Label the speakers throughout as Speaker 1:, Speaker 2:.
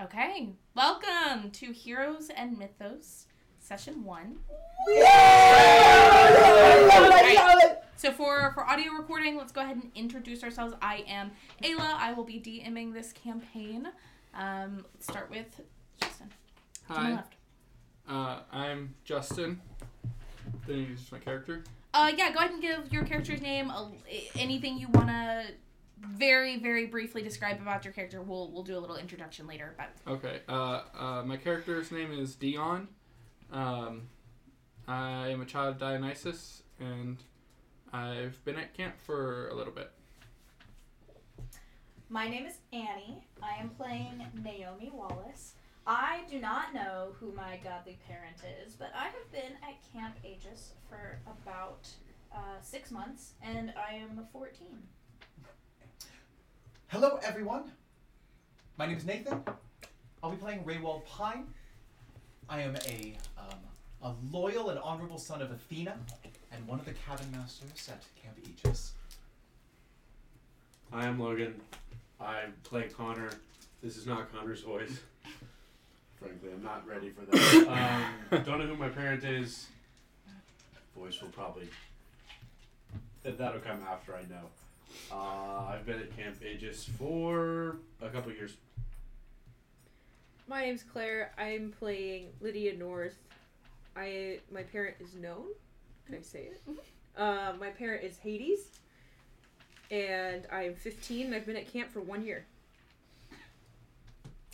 Speaker 1: Okay. Welcome to Heroes and Mythos, session one. So for for audio recording, let's go ahead and introduce ourselves. I am Ayla. I will be DMing this campaign. Um, let's start with Justin. To my
Speaker 2: Hi,
Speaker 1: left.
Speaker 2: uh, I'm Justin. Then you just my character.
Speaker 1: Uh, yeah. Go ahead and give your character's name. A, anything you wanna very very briefly describe about your character. We'll we'll do a little introduction later. But
Speaker 2: Okay. Uh, uh, my character's name is Dion. Um, I am a child of Dionysus, and I've been at camp for a little bit.
Speaker 3: My name is Annie. I am playing Naomi Wallace. I do not know who my godly parent is, but I have been at Camp Aegis for about uh, six months, and I am 14.
Speaker 4: Hello, everyone. My name is Nathan. I'll be playing Raywald Pine. I am a um, a loyal and honorable son of Athena, and one of the cabin masters at Camp Aegis.
Speaker 5: Hi, I'm Logan. I play Connor. This is not Connor's voice. Frankly, I'm not ready for that. um, don't know who my parent is. Voice will probably. that- That'll come after I know. Uh, I've been at Camp Aegis for a couple years.
Speaker 6: My name's Claire. I'm playing Lydia North. I my parent is known. Can I say it? Uh, my parent is Hades, and I am 15. And I've been at camp for one year.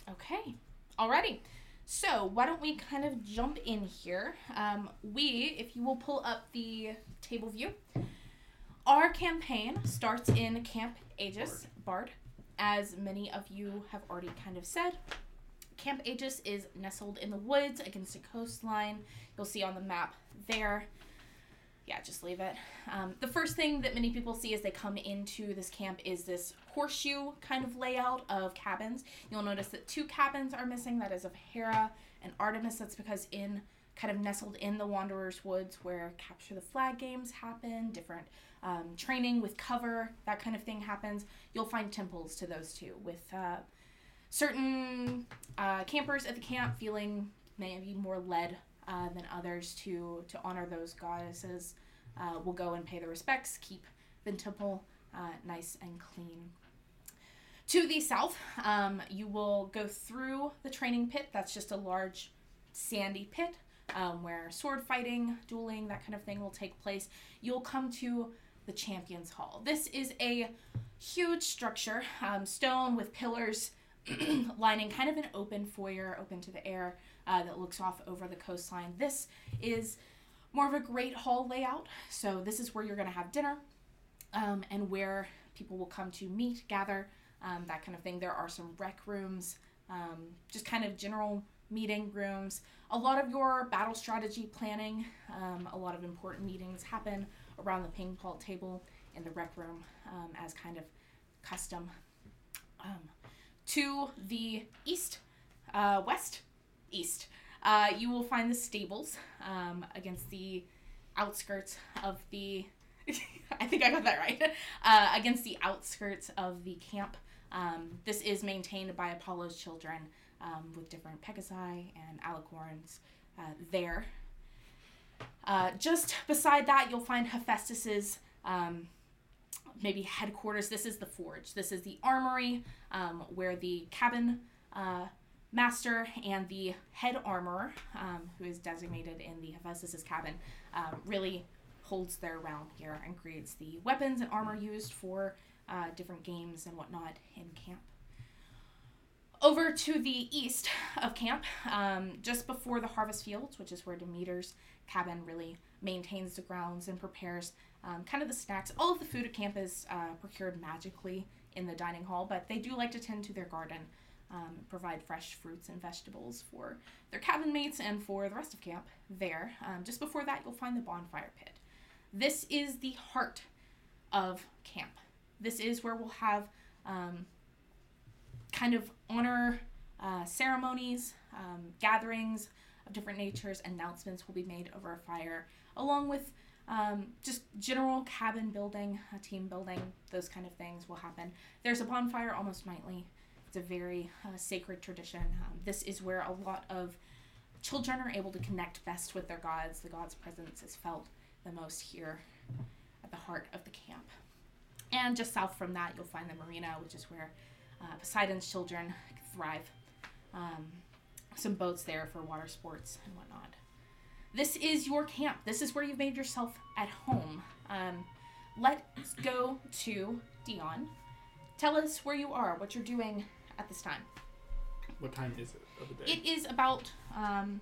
Speaker 1: Okay. Alrighty. So why don't we kind of jump in here? Um, we, if you will pull up the table view, our campaign starts in Camp Aegis, Bard. As many of you have already kind of said, Camp Aegis is nestled in the woods against a coastline. You'll see on the map there. Yeah, just leave it. Um, the first thing that many people see as they come into this camp is this horseshoe kind of layout of cabins. You'll notice that two cabins are missing. That is of Hera and Artemis. That's because in kind of nestled in the Wanderer's Woods, where capture the flag games happen, different um, training with cover, that kind of thing happens. You'll find temples to those two with uh, certain uh, campers at the camp feeling maybe more led uh, than others to to honor those goddesses. Uh, will go and pay their respects, keep the temple uh, nice and clean. To the south, um, you will go through the training pit. That's just a large sandy pit um, where sword fighting, dueling, that kind of thing will take place. You'll come to the Champions Hall. This is a huge structure, um, stone with pillars lining kind of an open foyer, open to the air, uh, that looks off over the coastline. This is more of a great hall layout. So, this is where you're going to have dinner um, and where people will come to meet, gather, um, that kind of thing. There are some rec rooms, um, just kind of general meeting rooms. A lot of your battle strategy planning, um, a lot of important meetings happen around the ping pong table in the rec room um, as kind of custom. Um, to the east, uh, west, east, uh, you will find the stables um, against the outskirts of the. I think I got that right. Uh, against the outskirts of the camp. Um, this is maintained by Apollo's children um, with different Pegasi and Alicorns uh, there. Uh, just beside that, you'll find Hephaestus's um, maybe headquarters. This is the forge. This is the armory um, where the cabin uh, master and the head armorer, um, who is designated in the Hephaestus's cabin, um, really holds their realm here and creates the weapons and armor used for uh, different games and whatnot in camp. Over to the east of camp, um, just before the harvest fields, which is where Demeter's cabin really maintains the grounds and prepares um, kind of the snacks. All of the food at camp is uh, procured magically in the dining hall, but they do like to tend to their garden, um, provide fresh fruits and vegetables for their cabin mates and for the rest of camp there. Um, just before that, you'll find the bonfire pit. This is the heart of camp. This is where we'll have um, kind of honor uh, ceremonies, um, gatherings of different natures, announcements will be made over a fire, along with um, just general cabin building, uh, team building, those kind of things will happen. There's a bonfire almost nightly It's a very uh, sacred tradition. Um, this is where a lot of children are able to connect best with their gods. The god's presence is felt the most here at the heart of the camp. And just south from that, you'll find the marina, which is where uh, Poseidon's children thrive. Um, some boats there for water sports and whatnot. This is your camp. This is where you've made yourself at home. Um, let's go to Dion. Tell us where you are, what you're doing at this time.
Speaker 2: What time is it of the day?
Speaker 1: It is about um,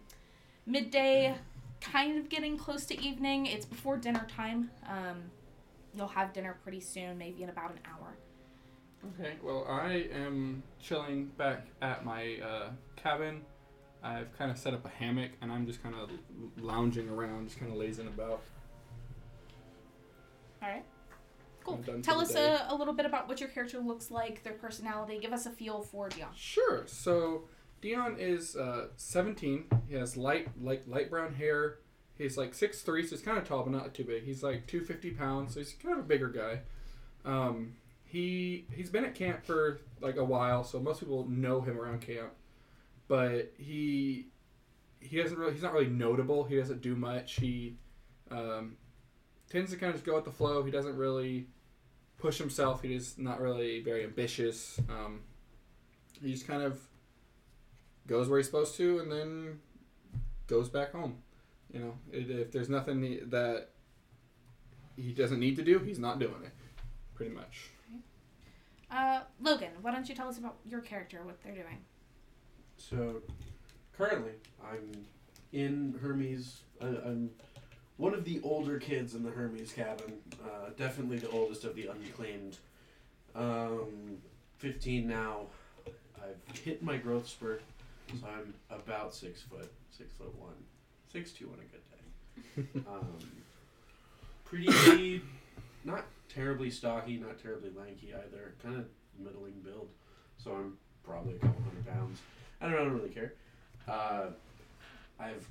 Speaker 1: midday, kind of getting close to evening. It's before dinner time. Um, you'll have dinner pretty soon, maybe in about an hour.
Speaker 2: Okay, well, I am chilling back at my uh, cabin. I've kind of set up a hammock and I'm just kind of lounging around, just kind of lazing about.
Speaker 1: All right. Cool.
Speaker 2: I'm done for
Speaker 1: Tell
Speaker 2: the
Speaker 1: us
Speaker 2: day.
Speaker 1: a, a little bit about what your character looks like, their personality. Give us a feel for Dion.
Speaker 2: Sure. So Dion is uh, 17. He has light, like light brown hair. He's like 6'3", so he's kind of tall, but not too big. He's like 250 pounds, so he's kind of a bigger guy. Um, he he's been at camp for like a while, so most people know him around camp. But he he doesn't really he's not really notable. He doesn't do much. He um, tends to kind of just go with the flow. He doesn't really push himself. He is not really very ambitious. Um, he just kind of goes where he's supposed to and then goes back home. You know, it, if there's nothing he- that he doesn't need to do, he's not doing it. Pretty much.
Speaker 1: Uh, Logan, why don't you tell us about your character, what they're doing?
Speaker 5: So, currently, I'm in Hermes. I, I'm one of the older kids in the Hermes cabin. Uh, definitely the oldest of the unclaimed. Um, 15 now. I've hit my growth spurt, so I'm about six foot, six foot one, six two on a good day. Um, pretty, not terribly stocky, not terribly lanky either. Kind of middling build, so I'm probably a couple hundred pounds. I don't, know, I don't really care. Uh, I've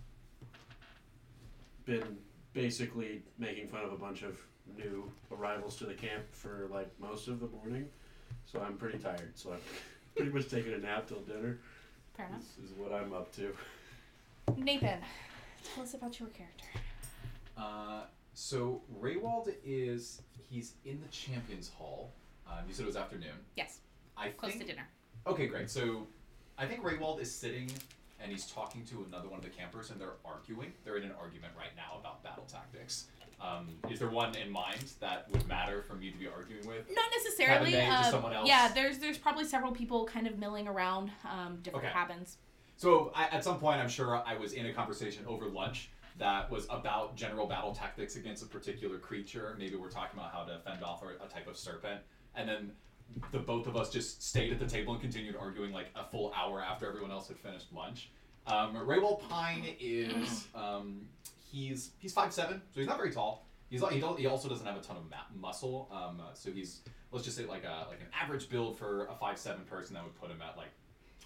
Speaker 5: been basically making fun of a bunch of new arrivals to the camp for like most of the morning, so I'm pretty tired. So I've pretty much taken a nap till dinner.
Speaker 1: Fair enough.
Speaker 5: This is what I'm up to.
Speaker 1: Nathan, tell us about your character.
Speaker 4: Uh, so Raywald is he's in the Champions Hall. Um, you said it was afternoon.
Speaker 1: Yes,
Speaker 4: I
Speaker 1: close
Speaker 4: think
Speaker 1: to dinner.
Speaker 4: Okay, great. So I think Raywald is sitting and he's talking to another one of the campers and they're arguing. They're in an argument right now about battle tactics. Um, is there one in mind that would matter for you to be arguing with?
Speaker 1: Not necessarily.
Speaker 4: Cabin day, just
Speaker 1: uh,
Speaker 4: someone else.
Speaker 1: Yeah, there's there's probably several people kind of milling around um, different
Speaker 4: Okay.
Speaker 1: cabins.
Speaker 7: So I, at some point, I'm sure I was in a conversation over lunch that was about general battle tactics against a particular creature. Maybe we're talking about how to fend off a, a type of serpent, and then the both of us just stayed at the table and continued arguing like a full hour after everyone else had finished lunch. Um, Raywell Pine is um, he's he's five seven, so he's not very tall. He's al- he, don't, he also doesn't have a ton of ma- muscle, um, uh, so he's let's just say like a like an average build for a five seven person that would put him at like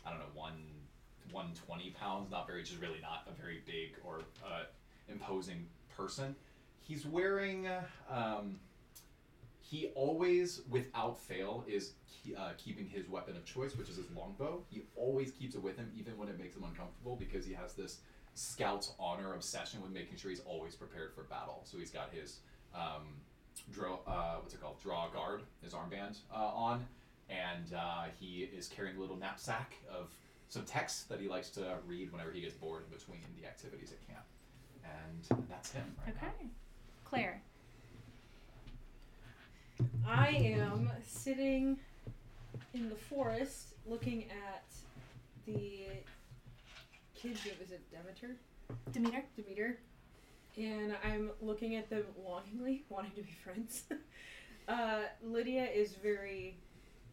Speaker 7: I don't know one 120 pounds, not very, just really not a very big or uh, imposing person. He's wearing, um, he always, without fail, is ke- uh, keeping his weapon of choice, which is his longbow. He always keeps it with him, even when it makes him uncomfortable, because he has this scout's honor obsession with making sure he's always prepared for battle. So he's got his, um, draw, uh, what's it called, draw guard, his armband uh, on, and uh, he is carrying a little knapsack of some text that he likes to read whenever he gets bored in between the activities at camp. And that's him right now.
Speaker 1: Okay. Claire.
Speaker 6: I am sitting in the forest looking at the kid. It was it Demeter.
Speaker 1: Demeter?
Speaker 6: Demeter, and I'm looking at them longingly, wanting to be friends. uh, Lydia is very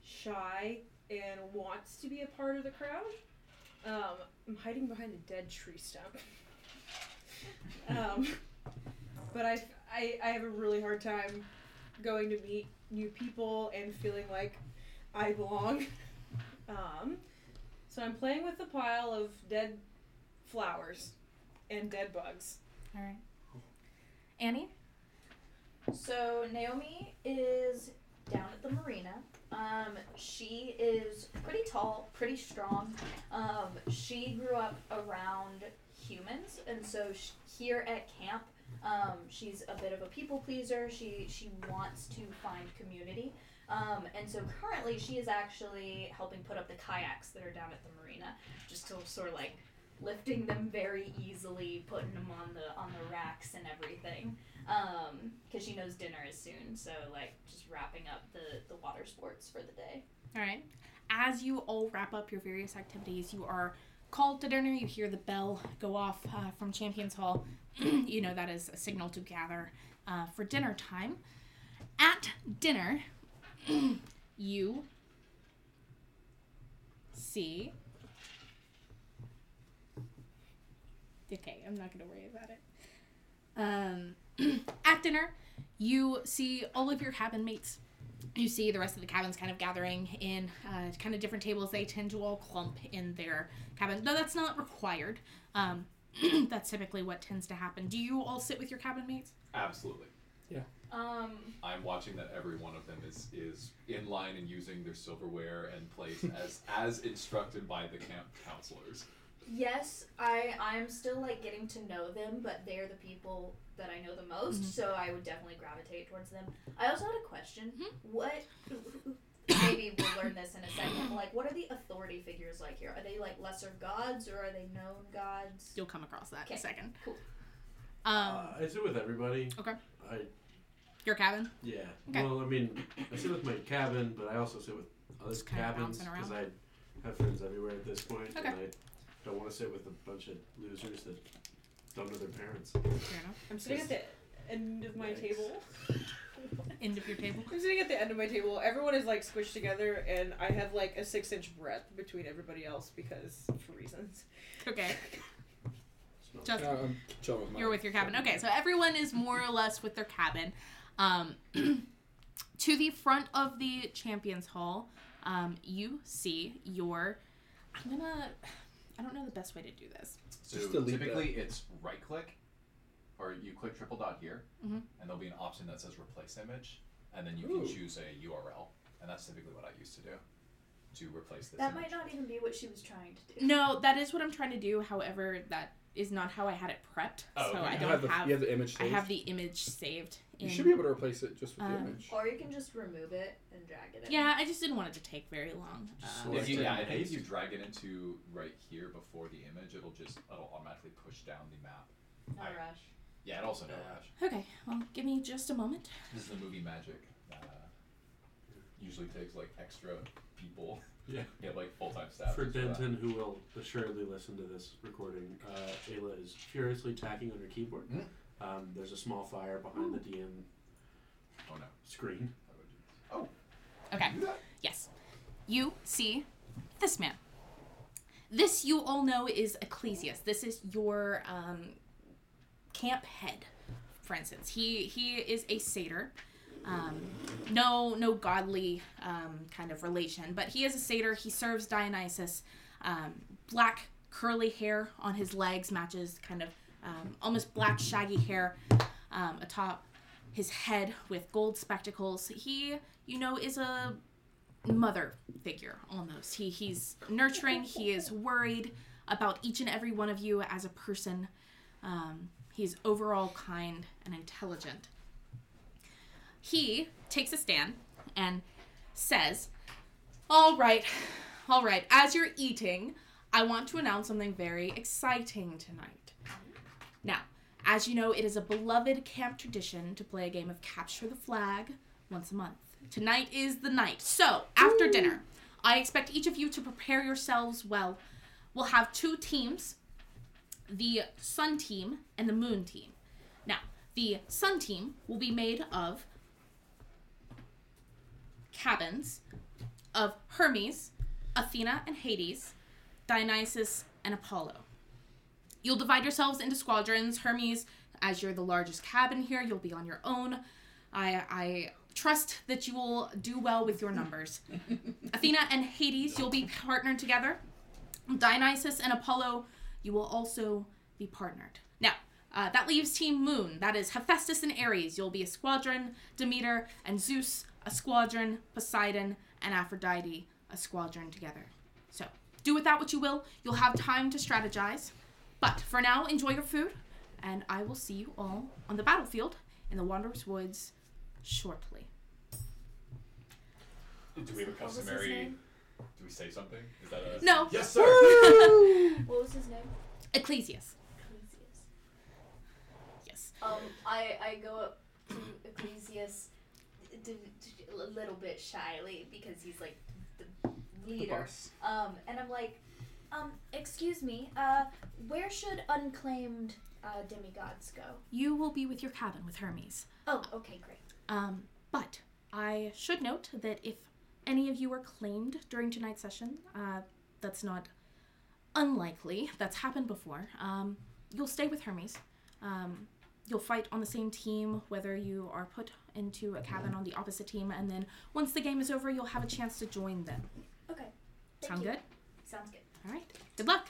Speaker 6: shy and wants to be a part of the crowd. Um, I'm hiding behind a dead tree stump. um, but I, I, I have a really hard time going to meet new people and feeling like I belong. Um, so I'm playing with a pile of dead flowers and dead bugs.
Speaker 1: All right. Annie?
Speaker 3: So Naomi is down at the marina.
Speaker 8: Um, she is pretty tall, pretty strong. Um, she grew up around humans, and so sh- here at camp, um, she's a bit of a people pleaser. She she wants to find community, um, and so currently she is actually helping put up the kayaks that are down at the marina, just to sort of like lifting them very easily, putting them on the on the racks and everything. Um, because she knows dinner is soon, so like just wrapping up the the water sports for the day.
Speaker 1: All right. As you all wrap up your various activities, you are called to dinner. You hear the bell go off uh, from Champions Hall. you know that is a signal to gather uh, for dinner time. At dinner, you see. Okay, I'm not going to worry about it. Um, at dinner, you see all of your cabin mates you see the rest of the cabins kind of gathering in uh, kind of different tables. They tend to all clump in their cabin. No, that's not required. Um, that's typically what tends to happen. Do you all sit with your cabin mates?
Speaker 7: Absolutely.
Speaker 8: Um,
Speaker 7: I'm watching that every one of them is is in line and using their silverware and plates as as instructed by the camp counselors.
Speaker 8: yes, I I'm still like getting to know them, but they're the people that I know the most,
Speaker 1: Mm-hmm.
Speaker 8: so I would definitely gravitate towards them. I also had a question.
Speaker 1: Mm-hmm.
Speaker 8: What? Maybe we'll learn this in a second. but, Like, what are the authority figures like here? Are they like lesser gods or are they known gods?
Speaker 1: You'll come across that in
Speaker 8: Okay,
Speaker 1: a second.
Speaker 8: cool.
Speaker 1: Um,
Speaker 5: Uh, I sit with everybody.
Speaker 1: Okay.
Speaker 5: I
Speaker 1: your cabin?
Speaker 5: yeah.
Speaker 1: Okay.
Speaker 5: Well, I mean, I sit with my cabin, but I also sit with other
Speaker 1: Just kinda
Speaker 5: cabins
Speaker 1: bouncing
Speaker 5: because I have friends everywhere at this point, and
Speaker 1: Okay.
Speaker 5: I don't want to sit with a bunch of losers that don't know their parents.
Speaker 1: Fair enough.
Speaker 6: I'm sitting at the end of my
Speaker 5: Yikes.
Speaker 6: table.
Speaker 1: End of your table.
Speaker 6: I'm sitting at the end of my table. Everyone is like squished together, and I have like a six inch breadth between everybody else because for reasons.
Speaker 1: Okay.
Speaker 5: Smells
Speaker 1: Just
Speaker 2: Uh, I'm chilling with mine.
Speaker 1: You're with your cabin. Okay, so everyone is more or less with their cabin. Um, to the front of the Champions Hall, um, you see your. I'm gonna. I don't know the best way to do this.
Speaker 7: So
Speaker 2: Just delete
Speaker 7: typically it's right click, or you click triple dot here,
Speaker 1: Mhm.
Speaker 7: and there'll be an option that says replace image, and then you
Speaker 2: Ooh.
Speaker 7: can choose a URL, and that's typically what I used to do to replace this.
Speaker 8: That
Speaker 7: image.
Speaker 8: might not even be what she was trying to do.
Speaker 1: No, that is what I'm trying to do. However, that is not how I had it prepped.
Speaker 7: Oh,
Speaker 1: so
Speaker 7: okay.
Speaker 1: I
Speaker 2: You
Speaker 1: don't
Speaker 2: have
Speaker 1: have.
Speaker 2: the, you have the image
Speaker 1: I
Speaker 2: saved.
Speaker 1: have the image saved. In,
Speaker 2: you should be able to replace it just with the
Speaker 1: um,
Speaker 2: image.
Speaker 8: Or you can just remove it and drag it in.
Speaker 1: yeah, I just didn't want it to take very long.
Speaker 5: Just
Speaker 1: Um,
Speaker 5: sort
Speaker 7: If you,
Speaker 5: Select
Speaker 7: yeah,
Speaker 5: it
Speaker 7: I
Speaker 5: and
Speaker 7: think if
Speaker 5: paste.
Speaker 7: you drag it into right here before the image, it'll just it'll automatically push down the map.
Speaker 8: No
Speaker 7: I-
Speaker 8: rush.
Speaker 7: Yeah, it also no
Speaker 5: Yeah.
Speaker 7: rush.
Speaker 1: okay, well, give me just a moment.
Speaker 7: This is the movie magic. Uh, usually takes like extra people.
Speaker 5: Yeah.
Speaker 7: you have like full time staff
Speaker 5: For
Speaker 7: just that.
Speaker 5: Denton, who will assuredly listen to this recording, uh, Ayla is furiously tacking on her keyboard.
Speaker 7: Mm.
Speaker 5: Um, there's a small fire behind the DM
Speaker 7: Oh no.
Speaker 5: screen.
Speaker 7: I would do-
Speaker 1: Okay.
Speaker 7: do that.
Speaker 1: Yes. You see this man. This you all know is Ecclesias. This is your um, camp head, for instance. He he is a satyr. Um, no no godly um, kind of relation, but he is a satyr. He serves Dionysus. Um, black curly hair on his legs matches kind of um, almost black shaggy hair um, atop his head with gold spectacles. He you know is a mother figure almost. He he's nurturing. He is worried about each and every one of you as a person. Um, he's overall kind and intelligent. He takes a stand and says, "All right, all right. As you're eating, I want to announce something very exciting tonight. Now." As you know, it is a beloved camp tradition to play a game of capture the flag once a month. Tonight is the night. So, after dinner, I expect each of you to prepare yourselves well. We'll have two teams the sun team and the moon team. Now, the sun team will be made of cabins of Hermes, Athena and Hades, Dionysus and Apollo. You'll divide yourselves into squadrons. Hermes, as you're the largest cabin here, you'll be on your own. I, I trust that you will do well with your numbers. Athena and Hades, you'll be partnered together. Dionysus and Apollo, you will also be partnered. Now, uh, that leaves Team Moon. That is Hephaestus and Ares. You'll be a squadron. Demeter and Zeus, a squadron. Poseidon and Aphrodite a squadron together. So do with that what you will. You'll have time to strategize. But for now, enjoy your food, and I will see you all on the battlefield in the Wanderer's Woods shortly.
Speaker 7: Do we have a
Speaker 3: was his
Speaker 7: customary?
Speaker 3: name?
Speaker 7: Do we say something? Is that a
Speaker 1: No,
Speaker 7: Yes, sir.
Speaker 3: What was his name?
Speaker 1: Ecclesias.
Speaker 3: Ecclesius.
Speaker 1: Yes.
Speaker 3: Um, I, I go up to Ecclesius d- d- a little bit shyly because he's like the
Speaker 2: The
Speaker 3: leader.
Speaker 2: boss.
Speaker 3: Um, and I'm like, um, excuse me, uh, where should unclaimed uh, demigods go?
Speaker 1: You will be with your cabin with Hermes.
Speaker 3: Oh, okay, great.
Speaker 1: Um, but I should note that if any of you are claimed during tonight's session, uh, that's not unlikely. That's happened before. Um, you'll stay with Hermes. Um, you'll fight on the same team, whether you are put into a cabin on the opposite team, and then once the game is over, you'll have a chance to join them.
Speaker 3: Okay. Thank
Speaker 1: Sound
Speaker 3: you.
Speaker 1: good?
Speaker 3: Sounds good.
Speaker 1: All right. Good luck.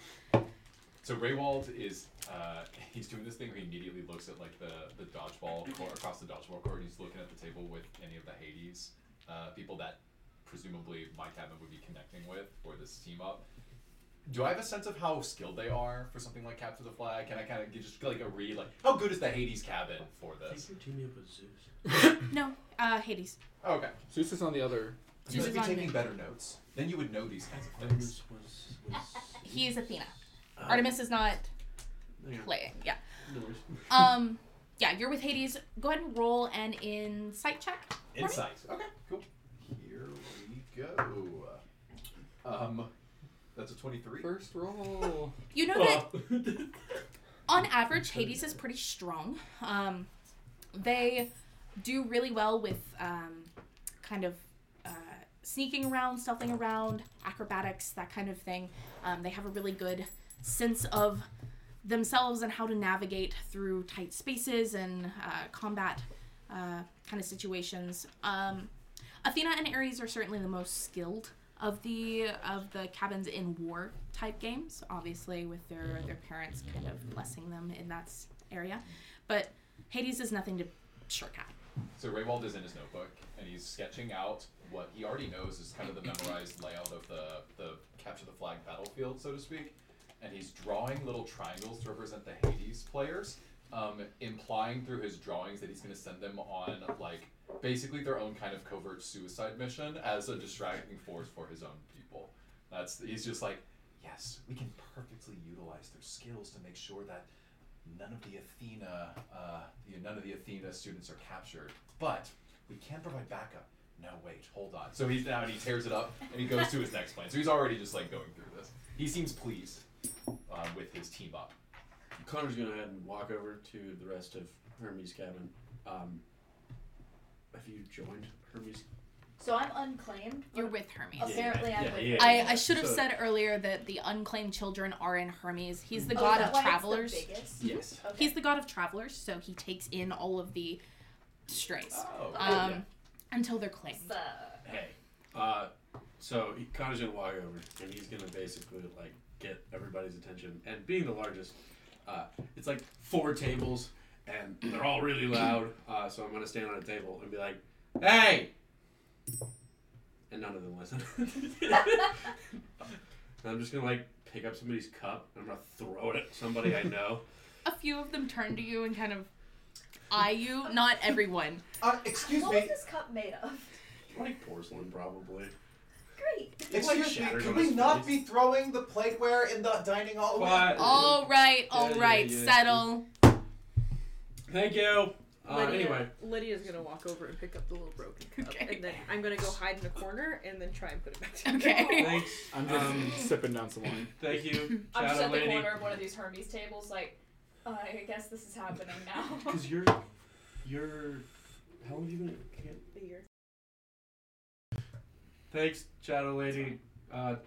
Speaker 7: So Raywald is uh, he's doing this thing where he immediately looks at like the the dodgeball court across the dodgeball court. He's looking at the table with any of the Hades uh, people that presumably my cabin would be connecting with for this team up. Do I have a sense of how skilled they are for something like capture the flag? Can I kind of just like a read like how good is the Hades cabin for this?
Speaker 5: you team me up with Zeus.
Speaker 1: No, uh, Hades.
Speaker 7: Okay,
Speaker 2: Zeus is on the other.
Speaker 7: you
Speaker 1: Zeus
Speaker 7: should
Speaker 1: is
Speaker 7: be
Speaker 1: on
Speaker 7: taking
Speaker 1: me.
Speaker 7: better notes. Then you would know these kinds of things.
Speaker 5: Artemis was. was
Speaker 1: He is Athena.
Speaker 5: uh,
Speaker 1: Artemis is not
Speaker 5: hang on,
Speaker 1: playing. Yeah.
Speaker 5: no worries.
Speaker 1: Um, yeah, you're with Hades. Go ahead and roll an insight check.
Speaker 7: Insight. Okay, cool. Here we go. Um, that's a twenty-three.
Speaker 2: First roll.
Speaker 1: You know that
Speaker 5: Oh.
Speaker 1: on average, Hades is pretty strong. Um, they do really well with um, kind of uh, sneaking around, stealthing around, acrobatics, that kind of thing. Um, they have a really good sense of themselves and how to navigate through tight spaces and uh, combat uh, kind of situations. Um, Athena and Ares are certainly the most skilled of the of the cabins in war type games, obviously with their their parents kind of blessing them in that s- area. But Hades is nothing to shirk at.
Speaker 7: So Raywald is in his notebook and he's sketching out what he already knows is kind of the memorized layout of the, the capture the flag battlefield, so to speak. And he's drawing little triangles to represent the Hades players, um, implying through his drawings that he's going to send them on like basically their own kind of covert suicide mission as a distracting force for his own people. That's he's just like, yes, we can perfectly utilize their skills to make sure that none of the Athena, uh, you know, none of the Athena students are captured, but we can provide backup. No, wait, hold on. So he's now and he tears it up and he goes to his next plan. So he's already just like going through this. He seems pleased uh, with his team up.
Speaker 5: Connor's gonna head and walk over to the rest of Hermes' cabin. Um, have you joined Hermes?
Speaker 3: So I'm unclaimed.
Speaker 1: You're with Hermes.
Speaker 3: Okay. Apparently I'm
Speaker 5: yeah,
Speaker 3: with-
Speaker 5: yeah,
Speaker 1: I,
Speaker 5: yeah.
Speaker 1: I should have
Speaker 5: So-
Speaker 1: said earlier that the unclaimed children are in Hermes. He's the
Speaker 3: Oh,
Speaker 1: god
Speaker 3: is that
Speaker 1: of
Speaker 3: why it's the
Speaker 1: travelers.
Speaker 3: biggest?
Speaker 5: Yes.
Speaker 3: Okay.
Speaker 1: He's the god of travelers, so he takes in all of the strays
Speaker 7: Oh,
Speaker 3: Uh,
Speaker 1: um,
Speaker 5: yeah.
Speaker 1: until they're claimed.
Speaker 3: So,
Speaker 5: Hey. Uh, so he, Connor's gonna walk over and he's gonna basically like get everybody's attention. And being the largest, uh, it's like four tables and they're all really loud. Uh, so I'm gonna stand on a table and be like, "Hey!" And none of them listen. And I'm just gonna like pick up somebody's cup and I'm gonna throw it at somebody I know.
Speaker 1: A few of them turn to you and kind of eye you. Not everyone.
Speaker 4: Uh, excuse
Speaker 3: what
Speaker 4: me.
Speaker 3: was this cup made of?
Speaker 5: like porcelain, probably.
Speaker 3: Great.
Speaker 5: It's like
Speaker 4: Excuse me.
Speaker 5: shattered
Speaker 4: Could
Speaker 5: on
Speaker 4: we
Speaker 5: his
Speaker 4: not
Speaker 5: face.
Speaker 4: be throwing the plateware in the dining hall?
Speaker 5: Quiet.
Speaker 1: All right, all
Speaker 5: yeah,
Speaker 1: right,
Speaker 5: yeah.
Speaker 1: settle.
Speaker 5: Thank you. Uh,
Speaker 6: Lydia,
Speaker 5: anyway,
Speaker 6: Lydia's gonna walk over and pick up the little broken cup,
Speaker 1: Okay.
Speaker 6: and then I'm gonna go hide in a corner and then try and put it back together.
Speaker 1: Okay.
Speaker 5: thanks.
Speaker 2: I'm just
Speaker 5: Um,
Speaker 2: sipping down some wine.
Speaker 5: Thank you,
Speaker 8: I'm just
Speaker 5: Shadow
Speaker 8: at the
Speaker 5: Lady.
Speaker 8: corner of one of these Hermes tables, like, uh, I guess this is happening now.
Speaker 5: Because you're, you're, how long have you been? at camp?
Speaker 6: The year.
Speaker 5: Thanks, Shadow Lady. Uh,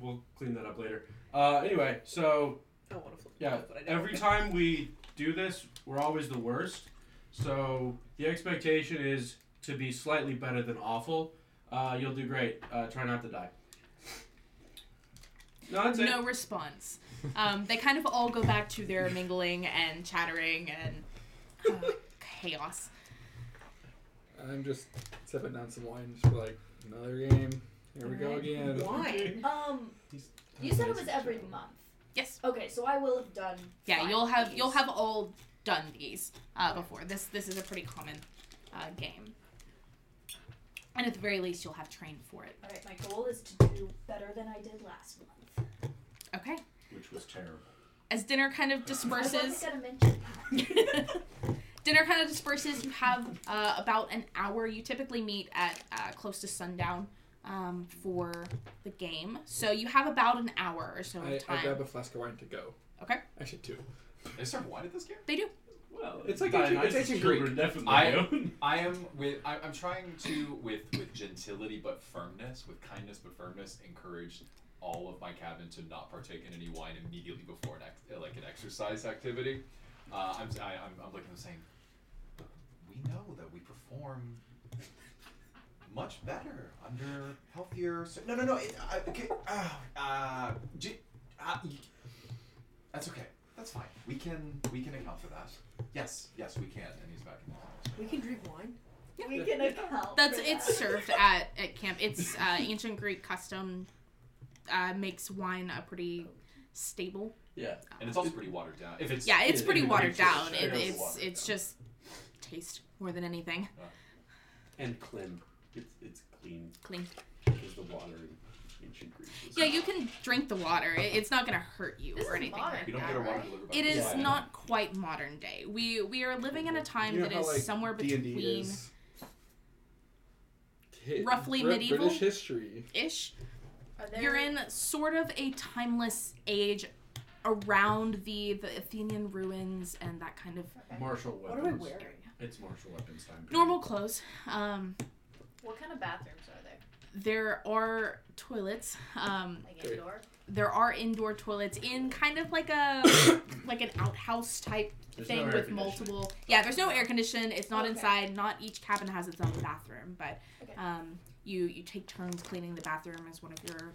Speaker 5: we'll clean that up later. Uh, anyway, so
Speaker 6: I want to flip.
Speaker 5: yeah,
Speaker 6: that's what I do.
Speaker 5: every time we do this, we're always the worst. So the expectation is to be slightly better than awful. Uh, you'll do great. Uh, try not to die. No, that's it.
Speaker 1: No response. Um, they kind of all go back to their mingling and chattering and uh, chaos.
Speaker 2: I'm just sipping down some wine. Just be like, Another game. Here we go
Speaker 6: Alright.
Speaker 2: again.
Speaker 6: Wine.
Speaker 3: Um, you said it was every month.
Speaker 1: Yes.
Speaker 3: Okay, so I will have done.
Speaker 1: Yeah,
Speaker 3: five
Speaker 1: you'll
Speaker 3: of
Speaker 1: have
Speaker 3: these.
Speaker 1: you'll have all done these uh, before. This this is a pretty common uh, game, and at the very least, you'll have trained for it.
Speaker 3: All right, my goal is to do better than I did last month.
Speaker 1: Okay.
Speaker 5: which was terrible.
Speaker 1: As dinner kind of disperses,
Speaker 3: I wasn't gonna mention
Speaker 1: dinner kind of disperses. You have uh, about an hour. You typically meet at uh, close to sundown um, for the game, so you have about an hour or so
Speaker 2: I,
Speaker 1: of time.
Speaker 2: I grab a flask of wine to go.
Speaker 1: Okay.
Speaker 2: Actually, two.
Speaker 7: They serve wine at this game?
Speaker 1: they do.
Speaker 5: Well,
Speaker 2: It's like ancient- it's
Speaker 5: Dionysus'
Speaker 2: ancient Greek.
Speaker 5: children Definitely.
Speaker 7: I-
Speaker 5: do.
Speaker 7: I am with. I, I'm trying to with with gentility but firmness, with kindness but firmness, encourage all of my cabin to not partake in any wine immediately before an ex, uh, like an exercise activity. Uh, I'm, s- I, am i I'm looking at them saying, we know that we perform much better under healthier. cir- no, no, no. It, I, okay, uh, uh, g- uh, y- that's okay. That's fine. We can we can account for that. Yes, yes, we can. And he's back in the house.
Speaker 6: We can drink wine.
Speaker 3: that. We can account.
Speaker 1: That's
Speaker 3: for
Speaker 1: it's
Speaker 3: that.
Speaker 1: served at, at camp. It's uh, ancient Greek custom uh, makes wine a pretty staple.
Speaker 5: Yeah.
Speaker 7: And it's also pretty watered down. If it's
Speaker 1: Yeah, it's
Speaker 5: Yeah,
Speaker 1: pretty
Speaker 5: it
Speaker 1: watered
Speaker 5: makes it
Speaker 1: down. It,
Speaker 5: terrible
Speaker 1: it's
Speaker 7: watered
Speaker 1: it's
Speaker 7: down.
Speaker 1: just taste more than anything.
Speaker 5: And clean. It's it's clean
Speaker 1: Clean.
Speaker 5: because the water in ancient Greek. was-
Speaker 1: Yeah, you can drink the water. It, it's not gonna hurt you
Speaker 8: This
Speaker 1: or
Speaker 8: is
Speaker 1: anything.
Speaker 8: modern.
Speaker 1: Like
Speaker 7: you don't
Speaker 1: that.
Speaker 7: get a water
Speaker 8: right?
Speaker 7: delivered. by
Speaker 1: It
Speaker 7: the
Speaker 1: is
Speaker 7: sky.
Speaker 1: not quite modern day. We we are living in a time
Speaker 2: You know
Speaker 1: that
Speaker 2: how,
Speaker 1: is
Speaker 2: like,
Speaker 1: somewhere
Speaker 2: D&D
Speaker 1: between
Speaker 2: is hi-
Speaker 1: roughly
Speaker 2: Brit-
Speaker 1: medieval?
Speaker 2: British history.
Speaker 1: ish
Speaker 8: Are there,
Speaker 1: You're in sort of a timeless age around the, the Athenian ruins and that kind of
Speaker 5: martial
Speaker 6: What
Speaker 5: weapons.
Speaker 6: am I wearing?
Speaker 5: It's martial weapons time. period.
Speaker 1: normal clothes. Um,
Speaker 8: What kind of bathrooms are there?
Speaker 1: there are toilets. Um,
Speaker 8: Like
Speaker 2: Great.
Speaker 8: indoor?
Speaker 1: there are indoor toilets in kind of like a like an outhouse type
Speaker 5: There's no
Speaker 1: thing
Speaker 5: air
Speaker 1: with
Speaker 5: conditioning.
Speaker 1: multiple. Yeah, there's no air condition. It's not
Speaker 8: Okay.
Speaker 1: inside. Not each cabin has its own bathroom, but
Speaker 8: Okay.
Speaker 1: um, you you take turns cleaning the bathroom as one of your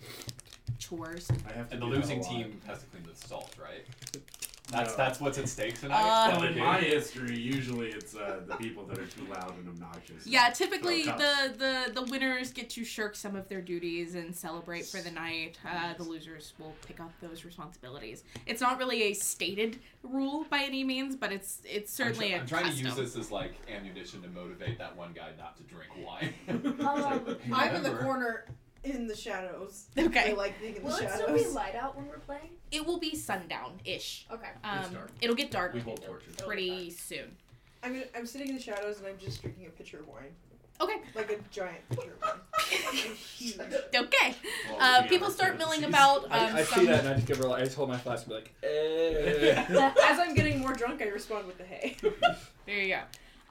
Speaker 1: chores.
Speaker 5: I have to
Speaker 7: And the
Speaker 5: do that a
Speaker 7: losing
Speaker 5: lot.
Speaker 7: team has to clean the salt, right? That's
Speaker 5: No.
Speaker 7: that's what's at stake tonight.
Speaker 1: Uh,
Speaker 5: Well,
Speaker 7: That's
Speaker 5: in
Speaker 7: the
Speaker 5: my
Speaker 7: game.
Speaker 5: history, usually it's uh, the people that are too loud and obnoxious.
Speaker 1: Yeah, typically
Speaker 5: Oh,
Speaker 1: the, the the winners get to shirk some of their duties and celebrate for the night. Uh, the losers will pick up those responsibilities. It's not really a stated rule by any means, but it's it's
Speaker 7: I'm tr-
Speaker 1: certainly
Speaker 7: I'm,
Speaker 1: a
Speaker 7: trying
Speaker 1: custom.
Speaker 7: to use this as like ammunition to motivate that one guy not to drink wine.
Speaker 3: Um,
Speaker 6: I'm in the
Speaker 7: Remember.
Speaker 6: corner in the shadows. I
Speaker 1: Okay,
Speaker 6: like being in the
Speaker 8: Will it
Speaker 6: shadows.
Speaker 8: still be light out when we're playing?
Speaker 1: it will be sundown ish.
Speaker 8: Okay.
Speaker 1: Um,
Speaker 5: dark.
Speaker 1: it'll get dark
Speaker 5: We hold torches.
Speaker 1: pretty soon.
Speaker 6: I'm, in- I'm sitting in the shadows and I'm just drinking a pitcher of wine.
Speaker 1: Okay.
Speaker 6: Like a giant pitcher of wine. It's huge.
Speaker 1: Okay,
Speaker 5: Well,
Speaker 1: uh,
Speaker 5: we
Speaker 1: people
Speaker 5: have
Speaker 1: start
Speaker 5: our
Speaker 1: milling
Speaker 5: fantasies.
Speaker 1: about. Um,
Speaker 2: I, I
Speaker 1: some,
Speaker 2: see that and I just give her. like- I just hold my flask and be like, eh.
Speaker 6: As I'm getting more drunk, I respond with the hey.
Speaker 1: There you go.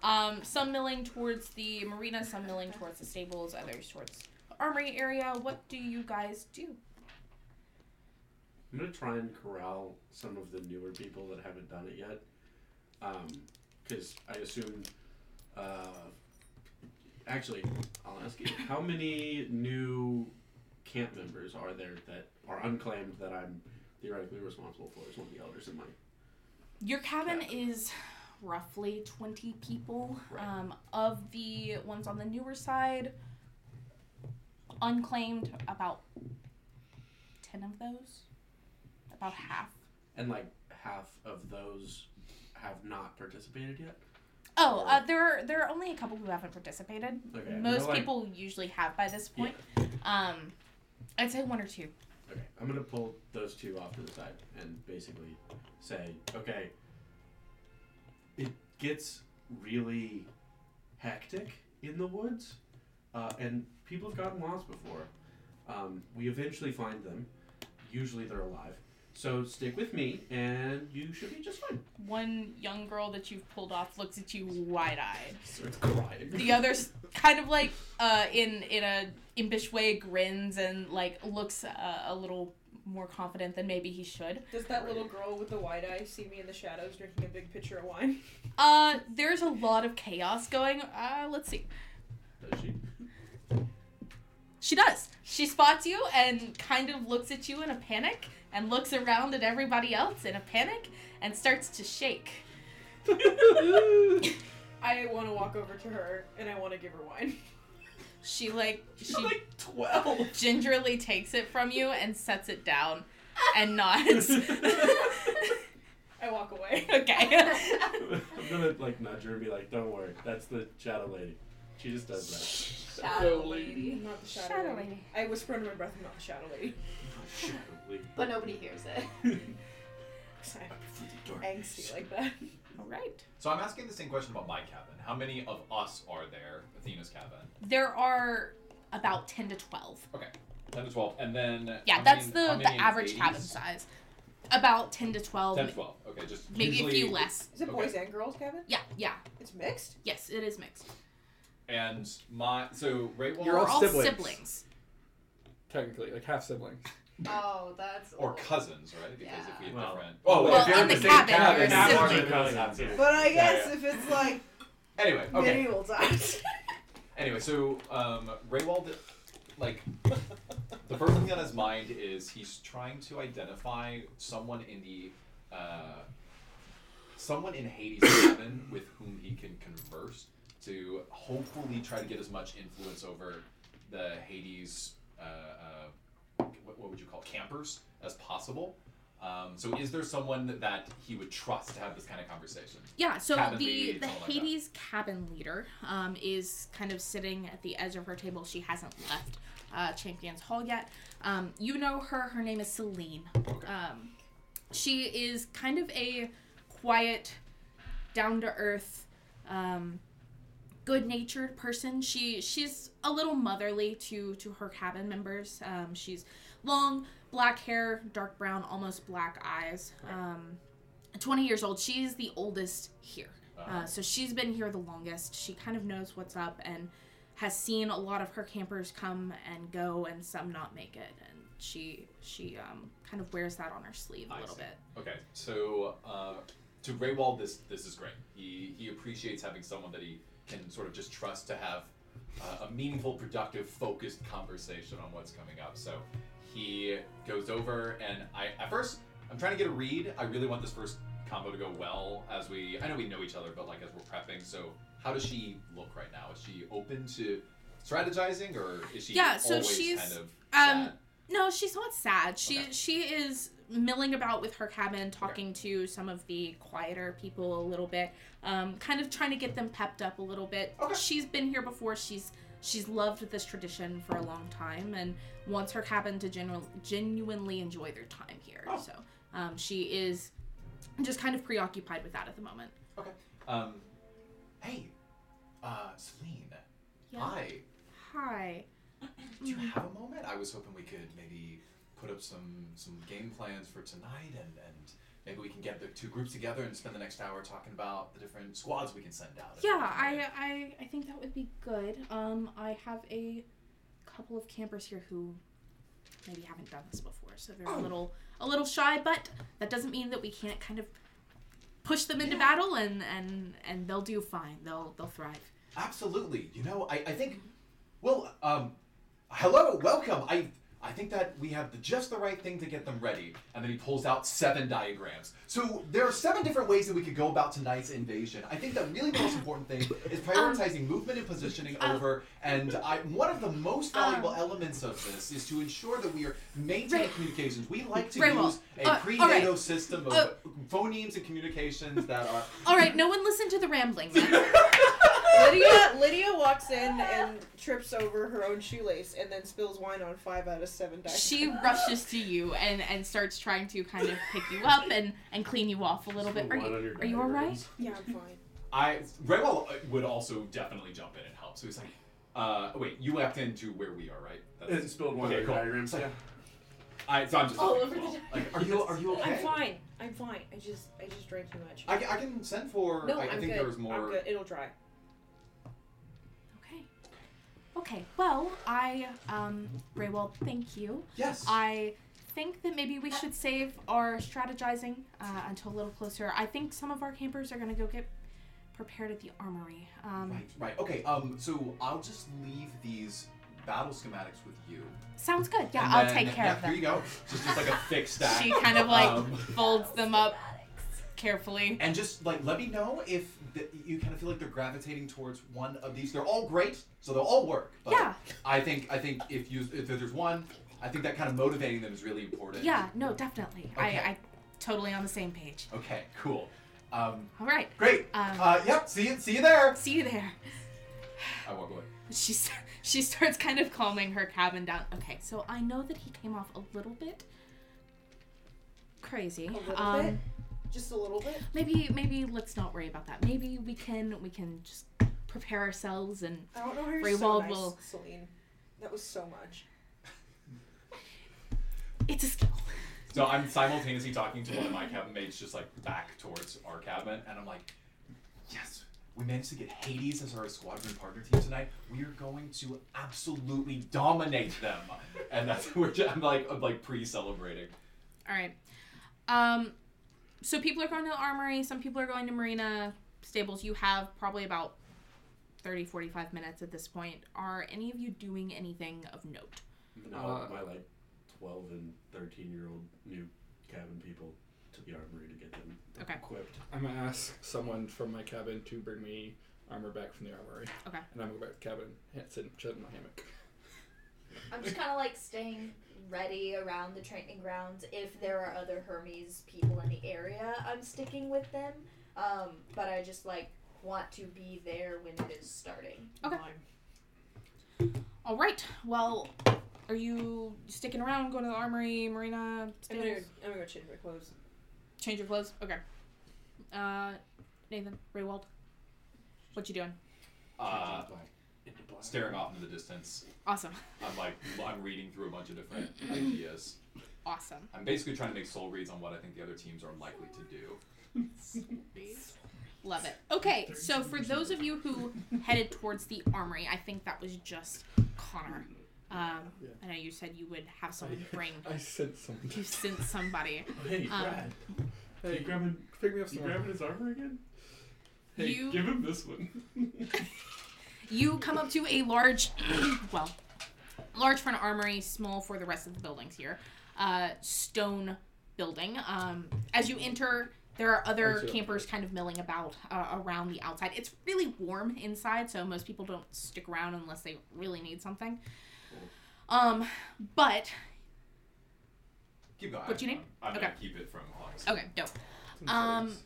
Speaker 1: Um, some milling towards the marina, some milling towards the stables, others towards the armory area. What do you guys do?
Speaker 5: I'm gonna try and corral some of the newer people that haven't done it yet, because I assume. Uh, actually, I'll ask you: How many new camp members are there that are unclaimed that I'm theoretically responsible for? Is one of the elders in my
Speaker 1: Your cabin
Speaker 5: Yeah.
Speaker 1: is roughly 20 people.
Speaker 5: Right.
Speaker 1: Um, of the ones on the newer side, unclaimed, about 10 of those. About half.
Speaker 5: and like half of those have not participated yet.
Speaker 1: Oh,
Speaker 5: Or-
Speaker 1: uh, there, are, there are only a couple who haven't participated.
Speaker 5: Okay, I'm
Speaker 1: Most
Speaker 5: gonna, like-
Speaker 1: people usually have by this point. Um, I'd say one or two.
Speaker 5: Okay, I'm gonna pull those two off to the side and basically say, okay, it gets really hectic in the woods, uh, and people have gotten lost before. Um, we eventually find them. Usually they're alive. So stick with me, and you should be just fine.
Speaker 1: One young girl that you've pulled off looks at you wide eyed.
Speaker 5: Starts crying.
Speaker 1: the other's kind of like uh, in in a impish way grins and like looks uh, a little more confident than maybe he should.
Speaker 6: Does that little girl with the wide eye see me in the shadows drinking a big pitcher of wine?
Speaker 1: Uh, there's a lot of chaos going. Uh, let's see.
Speaker 5: Does she?
Speaker 1: She does. She spots you and kind of looks at you in a panic and looks around at everybody else in a panic and starts to shake.
Speaker 6: I want to walk over to her and I want to give her wine.
Speaker 1: She like she
Speaker 4: like twelve.
Speaker 1: gingerly takes it from you and sets it down and nods.
Speaker 8: I walk away.
Speaker 1: okay.
Speaker 5: I'm gonna like nudge her and be like, "Don't worry, that's the shadow lady. She just does that."
Speaker 3: Shadow lady.
Speaker 6: I'm not the shadow, lady. I whisper under my breath, I'm not the shadow lady.
Speaker 5: shadow lady.
Speaker 3: But nobody hears it.
Speaker 6: 'Cause
Speaker 5: Through the door.
Speaker 6: I'm angsty like that.
Speaker 1: All right.
Speaker 7: So I'm asking the same question about my cabin. How many of us are there? Athena's cabin.
Speaker 1: There are about ten to twelve.
Speaker 7: Ten to twelve, and then
Speaker 1: Yeah,
Speaker 7: how
Speaker 1: that's
Speaker 7: many- how
Speaker 1: the
Speaker 7: many
Speaker 1: the
Speaker 7: in
Speaker 1: average
Speaker 7: 80s?
Speaker 1: cabin size. About ten to twelve,
Speaker 7: Ten to twelve. Okay, just
Speaker 1: maybe a
Speaker 7: usually,
Speaker 1: few less.
Speaker 6: Is it
Speaker 7: Okay.
Speaker 6: boys and girls, Kevin?
Speaker 1: Yeah, yeah.
Speaker 6: It's mixed?
Speaker 1: Yes, it is mixed.
Speaker 7: And my so Raywall
Speaker 2: You're
Speaker 1: We're
Speaker 2: all
Speaker 1: all
Speaker 2: siblings.
Speaker 1: siblings.
Speaker 2: Technically, like half siblings.
Speaker 3: Oh, that's.
Speaker 7: or cousins, right? Because if we had
Speaker 5: Well-
Speaker 7: different. Oh,
Speaker 5: Well,
Speaker 7: wait,
Speaker 1: Well,
Speaker 7: if you're
Speaker 1: in the cabin,
Speaker 5: you're a
Speaker 7: then
Speaker 5: sibling.
Speaker 7: you're cousins, yeah.
Speaker 6: But I
Speaker 7: guess
Speaker 6: if it's like
Speaker 7: Anyway, okay.
Speaker 6: times.
Speaker 7: Anyway, so um, Raywald, like, the first thing on his mind is he's trying to identify someone in the, uh, someone in Hades Seven with whom he can converse to hopefully try to get as much influence over the Hades, uh, uh, what, what would you call it, campers as possible. Um, so is there someone that he would trust to have this kind of conversation?
Speaker 1: Yeah, so
Speaker 7: Cabin
Speaker 1: the
Speaker 7: lead,
Speaker 1: the
Speaker 7: something like that.
Speaker 1: Hades cabin leader um, is kind of sitting at the edge of her table. She hasn't left uh, Champions Hall yet. Um, you know her. Her name is Celine. Um, she is kind of a quiet, down to earth, um, good natured person. She she's a little motherly to to her cabin members. Um, she's long black hair, dark brown, almost black eyes. Um, 20 years old. She's the oldest here.
Speaker 7: Uh,
Speaker 1: Uh, so she's been here the longest. She kind of knows what's up and has seen a lot of her campers come and go and some not make it. And she she um, kind of wears that on her sleeve a
Speaker 7: I
Speaker 1: little
Speaker 7: see.
Speaker 1: bit.
Speaker 7: Okay, so uh, to Raywald, this this is great. He he appreciates having someone that he can sort of just trust to have uh, a meaningful, productive, focused conversation on what's coming up. So he goes over, and I at first I'm trying to get a read. I really want this first combo to go well as we I know we know each other, but like as we're prepping. So how does she look right now? Is she open to strategizing, or is she
Speaker 1: Yeah, so
Speaker 7: always
Speaker 1: she's,
Speaker 7: kind of
Speaker 1: um,
Speaker 7: sad?
Speaker 1: No, she's not sad. She
Speaker 7: Okay.
Speaker 1: she is milling about with her cabin, talking to some of the quieter people a little bit, um, kind of trying to get them pepped up a little bit.
Speaker 7: Okay.
Speaker 1: She's been here before. She's she's loved this tradition for a long time and wants her cabin to genu- genuinely enjoy their time here.
Speaker 7: Oh.
Speaker 1: So um, she is just kind of preoccupied with that at the moment.
Speaker 7: Um, hey, uh, Celine.
Speaker 1: Yeah. Mm-hmm.
Speaker 7: Hi.
Speaker 1: Hi.
Speaker 7: Do you have a moment? I was hoping we could maybe put up some some game plans for tonight, and and maybe we can get the two groups together and spend the next hour talking about the different squads we can send out.
Speaker 1: Yeah, I, I I think that would be good. Um, I have a couple of campers here who maybe haven't done this before, so they're a little a little shy. But that doesn't mean that we can't kind of push them into battle, and and and they'll do fine. They'll they'll thrive.
Speaker 7: Absolutely. You know, I I think. Well, um, hello, welcome. I. I think that we have the, just the right thing to get them ready. And then he pulls out seven diagrams. So there are seven different ways that we could go about tonight's invasion. I think the really most important thing is
Speaker 1: Um,
Speaker 7: prioritizing movement and positioning
Speaker 1: uh,
Speaker 7: over. And I, one of the most
Speaker 1: um,
Speaker 7: valuable elements of this is to ensure that we are maintaining
Speaker 1: Ray-
Speaker 7: communications. We like to
Speaker 1: Raywell,
Speaker 7: use a
Speaker 1: uh, all
Speaker 7: pre
Speaker 1: right.
Speaker 7: NATO system of
Speaker 1: Uh,
Speaker 7: phonemes and communications that are.
Speaker 1: All right, no one listen to the rambling. Then.
Speaker 6: Lydia Lydia walks in and trips over her own shoelace and then spills wine on five out of seven dice.
Speaker 1: she rushes to you and and starts trying to kind of pick you up and and clean you off a little bit. Are
Speaker 5: One
Speaker 1: you
Speaker 5: on your
Speaker 1: are you all right?
Speaker 5: diagrams.
Speaker 6: Yeah, I'm fine.
Speaker 7: I Raywell would also definitely jump in and help. So he's like, uh, wait, you left into where we are, right?
Speaker 5: It spilled one
Speaker 7: Okay,
Speaker 5: of your
Speaker 7: cool.
Speaker 5: diagrams.
Speaker 7: It's
Speaker 5: Yeah.
Speaker 7: like- I, so I'm just
Speaker 8: All
Speaker 7: looking
Speaker 8: over
Speaker 7: as well.
Speaker 8: the diagram.
Speaker 7: like, are you are you okay?
Speaker 6: I'm fine. I'm fine. I just I just drank too much.
Speaker 7: I, ca- I can send for.
Speaker 6: no,
Speaker 7: I, I
Speaker 6: am
Speaker 7: think
Speaker 6: good.
Speaker 7: there was more.
Speaker 6: I'm good. It'll dry.
Speaker 1: Okay. Okay. Well, I um Raywell, thank you.
Speaker 7: Yes.
Speaker 1: I think that maybe we should save our strategizing uh, until a little closer. I think some of our campers are going to go get prepared at the armory. Um,
Speaker 7: Right, right. Okay. Um. So I'll just leave these battle schematics with you.
Speaker 1: Sounds good. Yeah,
Speaker 7: And
Speaker 1: I'll
Speaker 7: then-
Speaker 1: take care
Speaker 7: yeah,
Speaker 1: of
Speaker 7: Here
Speaker 1: them.
Speaker 7: you go. Just, just like a thick stack.
Speaker 1: She kind of like
Speaker 7: Um,
Speaker 1: folds them up, carefully.
Speaker 4: And just like let me know if the, you kind of feel like they're gravitating towards one of these. They're all great, so they'll all work. But
Speaker 1: Yeah.
Speaker 4: I think I think if you if there's one, I think that kind of motivating them is really important.
Speaker 1: Yeah, no, definitely.
Speaker 4: Okay.
Speaker 1: I, I totally on the same page.
Speaker 4: Okay. Cool. Um,
Speaker 1: All right.
Speaker 4: great.
Speaker 1: Um,
Speaker 4: uh, yep. See you. See you there.
Speaker 1: See you there.
Speaker 4: I walk away.
Speaker 1: She s- she starts kind of calming her cabin down. Okay, so I know that he came off a little bit crazy.
Speaker 3: A little
Speaker 1: um,
Speaker 3: bit? Just a little bit?
Speaker 1: Maybe maybe let's not worry about that. Maybe we can we can just prepare ourselves and
Speaker 9: I don't know how you're so
Speaker 1: Raywald
Speaker 9: nice,
Speaker 1: will-
Speaker 9: Celine. That was so much.
Speaker 1: it's a skill.
Speaker 7: So I'm simultaneously talking to one of my cabin mates, just like back towards our cabin, and I'm like,
Speaker 4: Yes. We managed to get Hades as our squadron partner team tonight. We are going to absolutely dominate them,
Speaker 7: and that's where I'm like, I'm like pre-celebrating.
Speaker 1: All right. Um, so people are going to the armory. Some people are going to Marina Stables. You have probably about 30, 45 minutes at this point. Are any of you doing anything of note?
Speaker 5: No,
Speaker 2: Uh,
Speaker 5: my like twelve and thirteen year old new cabin people to the armory to get them
Speaker 1: Okay.
Speaker 5: equipped.
Speaker 2: I'm gonna ask someone from my cabin to bring me armor back from the armory.
Speaker 1: Okay.
Speaker 2: And I'm gonna go back to the cabin, and sit, in- sit in my hammock.
Speaker 8: I'm just kind of like staying ready around the training grounds. If there are other Hermes people in the area, I'm sticking with them. Um, but I just like want to be there when it is starting.
Speaker 1: Okay. All right. Well, are you sticking around, going to the armory, Marina
Speaker 6: I'm gonna,
Speaker 1: Stables?
Speaker 6: I'm gonna go change my clothes.
Speaker 1: Change your clothes? Okay. Uh, Nathan, Raywald, what you doing?
Speaker 7: Uh,
Speaker 2: Ah,
Speaker 5: Into black.
Speaker 7: staring off into the distance,
Speaker 1: Awesome.
Speaker 7: I'm like, I'm reading through a bunch of different ideas.
Speaker 1: Awesome.
Speaker 7: I'm basically trying to make soul reads on what I think the other teams are likely to do.
Speaker 1: Love it. Okay, so for those of you who headed towards the armory, I think that was just Connor. Um,
Speaker 2: Yeah.
Speaker 1: I know you said you would have someone
Speaker 2: I-
Speaker 1: bring.
Speaker 2: I sent someone.
Speaker 1: You sent somebody.
Speaker 5: Hey,
Speaker 1: Um,
Speaker 5: Brad,
Speaker 2: Hey,
Speaker 5: you grabbing?
Speaker 2: pick me up
Speaker 5: You
Speaker 2: somewhere.
Speaker 5: grabbing his armor again? Hey,
Speaker 1: You-
Speaker 5: give him this one.
Speaker 1: You come up to a large, well, large for an armory, small for the rest of the buildings here. Uh, stone building. Um, as you enter, there are
Speaker 2: I
Speaker 1: other
Speaker 2: see.
Speaker 1: campers kind of milling about uh, around the outside. It's really warm inside, so most people don't stick around unless they really need something. Um, but
Speaker 7: Keep going.
Speaker 1: What's your name?
Speaker 7: I'm, I'm
Speaker 1: Okay.
Speaker 7: gonna keep it from Hawks.
Speaker 1: okay, dope. Um,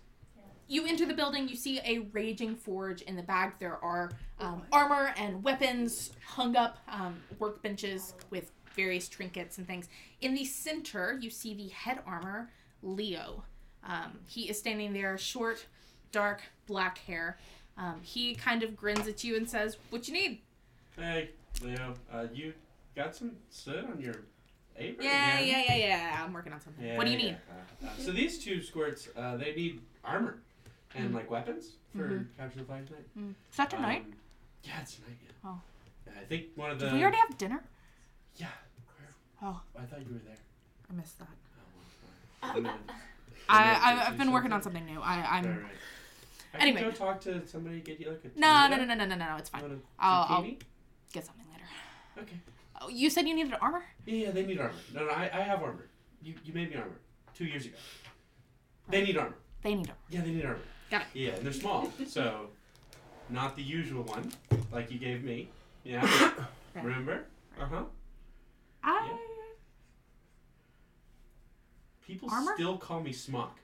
Speaker 1: you enter the building. You see a raging forge in the back. There are
Speaker 5: Oh
Speaker 1: um, armor and weapons hung up, um, workbenches with various trinkets and things. In the center, you see the head armor, Leo. Um, he is standing there, short, dark, black hair. Um, he kind of grins at you and says, "What you need?"
Speaker 5: Hey, Leo, uh, you got some soot on your apron?
Speaker 1: Yeah,
Speaker 5: again.
Speaker 1: yeah, yeah, yeah. I'm working on something.
Speaker 5: Yeah,
Speaker 1: what do you
Speaker 5: yeah.
Speaker 1: need?
Speaker 5: Uh, uh, so these two squirts, uh, they need armor and
Speaker 1: Mm-hmm.
Speaker 5: like weapons for capture the flag tonight.
Speaker 1: Such a night.
Speaker 5: Um, yeah, it's tonight. Yeah.
Speaker 1: Oh.
Speaker 5: And I think one of the.
Speaker 1: Did we already have dinner?
Speaker 5: Yeah.
Speaker 1: Oh.
Speaker 5: I thought you were there.
Speaker 1: I missed that.
Speaker 5: Oh, well, sorry.
Speaker 1: I, I I've been working on something new. I
Speaker 5: Right,
Speaker 1: I'm
Speaker 5: right. I can
Speaker 1: Anyway.
Speaker 5: go talk to somebody. Get you like a.
Speaker 1: no no no no no no no. It's fine.
Speaker 5: no.
Speaker 1: I'll- I'll-
Speaker 5: Okay.
Speaker 1: Get something later. Oh, you said you needed armor?
Speaker 5: Yeah, yeah, they need armor. No, no, I, I have armor. You, you made me armor two years ago. They need armor.
Speaker 1: They need armor.
Speaker 5: Yeah, they need armor.
Speaker 1: Got it.
Speaker 5: Yeah, and they're small, so not the usual one like you gave me. Yeah,
Speaker 1: Right.
Speaker 5: remember? Uh huh.
Speaker 1: I
Speaker 5: People
Speaker 1: Armor?
Speaker 5: still call me Smock.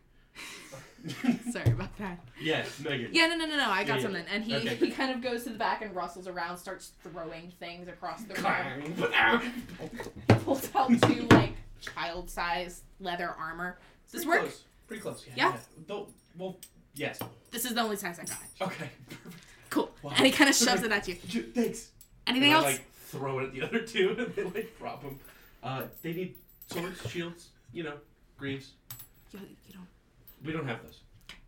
Speaker 1: sorry about that.
Speaker 5: yes, Megan.
Speaker 1: Yeah, no, no, no, no. I got
Speaker 5: Yeah, yeah.
Speaker 1: something. And he
Speaker 5: Okay,
Speaker 1: he
Speaker 5: good.
Speaker 1: kind of goes to the back and rustles around, starts throwing things across the room.
Speaker 5: Clang.
Speaker 1: Pulls out two like child size leather armor. Does this
Speaker 5: Pretty
Speaker 1: work?
Speaker 5: Close. Pretty close. Yeah.
Speaker 1: Yeah?
Speaker 5: Though, well, yes.
Speaker 1: This is the only size I got.
Speaker 5: Okay.
Speaker 1: Cool.
Speaker 5: Wow.
Speaker 1: And he kind of shoves it at you.
Speaker 5: Ju- Thanks.
Speaker 1: Anything
Speaker 5: and
Speaker 1: else?
Speaker 5: I, like throw it at the other two, and they like drop them. Uh, they need swords, shields, you know, greaves.
Speaker 1: you, you don't.
Speaker 5: We don't have those.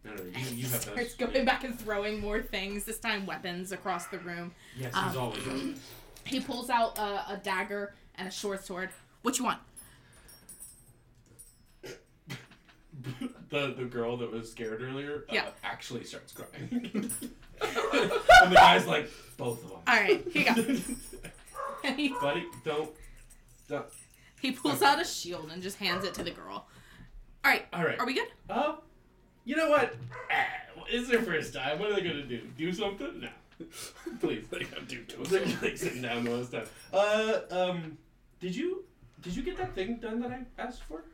Speaker 5: No, no, you, you have
Speaker 1: starts
Speaker 5: those.
Speaker 1: going back and throwing more things. This time weapons across the room.
Speaker 5: Yes,
Speaker 1: Um,
Speaker 5: he's always on this.
Speaker 1: He pulls out a, a dagger and a short sword. What you want?
Speaker 5: the the girl that was scared earlier uh,
Speaker 1: Yeah.
Speaker 5: actually starts crying. and the guy's like, both of them.
Speaker 1: All right, here you go. And he
Speaker 5: Buddy, don't. don't.
Speaker 1: He pulls out a shield and just hands it to the girl. All right,
Speaker 5: All right.
Speaker 1: are we good?
Speaker 5: Oh, you know what? Ah, It's their first time. What are they gonna do? Do something? No. Please, they gotta do to us. They're like sitting down the whole time. Uh, um, did you did you get that thing done that I asked for?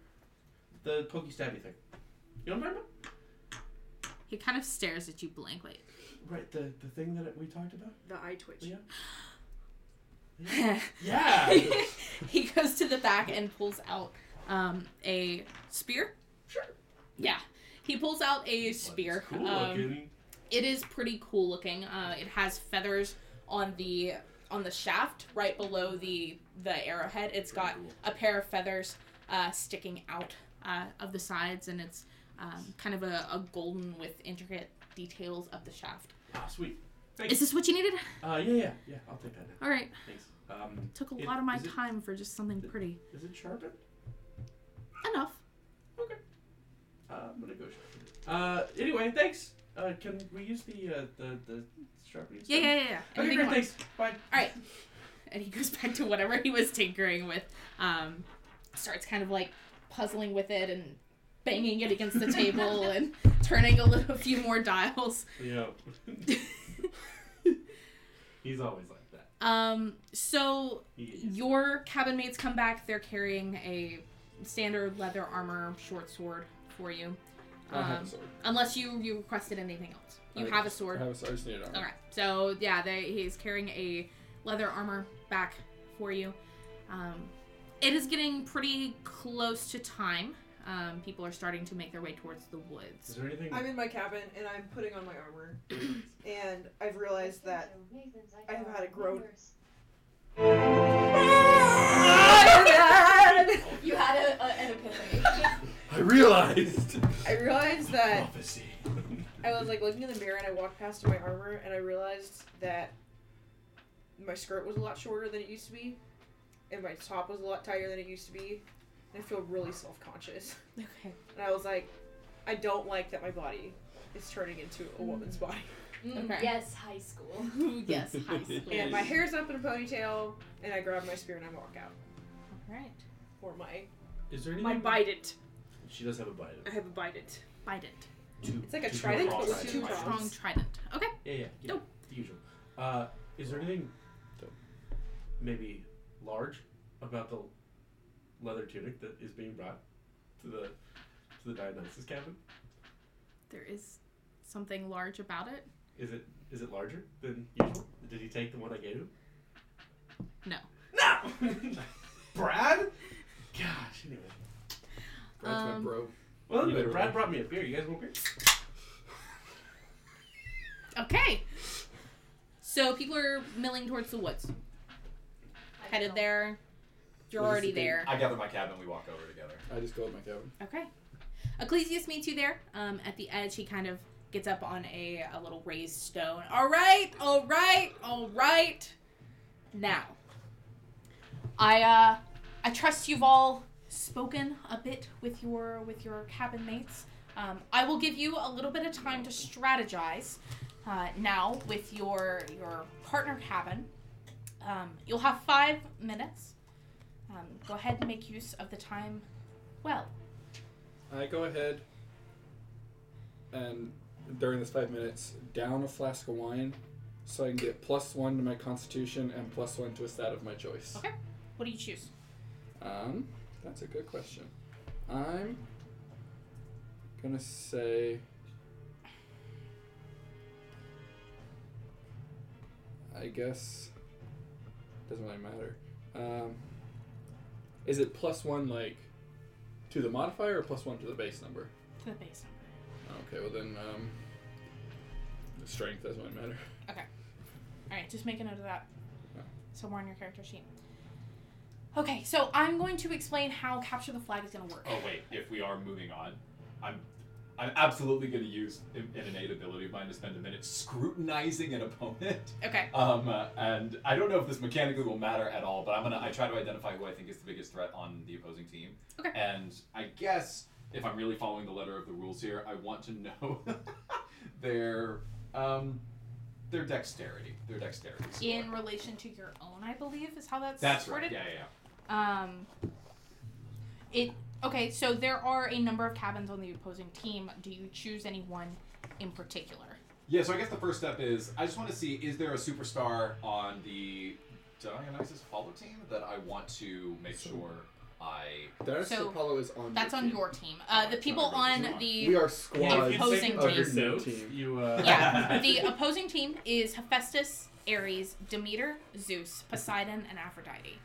Speaker 5: The pokey stabby thing. You don't remember?
Speaker 1: He kind of stares at you blankly.
Speaker 5: Right, the the thing that we talked about.
Speaker 6: The eye twitch.
Speaker 5: Yeah. Yeah.
Speaker 1: he goes to the back and pulls out um, a spear.
Speaker 5: Sure.
Speaker 1: Yeah. He pulls out a
Speaker 5: Well,
Speaker 1: spear.
Speaker 5: it's Cool
Speaker 1: um,
Speaker 5: looking.
Speaker 1: it is pretty cool looking. Uh, it has feathers on the on the shaft right below the the arrowhead. It's got a pair of feathers uh, sticking out uh, of the sides, and it's um, kind of a, a golden with intricate details of the shaft.
Speaker 5: Ah, sweet.
Speaker 1: Is this what you needed?
Speaker 5: Uh, yeah, yeah, yeah. I'll take that. Now.
Speaker 1: All right.
Speaker 5: Thanks. Um,
Speaker 1: Took a
Speaker 5: It-
Speaker 1: lot of my
Speaker 5: is it-
Speaker 1: time for just something
Speaker 5: it-
Speaker 1: pretty.
Speaker 5: is it sharpened?
Speaker 1: Enough.
Speaker 5: Okay. Uh, I'm gonna go. sharpen it. Uh, anyway, thanks. Uh, can we use the uh the the sharpening?
Speaker 1: Yeah,
Speaker 5: stone?
Speaker 1: yeah, yeah. yeah.
Speaker 5: Okay,
Speaker 1: Anything
Speaker 5: great.
Speaker 1: you want.
Speaker 5: Thanks. Bye.
Speaker 1: and he goes back to whatever he was tinkering with. Um, starts kind of like puzzling with it and banging it against the table and turning a little, a few more dials.
Speaker 5: Yeah. He's always like that.
Speaker 1: Um, so
Speaker 5: He is.
Speaker 1: your cabin mates come back. They're carrying a standard leather armor, short sword for you,
Speaker 2: I have
Speaker 1: Um,
Speaker 2: a sword.
Speaker 1: unless you you requested anything else. You
Speaker 2: Uh-huh. I
Speaker 1: have a
Speaker 2: just-
Speaker 1: sword.
Speaker 2: I have a sword. I just need an armor.
Speaker 1: All right. So yeah, they, he's carrying a leather armor back for you. Um, it is getting pretty close to time. Um, people are starting to make their way towards the
Speaker 5: Is
Speaker 1: woods.
Speaker 5: there anything?
Speaker 9: I'm in my cabin and I'm putting on my armor, and I've realized that I have had a grown.
Speaker 8: You had a, a, an epiphany. Mm,
Speaker 2: I realized.
Speaker 9: I realized that
Speaker 5: Prophecy.
Speaker 9: I was like looking in the mirror and I walked past my armor and I realized that my skirt was a lot shorter than it used to be, and my top was a lot tighter than it used to be, and I feel really self conscious.
Speaker 1: Okay.
Speaker 9: And I was like, I don't like that my body is turning into a woman's body.
Speaker 8: Mm,
Speaker 1: Okay.
Speaker 8: Yes, high school.
Speaker 1: yes. High school.
Speaker 9: And my hair's up in a ponytail, and I grab my spear and I walk out.
Speaker 1: All right.
Speaker 9: Or my
Speaker 5: Is there anything?
Speaker 6: My bident.
Speaker 5: She does have a bite. of
Speaker 6: I have a bident.
Speaker 1: Trident.
Speaker 5: Two,
Speaker 9: It's like a
Speaker 5: two
Speaker 9: trident,
Speaker 5: prongs,
Speaker 9: but with
Speaker 5: right?
Speaker 9: two
Speaker 1: Two
Speaker 9: prongs.
Speaker 1: strong trident. Okay.
Speaker 5: Yeah, yeah. yeah
Speaker 1: Nope.
Speaker 5: The usual. Uh, is there anything maybe large about the leather tunic that is being brought to the to the Dionysus cabin?
Speaker 1: There is something large about it.
Speaker 5: Is it is it larger than usual? Did he take the one I gave him?
Speaker 1: No.
Speaker 5: No.
Speaker 4: Brad?
Speaker 5: Gosh. Anyway.
Speaker 2: That's my
Speaker 1: Um,
Speaker 2: bro.
Speaker 5: Well, anyway,
Speaker 2: Literally.
Speaker 5: Brad brought me a beer. You guys want beer?
Speaker 1: Okay. So people are milling towards the woods,
Speaker 8: I
Speaker 1: headed
Speaker 8: don't know.
Speaker 1: there. You're
Speaker 2: What is
Speaker 1: already
Speaker 2: the date?
Speaker 1: there.
Speaker 7: I gather my cabin. We walk over together.
Speaker 2: I just go with my cabin.
Speaker 1: Okay. Ecclesius meets you there. Um, at the edge, he kind of gets up on a, a little raised stone. All right, all right, all right. Now, I uh, I trust you've all spoken a bit with your with your cabin mates. Um, I will give you a little bit of time to strategize. Uh, now with your your partner cabin, um, you'll have five minutes. Um, go ahead and make use of the time. Well,
Speaker 2: I go ahead and during this five minutes, down a flask of wine so I can get plus one to my constitution and plus one to a stat of my choice.
Speaker 1: Okay. What do you choose?
Speaker 2: Um, that's a good question. I'm gonna say I guess doesn't really matter. Um, is it plus one like to the modifier or plus one to the base number?
Speaker 1: To the base
Speaker 2: Okay, well then um, the strength doesn't really matter.
Speaker 1: All right, just make a note of that somewhere on your character sheet. Okay, so I'm going to explain how capture the flag is going to work.
Speaker 7: Oh wait, if we are moving on, I'm I'm absolutely going to use an an innate ability of mine to spend a minute scrutinizing an opponent.
Speaker 1: Okay.
Speaker 7: Um, uh, and I don't know if this mechanically will matter at all, but I'm gonna I try to identify who I think is the biggest threat on the opposing team.
Speaker 1: Okay.
Speaker 7: And I guess if I'm really following the letter of the rules here, I want to know their um their dexterity, their dexterity. score.
Speaker 1: In relation to your own, I believe is how that's
Speaker 7: That's right.
Speaker 1: worded.
Speaker 7: Yeah, yeah. yeah.
Speaker 1: Um, it okay, so there are a number of cabins on the opposing team. Do you choose any one in particular?
Speaker 7: Yeah, so I guess the first step is I just want to see is there a superstar on the Dionysus Apollo team that I want to make sure I.
Speaker 2: Dennis
Speaker 1: So,
Speaker 2: Apollo is on.
Speaker 1: That's
Speaker 2: your
Speaker 1: on
Speaker 2: team.
Speaker 1: your team. Uh, the people on
Speaker 2: We
Speaker 1: the
Speaker 2: are squads.
Speaker 5: if you take
Speaker 1: Opposing
Speaker 5: other
Speaker 1: team.
Speaker 5: notes,
Speaker 2: Team.
Speaker 5: you uh,
Speaker 1: yeah, the opposing team is Hephaestus, Ares, Demeter, Zeus, Poseidon, and Aphrodite.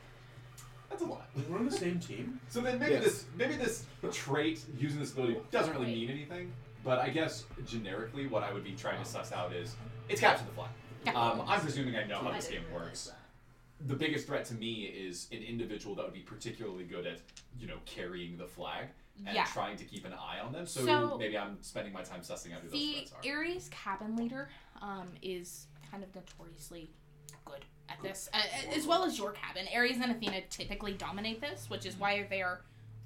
Speaker 7: That's a lot.
Speaker 5: we're on the same team.
Speaker 7: So then maybe
Speaker 2: Yes.
Speaker 7: this maybe this trait using this ability doesn't really mean anything. But I guess generically, what I would be trying to suss out is it's capture the flag.
Speaker 1: Yeah.
Speaker 7: Um, I'm presuming I know how this
Speaker 8: I
Speaker 7: game
Speaker 8: didn't realize
Speaker 7: works.
Speaker 8: that.
Speaker 7: The biggest threat to me is an individual that would be particularly good at you know carrying the flag and
Speaker 1: Yeah.
Speaker 7: trying to keep an eye on them. So,
Speaker 1: So-
Speaker 7: maybe I'm spending my time sussing out who those
Speaker 1: The
Speaker 7: threats are.
Speaker 1: Ares cabin leader um, is kind of notoriously good at this, uh, as well as your cabin. Ares and Athena typically dominate this, which is why they are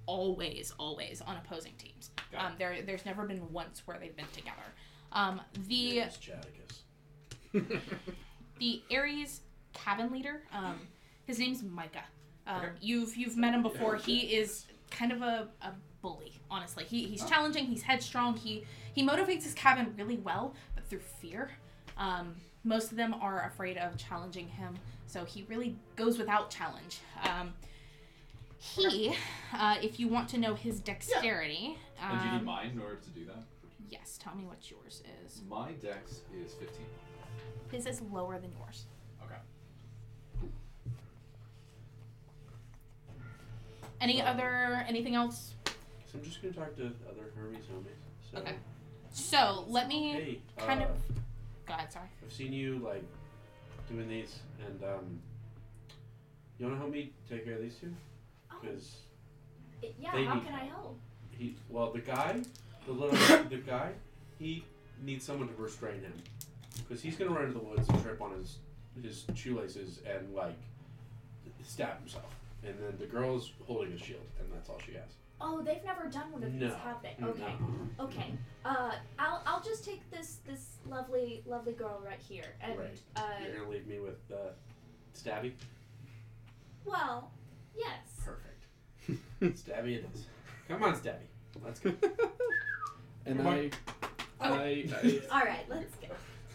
Speaker 1: always, always on opposing teams.
Speaker 7: Got it.
Speaker 1: Um, there, there's never been once where they've been together. Um, the
Speaker 5: It's Jatticus.
Speaker 1: the Aries cabin leader. Um, his name's Micah. Um,
Speaker 7: Okay.
Speaker 1: You've you've met him before. He is kind of a, a bully, honestly. He,
Speaker 7: Oh.
Speaker 1: he's challenging. He's headstrong. He he motivates his cabin really well, but through fear. Um, most of them are afraid of challenging him, so he really goes without challenge. Um, he, uh, if you want to know his dexterity,
Speaker 7: and do you need
Speaker 1: um,
Speaker 7: mine in order to do that?
Speaker 1: yes, tell me what yours is.
Speaker 7: My dex is 15.
Speaker 1: His is lower than yours.
Speaker 7: Okay.
Speaker 1: Any other anything else
Speaker 5: So I'm just gonna talk to other Hermes homies. So,
Speaker 1: Okay. So let me
Speaker 5: Hey,
Speaker 1: Kind
Speaker 5: uh,
Speaker 1: of- go ahead. Sorry.
Speaker 5: I've seen you like doing these, and um, you wanna help me take care of these two?
Speaker 8: Oh,
Speaker 5: Because
Speaker 8: it- yeah,
Speaker 5: they
Speaker 8: how
Speaker 5: need
Speaker 8: can I
Speaker 5: help.
Speaker 8: help?
Speaker 5: he, well, the guy, the little the guy, he needs someone to restrain him, because he's gonna run into the woods and trip on his his shoelaces and like stab himself. And then the girl's holding a shield, and that's all she has.
Speaker 8: Oh, they've never done one of these,
Speaker 5: No.
Speaker 8: have they?
Speaker 5: No.
Speaker 8: Okay. Okay. Uh, I'll I'll just take this this lovely lovely girl right here, and
Speaker 5: Right.
Speaker 8: uh,
Speaker 5: You're gonna leave me with uh, stabby.
Speaker 8: well, yes.
Speaker 5: Perfect. Stabby it is. Come on, Stabby. Let's go.
Speaker 2: And
Speaker 5: Come on.
Speaker 2: I, I, I,
Speaker 8: All right, let's go.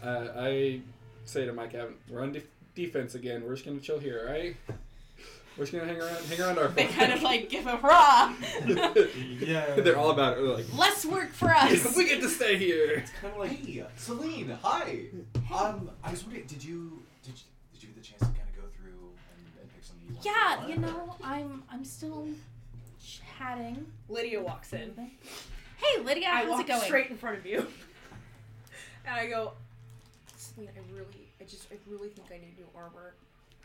Speaker 2: uh, I say to Mike, Evan, we're on def defense again. We're just gonna chill here, all right? We're just gonna hang around, hang around our.
Speaker 1: They kind of like give a raw.
Speaker 4: Yeah.
Speaker 2: They're all about it. They're like,
Speaker 1: Less work for us.
Speaker 2: we get to stay here.
Speaker 5: It's kind of like
Speaker 7: Hey, Celine. Hi. Um, I was wondering, did you did you, did you get the chance to kind of go through and, and pick something you wanted?
Speaker 1: Yeah,
Speaker 7: to
Speaker 1: you know, I'm I'm still chatting.
Speaker 6: Lydia walks in.
Speaker 1: Hey Lydia,
Speaker 6: I
Speaker 1: how's
Speaker 6: walk
Speaker 1: it going?
Speaker 6: straight in front of you. and I go, Celine, I really, I just, I really think I need new armor,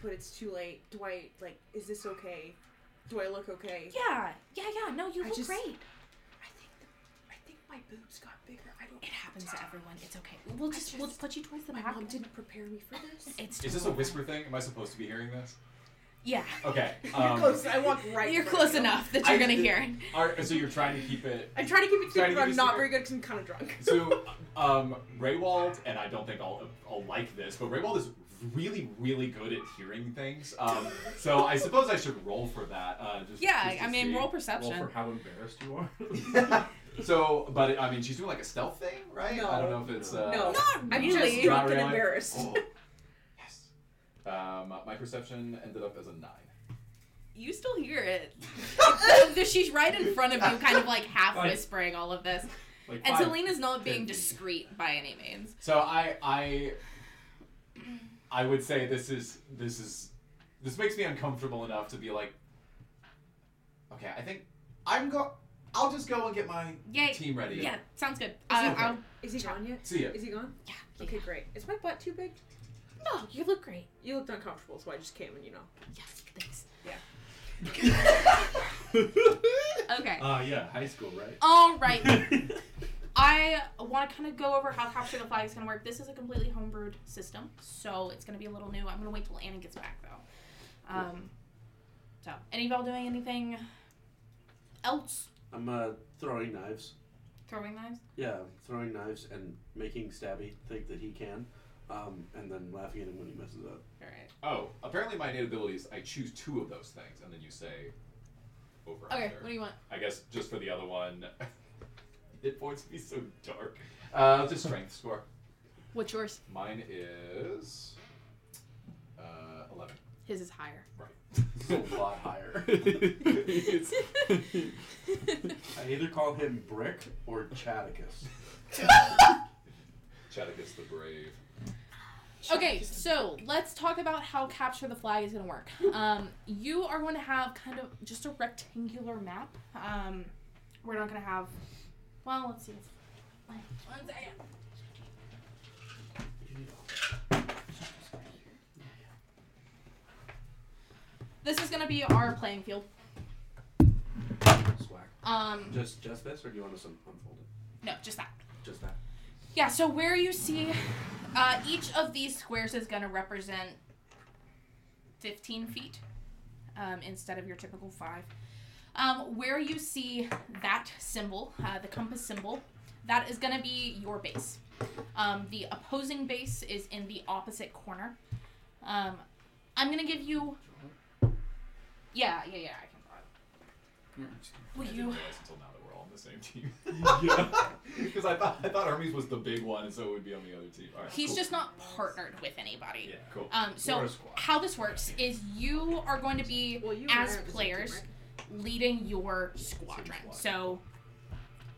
Speaker 6: but it's too late. Do I, like, is this okay? Do I look okay?
Speaker 1: Yeah, yeah, yeah. No, you
Speaker 6: I
Speaker 1: look
Speaker 6: just-
Speaker 1: great.
Speaker 6: I think, the, I think my boobs got bigger. I don't.
Speaker 1: It happens to everyone. It's okay. We'll just, we'll
Speaker 6: just-
Speaker 1: put you towards the
Speaker 6: My
Speaker 1: back.
Speaker 6: mom didn't prepare me for this.
Speaker 1: It's
Speaker 7: Is this a
Speaker 1: totally
Speaker 7: whisper thing? Am I supposed to be hearing this?
Speaker 1: fine. Yeah,
Speaker 7: Okay.
Speaker 6: you're
Speaker 7: Um,
Speaker 6: close. I walk right.
Speaker 1: you're
Speaker 6: in front
Speaker 1: close
Speaker 6: of you.
Speaker 1: enough that you're
Speaker 7: I-
Speaker 1: gonna hear it.
Speaker 7: Are, so you're trying to keep it.
Speaker 6: I try to keep it
Speaker 7: Try to
Speaker 6: together, but
Speaker 7: keep
Speaker 6: I'm
Speaker 7: it
Speaker 6: not
Speaker 7: secret.
Speaker 6: very good because I'm kind of drunk.
Speaker 7: So, um, Raywald, and I don't think I'll, I'll like this, but Raywald is really, really good at hearing things. Um, so I suppose I should roll for that. Uh, just,
Speaker 1: Yeah,
Speaker 7: just to
Speaker 1: I mean,
Speaker 7: see.
Speaker 1: roll
Speaker 5: roll
Speaker 1: perception.
Speaker 5: for how embarrassed you are.
Speaker 7: so, but I mean, she's doing like a stealth thing, right? I don't know if it's. Uh,
Speaker 6: No. I'm
Speaker 7: you
Speaker 6: just
Speaker 7: leave.
Speaker 6: drunk
Speaker 7: Not
Speaker 6: and
Speaker 7: really.
Speaker 6: embarrassed.
Speaker 7: Oh, yes. Um, my perception ended up as a nine.
Speaker 1: You still hear it. She's right in front of you, kind of like half
Speaker 5: Like-
Speaker 1: whispering all of this.
Speaker 7: Like
Speaker 1: And
Speaker 7: five.
Speaker 1: Selena's not being
Speaker 7: ten feet.
Speaker 1: discreet by any means.
Speaker 7: So I I I would say this is this is this makes me uncomfortable enough to be like Okay, I think I'm go I'll just go and get my
Speaker 1: Yay.
Speaker 7: team ready.
Speaker 1: Yeah, sounds good. Uh,
Speaker 7: okay.
Speaker 1: I'll,
Speaker 6: Is he gone yet?
Speaker 7: See ya.
Speaker 6: Is he gone?
Speaker 1: yeah.
Speaker 6: Okay, great. Is my butt too big?
Speaker 1: No, you look great.
Speaker 6: You looked uncomfortable, so I just came and you know.
Speaker 1: Yes, thanks. Okay.
Speaker 5: Ah, yeah, high school, right?
Speaker 1: All right. I want to kind of go over how capture the flag is going to work. This is a completely homebrewed system, so it's going to be a little new. I'm going to wait till Anna gets back though. Um, so, any of y'all doing anything else?
Speaker 5: I'm uh, throwing knives.
Speaker 1: Throwing knives?
Speaker 5: Yeah, throwing knives and making Stabby think that he can, um, and then laughing at him when he messes up.
Speaker 1: All right.
Speaker 7: Oh, apparently my innate abilities I choose two of those things and then you say over
Speaker 1: Okay,
Speaker 7: under.
Speaker 1: what do you want?
Speaker 7: I guess just for the other one, it points be so dark. Uh, just strength score.
Speaker 1: What's yours?
Speaker 7: Mine is uh, eleven.
Speaker 1: His is higher.
Speaker 5: It's a lot higher. I either call him Brick or Chaticus.
Speaker 7: Chaticus the Brave.
Speaker 1: Okay, so let's talk about how capture the flag is going to work. Um, you are going to have kind of just a rectangular map. Um, we're not going to have. Well, let's see. One second. This is going to be our playing field.
Speaker 5: Swag.
Speaker 1: Um,
Speaker 5: Just just this, or do you want us to unfold it?
Speaker 1: no, just that.
Speaker 5: Just that.
Speaker 1: Yeah, so where you see uh, each of these squares is going to represent 15 feet um, instead of your typical five. Um, where you see that symbol, uh, the compass symbol, that is going to be your base. Um, the opposing base is in the opposite corner. Um, I'm going to give you. Yeah, yeah, yeah, I can draw it.
Speaker 7: I
Speaker 1: Will
Speaker 7: didn't
Speaker 1: you.
Speaker 7: realize until now that we're all on the same team. Because I thought I thought Hermes was the big one, and so it would be on the other team. All right.
Speaker 1: He's
Speaker 7: cool.
Speaker 1: just not partnered with anybody.
Speaker 7: Yeah. Cool.
Speaker 1: Um,
Speaker 5: We're
Speaker 1: so
Speaker 5: a squad.
Speaker 1: how this works is you are going to be
Speaker 6: Well, you
Speaker 1: as
Speaker 6: were at the same
Speaker 1: players
Speaker 6: time,
Speaker 1: leading your squadron.
Speaker 7: squad.
Speaker 1: So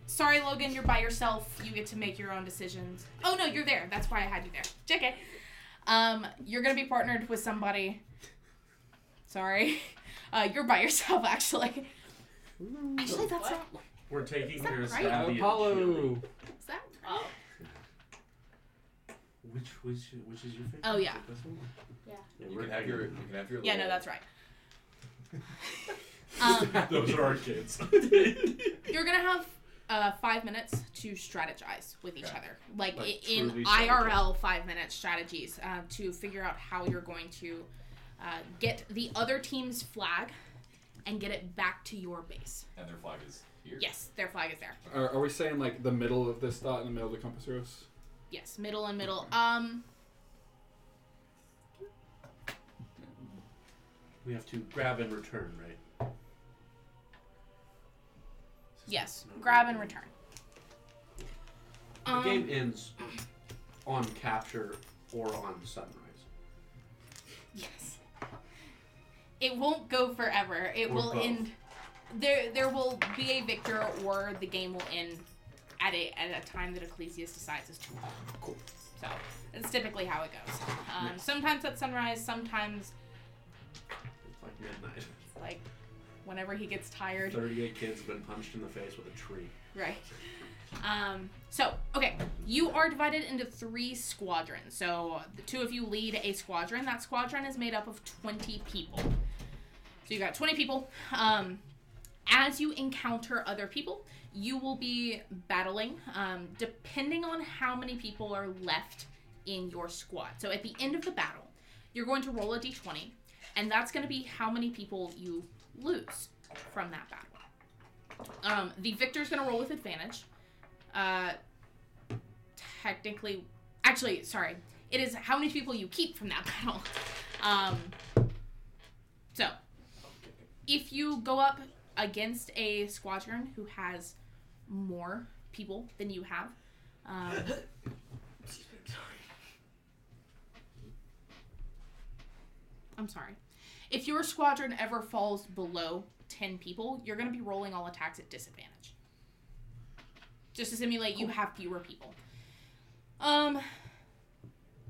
Speaker 1: sorry Logan, you're by yourself. You get to make your own decisions. Oh no, you're there. That's why I had you there. JK. Um, you're gonna be partnered with somebody. Sorry. Uh, you're by yourself actually. Actually that's not
Speaker 5: We're taking
Speaker 1: that
Speaker 5: Harris
Speaker 1: right?
Speaker 5: down the agility.
Speaker 2: Apollo.
Speaker 1: is that
Speaker 3: Oh.
Speaker 5: Which which which is your favorite?
Speaker 1: Oh, yeah.
Speaker 5: This one?
Speaker 8: Yeah.
Speaker 5: yeah
Speaker 7: You
Speaker 5: we're
Speaker 7: can have your. You
Speaker 5: having-
Speaker 7: can have your.
Speaker 1: Yeah, no,
Speaker 7: little-
Speaker 1: that's right. Um,
Speaker 5: Those are our kids.
Speaker 1: You're gonna have uh, five minutes to strategize with each
Speaker 7: Okay.
Speaker 1: other, like,
Speaker 5: Like,
Speaker 1: i- in
Speaker 5: truly
Speaker 1: IRL five minute strategies uh, to figure out how you're going to uh, get the other team's flag and get it back to your base.
Speaker 7: And their flag is here.
Speaker 1: Yes, their flag is there.
Speaker 2: Are, are we saying like the middle of this dot in the middle of the compass rose?
Speaker 1: Yes, middle and middle. Um,
Speaker 5: we have to grab and return, right?
Speaker 1: yes,
Speaker 5: No.
Speaker 1: grab and return.
Speaker 5: the game
Speaker 1: Um,
Speaker 5: ends on capture or on sunrise.
Speaker 1: yes. It won't go forever. It
Speaker 5: Or
Speaker 1: will
Speaker 5: both.
Speaker 1: end. There, there will be a victor, or the game will end at a at a time that Ecclesiastes decides is too long.
Speaker 5: Cool.
Speaker 1: So that's typically how it goes. Um, Sometimes at sunrise, sometimes
Speaker 5: It's like midnight.
Speaker 1: like whenever he gets tired.
Speaker 5: Thirty-eight kids have been punched in the face with a tree.
Speaker 1: Right. Um, so okay, you are divided into three squadrons. So the two of you lead a squadron. That squadron is made up of twenty people. So you got twenty people. Um, as you encounter other people, you will be battling, um, depending on how many people are left in your squad. So at the end of the battle, you're going to roll a d20, and that's going to be how many people you lose from that battle. Um, the victor's going to roll with advantage. Uh, technically, actually, sorry, it is how many people you keep from that battle. Um, so, if you go up against a squadron who has more people than you have, um, I'm sorry. If your squadron ever falls below 10 people, you're going to be rolling all attacks at disadvantage. Just to simulate you have fewer people. Um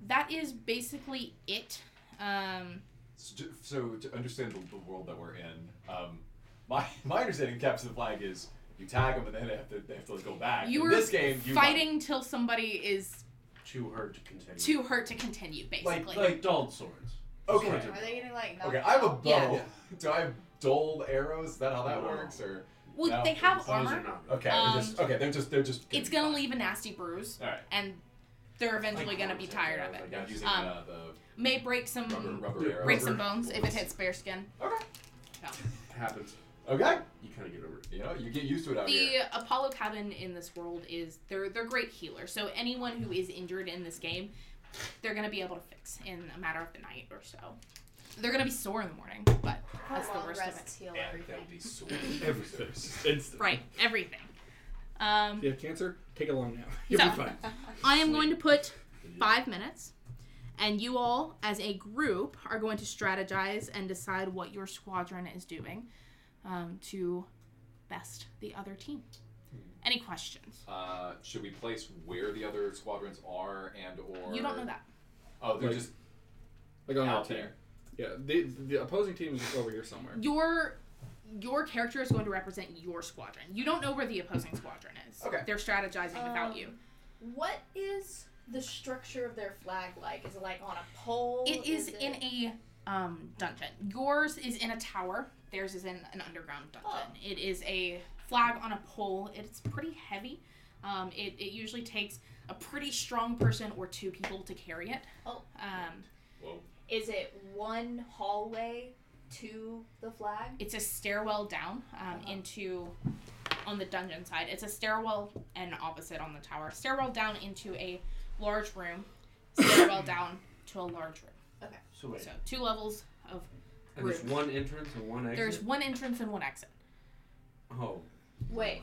Speaker 1: that is basically it. Um
Speaker 7: So, ju- so to understand the, the world that we're in, um, my my understanding of capture the flag is you tag them and then they have to they have to go back.
Speaker 1: You
Speaker 7: in
Speaker 1: were
Speaker 7: this game, you
Speaker 1: fighting till somebody is
Speaker 5: Too hard to continue.
Speaker 1: too hurt to continue basically.
Speaker 5: like like dulled swords.
Speaker 7: Okay.
Speaker 5: Swords are
Speaker 8: Are they getting like knocked
Speaker 7: Okay, I have a bow.
Speaker 8: out?
Speaker 1: Yeah.
Speaker 7: Do I have dulled arrows? Is that how that
Speaker 5: No.
Speaker 7: works? Or
Speaker 1: well,
Speaker 7: no,
Speaker 1: they have
Speaker 5: dulled. Those are
Speaker 1: armor.
Speaker 5: not.
Speaker 7: okay,
Speaker 1: Um,
Speaker 7: they're just okay. They're just they're just.
Speaker 1: It's going to leave a nasty bruise
Speaker 7: All right.
Speaker 1: and they're eventually
Speaker 5: Like
Speaker 1: going to be
Speaker 5: arrows,
Speaker 1: tired
Speaker 5: yeah,
Speaker 1: of
Speaker 5: I
Speaker 1: it.
Speaker 5: guess.
Speaker 7: I'm using
Speaker 1: um, mm,
Speaker 7: uh,
Speaker 1: May break some
Speaker 7: the rubber rubber
Speaker 5: yeah,
Speaker 7: arrow.
Speaker 1: break
Speaker 5: rubber-
Speaker 1: some bones if it hits bare skin.
Speaker 7: Okay.
Speaker 5: Happens.
Speaker 7: Okay.
Speaker 5: You kind of get over it.
Speaker 7: You know, you get used to it out here.
Speaker 1: The Apollo cabin in this world is they're they're great healers. So anyone who is injured in this game, they're gonna be able to fix in a matter of the night or so. They're gonna be sore in the morning, but That's the
Speaker 8: long
Speaker 1: worst of
Speaker 8: rests heal
Speaker 7: And that
Speaker 8: everything.
Speaker 7: would be so
Speaker 2: Everything. Instant.
Speaker 1: Right, everything. Um,
Speaker 2: If you have cancer, take it long now. You'll
Speaker 1: So-
Speaker 2: be fine.
Speaker 1: I am going to put five minutes, and you all, as a group, are going to strategize and decide what your squadron is doing um, to best the other team. Any questions?
Speaker 7: Uh, should we place where the other squadrons are and or
Speaker 1: You don't know that.
Speaker 7: Oh, they're
Speaker 2: Like,
Speaker 7: just
Speaker 2: Like on our
Speaker 7: out
Speaker 2: team.
Speaker 7: there.
Speaker 2: Yeah, the, the opposing team is over here somewhere.
Speaker 1: Your your character is going to represent your squadron. You don't know where the opposing squadron is.
Speaker 7: Okay.
Speaker 1: They're strategizing without you.
Speaker 8: Um, What is the structure of their flag like? Is it like on a pole?
Speaker 1: It is
Speaker 8: it-
Speaker 1: in a um, dungeon. Yours is in a tower. Theirs is in an underground dungeon.
Speaker 8: Oh.
Speaker 1: It is a flag on a pole. It's pretty heavy. Um, it, it usually takes a pretty strong person or two people to carry it.
Speaker 8: Oh.
Speaker 1: Um,
Speaker 8: Is it one hallway to the flag?
Speaker 1: it's a stairwell down um,
Speaker 8: Uh-huh.
Speaker 1: into on the dungeon side. It's a stairwell and opposite on the tower. Stairwell down into a large room. Stairwell down to a large room.
Speaker 5: So wait.
Speaker 1: So two levels.
Speaker 5: And there's
Speaker 1: room.
Speaker 5: one entrance and one exit.
Speaker 1: There's one entrance and one exit.
Speaker 5: oh.
Speaker 8: Wait,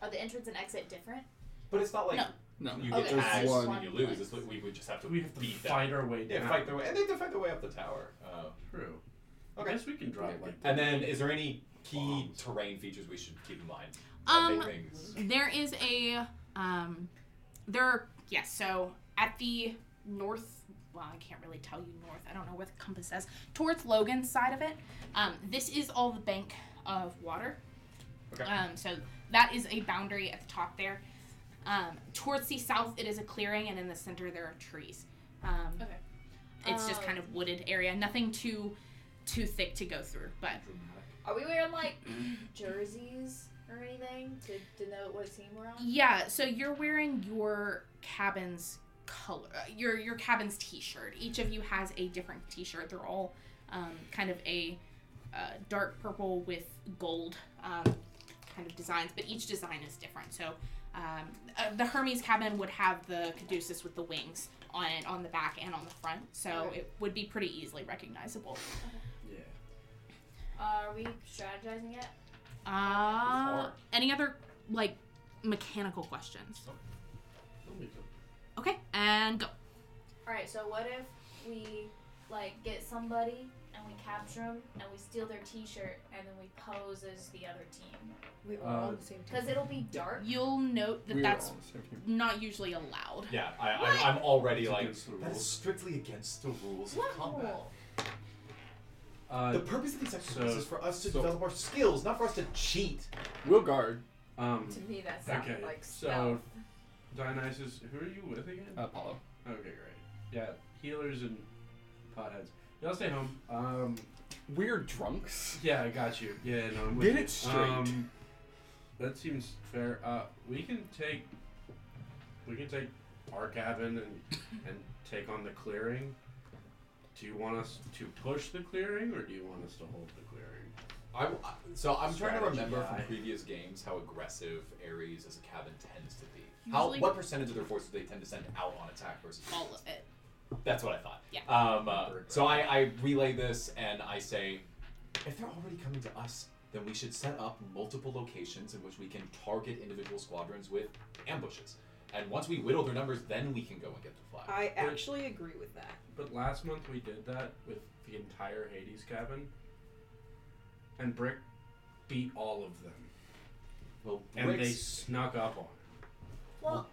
Speaker 8: are the entrance and exit different?
Speaker 7: But it's not like
Speaker 1: No.
Speaker 2: No.
Speaker 7: you
Speaker 8: Okay,
Speaker 7: get the
Speaker 8: I
Speaker 7: axe
Speaker 2: just
Speaker 7: and you
Speaker 8: wanted-
Speaker 7: lose. It's like we would just have to
Speaker 5: We have to
Speaker 7: beat them.
Speaker 5: fight our way down.
Speaker 7: Yeah, fight their way, and they have to fight their way up the tower. Uh,
Speaker 5: True.
Speaker 7: Okay.
Speaker 5: I guess we can drive like that.
Speaker 7: and then, is there any key
Speaker 5: Bombs.
Speaker 7: terrain features we should keep in mind? That
Speaker 1: Um,
Speaker 7: make things-
Speaker 1: There is a um there are, yes, so at the north well, I can't really tell you north. I don't know where the compass says. Towards Logan's side of it. Um, this is all the bank of water.
Speaker 7: Okay.
Speaker 1: Um, so that is a boundary at the top there. Um, towards the south it is a clearing and in the center there are trees. Um,
Speaker 8: Okay.
Speaker 1: it's just
Speaker 8: Um,
Speaker 1: kind of wooded area. Nothing too too thick to go through, but
Speaker 8: Are we wearing like jerseys or anything to denote what team we're on?
Speaker 1: Yeah, so you're wearing your cabin's color, uh, your your cabin's t-shirt. Each of you has a different t-shirt. They're all um, kind of a uh, dark purple with gold um, kind of designs, but each design is different. So um, uh, the Hermes cabin would have the caduceus with the wings on it on the back and on the front, so
Speaker 8: Okay.
Speaker 1: it would be pretty easily recognizable.
Speaker 5: Yeah.
Speaker 8: Are we strategizing yet?
Speaker 1: Uh,
Speaker 7: hard.
Speaker 1: any other like mechanical questions?
Speaker 5: Don't make up.
Speaker 1: Okay, and go.
Speaker 8: All right. So what if we like get somebody and we capture them and we steal their T-shirt and then we pose as the other team?
Speaker 6: We are all
Speaker 5: Uh,
Speaker 6: on the same team.
Speaker 8: Because it'll be dark.
Speaker 1: You'll note that
Speaker 2: We were
Speaker 1: that's
Speaker 2: all on the same team.
Speaker 1: not usually allowed.
Speaker 7: yeah, I, I'm, I'm already
Speaker 5: It's
Speaker 7: like
Speaker 5: against the
Speaker 7: that is
Speaker 5: rules.
Speaker 7: strictly against the rules
Speaker 8: What
Speaker 7: of combat.
Speaker 8: rule?
Speaker 5: Uh,
Speaker 7: The purpose of these exercises
Speaker 5: So-
Speaker 7: is for us to
Speaker 2: so-
Speaker 7: develop our skills, not for us to cheat.
Speaker 2: We'll guard.
Speaker 5: um,
Speaker 3: To me, that sounds
Speaker 5: okay.
Speaker 3: like
Speaker 5: so, Dionysus, who are you with again?
Speaker 7: Uh,
Speaker 2: Apollo.
Speaker 5: Okay, great. Yeah, healers and potheads. Y'all stay home. Um,
Speaker 2: We're drunks.
Speaker 5: yeah, I got you. Yeah, no, I'm with
Speaker 2: Get
Speaker 5: you.
Speaker 2: it straight.
Speaker 5: Um, that seems fair. Uh, we can take, we can take our cabin and and take on the clearing. Do you want us to push the clearing, or do you want us to hold the clearing?
Speaker 7: I, I- so I'm trying to
Speaker 5: Strategy
Speaker 7: remember
Speaker 5: guy.
Speaker 7: from previous games how aggressive Ares as a cabin tends to be.
Speaker 1: Usually-
Speaker 7: how what percentage of their forces they tend to send out on attack versus
Speaker 1: All of it.
Speaker 7: That's what I thought.
Speaker 1: Yeah.
Speaker 7: Um, uh, so I, I relay this and I say, if they're already coming to us, then we should set up multiple locations in which we can target individual squadrons with ambushes. And once we whittle their numbers, then we can go and get the flag.
Speaker 6: I actually agree with that.
Speaker 5: But last month we did that with the entire Hades cabin, and Brick beat all of them,
Speaker 7: Well,
Speaker 5: and they
Speaker 7: Brick's,
Speaker 5: snuck up on.
Speaker 8: Well,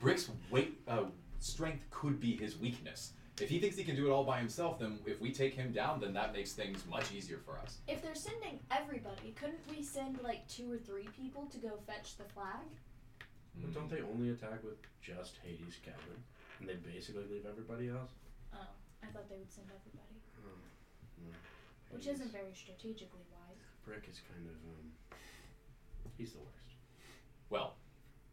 Speaker 7: Brick's weight uh, strength could be his weakness. If he thinks he can do it all by himself, then if we take him down, then that makes things much easier for us.
Speaker 8: if they're sending everybody, couldn't we send like two or three people to go fetch the flag?
Speaker 5: But
Speaker 2: Mm.
Speaker 5: don't they only attack with just Hades cabin? And they basically leave everybody else?
Speaker 8: Oh, I thought they would send everybody, which
Speaker 5: Hades.
Speaker 8: isn't very strategically wise.
Speaker 5: Brick is kind of um he's the worst.
Speaker 7: Well,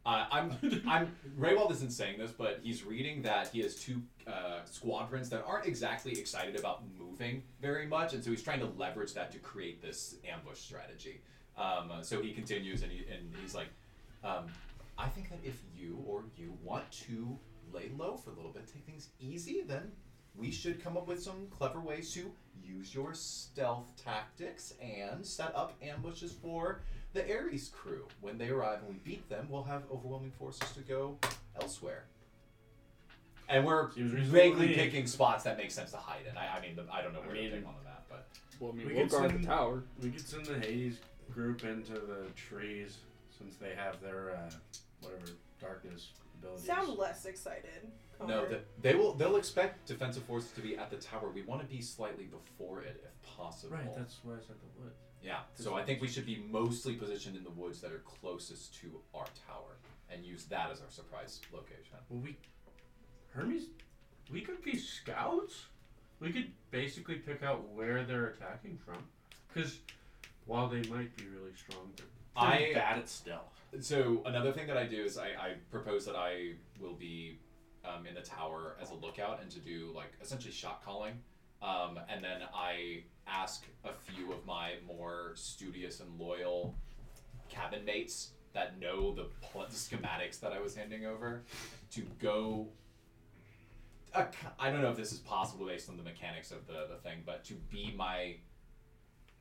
Speaker 7: uh, I'm I'm Raywald isn't saying this, but he's reading that he has two uh, squadrons that aren't exactly excited about moving very much, and so he's trying to leverage that to create this ambush strategy. Um, uh, so he continues, and, he, and he's like, um, I think that if you or you want to lay low for a little bit, take things easy, then we should come up with some clever ways to use your stealth tactics and set up ambushes for the Ares crew. When they arrive and we beat them, we'll have overwhelming forces to go elsewhere. And we're
Speaker 5: Seems reasonable to
Speaker 7: vaguely
Speaker 5: me.
Speaker 7: picking spots that make sense to hide in. I, I mean, the, I don't know
Speaker 5: I
Speaker 7: where to
Speaker 5: mean-
Speaker 7: pick on the map, but
Speaker 2: Well, I mean,
Speaker 5: We
Speaker 2: we will
Speaker 5: could
Speaker 2: guard
Speaker 5: send-
Speaker 2: the tower.
Speaker 5: We could send the Hades group into the trees since they have their uh, whatever darkness abilities.
Speaker 9: Sound less excited.
Speaker 7: no,
Speaker 9: Connor.
Speaker 7: that they will. They'll expect defensive forces to be at the tower. We want to be slightly before it, if possible.
Speaker 5: right. That's why I said the woods.
Speaker 7: Yeah, so I think we should be mostly positioned in the woods that are closest to our tower and use that as our surprise location.
Speaker 5: Well, we Hermes, we could be scouts. We could basically pick out where they're attacking from, because while they might be really strong, they're pretty
Speaker 7: I-
Speaker 5: bad at stealth.
Speaker 7: So another thing that I do is I, I propose that I will be um, in the tower as a lookout and to do like essentially shot calling, um, and then I ask a few of my more studious and loyal cabin mates that know the pl- schematics that I was handing over to go. a ki- I don't know if this is possible based on the mechanics of the, the thing, but to be my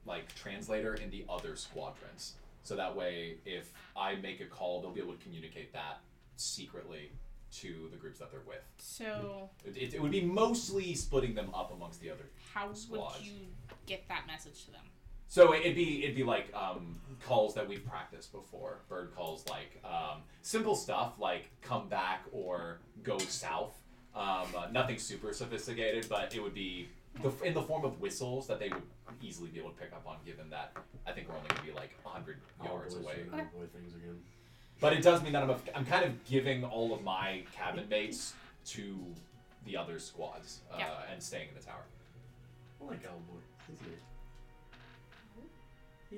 Speaker 7: like translator in the other squadrons. So that way, if I make a call, they'll be able to communicate that secretly to the groups that they're with.
Speaker 1: So
Speaker 7: It, it, it would be mostly splitting them up amongst the other.
Speaker 1: how
Speaker 7: Squad.
Speaker 1: would you get that message to them?
Speaker 7: So it'd be it'd be like um, calls that we've practiced before, bird calls like um, simple stuff like come back or go south. Um, uh, nothing super sophisticated, but it would be the, in the form of whistles that they would easily be able to pick up on, given that I think we're only gonna be like 100 yards away.
Speaker 5: Oh, boy things again.
Speaker 7: But it does mean that I'm, a, I'm kind of giving all of my cabin mates to the other squads uh,
Speaker 1: Yeah.
Speaker 7: and staying in the tower.
Speaker 5: I like Owlboy. Isn't it? Yeah,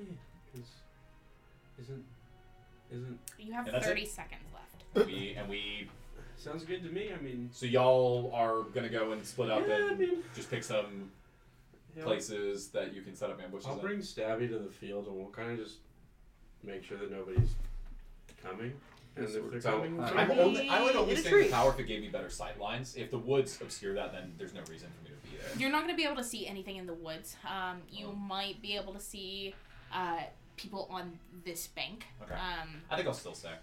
Speaker 5: because isn't isn't
Speaker 1: You have
Speaker 7: Yeah, that's it.
Speaker 1: 30 seconds left.
Speaker 7: We and we.
Speaker 5: sounds good to me. I mean,
Speaker 7: So y'all are gonna go and split up
Speaker 5: Yeah, I
Speaker 7: and
Speaker 5: mean-
Speaker 7: just pick some
Speaker 5: yeah,
Speaker 7: places that you can set up ambushes.
Speaker 5: I'll
Speaker 7: in.
Speaker 5: bring Stabby to the field, and we'll kind of just make sure that nobody's coming. And
Speaker 2: Yes,
Speaker 5: if
Speaker 2: we're
Speaker 5: they're
Speaker 2: told.
Speaker 5: coming,
Speaker 2: Uh,
Speaker 5: so
Speaker 7: I'm
Speaker 5: we'll-
Speaker 7: only, I would
Speaker 6: in
Speaker 7: only
Speaker 6: a
Speaker 7: stay in the
Speaker 6: tree.
Speaker 7: tower if it gave me better sight lines. If the woods obscure that, then there's no reason for me to be there.
Speaker 1: You're not going to be able to see anything in the woods. Um, you
Speaker 7: Oh.
Speaker 1: might be able to see uh, people on this bank.
Speaker 7: Okay.
Speaker 1: Um,
Speaker 7: I think I'll still stay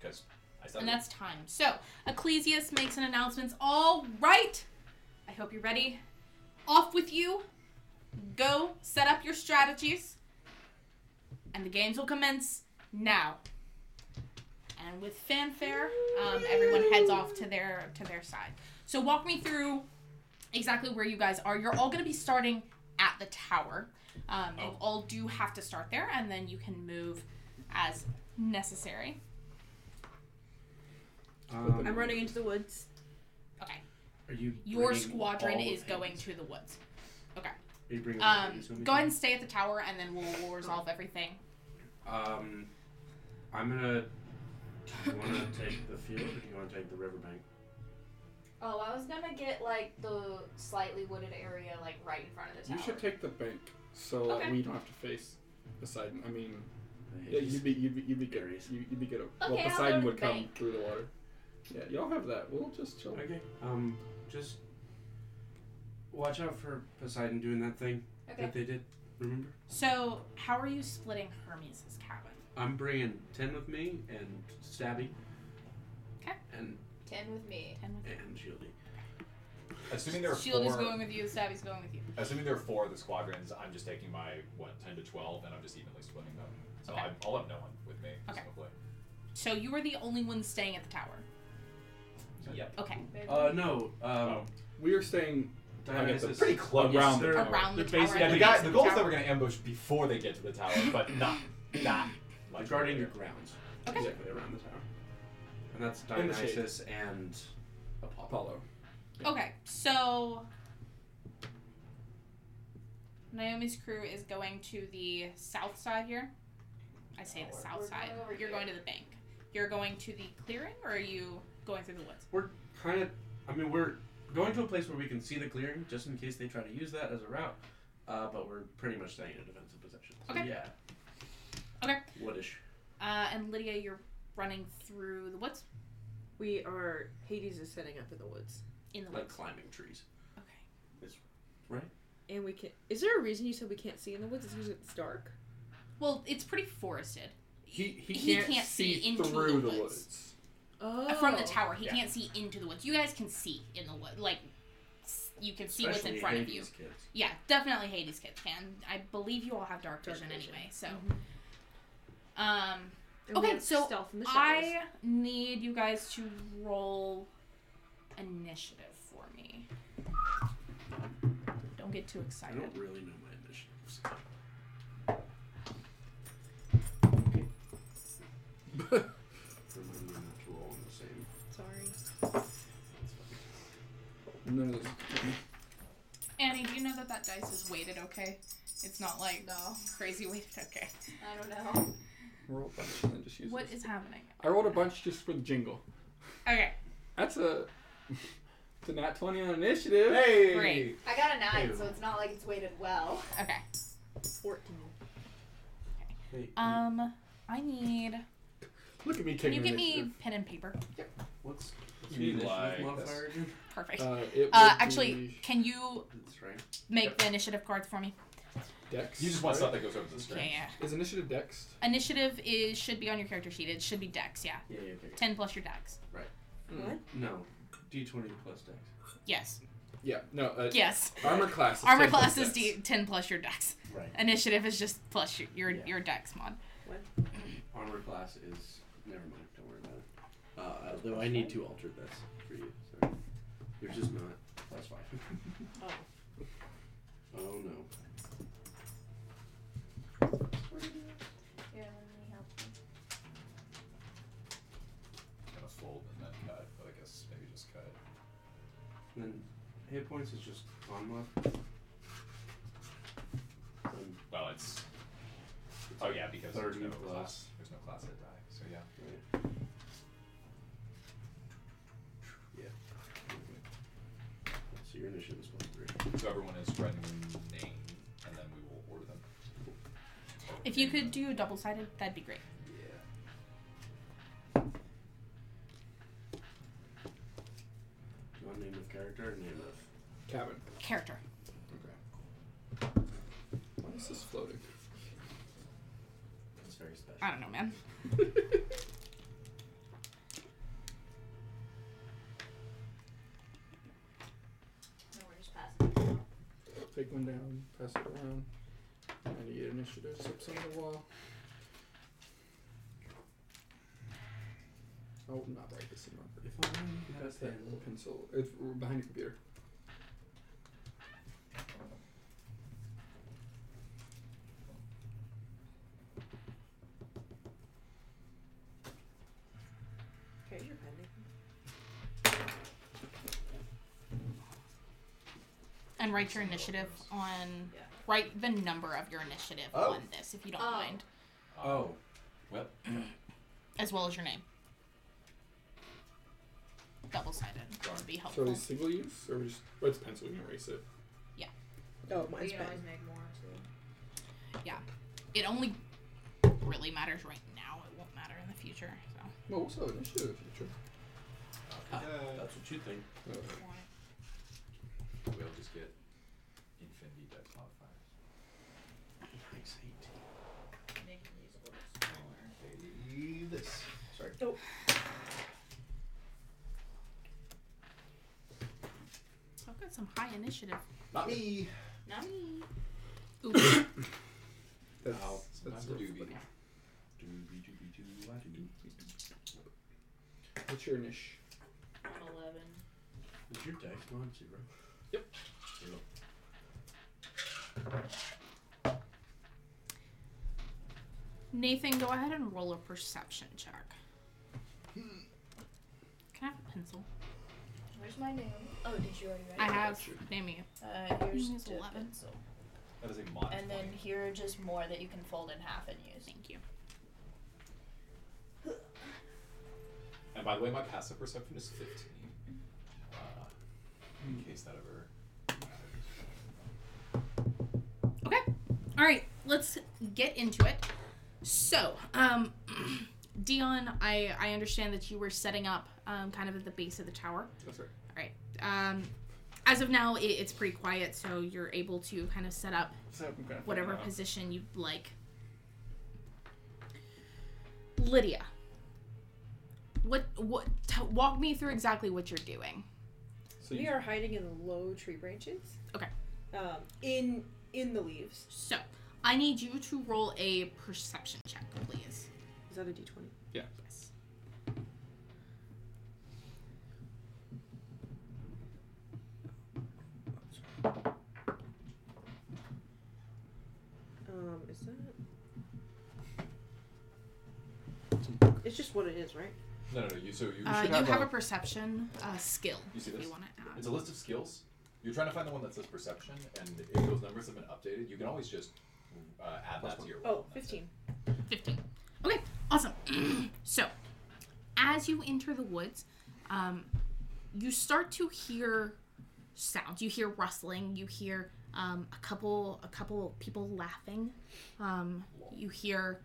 Speaker 7: because I said
Speaker 1: and that's time. So, Ecclesias makes an announcement. All right, I hope you're ready. Off with you. Go set up your strategies, and the games will commence now. And with fanfare, um, everyone heads off to their to their side. So, walk me through exactly where you guys are. You're all going to be starting at the tower. Um, You
Speaker 7: Oh.
Speaker 1: all do have to start there, and then you can move as necessary.
Speaker 5: um,
Speaker 6: I'm running into the woods.
Speaker 1: Okay.
Speaker 5: Are you?
Speaker 1: Your
Speaker 5: bringing
Speaker 1: squadron
Speaker 5: all
Speaker 1: is
Speaker 5: of
Speaker 1: going
Speaker 5: Hades?
Speaker 1: to the woods.
Speaker 5: Are you bringing all of
Speaker 1: Um,
Speaker 5: Hades with me?
Speaker 1: go ahead and stay at the tower, and then we'll, we'll resolve everything.
Speaker 5: Um, I'm gonna. Do you want to take the field, or do you want to take the riverbank?
Speaker 8: Oh, I was gonna get like the slightly wooded area, like right in front of the tower.
Speaker 2: You should take the bank so that
Speaker 8: Okay.
Speaker 2: we don't have to face Poseidon. I mean,
Speaker 5: The
Speaker 2: yeah,
Speaker 5: Hades?
Speaker 2: you'd be you'd be you'd be good.
Speaker 5: Ares.
Speaker 2: You, you'd be good.
Speaker 8: Okay, I'll
Speaker 2: well,
Speaker 8: go
Speaker 2: Poseidon
Speaker 8: to
Speaker 2: would
Speaker 8: the
Speaker 2: come
Speaker 8: bank.
Speaker 2: through the water. Yeah, y'all have that. We'll just chill.
Speaker 5: Okay. Um, just watch out for Poseidon doing that thing
Speaker 8: Okay.
Speaker 5: that they did. Remember?
Speaker 1: So, how are you splitting Hermes' cabin?
Speaker 5: I'm bringing ten with me and Stabby.
Speaker 1: 'Kay.
Speaker 5: And
Speaker 8: Ten with me.
Speaker 1: Ten with
Speaker 5: and Shieldy.
Speaker 7: assuming there are
Speaker 1: Shield
Speaker 7: four,
Speaker 1: is going with you. Stabby's going with you.
Speaker 7: Assuming there are four of the squadrons, I'm just taking my what ten to twelve, and I'm just evenly splitting them. So
Speaker 1: Okay.
Speaker 7: I'm, I'll have no one with me,
Speaker 1: Okay.
Speaker 7: presumably.
Speaker 1: So you are the only one staying at the tower.
Speaker 7: Yep.
Speaker 1: Okay.
Speaker 5: Uh, no. Um,
Speaker 7: Oh.
Speaker 2: We are staying.
Speaker 5: Dionysus.
Speaker 2: It's
Speaker 7: Pretty close.
Speaker 2: around
Speaker 5: they're-
Speaker 1: Around the
Speaker 5: they're
Speaker 1: tower.
Speaker 5: basically-
Speaker 7: Yeah, the
Speaker 1: Okay,
Speaker 7: guy.
Speaker 1: so
Speaker 7: The
Speaker 1: the
Speaker 7: goal is that
Speaker 1: tower-
Speaker 7: we're gonna ambush before they get to the tower, but not not like
Speaker 5: guarding the grounds.
Speaker 1: Okay.
Speaker 5: Exactly around the tower. And that's
Speaker 2: In the shade.
Speaker 5: Dionysus and Apollo.
Speaker 2: Apollo.
Speaker 1: Okay, so Naomi's crew is going to the south side here. I say the
Speaker 8: We're-
Speaker 1: south
Speaker 8: Oh, we're
Speaker 1: side.
Speaker 8: going over
Speaker 1: You're
Speaker 8: here.
Speaker 1: going to the bank. You're going to the clearing, or are you going through the woods?
Speaker 5: Kind of. I mean, we're going to a place where we can see the clearing, just in case they try to use that as a route. Uh, but we're pretty much staying in a defensive position. So
Speaker 1: Okay.
Speaker 5: Yeah.
Speaker 1: Okay.
Speaker 5: Woodish.
Speaker 1: Uh, and Lydia, you're running through the woods.
Speaker 6: We are. Hades is setting up in the woods.
Speaker 1: in the
Speaker 5: like
Speaker 1: woods.
Speaker 5: climbing trees.
Speaker 1: Okay.
Speaker 6: And we can. Is there a reason you said we can't see in the woods? It's because it's dark.
Speaker 1: Well, it's pretty forested.
Speaker 2: He he
Speaker 1: He
Speaker 2: can't,
Speaker 1: can't
Speaker 2: see,
Speaker 1: see into
Speaker 2: through
Speaker 1: the
Speaker 2: the
Speaker 1: woods. Uh,
Speaker 2: woods.
Speaker 6: Oh.
Speaker 1: From the tower, he
Speaker 2: Yeah.
Speaker 1: can't see into the woods. You guys can see in the wood, like s- you can see what's in
Speaker 5: Especially
Speaker 1: front of you.
Speaker 5: Hades Kids.
Speaker 1: Yeah, definitely Hades kids can. I believe you all have dark
Speaker 6: Dark
Speaker 1: vision,
Speaker 6: vision.
Speaker 1: anyway. So,
Speaker 6: Mhm.
Speaker 1: um,
Speaker 6: And we
Speaker 1: Okay,
Speaker 6: have
Speaker 1: so
Speaker 6: stealth in the shadows.
Speaker 1: I need you guys to roll initiative for me. Don't get too
Speaker 5: I
Speaker 1: excited.
Speaker 5: don't really know my initiatives. Remind me not to roll on the same.
Speaker 6: Sorry.
Speaker 2: None of those-
Speaker 1: Annie, do you know that that dice is weighted? Okay, it's not like
Speaker 3: No,
Speaker 1: crazy weighted. Okay,
Speaker 3: I don't know.
Speaker 2: roll a bunch and then just use
Speaker 1: what
Speaker 2: this.
Speaker 1: is happening?
Speaker 2: I rolled a bunch just for the jingle.
Speaker 1: Okay,
Speaker 2: That's a it's a nat twenty on initiative.
Speaker 7: Hey!
Speaker 1: Great.
Speaker 8: I got a nine, so it's not like it's weighted well.
Speaker 1: okay.
Speaker 6: Fourteen.
Speaker 5: Hey,
Speaker 1: Um, I need.
Speaker 2: Look at me
Speaker 1: Can
Speaker 2: taking
Speaker 1: you give me
Speaker 2: initiative.
Speaker 1: pen and paper?
Speaker 5: what's what's
Speaker 7: You
Speaker 5: the
Speaker 7: like
Speaker 5: initiative
Speaker 7: this.
Speaker 5: modifier again?
Speaker 1: Perfect.
Speaker 2: Uh, it would
Speaker 1: Uh, actually,
Speaker 2: be
Speaker 1: can you
Speaker 5: That's right.
Speaker 1: make the initiative cards for me?
Speaker 2: Dex.
Speaker 7: You just want
Speaker 2: right?
Speaker 7: stuff that goes over the
Speaker 1: Yeah,
Speaker 7: screen.
Speaker 1: yeah.
Speaker 2: Is initiative Dex?
Speaker 1: Initiative is should be on your character sheet. It should be Dex. Yeah,
Speaker 5: Yeah, yeah, okay.
Speaker 1: ten plus your Dex.
Speaker 5: No, D20 plus dex.
Speaker 1: Yes.
Speaker 2: Yeah. No. Uh,
Speaker 1: Yes.
Speaker 2: Armor class. Is
Speaker 1: Armor
Speaker 2: 10 plus
Speaker 1: class is
Speaker 2: dex.
Speaker 1: D- ten plus your dex.
Speaker 5: Right.
Speaker 1: Initiative is just plus your your,
Speaker 5: Yeah.
Speaker 1: your dex mod.
Speaker 5: Armor class is. Never mind. Don't worry about it. Uh, although I need to alter this for you. Sorry. You're just not. That's fine.
Speaker 6: Oh.
Speaker 5: Oh no.
Speaker 8: Here, let me help.
Speaker 7: Kind of fold and then cut, but I guess maybe just cut.
Speaker 5: And then hit points is just con mod. Um,
Speaker 7: Well, it's. Oh yeah, because there's
Speaker 5: Thirty
Speaker 7: no
Speaker 5: plus.
Speaker 7: class. There's no class at die. So yeah.
Speaker 5: so your initiative is plus three.
Speaker 7: So everyone is writing a name, and then we will order them.
Speaker 1: If you could do double sided, that'd be great.
Speaker 7: Yeah.
Speaker 5: One name of character, name of.
Speaker 2: Cabin.
Speaker 1: Character.
Speaker 2: Why is this floating?
Speaker 5: That's very special.
Speaker 1: I don't know, man.
Speaker 3: No, we're just passing. it now.
Speaker 2: Take one down. Pass it around. And you get initiatives up some of the wall. Oh, not right. This is marker.
Speaker 5: If only you had a
Speaker 2: That's that
Speaker 5: pen.
Speaker 2: pencil. It's r- behind your computer.
Speaker 6: Okay, you're pending.
Speaker 1: And write your initiative on.
Speaker 6: Yeah.
Speaker 1: Write the number of your initiative
Speaker 7: Oh.
Speaker 1: on this, if you don't
Speaker 8: Oh.
Speaker 1: mind,
Speaker 5: Oh.
Speaker 7: Um, Well,
Speaker 1: as well as your name. Double sided would be
Speaker 2: So
Speaker 1: helpful.
Speaker 2: are these single use or just? Oh, it's pencil. You can erase it.
Speaker 6: Oh,
Speaker 3: We
Speaker 6: mine's
Speaker 3: can always
Speaker 6: pending.
Speaker 3: make more too.
Speaker 1: it only really matters right now. It won't matter in the future. So
Speaker 2: Well, what's our initiative feature?
Speaker 5: Ah, that's what you think.
Speaker 2: Uh,
Speaker 7: we'll just get infinity dice modifiers.
Speaker 5: Thanks, eighteen.
Speaker 3: Make them use a little smaller.
Speaker 7: Maybe This. Sorry.
Speaker 1: I've got some high initiative.
Speaker 7: Not me.
Speaker 3: Not me.
Speaker 1: Ooh,
Speaker 2: That's,
Speaker 5: Ow.
Speaker 2: that's
Speaker 7: That's a
Speaker 2: rough,
Speaker 7: doobie.
Speaker 2: buddy.
Speaker 5: Doobie doobie doo wah doo.
Speaker 2: What's your niche?
Speaker 3: Eleven.
Speaker 5: Is your dice on zero?
Speaker 2: Yep.
Speaker 5: Zero.
Speaker 1: Nathan, go ahead and roll a perception check. Can I have a pencil?
Speaker 8: Where's my name? Oh, did you already
Speaker 1: I
Speaker 8: write
Speaker 1: have. Name you.
Speaker 8: Uh, here's
Speaker 1: Mm, it's
Speaker 8: two
Speaker 1: 11.
Speaker 8: pencil.
Speaker 7: That is a mod.
Speaker 8: And then here are just more that you can fold in half and use.
Speaker 1: Thank you.
Speaker 7: And by the way, my passive perception is 15. Uh, in case that ever.
Speaker 1: Okay. All right. Let's get into it. So, um, Dion, I I understand that you were setting up um kind of at the base of the tower.
Speaker 2: That's right.
Speaker 1: All right. um, as of now, it, it's pretty quiet, so you're able to kind of set up
Speaker 2: So I'm gonna
Speaker 1: whatever
Speaker 2: find out.
Speaker 1: position you like. Lydia, what what? T- walk me through exactly what you're doing.
Speaker 2: So
Speaker 6: We
Speaker 2: you,
Speaker 6: are hiding in the low tree branches.
Speaker 1: Okay.
Speaker 6: Um, in in the leaves.
Speaker 1: So I need you to roll a perception check, please.
Speaker 6: Is that a D twenty?
Speaker 1: Yes.
Speaker 6: Um, is that? It's just what it is, right?
Speaker 7: No, no, no. You, so you
Speaker 1: Uh,
Speaker 7: should
Speaker 1: you
Speaker 7: have,
Speaker 1: have
Speaker 7: a,
Speaker 1: a perception uh, skill
Speaker 7: You see
Speaker 1: if you
Speaker 7: this?
Speaker 1: want to add.
Speaker 7: It's a list of skills. You're trying to find the one that says perception, and if those numbers have been updated, you can always just uh, add that to your roll.
Speaker 6: Oh,
Speaker 7: and that's it.
Speaker 6: 15.
Speaker 1: 15. Okay, awesome. so, as you enter the woods, um, you start to hear sounds. You hear rustling. You hear um, a couple a couple of people laughing. Um, you hear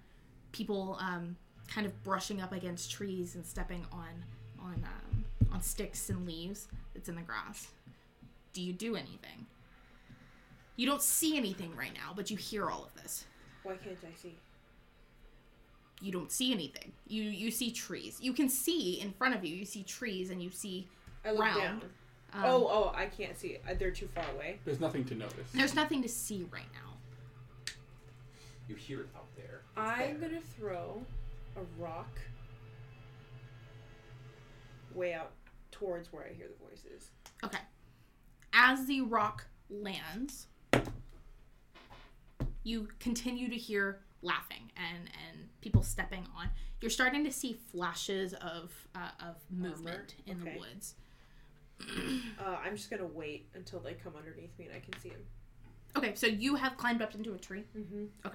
Speaker 1: people um, kind of brushing up against trees and stepping on on um, on sticks and leaves that's in the grass. Do you do anything? You don't see anything right now, but you hear all of this
Speaker 6: Why can't I see?
Speaker 1: you don't see anything. You you see trees. You can see in front of you. You see trees and you see.
Speaker 6: I look
Speaker 1: Round.
Speaker 6: down.
Speaker 1: Um,
Speaker 6: oh, oh, I can't see. Uh, They're too far away.
Speaker 2: there's nothing to notice.
Speaker 1: there's nothing to see right now.
Speaker 7: You hear it out there. It's
Speaker 6: I'm
Speaker 7: there.
Speaker 6: gonna throw a rock way out towards where I hear the voices.
Speaker 1: Okay. As the rock lands, you continue to hear laughing and and people stepping on. You're starting to see flashes of uh, of movement in
Speaker 6: Okay.
Speaker 1: the woods.
Speaker 6: Uh, I'm just gonna wait until they come underneath me and I can see them.
Speaker 1: Okay, so you have climbed up into a tree.
Speaker 6: Mm-hmm.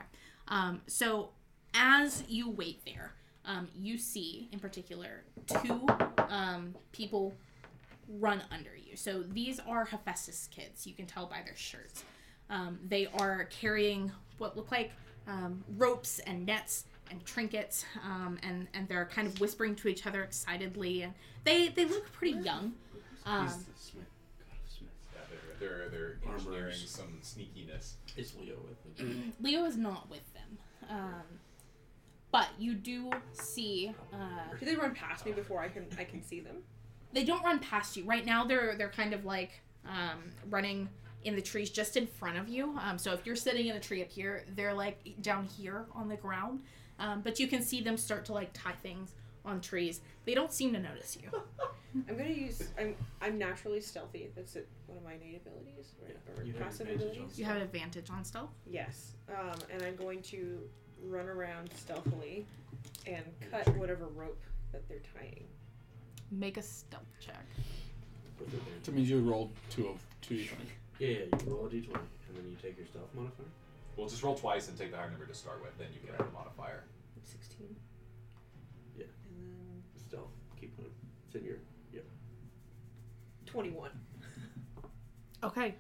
Speaker 1: Um, so as you wait there, um, you see in particular two um, people run under you. So these are Hephaestus kids. You can tell by their shirts. Um, they are carrying what look like um, ropes and nets and trinkets, um, and and they're kind of whispering to each other excitedly. And they they look pretty young. Um,
Speaker 5: He's the Smith. God of Smiths.
Speaker 7: Yeah, they're, they're, they're
Speaker 5: Armors.
Speaker 7: engineering some sneakiness.
Speaker 5: It's Leo with the
Speaker 1: Leo is not with them, um, but you do see. Uh,
Speaker 6: Do they run past me before I can I can see them?
Speaker 1: they don't run past you right now they're they're kind of like um, running in the trees just in front of you um, so if you're sitting in a tree up here they're like down here on the ground um, but you can see them start to like tie things on trees they don't seem to notice you
Speaker 6: I'm gonna use. I'm I'm naturally stealthy. That's it, one of my innate abilities or, or
Speaker 5: You have
Speaker 6: passive
Speaker 5: advantage on
Speaker 6: abilities.
Speaker 1: you have advantage on stealth
Speaker 6: Yes, um, and I'm going to run around stealthily and cut whatever rope that they're tying.
Speaker 1: make a stealth check
Speaker 5: with advantage.
Speaker 2: That means you rolled two of two. you think.
Speaker 5: Yeah, yeah, you roll a d20 and then you take your stealth modifier.
Speaker 7: Well, just roll twice and take the higher number to start with, then you can add a modifier.
Speaker 6: Sixteen.
Speaker 5: Yeah.
Speaker 6: And then
Speaker 5: Stealth. Keep going. It's in your.
Speaker 6: twenty-one.
Speaker 1: okay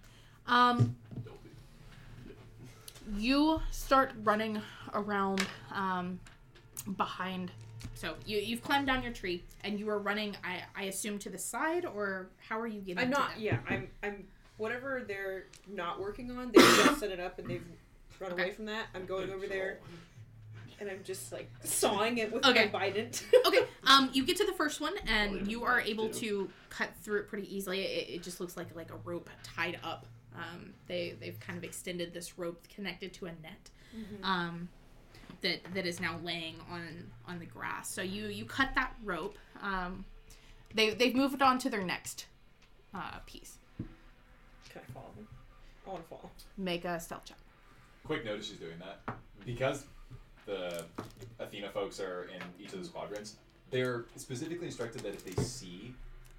Speaker 1: um,
Speaker 7: Don't be-
Speaker 1: you start running around um, behind so you, you've climbed down your tree and you are running I, I assume to the side or how are you getting
Speaker 6: I'm
Speaker 1: to
Speaker 6: not.
Speaker 1: them?
Speaker 6: Yeah, I'm. I'm. Whatever they're not working on, they have just set it up and they've run
Speaker 1: Okay.
Speaker 6: away from that. I'm going over there and I'm just like sawing it with
Speaker 1: Okay.
Speaker 6: my bident.
Speaker 1: okay um you get to the first one
Speaker 5: Only
Speaker 1: and you are
Speaker 5: one,
Speaker 1: able
Speaker 5: too.
Speaker 1: to cut through it pretty easily it, it just looks like like a rope tied up um, they they've kind of extended this rope connected to a net um, that that is now laying on on the grass. So you you cut that rope. Um, they they've moved on to their next uh, piece.
Speaker 6: Can I follow them? I want to fall.
Speaker 1: Make a stealth check.
Speaker 7: Quick notice she's doing that. Because the Athena folks are in each of those quadrants, they're specifically instructed that if they see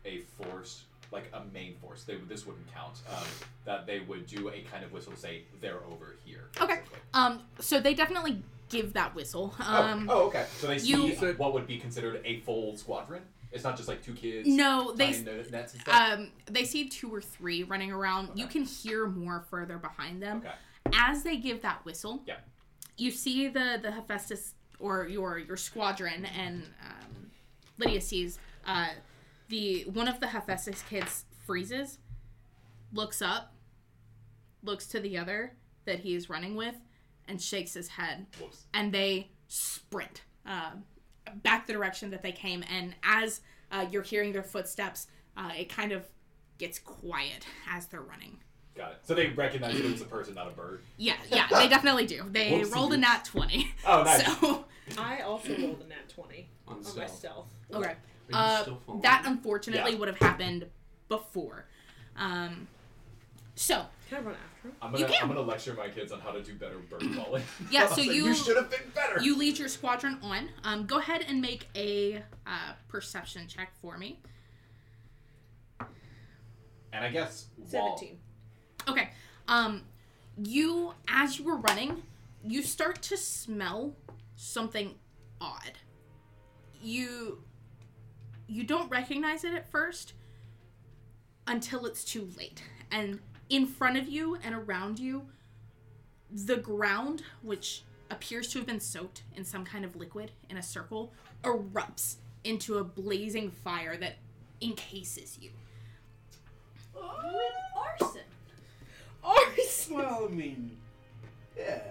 Speaker 7: a force, like a main force, they, this wouldn't count, um, that they would do a kind of whistle, say, they're over here.
Speaker 1: Okay.
Speaker 7: basically.
Speaker 1: Um, so they definitely give that whistle.
Speaker 7: Oh,
Speaker 1: Um,
Speaker 7: oh, okay. So they
Speaker 1: you-
Speaker 7: see what would be considered a full squadron? It's not just like two kids.
Speaker 1: no, they
Speaker 7: tying
Speaker 1: s-
Speaker 7: their nets and stuff?
Speaker 1: um, they see two or three running around. You
Speaker 7: Okay.
Speaker 1: can hear more further behind them.
Speaker 7: okay.
Speaker 1: as they give that whistle,
Speaker 7: Yeah.
Speaker 1: you see the the Hephaestus or your your squadron, and um, Lydia sees uh, the one of the Hephaestus kids freezes, looks up, looks to the other that he is running with, and shakes his head.
Speaker 7: Whoops.
Speaker 1: And they sprint uh, back the direction that they came. And as uh, you're hearing their footsteps, uh, it kind of gets quiet as they're running.
Speaker 7: Got it. So they recognize that it was a person, not a bird.
Speaker 1: Yeah, yeah, they definitely do. They
Speaker 5: Whoopsie
Speaker 1: rolled a
Speaker 5: doops.
Speaker 1: nat 20.
Speaker 7: Oh, nice.
Speaker 1: So,
Speaker 6: I also rolled a nat 20
Speaker 5: On
Speaker 6: on my
Speaker 5: stealth.
Speaker 6: stealth.
Speaker 1: okay.
Speaker 5: Are you
Speaker 1: Uh,
Speaker 5: still following?
Speaker 1: that unfortunately
Speaker 7: Yeah.
Speaker 1: would have happened before. Um, so,
Speaker 6: Can I run after him?
Speaker 7: I'm
Speaker 1: You
Speaker 7: gonna
Speaker 1: can.
Speaker 7: I'm gonna lecture my kids on how to do better bird calling.
Speaker 1: Yeah, so
Speaker 7: you,
Speaker 1: you-
Speaker 7: should have been better.
Speaker 1: you lead your squadron on. Um, go ahead and make a uh, perception check for me.
Speaker 7: and I guess while
Speaker 6: 17.
Speaker 1: Okay. Um, you as you were running, you start to smell something odd. You you don't recognize it at first until it's too late. And in front of you and around you, the ground, which appears to have been soaked in some kind of liquid in a circle, erupts into a blazing fire that encases you.
Speaker 8: Arson.
Speaker 5: Well, I mean, yeah.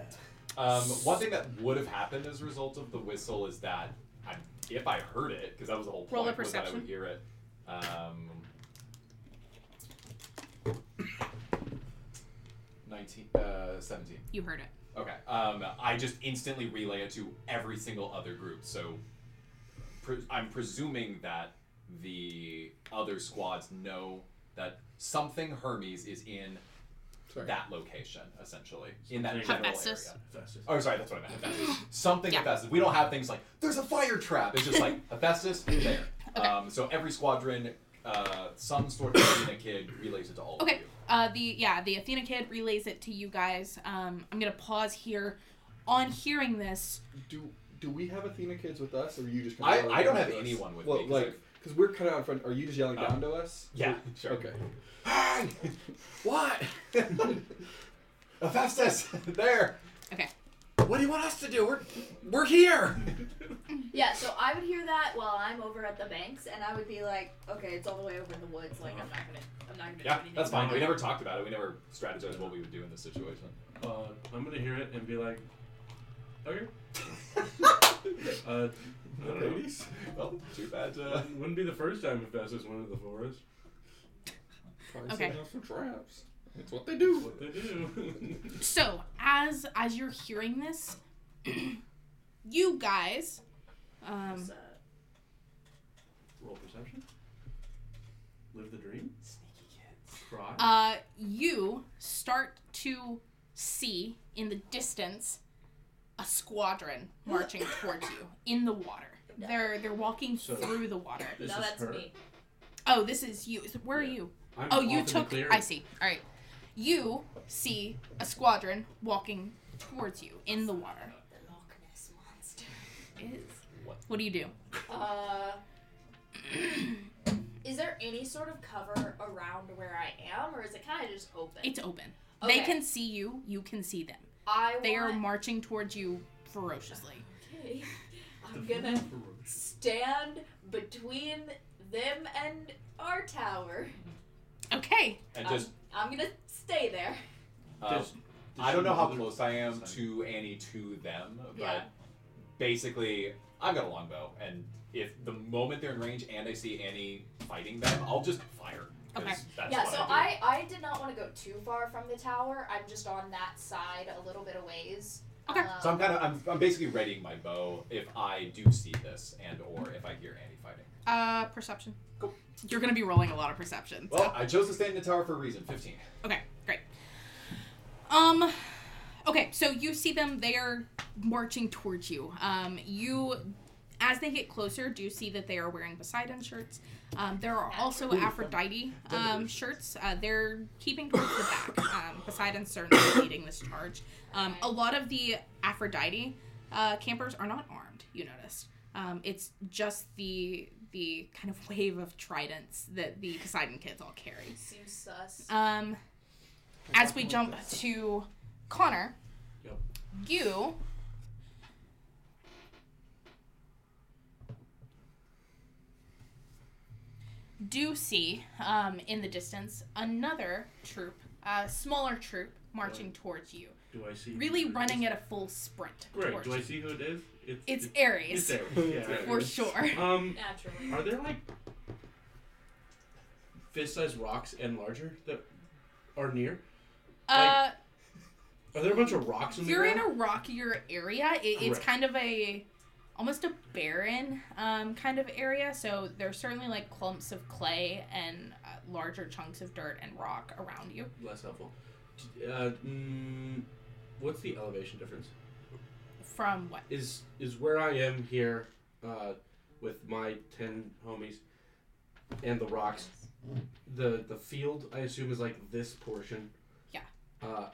Speaker 7: Um, one thing that would have happened as a result of the whistle is that I, if I heard it, because that was the whole point,
Speaker 1: Roll a
Speaker 7: was that I
Speaker 1: perception.
Speaker 7: would hear it. Um, Nineteen, uh, seventeen.
Speaker 1: You heard it.
Speaker 7: Okay. Um, I just instantly relay it to every single other group. So pre- I'm presuming that the other squads know that something Hermes is in
Speaker 2: Sorry.
Speaker 7: that location, essentially, in that general
Speaker 1: Hephaestus.
Speaker 7: area.
Speaker 5: Festus.
Speaker 7: Oh, sorry, that's what I meant. Hephaestus. Something
Speaker 1: Yeah.
Speaker 7: Hephaestus. We don't have things like there's a fire trap. It's just like Hephaestus there. Um, so every squadron, uh, some sort of Athena kid relates it to all
Speaker 1: Okay.
Speaker 7: of you.
Speaker 1: Uh, the yeah, the Athena kid relays it to you guys. Um, I'm gonna pause here. On hearing this,
Speaker 2: Do do we have Athena kids with us, or are you just?
Speaker 7: I-
Speaker 2: yell
Speaker 7: I don't
Speaker 2: down
Speaker 7: have
Speaker 2: to us?
Speaker 7: anyone with
Speaker 2: well,
Speaker 7: me, 'cause
Speaker 2: Like, because we're cut out in front. Are you just yelling
Speaker 7: Oh.
Speaker 2: down to us?
Speaker 7: Yeah, sure.
Speaker 2: Okay.
Speaker 7: Hey! What? Hephaestus, there.
Speaker 1: Okay.
Speaker 7: What do you want us to do? We're we're here.
Speaker 8: Yeah, so I would hear that while I'm over at the banks, and I would be like, okay, it's all the way over in the woods. Like I'm not gonna, I'm not gonna do
Speaker 7: Yeah,
Speaker 8: anything.
Speaker 7: that's fine.
Speaker 8: about
Speaker 7: We
Speaker 8: it.
Speaker 7: never talked about it. We never strategized what we would do in this situation.
Speaker 5: Uh, I'm gonna hear it and be like, okay. Uh, I don't know.
Speaker 7: Ladies, well, too bad. Uh,
Speaker 5: Wouldn't wouldn't be the first time Festus went into the forest.
Speaker 2: Probably
Speaker 1: Okay.
Speaker 2: setting up some traps. That's what they do.
Speaker 5: What they do?
Speaker 1: so as as you're hearing this, you guys, um,
Speaker 8: So,
Speaker 5: Roll perception. Live the dream. Sneaky kids. Cry.
Speaker 1: uh, you start to see in the distance a squadron marching towards you in the water. They're they're walking
Speaker 5: So-
Speaker 1: through the water.
Speaker 5: this
Speaker 8: no,
Speaker 5: is
Speaker 8: that's
Speaker 5: her.
Speaker 8: me.
Speaker 1: Oh, this is you. Where
Speaker 5: Yeah.
Speaker 1: are you?
Speaker 5: I'm
Speaker 1: Oh,
Speaker 5: off
Speaker 1: you
Speaker 5: in the
Speaker 1: took.
Speaker 5: clearing.
Speaker 1: I see. All right. You see a squadron walking towards you in the water.
Speaker 8: The Loch Ness monster.
Speaker 7: What?
Speaker 1: What do you do?
Speaker 8: Uh, is there any sort of cover around where I am, or is it kind of just open?
Speaker 1: It's open. They
Speaker 8: Okay.
Speaker 1: can see you. You can see them.
Speaker 8: I
Speaker 1: They are
Speaker 8: want,
Speaker 1: marching towards you ferociously.
Speaker 8: okay. I'm
Speaker 5: The
Speaker 8: gonna
Speaker 5: forest.
Speaker 8: stand between them and our tower.
Speaker 1: Okay.
Speaker 7: and just,
Speaker 8: I'm gonna stay there.
Speaker 7: uh,
Speaker 5: Does- does
Speaker 7: I
Speaker 5: she
Speaker 7: don't know how
Speaker 5: the-
Speaker 7: close I am
Speaker 5: side?
Speaker 7: to Annie to them, but
Speaker 8: Yeah.
Speaker 7: basically, I've got a longbow, and if the moment they're in range and I see Annie fighting them, I'll just fire. 'cause
Speaker 1: Okay.
Speaker 7: That's
Speaker 8: yeah,
Speaker 7: what
Speaker 8: so
Speaker 7: I do.
Speaker 8: I, I did not want to go too far from the tower. I'm just on that side a little bit of ways.
Speaker 1: Okay.
Speaker 8: Um,
Speaker 7: So I'm kind of I'm, I'm basically readying my bow if I do see this and or if I hear Annie fighting.
Speaker 1: Uh, perception.
Speaker 7: Cool.
Speaker 1: You're gonna be rolling a lot of perceptions.
Speaker 7: Well, I chose to stand in the tower for a reason. Fifteen.
Speaker 1: Okay, great. Um okay, so you see them they are marching towards you. Um you as they get closer, do see that they are wearing Poseidon shirts. Um, there are also Aphrodite um, shirts. Uh, they're keeping towards the back. Um, Poseidon's certainly leading this charge. Um, a lot of the Aphrodite uh, campers are not armed. You noticed. Um, it's just the the kind of wave of tridents that the Poseidon kids all carry.
Speaker 8: Seems sus.
Speaker 1: Um, as we jump to Connor,
Speaker 5: Yep.
Speaker 1: you do see um, in the distance another troop, a smaller troop, marching towards you,
Speaker 5: Do I see?
Speaker 1: really
Speaker 5: who it
Speaker 1: running
Speaker 5: is?
Speaker 1: at a full sprint
Speaker 5: Great.
Speaker 1: towards
Speaker 5: Do I
Speaker 1: you.
Speaker 5: see who it is?
Speaker 1: It's
Speaker 5: it's
Speaker 1: Aries,
Speaker 5: there.
Speaker 2: Ares.
Speaker 5: Yeah.
Speaker 1: for sure.
Speaker 5: Um,
Speaker 3: Naturally.
Speaker 5: are there like fist-sized rocks and larger that are near?
Speaker 1: Uh,
Speaker 5: Are there a bunch of rocks in the
Speaker 1: you're in
Speaker 5: ground?
Speaker 1: a rockier area. It, it's
Speaker 5: Correct.
Speaker 1: kind of a almost a barren um, kind of area. So there's certainly like clumps of clay and uh, larger chunks of dirt and rock around you.
Speaker 5: Less helpful. D- Uh, mm, what's the elevation difference?
Speaker 1: From what?
Speaker 5: Is is where I am here uh, with my ten homies and the rocks. The the field I assume is like this portion.
Speaker 1: Yeah.
Speaker 5: Uh,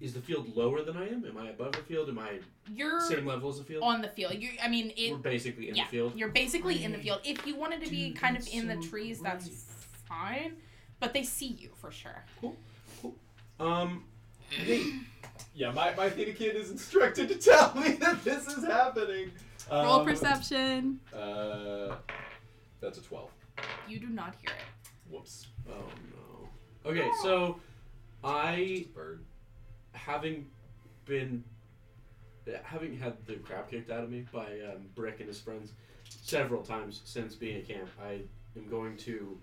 Speaker 5: is the field lower than I am? Am I above the field? Am I
Speaker 1: You're
Speaker 5: same level as the field?
Speaker 1: on the field. You, I mean, it.
Speaker 5: We're basically in
Speaker 1: yeah,
Speaker 5: the field.
Speaker 1: you're basically in the field. If you wanted to be
Speaker 5: Dude,
Speaker 1: kind of
Speaker 5: that's
Speaker 1: in the
Speaker 5: so
Speaker 1: trees, that's fine. But they see you for sure.
Speaker 5: Um,
Speaker 7: Hey. Yeah, my, my theta kid is instructed to tell me that this is happening.
Speaker 1: Roll
Speaker 7: Um,
Speaker 1: perception.
Speaker 7: Uh, that's a 12.
Speaker 1: You do not hear it.
Speaker 7: Whoops.
Speaker 5: oh no. Okay, so I
Speaker 7: Bird.
Speaker 5: having been having had the crap kicked out of me by um, Brick and his friends several times since being at camp, I am going to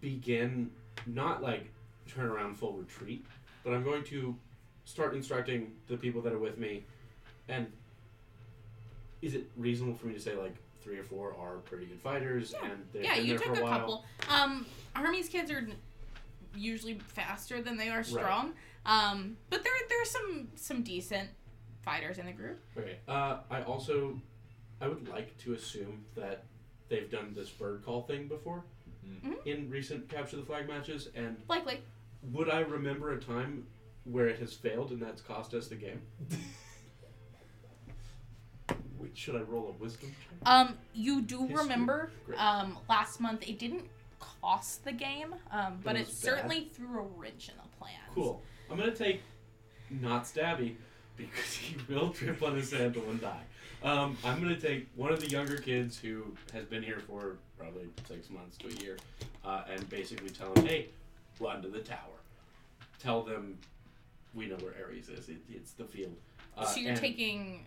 Speaker 5: begin not like turn around full retreat, but I'm going to start instructing the people that are with me. And is it reasonable for me to say like three or four are pretty good fighters
Speaker 1: Yeah.
Speaker 5: and they've
Speaker 1: yeah,
Speaker 5: been
Speaker 1: you
Speaker 5: there
Speaker 1: took
Speaker 5: for
Speaker 1: a,
Speaker 5: a while?
Speaker 1: couple. Um, Hermes kids are n- usually faster than they are strong. Um, but there there are some some decent fighters in the group.
Speaker 5: Okay. Uh, I also, I would like to assume that they've done this bird call thing before
Speaker 1: Mhm.
Speaker 5: in recent capture the flag matches, and
Speaker 1: Likely,
Speaker 5: would I remember a time where it has failed and that's cost us the game? Wait, should I roll a wisdom check?
Speaker 1: um, you do
Speaker 5: History.
Speaker 1: remember
Speaker 5: Great.
Speaker 1: um, last month it didn't cost the game, um, but
Speaker 5: It
Speaker 1: it
Speaker 5: was
Speaker 1: certainly threw a wrench in the plans.
Speaker 5: Cool. I'm gonna take not stabby because he will trip on his sandal and die. Um, I'm gonna take one of the younger kids who has been here for probably six months to a year, uh, and basically tell him, "Hey, run to the tower. Tell them we know where Ares is. It, it's the field." Uh,
Speaker 1: so you're
Speaker 5: and
Speaker 1: taking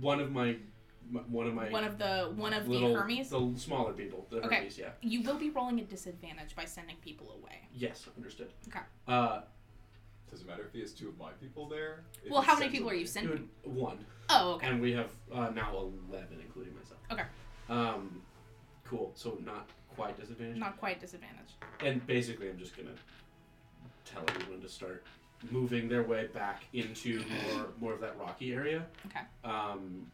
Speaker 5: one of my, my one of my
Speaker 1: one of the one of
Speaker 5: little,
Speaker 1: the Hermes.
Speaker 5: the smaller people, the
Speaker 1: Okay.
Speaker 5: Hermes. Yeah.
Speaker 1: you will be rolling at disadvantage by sending people away.
Speaker 5: Yes, understood.
Speaker 1: Okay.
Speaker 5: Uh,
Speaker 7: Does it matter if he has two of my people there? If
Speaker 1: well,
Speaker 7: he
Speaker 1: how many
Speaker 7: sends
Speaker 1: people are
Speaker 7: them-
Speaker 1: you sending?
Speaker 5: dude, one.
Speaker 1: Oh, okay.
Speaker 5: And we have uh, now 11, including myself.
Speaker 1: Okay.
Speaker 5: Um, cool. So not quite disadvantaged.
Speaker 1: Not quite disadvantage.
Speaker 5: And basically, I'm just going to tell everyone to start moving their way back into more, more of that rocky area.
Speaker 1: Okay.
Speaker 5: Um,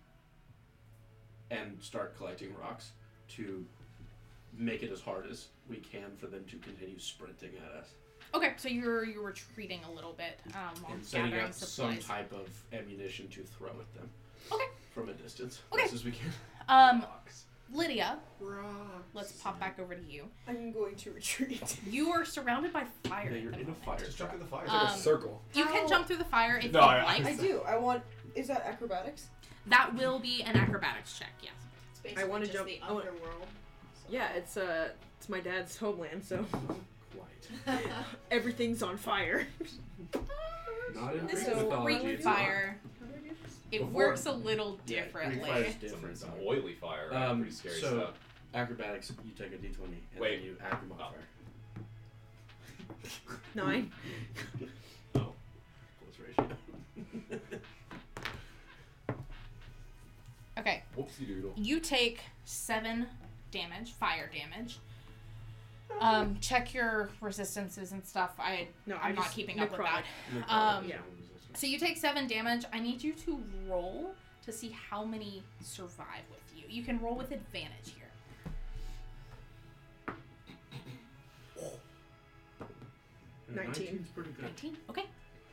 Speaker 5: and start collecting rocks to make it as hard as we can for them to continue sprinting at us.
Speaker 1: Okay, so you're you're retreating a little bit um, while
Speaker 5: and setting
Speaker 1: gathering
Speaker 5: up some
Speaker 1: supplies.
Speaker 5: type of ammunition to throw at them.
Speaker 1: Okay.
Speaker 5: From a distance.
Speaker 1: Okay.
Speaker 5: As best as we can.
Speaker 1: Um,
Speaker 7: Rocks.
Speaker 1: Lydia,
Speaker 9: Rock.
Speaker 1: let's pop back over to you.
Speaker 9: I'm going to retreat.
Speaker 1: You are surrounded by fire.
Speaker 5: Yeah,
Speaker 1: at
Speaker 5: you're
Speaker 1: the
Speaker 5: in a
Speaker 1: moment.
Speaker 5: fire.
Speaker 7: Just jump in the fire.
Speaker 1: Um,
Speaker 2: a circle.
Speaker 1: You can
Speaker 9: How-
Speaker 1: jump through the fire if
Speaker 7: No,
Speaker 1: you
Speaker 7: I-
Speaker 9: I
Speaker 1: like.
Speaker 9: do. I want. Is that acrobatics?
Speaker 1: That will be an acrobatics check. Yes.
Speaker 8: It's basically
Speaker 6: wanna
Speaker 8: just
Speaker 6: jump-
Speaker 8: the
Speaker 6: I wanna-
Speaker 8: underworld.
Speaker 6: Yeah, it's uh, it's my dad's homeland, so
Speaker 5: Quite.
Speaker 6: everything's on fire.
Speaker 5: Not in
Speaker 1: This
Speaker 5: Greek
Speaker 1: is
Speaker 5: mythology.
Speaker 1: Greek
Speaker 5: it's not.
Speaker 1: fire. It
Speaker 5: uh, Before-
Speaker 1: works a little
Speaker 5: Yeah,
Speaker 1: differently.
Speaker 5: Greek fire is
Speaker 7: Some,
Speaker 5: different.
Speaker 7: some
Speaker 5: dog.
Speaker 7: oily fire. right?
Speaker 5: Um,
Speaker 7: Pretty scary
Speaker 5: so-
Speaker 7: stuff.
Speaker 5: Acrobatics, you take a d20 and
Speaker 7: Wait.
Speaker 5: then you add them
Speaker 7: Oh.
Speaker 5: up.
Speaker 6: Nine.
Speaker 7: Oh.
Speaker 5: Oh. Close ratio.
Speaker 1: okay.
Speaker 7: Whoopsie doodle.
Speaker 1: You take seven damage, fire damage. Um, check your resistances and stuff. I
Speaker 6: No, I
Speaker 1: I'm not
Speaker 6: just-
Speaker 1: keeping up with
Speaker 6: necrotic.
Speaker 1: that.
Speaker 5: Necrotic
Speaker 1: yeah.
Speaker 5: is also-
Speaker 1: So you take seven damage. I need you to roll to see how many survive with you. You can roll with advantage here.
Speaker 5: Yeah,
Speaker 6: 19.
Speaker 5: 19's pretty good.
Speaker 1: Nineteen. Okay.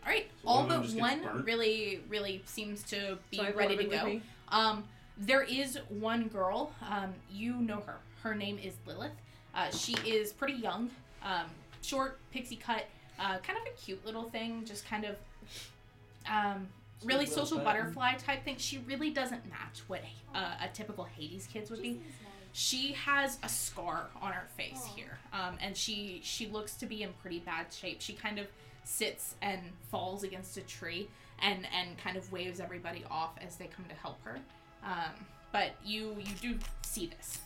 Speaker 1: All right.
Speaker 5: So
Speaker 1: All
Speaker 5: one of them
Speaker 1: but
Speaker 5: just gets
Speaker 1: one
Speaker 5: burnt?
Speaker 1: really, really seems to be
Speaker 6: So I have
Speaker 1: ready to
Speaker 6: 11 with
Speaker 1: go.
Speaker 6: me.
Speaker 1: Um, there is one girl. Um, you know her. Her name is Lilith. Uh, she is pretty young, um, short, pixie cut, uh, kind of a cute little thing. Just kind of um,
Speaker 5: Sweet
Speaker 1: really
Speaker 5: little
Speaker 1: social
Speaker 5: button.
Speaker 1: butterfly type thing. She really doesn't match what uh, a typical Hades kids would be. She has a scar on her face here, um, and she she looks to be in pretty bad shape. She kind of sits and falls against a tree, and and kind of waves everybody off as they come to help her. Um, but you you do see this.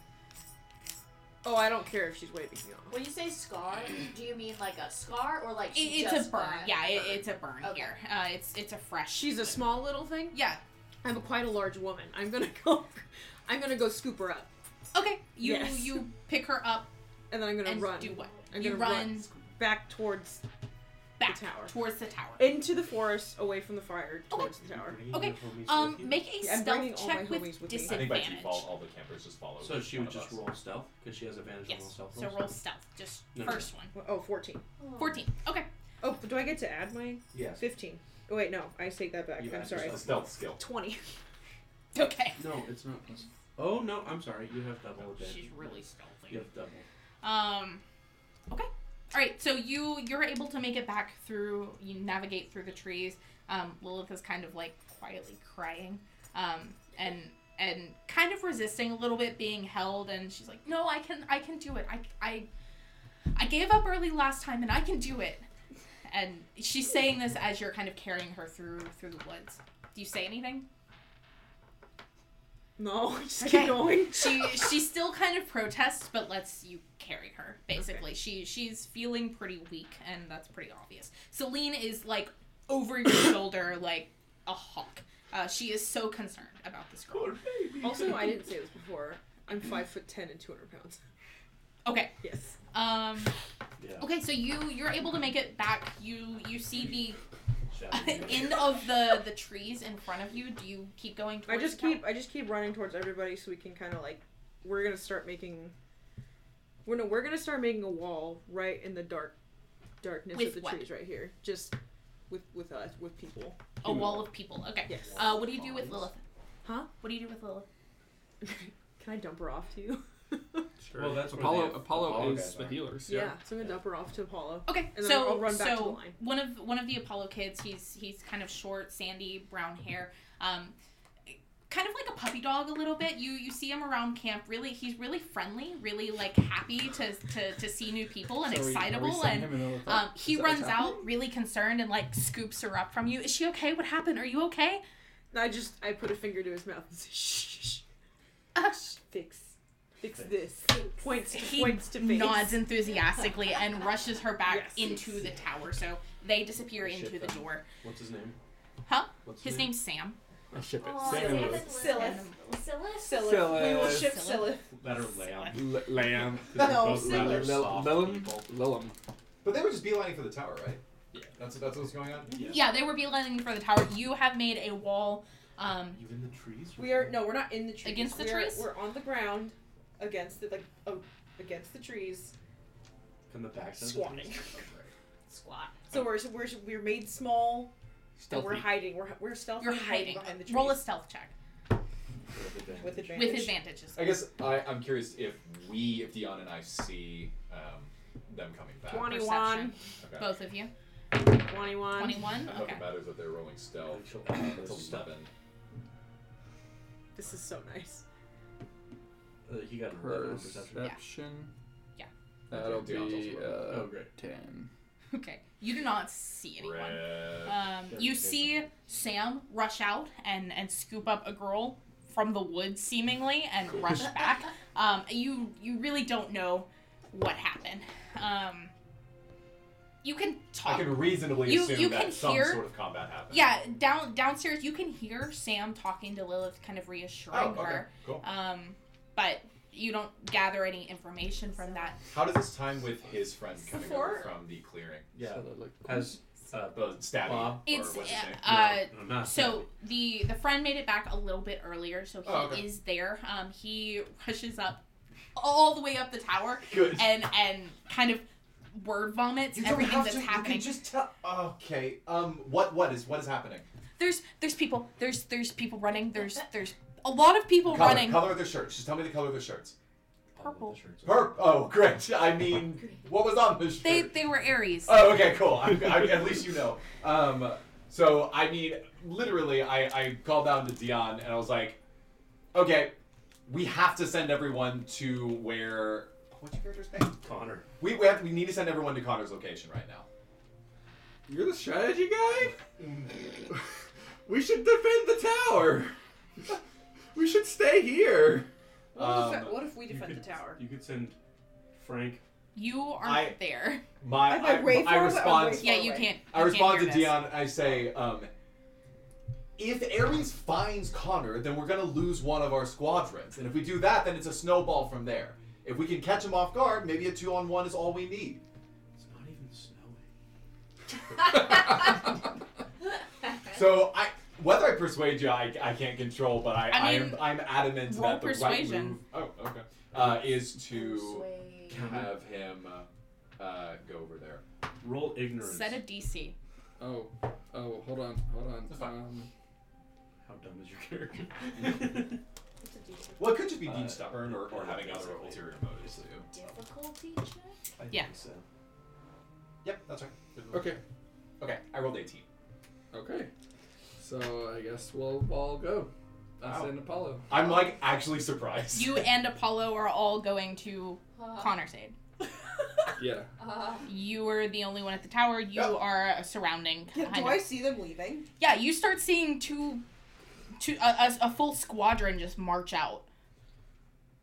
Speaker 6: Oh, I don't care if she's waving me off.
Speaker 8: When you say scar, do you mean like a scar or like
Speaker 1: It,
Speaker 8: she
Speaker 1: it's
Speaker 8: just
Speaker 1: a burn.
Speaker 8: got-
Speaker 1: Yeah, it, it's a burn
Speaker 8: Okay.
Speaker 1: here. Uh, it's it's a fresh.
Speaker 6: She's a small little thing.
Speaker 1: yeah.
Speaker 6: I'm a quite a large woman. I'm gonna go. I'm gonna go scoop her up,
Speaker 1: Okay. You
Speaker 6: Yes.
Speaker 1: you pick her up
Speaker 6: and then I'm gonna
Speaker 1: and
Speaker 6: run.
Speaker 1: do what?
Speaker 6: I'm
Speaker 1: you
Speaker 6: gonna
Speaker 1: run,
Speaker 6: back towards
Speaker 1: back
Speaker 6: tower.
Speaker 1: towards the tower.
Speaker 6: into the forest, away from the fire, towards the tower.
Speaker 1: Okay, um, make a
Speaker 6: Yeah, I'm bringing
Speaker 1: stealth
Speaker 6: all my
Speaker 1: check with,
Speaker 6: homies with me. I
Speaker 7: I think by
Speaker 1: disadvantage.
Speaker 7: default, all the campers just follow.
Speaker 5: So she
Speaker 7: one
Speaker 5: would
Speaker 7: of us.
Speaker 5: just roll stealth because she has advantage on all
Speaker 1: yes.
Speaker 5: stealth
Speaker 1: So
Speaker 5: rolls.
Speaker 1: roll stealth. Just
Speaker 5: No, no,
Speaker 1: first one.
Speaker 6: Oh, 14.
Speaker 1: Fourteen. Okay.
Speaker 6: Oh, do I get to add my
Speaker 5: Yes.
Speaker 6: 15? Oh, wait, no, I take that back.
Speaker 5: You
Speaker 6: I'm
Speaker 5: add
Speaker 6: sorry.
Speaker 7: It's a stealth skill.
Speaker 6: 20.
Speaker 1: Okay.
Speaker 5: No, it's not. plus- Oh no, I'm sorry. You have double advantage.
Speaker 1: Oh, She's really stealthy.
Speaker 5: You have double.
Speaker 1: Um, okay. All right. So you you're able to make it back through. You navigate through the trees. Um, Lilith is kind of like quietly crying, um, and and kind of resisting a little bit being held. And she's like, "No, I can I can do it. I I I gave up early last time, and I can do it." And she's saying this as you're kind of carrying her through through the woods. Do you say anything?
Speaker 6: No, just
Speaker 1: Okay.
Speaker 6: keep going.
Speaker 1: she she still kind of protests but lets you carry her basically she she's feeling pretty weak and that's pretty obvious celine is like over your shoulder like a hawk uh, she is so concerned about this girl
Speaker 6: Also, I didn't say this before. I'm 5 foot 10 and 200 pounds.
Speaker 1: okay
Speaker 6: Yes.
Speaker 1: um
Speaker 5: Yeah.
Speaker 1: okay so you you're able to make it back you you see
Speaker 5: Shadow
Speaker 1: the
Speaker 5: damage.
Speaker 1: end of the the trees in front of you do you keep going
Speaker 6: I
Speaker 1: towards
Speaker 6: just
Speaker 1: the tower?
Speaker 6: keep I just keep running towards everybody so we can kind of like we're going to start making we're no, we're going to start making a wall right in the dark darkness
Speaker 1: With
Speaker 6: of the
Speaker 1: what?
Speaker 6: trees right here. Just with with us with people.
Speaker 1: a wall of people okay
Speaker 6: Yes.
Speaker 1: uh what do you do with lilith
Speaker 6: Huh?
Speaker 1: what do you do with lilith
Speaker 6: Can I dump her off to you?
Speaker 5: Sure. Well, that's where
Speaker 2: Apollo,
Speaker 5: the-
Speaker 2: Apollo,
Speaker 5: Apollo
Speaker 2: is
Speaker 5: guys
Speaker 2: the
Speaker 5: are.
Speaker 2: healers.
Speaker 6: Yeah,
Speaker 2: Yeah.
Speaker 6: so I'm gonna dump her off to Apollo.
Speaker 1: Okay,
Speaker 6: And then
Speaker 1: so
Speaker 6: I'll run back to
Speaker 1: so
Speaker 6: the line.
Speaker 1: one of one of the Apollo kids. He's he's kind of short, sandy, brown hair, um, kind of like a puppy dog a little bit. You you see him around camp. Really, he's really friendly, really like happy to to, to see new people and
Speaker 2: So are we- are we
Speaker 1: excitable.
Speaker 2: sending
Speaker 1: and
Speaker 2: him another
Speaker 1: um,
Speaker 2: thought?
Speaker 1: he
Speaker 2: Is that what's
Speaker 1: runs
Speaker 2: happening?
Speaker 1: out really concerned and like scoops her up from you. Is she okay? What happened? Are you okay?
Speaker 6: And I just I put a finger to his mouth and say shh, shh, shh.
Speaker 1: Uh,
Speaker 6: fix, fix
Speaker 5: Fix.
Speaker 6: this. Points to
Speaker 1: he
Speaker 6: points to face.
Speaker 1: nods enthusiastically and rushes her back
Speaker 6: Yes.
Speaker 1: into the tower. So they disappear
Speaker 5: Shit,
Speaker 1: into the
Speaker 5: then.
Speaker 1: door.
Speaker 5: What's his name?
Speaker 1: Huh?
Speaker 5: What's
Speaker 1: His name's Sam.
Speaker 2: I ship it.
Speaker 8: Aw,
Speaker 2: Sam
Speaker 8: damn
Speaker 2: and
Speaker 8: it,
Speaker 2: Lilith.
Speaker 8: Lilith. Lilith?
Speaker 9: Silith. We will
Speaker 2: Silith.
Speaker 9: ship
Speaker 1: Silith.
Speaker 9: Silith.
Speaker 5: Let her lay on.
Speaker 2: L- Lamb.
Speaker 9: No,
Speaker 5: Both rather
Speaker 9: Silith.
Speaker 5: soft
Speaker 2: Lillum.
Speaker 5: people.
Speaker 2: Lillum.
Speaker 7: But they were just beelining for the tower, right?
Speaker 5: Yeah.
Speaker 7: That's that's what's going on.
Speaker 5: Yeah.
Speaker 1: Yeah, they were beelining for the tower. You have made a wall. Um,
Speaker 5: You in the trees?
Speaker 6: We are no, we're not in the trees.
Speaker 1: Against the
Speaker 6: we're,
Speaker 1: trees?
Speaker 6: We're on the ground, against the like oh, against the trees,
Speaker 5: From the back side.
Speaker 6: squatting.
Speaker 1: squat.
Speaker 6: So we're we're we're made small. And we're
Speaker 2: Stealthy.
Speaker 6: hiding. We're we're stealthy.
Speaker 1: You're
Speaker 6: and
Speaker 1: hiding.
Speaker 6: behind the trees.
Speaker 1: Roll a stealth check
Speaker 6: with advantage.
Speaker 1: with advantages.
Speaker 7: I guess I, I'm curious if we, if Dion and I see um, them coming back.
Speaker 6: Twenty.
Speaker 1: Perception.
Speaker 6: 21.
Speaker 7: Okay.
Speaker 1: Both of you.
Speaker 6: Twenty-one.
Speaker 7: I
Speaker 1: Twenty-one.
Speaker 7: don't know if
Speaker 1: Okay.
Speaker 7: it matters that they're rolling stealth. That's
Speaker 5: Stuff.
Speaker 7: 11.
Speaker 6: This is so nice.
Speaker 5: Uh, he got an 11 on perception.
Speaker 2: Perception.
Speaker 1: Yeah.
Speaker 2: That'll be uh,
Speaker 5: Oh, great.
Speaker 2: ten.
Speaker 1: Okay. You do not see anyone.
Speaker 7: Red.
Speaker 1: Um, you
Speaker 5: Yeah,
Speaker 1: see Sam rush out and and scoop up a girl from the woods, seemingly, and rush back. Um, you you really don't know what happened. Um, you can
Speaker 7: I
Speaker 1: talk.
Speaker 7: can reasonably
Speaker 1: You-
Speaker 7: assume
Speaker 1: you
Speaker 7: that
Speaker 1: can
Speaker 7: some
Speaker 1: hear-
Speaker 7: sort of combat happened.
Speaker 1: Yeah, down downstairs you can hear Sam talking to Lilith, kind of reassuring
Speaker 7: Oh, okay.
Speaker 1: her.
Speaker 7: Cool.
Speaker 1: Um, but you don't gather any information from that.
Speaker 7: How does this time with his friend coming over
Speaker 9: Before-
Speaker 7: from the clearing?
Speaker 5: Yeah.
Speaker 2: So that look cool.
Speaker 5: As uh,
Speaker 7: The stabby.
Speaker 5: Bob?
Speaker 7: Or
Speaker 1: It's
Speaker 7: what's his name?
Speaker 1: uh,
Speaker 5: no, not
Speaker 1: so the the friend made it back a little bit earlier, so he
Speaker 7: Oh, okay.
Speaker 1: is there. Um, he rushes up all the way up the tower
Speaker 7: Good.
Speaker 1: and and kind of word vomits
Speaker 7: You don't
Speaker 1: everything
Speaker 7: have
Speaker 1: that's
Speaker 7: to, You
Speaker 1: happening.
Speaker 7: can just tell. Okay. Um. What? What is? What is happening?
Speaker 1: There's there's people. There's there's people running. There's there's a lot of people
Speaker 7: color,
Speaker 1: running.
Speaker 7: color of their shirts. Just tell me the color of their shirts.
Speaker 5: All of the
Speaker 1: purple.
Speaker 5: shirts are-
Speaker 7: Her. Oh, great. I mean, what was on the shirt?
Speaker 1: They they were Aries.
Speaker 7: Oh, okay, cool. I, I, at least you know. Um, so I mean, literally, I, I called down to Dion and I was like, okay, we have to send everyone to where. What's your character's name?
Speaker 5: Connor.
Speaker 7: We we, have, we need to send everyone to Connor's location right now.
Speaker 2: You're the strategy guy? we should defend the tower! we should stay here!
Speaker 9: What, if,
Speaker 7: Um,
Speaker 9: what if we
Speaker 5: you
Speaker 9: defend the
Speaker 5: could-
Speaker 9: tower?
Speaker 5: You could send Frank.
Speaker 1: You are
Speaker 7: I-
Speaker 1: not there.
Speaker 7: My
Speaker 9: Am I way
Speaker 7: I
Speaker 9: forward or
Speaker 7: respond
Speaker 9: way
Speaker 1: Yeah,
Speaker 9: far
Speaker 1: you
Speaker 9: away.
Speaker 1: can't.
Speaker 7: I
Speaker 1: you
Speaker 7: respond
Speaker 1: can't
Speaker 7: to
Speaker 1: hear this.
Speaker 7: Dion. I say, um, if Ares finds Connor, then we're gonna lose one of our squadrons, and if we do that, then it's a snowball from there. If we can catch him off guard, maybe a two-on-one is all we need.
Speaker 5: It's not even snowing.
Speaker 7: So I, whether I persuade you, I, I can't control, but I, I,
Speaker 1: I
Speaker 7: am
Speaker 1: mean,
Speaker 7: I'm adamant
Speaker 1: roll
Speaker 7: that the
Speaker 1: persuasion.
Speaker 7: right move. Oh, okay. Uh, is to
Speaker 8: Persuade.
Speaker 7: have him uh, uh, go over there.
Speaker 5: Roll ignorance.
Speaker 1: Set a DC.
Speaker 2: Oh, oh, hold on, hold on.
Speaker 7: That's fine.
Speaker 2: Um,
Speaker 5: How dumb is your character?
Speaker 6: It's a decent.
Speaker 7: Well, it could just be
Speaker 5: Uh,
Speaker 7: being stubborn or, or having other
Speaker 5: basically.
Speaker 7: ulterior motives too.
Speaker 8: Difficulty check?
Speaker 5: I
Speaker 1: Yeah.
Speaker 5: Think so.
Speaker 7: Yep, that's right.
Speaker 2: okay,
Speaker 7: Okay, I rolled 18.
Speaker 2: okay. So I guess we'll all go. Us
Speaker 7: Wow.
Speaker 2: and Apollo.
Speaker 7: I'm like actually surprised.
Speaker 1: You and Apollo are all going to
Speaker 8: Huh.
Speaker 1: Connor's aid.
Speaker 2: Yeah.
Speaker 8: Uh,
Speaker 1: You are the only one at the tower. You
Speaker 7: Yeah.
Speaker 1: are surrounding.
Speaker 9: Yeah,
Speaker 1: kind
Speaker 9: do
Speaker 1: of.
Speaker 9: I see them leaving?
Speaker 1: Yeah, you start seeing two, two a, a, a full squadron just march out.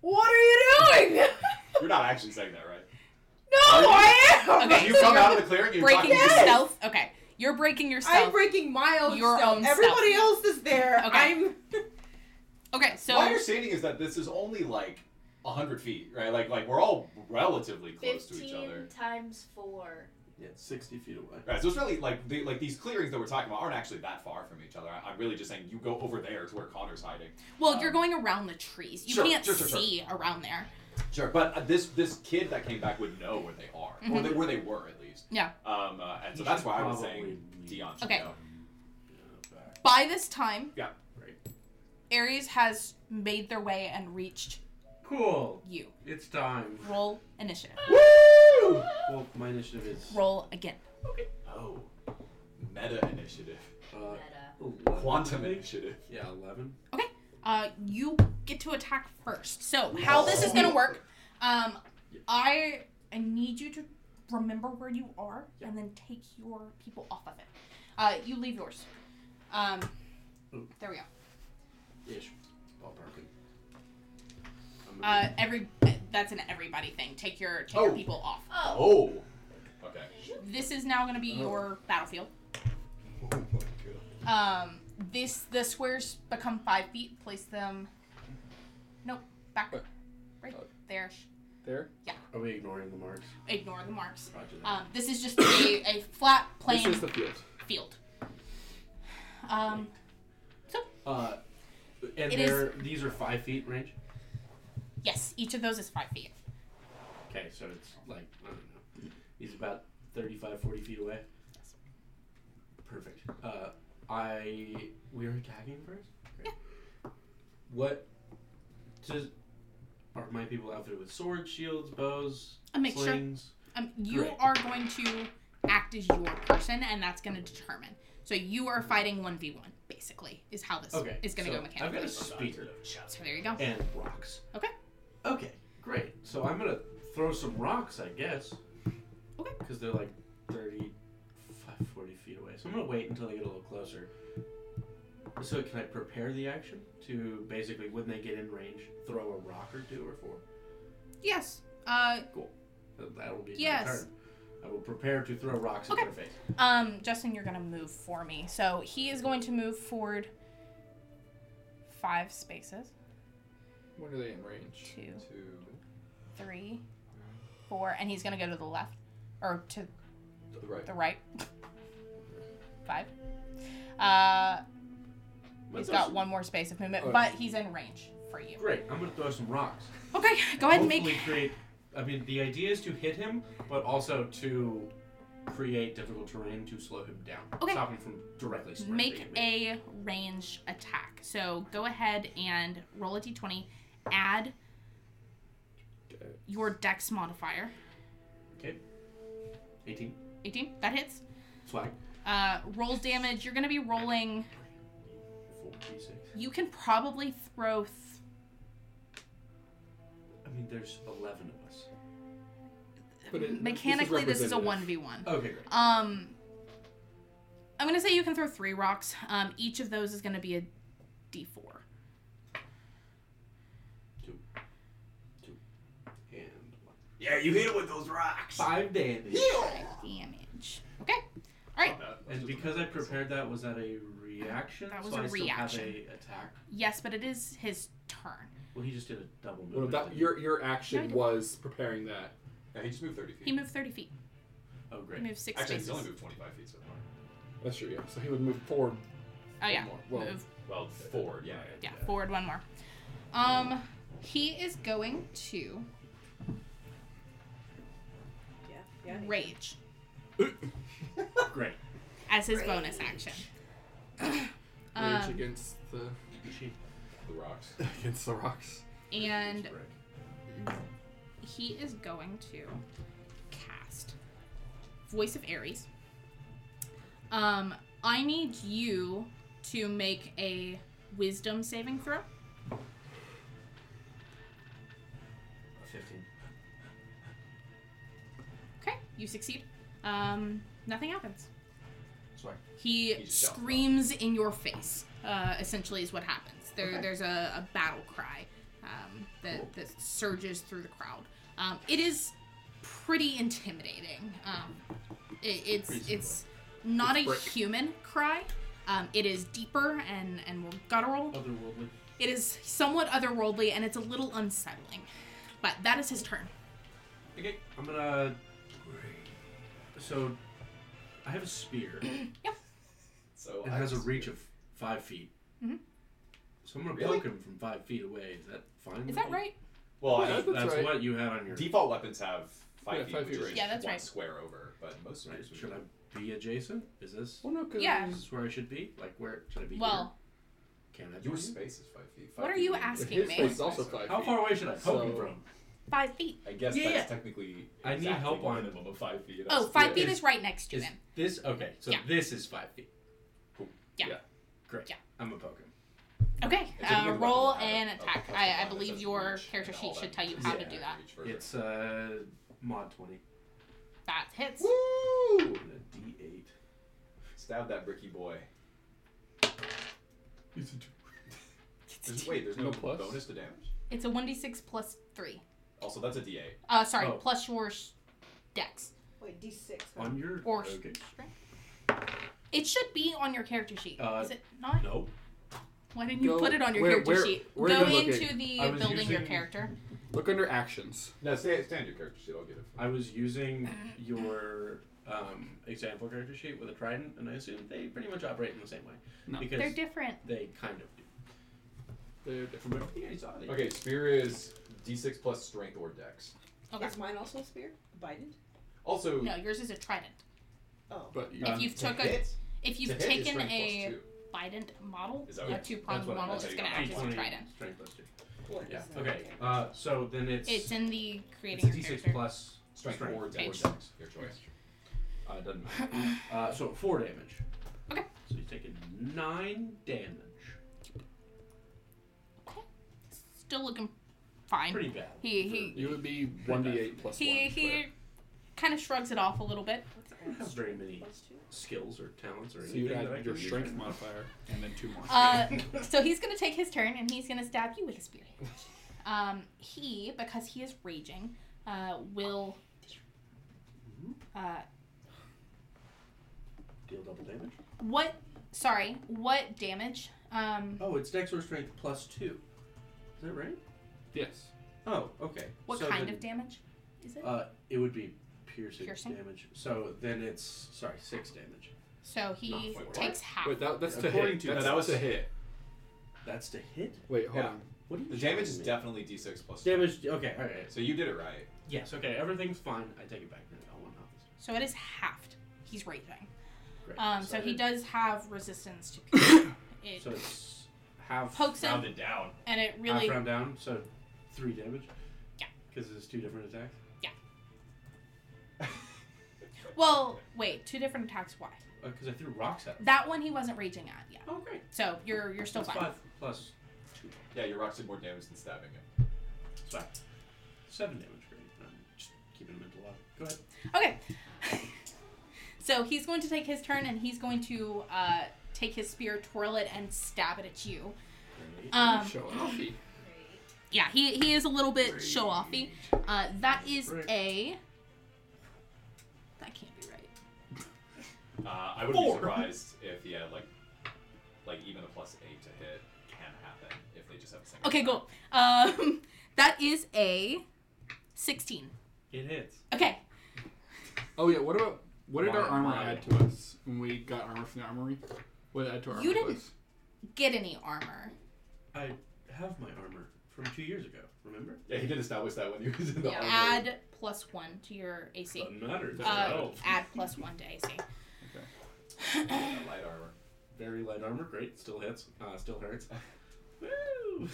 Speaker 9: What are you doing?
Speaker 7: You're not actually saying that, right?
Speaker 9: no, I am.
Speaker 1: Okay,
Speaker 7: you
Speaker 1: so
Speaker 7: come
Speaker 1: you're
Speaker 7: out of the clearing. You're
Speaker 1: breaking
Speaker 7: talking
Speaker 1: your
Speaker 9: Yes!
Speaker 1: stealth. Okay, you're breaking your
Speaker 9: I'm
Speaker 1: stealth.
Speaker 9: breaking my own
Speaker 1: Your
Speaker 9: stealth.
Speaker 1: own
Speaker 9: Everybody
Speaker 1: stealth.
Speaker 9: else is there.
Speaker 1: Okay.
Speaker 9: I'm.
Speaker 1: okay, so
Speaker 7: My understanding is that this is only like hundred feet, right? Like, like we're all relatively close to each other.
Speaker 8: Fifteen times four.
Speaker 5: Yeah, it's 60 feet away.
Speaker 7: Right, so it's really like the, like these clearings that we're talking about aren't actually that far from each other. I, I'm really just saying you go over there to where Connor's hiding.
Speaker 1: well, you're going around the trees. You
Speaker 7: Sure,
Speaker 1: can't
Speaker 7: sure, sure, sure.
Speaker 1: see around there.
Speaker 7: Sure, but uh, this this kid that came back would know where they are, or they, where they were at least.
Speaker 1: Mm-hmm. Yeah.
Speaker 7: Um, uh, and so
Speaker 5: You
Speaker 7: that's
Speaker 5: should
Speaker 7: why I was
Speaker 5: probably
Speaker 7: saying
Speaker 5: leave.
Speaker 7: Dion should
Speaker 1: Okay.
Speaker 7: know.
Speaker 5: Yeah, back.
Speaker 1: By this time,
Speaker 7: Yeah,
Speaker 5: right.
Speaker 1: Ares has made their way and reached
Speaker 5: Cool.
Speaker 1: you.
Speaker 5: It's time.
Speaker 1: Roll initiative.
Speaker 7: Woo!
Speaker 5: Well, my initiative is
Speaker 1: Roll again.
Speaker 7: Oh, meta initiative,
Speaker 5: uh,
Speaker 8: Meta.
Speaker 5: 11,
Speaker 7: quantum
Speaker 5: I think.
Speaker 7: initiative.
Speaker 5: Yeah, 11.
Speaker 1: Uh, you get to attack first. So how this is gonna work? Um, I I need you to remember where you are and then take your people off of it. Uh, you leave yours. Um,
Speaker 5: Ooh.
Speaker 1: there we go.
Speaker 5: Ish. Ballparking. I'm gonna-
Speaker 1: Uh, every that's an everybody thing. Take your take your
Speaker 7: Oh.
Speaker 1: people off.
Speaker 8: Oh.
Speaker 7: Oh. Okay.
Speaker 1: This is now gonna be
Speaker 5: Uh-huh.
Speaker 2: Oh.
Speaker 1: your battlefield.
Speaker 7: Oh my god.
Speaker 1: Um, this the squares become five feet. Place them. Nope, back.
Speaker 2: What?
Speaker 1: Right
Speaker 5: Uh.
Speaker 2: Oh.
Speaker 1: there.
Speaker 2: There?
Speaker 1: Uh,
Speaker 5: Are we ignoring the marks?
Speaker 1: Ignore the marks.
Speaker 5: Roger that.
Speaker 1: Um, this is just a, a flat, plain
Speaker 2: This is the field.
Speaker 1: field. Um,
Speaker 5: Uh, and
Speaker 1: It is-
Speaker 5: they're, these are five feet range?
Speaker 1: yes, each of those is five feet.
Speaker 5: Okay, so it's like, I don't know. He's about 35, 40 feet away.
Speaker 1: Yes.
Speaker 5: Perfect. Uh, I. We are attacking first? Great. What. Does, are my people outfitted with swords, shields, bows,
Speaker 1: A mixture.
Speaker 5: slings?
Speaker 1: Um, you
Speaker 5: Great.
Speaker 1: are going to act as your person, and that's going to determine. So you are fighting one v one, basically, is how this
Speaker 5: Okay.
Speaker 1: is going to
Speaker 5: so
Speaker 1: go
Speaker 5: I've got
Speaker 1: mechanically.
Speaker 5: a spear
Speaker 1: So there you go.
Speaker 5: and rocks.
Speaker 1: Okay.
Speaker 5: Okay, great. So I'm gonna throw some rocks, I guess.
Speaker 1: Okay.
Speaker 5: Because they're like 35, 40 feet away. So I'm gonna wait until they get a little closer. So can I prepare the action to basically, when they get in range, throw a rock or two or four?
Speaker 1: Yes. Uh,
Speaker 5: That- That will be my
Speaker 1: Yes.
Speaker 5: turn. I will prepare to throw rocks
Speaker 1: Okay.
Speaker 5: at their face.
Speaker 1: um, Justin, you're going to move for me. So he is going to move forward five spaces.
Speaker 2: When are they in range?
Speaker 1: Two,
Speaker 7: To
Speaker 1: three, four, and he's going to go to the left or to
Speaker 7: the right.
Speaker 1: the right. Five. Uh,
Speaker 5: I'm
Speaker 1: he's
Speaker 5: gonna throw
Speaker 1: got one more space of movement,
Speaker 2: Oh.
Speaker 1: but he's in range for you.
Speaker 5: some- Great. I'm gonna throw some rocks.
Speaker 1: Okay, go ahead and
Speaker 5: Hopefully
Speaker 1: make.
Speaker 5: create. I mean, the idea is to hit him, but also to create difficult terrain to slow him down,
Speaker 1: Okay.
Speaker 5: stop him from directly sprinting.
Speaker 1: Make
Speaker 5: at me.
Speaker 1: a range attack. So go ahead and roll a d20. Add your dex modifier.
Speaker 5: 18
Speaker 1: 18. That hits.
Speaker 5: swag
Speaker 1: Uh, roll damage. You're going to be rolling.
Speaker 5: 4d6.
Speaker 1: You can probably throw. Th-
Speaker 5: I mean, there's 11 of us.
Speaker 2: But it- this is
Speaker 1: mechanically, this is, a
Speaker 2: representative.
Speaker 1: one v one.
Speaker 5: Okay, great.
Speaker 1: Um, I'm gonna say you can throw three rocks. Um, each of those is gonna be a d4.
Speaker 5: And one. Yeah, you hit it with those rocks. Five damage.
Speaker 1: Damage. Okay. Right.
Speaker 7: Uh,
Speaker 5: And because I prepared that, was that a reaction?
Speaker 1: That was
Speaker 5: so
Speaker 1: a
Speaker 5: I still have
Speaker 1: reaction.
Speaker 5: a attack.
Speaker 1: Yes, but it is his turn.
Speaker 5: Well, he just did a double move. Oh,
Speaker 2: Well, that, your your
Speaker 1: No, I
Speaker 2: action
Speaker 1: don't.
Speaker 2: was preparing that.
Speaker 7: Yeah, he just moved 30 feet.
Speaker 1: He moved 30 feet.
Speaker 5: Oh,
Speaker 1: He
Speaker 5: great.
Speaker 1: moved six
Speaker 7: Actually,
Speaker 1: spaces.
Speaker 7: he's only moved 25 feet so far.
Speaker 2: That's true. Yeah. So he would move forward.
Speaker 1: oh yeah.
Speaker 2: More. Well,
Speaker 1: Move.
Speaker 7: Well, forward, yeah.
Speaker 1: Yeah, forward one more. Um, he is going to
Speaker 6: Yeah, yeah.
Speaker 1: rage
Speaker 5: Great.
Speaker 1: as his bonus action.
Speaker 2: rage
Speaker 1: Um,
Speaker 2: against the
Speaker 7: The rocks.
Speaker 2: against the rocks.
Speaker 1: and
Speaker 5: Great.
Speaker 1: he is going to cast Voice of Ares. Um, I need you to make a Wisdom saving throw.
Speaker 5: 15.
Speaker 1: Okay, you succeed. Um, nothing happens.
Speaker 4: Sorry.
Speaker 1: He
Speaker 7: He's down.
Speaker 1: screams in your face. Uh, essentially, is what happens. There,
Speaker 4: Okay.
Speaker 1: there's a, a battle cry um, that that surges through the crowd. Um, it is pretty intimidating. Um, it, it's
Speaker 5: Reasonably.
Speaker 1: it's not
Speaker 2: It's
Speaker 1: a
Speaker 2: brick.
Speaker 1: human cry. Um, it is deeper and and more guttural.
Speaker 5: Oh. Otherworldly.
Speaker 1: It is somewhat otherworldly and it's a little unsettling. But that is his turn.
Speaker 5: Okay, I'm gonna. So, I have a spear. it
Speaker 7: So I
Speaker 5: has a
Speaker 7: just-
Speaker 5: reach of five feet.
Speaker 1: Mhm.
Speaker 5: So I'm gonna
Speaker 7: Really?
Speaker 5: poke him from five feet away. Is that fine?
Speaker 1: Is
Speaker 5: with
Speaker 1: that
Speaker 5: you?
Speaker 1: right?
Speaker 7: Well, I
Speaker 2: Yeah,
Speaker 7: think
Speaker 2: that's
Speaker 5: That's
Speaker 2: right.
Speaker 5: what you had on your.
Speaker 7: default weapons have five
Speaker 2: Yeah,
Speaker 7: feet,
Speaker 2: five
Speaker 7: which
Speaker 2: feet
Speaker 7: is
Speaker 2: range.
Speaker 1: Yeah, that's
Speaker 7: one
Speaker 1: right.
Speaker 7: square over, but most
Speaker 5: Right,
Speaker 7: ranges would
Speaker 5: Should
Speaker 7: be-
Speaker 5: I be adjacent? Is this?
Speaker 2: Well, no, 'cause
Speaker 1: Yeah.
Speaker 5: Is this where I should be? Like where should I be?
Speaker 1: Well,
Speaker 5: here? can I?
Speaker 7: Your
Speaker 5: be here?
Speaker 7: space is five feet. Five
Speaker 1: What are
Speaker 7: feet
Speaker 1: you
Speaker 7: range.
Speaker 1: asking?
Speaker 2: His
Speaker 1: me.
Speaker 2: face is also five
Speaker 5: How
Speaker 2: feet.
Speaker 5: far away should I poke him
Speaker 2: So-
Speaker 5: from?
Speaker 1: five feet.
Speaker 7: I guess
Speaker 5: Yeah.
Speaker 7: that's technically.
Speaker 5: I need
Speaker 7: exactly
Speaker 5: help on-
Speaker 7: one of them of five feet.
Speaker 1: Oh,
Speaker 7: That's
Speaker 1: five
Speaker 7: good.
Speaker 1: feet is right next to
Speaker 5: Is
Speaker 1: him.
Speaker 5: this okay? So
Speaker 1: Yeah.
Speaker 5: this is five feet. Cool.
Speaker 1: Yeah.
Speaker 7: Yeah.
Speaker 5: Great.
Speaker 1: Yeah.
Speaker 5: I'm gonna poke him.
Speaker 1: Okay,
Speaker 7: It's a
Speaker 1: uh,
Speaker 7: good
Speaker 1: roll
Speaker 7: weapon.
Speaker 1: an
Speaker 7: Uh,
Speaker 1: attack.
Speaker 7: plus
Speaker 1: I, I
Speaker 7: one, it
Speaker 1: believe
Speaker 7: says
Speaker 1: your
Speaker 7: reach
Speaker 1: character
Speaker 7: and
Speaker 1: sheet
Speaker 7: all
Speaker 1: should
Speaker 7: that.
Speaker 1: tell you how to
Speaker 5: Yeah.
Speaker 1: do that.
Speaker 7: Reach further.
Speaker 5: It's uh mod twenty.
Speaker 1: That hits.
Speaker 7: Woo!
Speaker 5: And a D eight.
Speaker 7: Stab that bricky boy.
Speaker 2: He's a two.
Speaker 7: There's, wait, there's
Speaker 2: No
Speaker 7: no,
Speaker 2: plus?
Speaker 7: bonus to damage.
Speaker 1: It's a 1d6 plus 3.
Speaker 7: Also, that's a D8.
Speaker 1: Uh, sorry,
Speaker 5: Oh.
Speaker 1: plus your sh- dex.
Speaker 9: Wait, D6.
Speaker 5: On your
Speaker 1: Or sh-
Speaker 5: okay.
Speaker 1: strength. It should be on your character sheet.
Speaker 5: Uh,
Speaker 1: Is it not?
Speaker 5: No.
Speaker 1: Why didn't you
Speaker 2: Go-
Speaker 1: put it on your
Speaker 2: where-
Speaker 1: character
Speaker 2: where-
Speaker 1: sheet?
Speaker 2: where are
Speaker 1: Go
Speaker 2: you
Speaker 1: into
Speaker 2: looking?
Speaker 1: the
Speaker 5: I was
Speaker 1: building your
Speaker 5: using-
Speaker 1: character.
Speaker 2: Look under actions.
Speaker 7: No, stay, stay on your character sheet. I'll get it.
Speaker 5: I was using your um, example character sheet with a trident, and I assume they pretty much operate in the same way
Speaker 2: No.
Speaker 5: because
Speaker 1: They're different.
Speaker 5: they kind of do.
Speaker 2: They're
Speaker 5: From
Speaker 2: different.
Speaker 5: what I think I saw, they-
Speaker 7: Okay, spear is D6 plus strength or dex.
Speaker 1: Okay.
Speaker 9: Is mine also a spear? Abidant?
Speaker 7: Also,
Speaker 1: No, yours is a trident.
Speaker 9: Oh.
Speaker 2: But you,
Speaker 5: Um,
Speaker 1: If you've
Speaker 7: to
Speaker 1: took a,
Speaker 7: hit,
Speaker 1: if
Speaker 7: to
Speaker 1: you've
Speaker 7: hit is
Speaker 1: taken
Speaker 7: strength plus
Speaker 1: a
Speaker 7: two.
Speaker 1: trident model,
Speaker 7: Is that
Speaker 1: a
Speaker 7: right?
Speaker 1: two
Speaker 5: That's
Speaker 1: pronged
Speaker 5: what I-
Speaker 1: model,
Speaker 7: that's
Speaker 1: it's
Speaker 7: how
Speaker 1: going
Speaker 7: you
Speaker 1: to act as a
Speaker 5: 20
Speaker 1: trident.
Speaker 5: Strength plus two.
Speaker 9: What
Speaker 5: Yeah.
Speaker 9: is that?
Speaker 5: Okay. Uh, so then it's
Speaker 1: It's in the
Speaker 5: it's
Speaker 1: creating
Speaker 5: a
Speaker 1: your
Speaker 5: D6
Speaker 1: character.
Speaker 5: plus
Speaker 7: strength,
Speaker 5: strength.
Speaker 7: or dex.
Speaker 1: Page.
Speaker 7: Or dex. Your choice.
Speaker 5: Uh, it doesn't matter. Uh, so four damage.
Speaker 1: Okay.
Speaker 5: So he's taking nine damage.
Speaker 1: Still looking fine.
Speaker 5: Pretty bad.
Speaker 1: He he
Speaker 2: you would be one d eight plus one.
Speaker 1: he he kind of shrugs it off a little bit.
Speaker 9: What's
Speaker 5: I don't have
Speaker 9: that?
Speaker 5: very many
Speaker 9: Plus two?
Speaker 5: skills or talents or
Speaker 2: So
Speaker 5: anything.
Speaker 2: you would
Speaker 5: that I
Speaker 2: add your
Speaker 5: can use.
Speaker 2: strength modifier and then two more.
Speaker 1: Uh, so he's gonna take his turn and he's gonna stab you with his spear. Um, he because he is raging, uh, will. Uh,
Speaker 5: Deal double damage.
Speaker 1: what? Sorry, what damage? Um,
Speaker 5: Oh, it's dex or strength plus two. Is that right?
Speaker 2: yes.
Speaker 5: Oh, okay.
Speaker 1: what
Speaker 5: So
Speaker 1: kind
Speaker 5: then,
Speaker 1: of damage? Is it?
Speaker 5: Uh, it would be piercing,
Speaker 1: Piercing?
Speaker 5: damage. So then it's sorry, six damage.
Speaker 1: so he
Speaker 5: not four.
Speaker 1: takes half.
Speaker 2: Wait, that, that's to
Speaker 7: According
Speaker 2: hit.
Speaker 7: to-
Speaker 2: that's,
Speaker 7: no, that was
Speaker 2: to
Speaker 7: to
Speaker 2: hit.
Speaker 5: That's to hit.
Speaker 2: Wait, hold
Speaker 7: Yeah.
Speaker 2: on.
Speaker 5: What do you?
Speaker 7: The damage is
Speaker 5: mean?
Speaker 7: definitely D6 plus strength.
Speaker 5: Damage. Okay. All right.
Speaker 7: So you did it right.
Speaker 5: Yes. Okay. Everything's fine. I take it back. I want not this.
Speaker 1: So it is halved. He's raging.
Speaker 5: Great.
Speaker 1: Um, so,
Speaker 5: I
Speaker 1: he
Speaker 5: did-
Speaker 1: does have resistance to piercing. it,
Speaker 5: So it's half
Speaker 1: Pokes him.
Speaker 5: rounded down.
Speaker 1: and it really
Speaker 5: Half round down. So three damage.
Speaker 1: Yeah.
Speaker 5: Because it's two different attacks.
Speaker 1: Well, wait, two different attacks. Why?
Speaker 5: Because Uh, I threw rocks at him.
Speaker 1: That one he wasn't raging at yet.
Speaker 5: Oh great.
Speaker 1: So you're you're still
Speaker 5: That's
Speaker 1: fine.
Speaker 5: five. plus
Speaker 7: Yeah, your rocks did more damage than stabbing him.
Speaker 5: so, seven damage. Great. I'm just keeping him alive. Go ahead.
Speaker 1: Okay. so he's going to take his turn and he's going to uh, take his spear, twirl it, and stab it at you.
Speaker 5: Great.
Speaker 1: Um,
Speaker 2: Show off.
Speaker 1: yeah, he, he is a little bit show offy. Uh, that is
Speaker 5: Great.
Speaker 1: a. That can't be right.
Speaker 7: Uh, I would be
Speaker 4: Four.
Speaker 7: surprised if he had like, like even a plus eight to hit can happen if they just have a single.
Speaker 1: Okay,
Speaker 7: attack.
Speaker 1: cool. Um, that is a 16.
Speaker 5: It hits.
Speaker 1: Okay.
Speaker 2: Oh yeah. What about what did our
Speaker 7: Why-
Speaker 2: armor
Speaker 7: why?
Speaker 2: add to us when we got armor from the armory? What did it add to our
Speaker 1: You
Speaker 2: armor?
Speaker 1: didn't-
Speaker 2: class?
Speaker 1: Get any armor.
Speaker 5: I have my armor from two years ago. Remember?
Speaker 7: Yeah, he did establish that when he was in the
Speaker 8: Yeah.
Speaker 7: armor.
Speaker 1: Add plus one to your AC.
Speaker 5: Doesn't matter.
Speaker 1: Uh,
Speaker 5: Oh.
Speaker 1: add plus one to AC.
Speaker 7: Yeah, light armor.
Speaker 5: Very light armor. Great. Still hits. Uh, still hurts. Woo!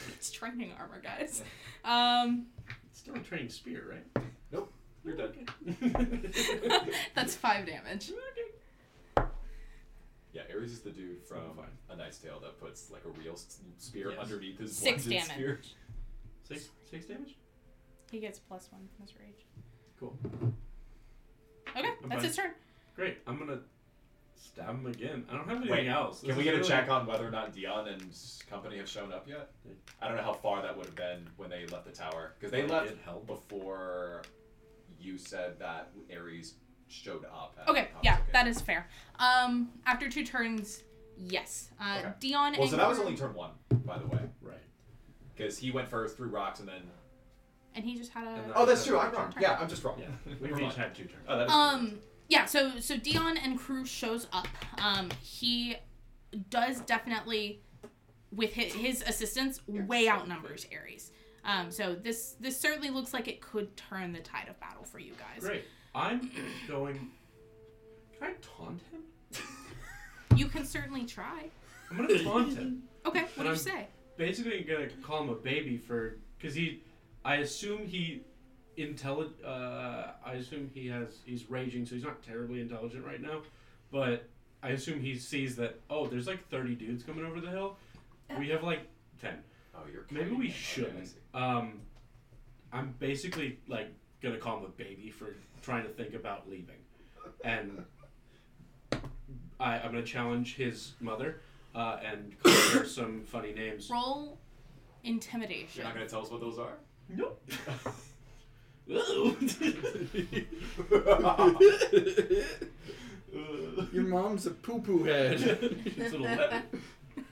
Speaker 1: It's training armor, guys. Um,
Speaker 5: It's still a training spear, right?
Speaker 7: Nope, you're dead.
Speaker 5: Okay.
Speaker 1: that's five damage.
Speaker 7: Yeah, Ares is the dude from
Speaker 5: Fine.
Speaker 7: A Knight's Tale that puts like a real s- spear
Speaker 5: Yes.
Speaker 7: underneath his
Speaker 1: Six
Speaker 7: blunted
Speaker 1: damage.
Speaker 7: spear.
Speaker 5: Six, six damage.
Speaker 1: He gets plus one from his rage.
Speaker 5: Cool.
Speaker 1: Okay,
Speaker 5: I'm
Speaker 1: that's
Speaker 5: fine.
Speaker 1: his turn.
Speaker 5: Great. I'm gonna stab him again. I don't have anything
Speaker 7: Wait,
Speaker 5: else.
Speaker 7: Can we get a check on whether or not Dion and company have shown up yet? I don't know how far that would have been when they left the tower because they
Speaker 5: I
Speaker 7: left
Speaker 5: did help.
Speaker 7: before you said that Ares showed up. At
Speaker 1: Okay, yeah, that is fair. Um, after two turns, yes. Uh,
Speaker 7: Okay.
Speaker 1: Dion.
Speaker 7: Well, so
Speaker 1: and
Speaker 7: that was
Speaker 1: Gru-
Speaker 7: only turn one, by the way,
Speaker 5: Right.
Speaker 7: because he went first through rocks and then.
Speaker 1: And he just had
Speaker 5: And
Speaker 1: a.
Speaker 5: Oh, that's
Speaker 1: true, I'm wrong. Yeah,
Speaker 7: I'm just wrong.
Speaker 5: Yeah. We've each had two turns.
Speaker 7: Oh, that is
Speaker 1: Um, yeah. So so Dion and crew shows up. Um, he does definitely, with his, his assistance, way outnumbers Ares. Um, so this this certainly looks like it could turn the tide of battle for you guys.
Speaker 5: Great. I'm going. Can I taunt him?
Speaker 1: You can certainly try.
Speaker 5: I'm gonna taunt him.
Speaker 1: Okay, what
Speaker 5: And
Speaker 1: do you
Speaker 5: I'm-
Speaker 1: say?
Speaker 5: Basically, gonna call him a baby for because he. I assume he, intelli- uh, I assume he has. He's raging, so he's not terribly intelligent right now, but I assume he sees that. Oh, there's like 30 dudes coming over the hill. We have like 10.
Speaker 7: Oh, you're.
Speaker 5: Maybe
Speaker 7: kidding
Speaker 5: we
Speaker 7: me. Okay, I
Speaker 5: shouldn't.
Speaker 7: see.
Speaker 5: Um, I'm basically like gonna call him a baby for trying to think about leaving, and I, I'm gonna challenge his mother uh, and call her some funny names.
Speaker 1: Roll intimidation.
Speaker 7: You're not gonna tell us what those are.
Speaker 5: Nope. Ooh.
Speaker 2: Your mom's a poo poo head.
Speaker 5: it's an 11. Do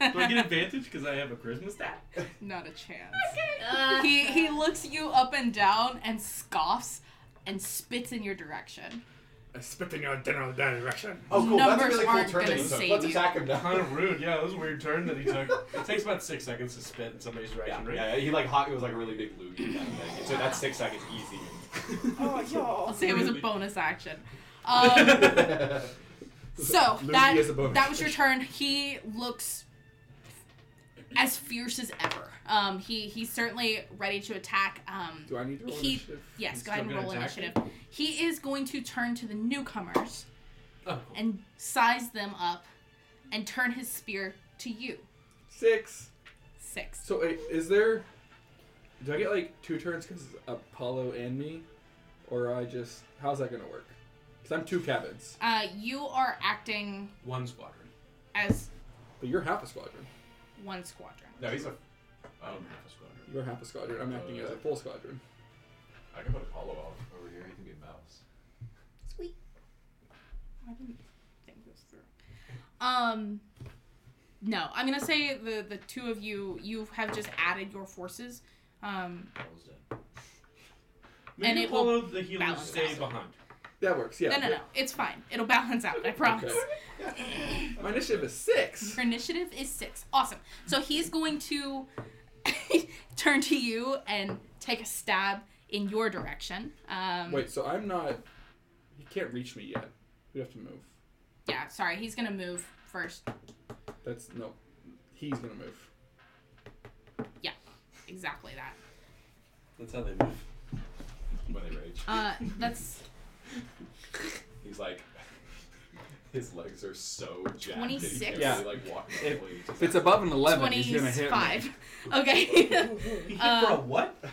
Speaker 5: I get advantage because I have a Christmas stat?
Speaker 1: Not a chance.
Speaker 8: Uh,
Speaker 1: He he looks you up and down and scoffs and spits in your direction.
Speaker 2: I spit in your general direction.
Speaker 7: Oh, cool. That's
Speaker 1: Numbers
Speaker 7: a really cool
Speaker 1: aren't
Speaker 7: turn that
Speaker 1: gonna
Speaker 7: he took.
Speaker 1: save
Speaker 7: Let's
Speaker 1: you.
Speaker 7: attack him
Speaker 5: Kind
Speaker 7: now.
Speaker 5: of rude. Yeah, that was a weird turn that he took. It takes about six seconds to spit in somebody's
Speaker 7: Yeah,
Speaker 5: direction, right?
Speaker 7: yeah, he like hot. It was like a really big loogie kind of thing. And so that's six seconds easy.
Speaker 9: Oh, y'all.
Speaker 1: I'll say it was a bonus action. Um, so
Speaker 2: Lucy
Speaker 1: that
Speaker 2: is a bonus
Speaker 1: that was your turn. He looks as fierce as ever. Um, he he's certainly ready to attack. Um,
Speaker 2: Do I need to roll
Speaker 1: He-
Speaker 2: initiative?
Speaker 1: yes,
Speaker 5: He's
Speaker 1: go ahead and
Speaker 5: still
Speaker 1: roll
Speaker 5: gonna attack
Speaker 1: initiative. He is going to turn to the newcomers
Speaker 5: Oh, cool.
Speaker 1: and size them up, and turn his spear to you.
Speaker 2: Six.
Speaker 1: Six.
Speaker 2: So wait, is there? Do I get like two turns because Apollo and me, or I just? How's that gonna work? Because I'm two cabins,
Speaker 1: Uh, you are acting
Speaker 5: One squadron.
Speaker 1: as
Speaker 2: but you're half a squadron.
Speaker 1: one squadron.
Speaker 7: No, he's a.
Speaker 5: I don't
Speaker 7: Um,
Speaker 5: have a squadron.
Speaker 2: You're half a squadron. I'm acting as a full squadron.
Speaker 7: I can put Apollo out over here. He can be a mouse.
Speaker 8: sweet.
Speaker 1: I didn't think this through. Um, no, I'm gonna say the the two of you you have just added your forces. Um,
Speaker 5: Apollo's dead.
Speaker 1: And
Speaker 5: Maybe
Speaker 1: it will
Speaker 5: Apollo the healer
Speaker 1: balance
Speaker 5: stay
Speaker 1: out.
Speaker 5: behind.
Speaker 2: That works. Yeah.
Speaker 1: no, no, no, it's fine. It'll balance out. I promise.
Speaker 2: My initiative is six.
Speaker 1: Your initiative is six. Awesome. So he's going to turn to you and take a stab in your direction. Um,
Speaker 2: Wait, so I'm not. He can't reach me yet. We have to move.
Speaker 1: Yeah, sorry. He's gonna move first.
Speaker 2: That's no. He's gonna move.
Speaker 1: Exactly that.
Speaker 5: That's how they move.
Speaker 7: When they rage,
Speaker 1: Uh, that's
Speaker 7: he's like. His legs are so jacked.
Speaker 1: 26?
Speaker 7: That he
Speaker 2: Yeah.
Speaker 7: can barely, like, walk
Speaker 2: If-
Speaker 7: normally.
Speaker 2: If it's above an 11, he's going to hit me.
Speaker 1: 25. Okay.
Speaker 4: He hit
Speaker 1: Uh,
Speaker 4: for a what?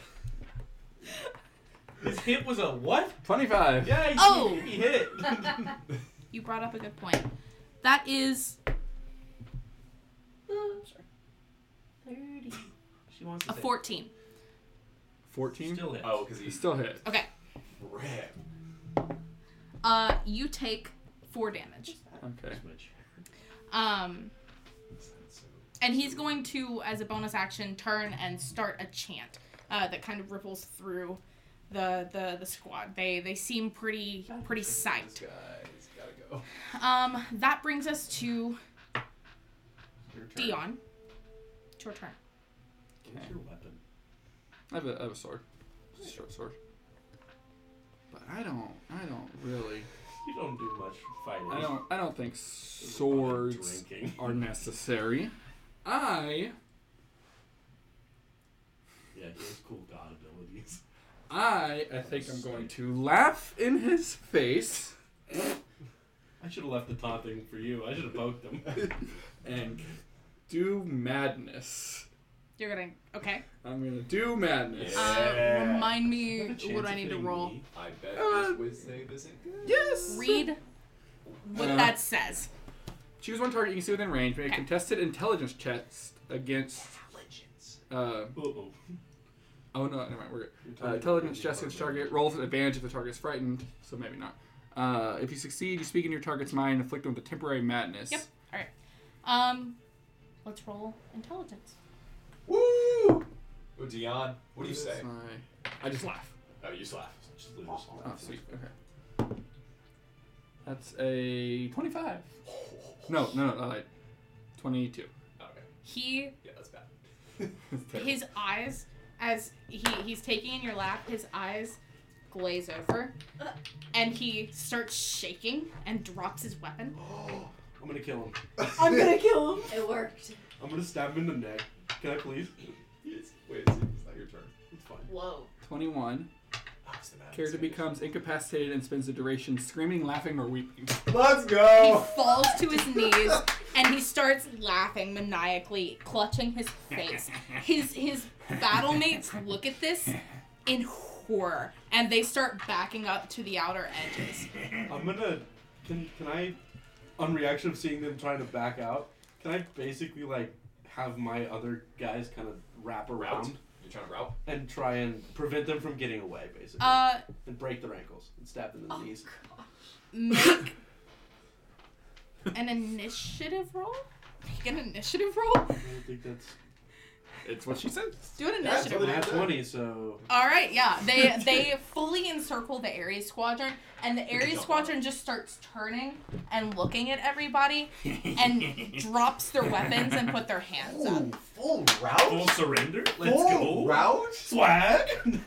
Speaker 4: His hit was a what?
Speaker 2: 25.
Speaker 4: Yeah, he,
Speaker 1: Oh.
Speaker 4: he hit.
Speaker 1: you brought up a good point. That is
Speaker 3: Thirty.
Speaker 4: she wants to
Speaker 1: a 14.
Speaker 2: 14?
Speaker 4: Still hit.
Speaker 7: Oh, because
Speaker 2: He
Speaker 7: he's
Speaker 2: still hit.
Speaker 7: red.
Speaker 1: Uh, you take 4 damage.
Speaker 2: Okay.
Speaker 5: Switch.
Speaker 1: Um, and he's going to, as a bonus action, turn and start a chant uh, that kind of ripples through the, the, the squad. They they seem pretty pretty
Speaker 7: This
Speaker 1: psyched.
Speaker 7: guy's gotta go.
Speaker 1: Um, that brings us to
Speaker 5: Your turn.
Speaker 1: Dion. It's your turn.
Speaker 5: What's your weapon?
Speaker 2: I have a, I have a sword. It's a short sword. But I don't, I don't really,
Speaker 5: You don't do much fighting.
Speaker 2: I don't, I don't think
Speaker 5: There's a lot of
Speaker 2: swords
Speaker 5: Drinking.
Speaker 2: are necessary. I,
Speaker 5: Yeah, he has cool god abilities.
Speaker 2: I, I think I'm going to laugh in his face
Speaker 5: I should have left the taunting for you. I should have poked him.
Speaker 2: and do madness.
Speaker 1: You're gonna okay.
Speaker 2: I'm gonna do madness.
Speaker 7: Yeah.
Speaker 1: Uh,
Speaker 7: Yeah.
Speaker 1: remind
Speaker 5: Have a
Speaker 1: me
Speaker 5: chance
Speaker 1: what
Speaker 5: of
Speaker 1: I need to
Speaker 5: hitting
Speaker 1: roll.
Speaker 5: me.
Speaker 7: I bet
Speaker 2: Uh,
Speaker 7: this whiz save isn't good.
Speaker 2: Yes.
Speaker 1: Read what
Speaker 5: Uh-huh.
Speaker 2: Uh,
Speaker 1: that says.
Speaker 2: Choose one target you can see within range. Make a
Speaker 1: Okay.
Speaker 2: contested intelligence test against. Uh,
Speaker 5: Uh-oh.
Speaker 2: oh no, never mind. We're good.
Speaker 5: You're
Speaker 2: Uh,
Speaker 5: totally
Speaker 2: intelligence
Speaker 5: breaking
Speaker 2: checks against
Speaker 5: apart,
Speaker 2: target rolls with advantage if the target is frightened, so maybe not. Uh, if you succeed, you speak into your target's mind and afflict them with a temporary madness.
Speaker 1: Yep. Um, let's roll intelligence.
Speaker 7: Woo! Oh, Dion, what do you
Speaker 2: That's
Speaker 7: say?
Speaker 2: my- I just laugh.
Speaker 7: Oh, you slap.
Speaker 5: right? Just lose.
Speaker 2: Oh, sweet. Okay. That's a 25. No, no, no, not like 22.
Speaker 7: Okay.
Speaker 1: He
Speaker 7: Yeah, that's bad.
Speaker 1: his eyes as he he's taking in your lap. His eyes glaze over, and he starts shaking and drops his weapon.
Speaker 5: Oh, I'm gonna kill him.
Speaker 9: I'm gonna kill him.
Speaker 8: It worked.
Speaker 5: I'm gonna stab him in the neck. Can I please?
Speaker 7: Yes. Wait, it's, it's not your turn.
Speaker 5: It's fine.
Speaker 8: Whoa.
Speaker 2: 21.
Speaker 7: Oh, it's the madness
Speaker 2: Character
Speaker 7: finish.
Speaker 2: becomes incapacitated and spends the duration screaming, laughing, or weeping.
Speaker 7: Let's
Speaker 1: He
Speaker 7: go!
Speaker 1: falls to his knees and he starts laughing maniacally, clutching his face. His his battle mates look at this in horror and they start backing up to the outer edges.
Speaker 5: I'm gonna. Can can I, on reaction of seeing them trying to back out, can I basically like have my other guys kind of wrap around
Speaker 7: Route? You're trying to route?
Speaker 5: and try and prevent them from getting away, basically,
Speaker 1: Uh, oh,
Speaker 5: and break their ankles and stab them in the knees.
Speaker 1: make an initiative roll. Make an initiative roll.
Speaker 5: I don't think that's
Speaker 2: It's what she said.
Speaker 1: Do an
Speaker 7: That's
Speaker 1: initiative.
Speaker 7: what
Speaker 1: roll.
Speaker 7: it
Speaker 5: nat
Speaker 7: is.
Speaker 5: twenty. So
Speaker 1: All right, yeah. They they fully encircle the area squadron, and the area squadron just starts turning and looking at everybody, and drops their weapons and put their hands up.
Speaker 7: Ooh, full route?
Speaker 5: surrender.
Speaker 7: Full route?
Speaker 5: Swag.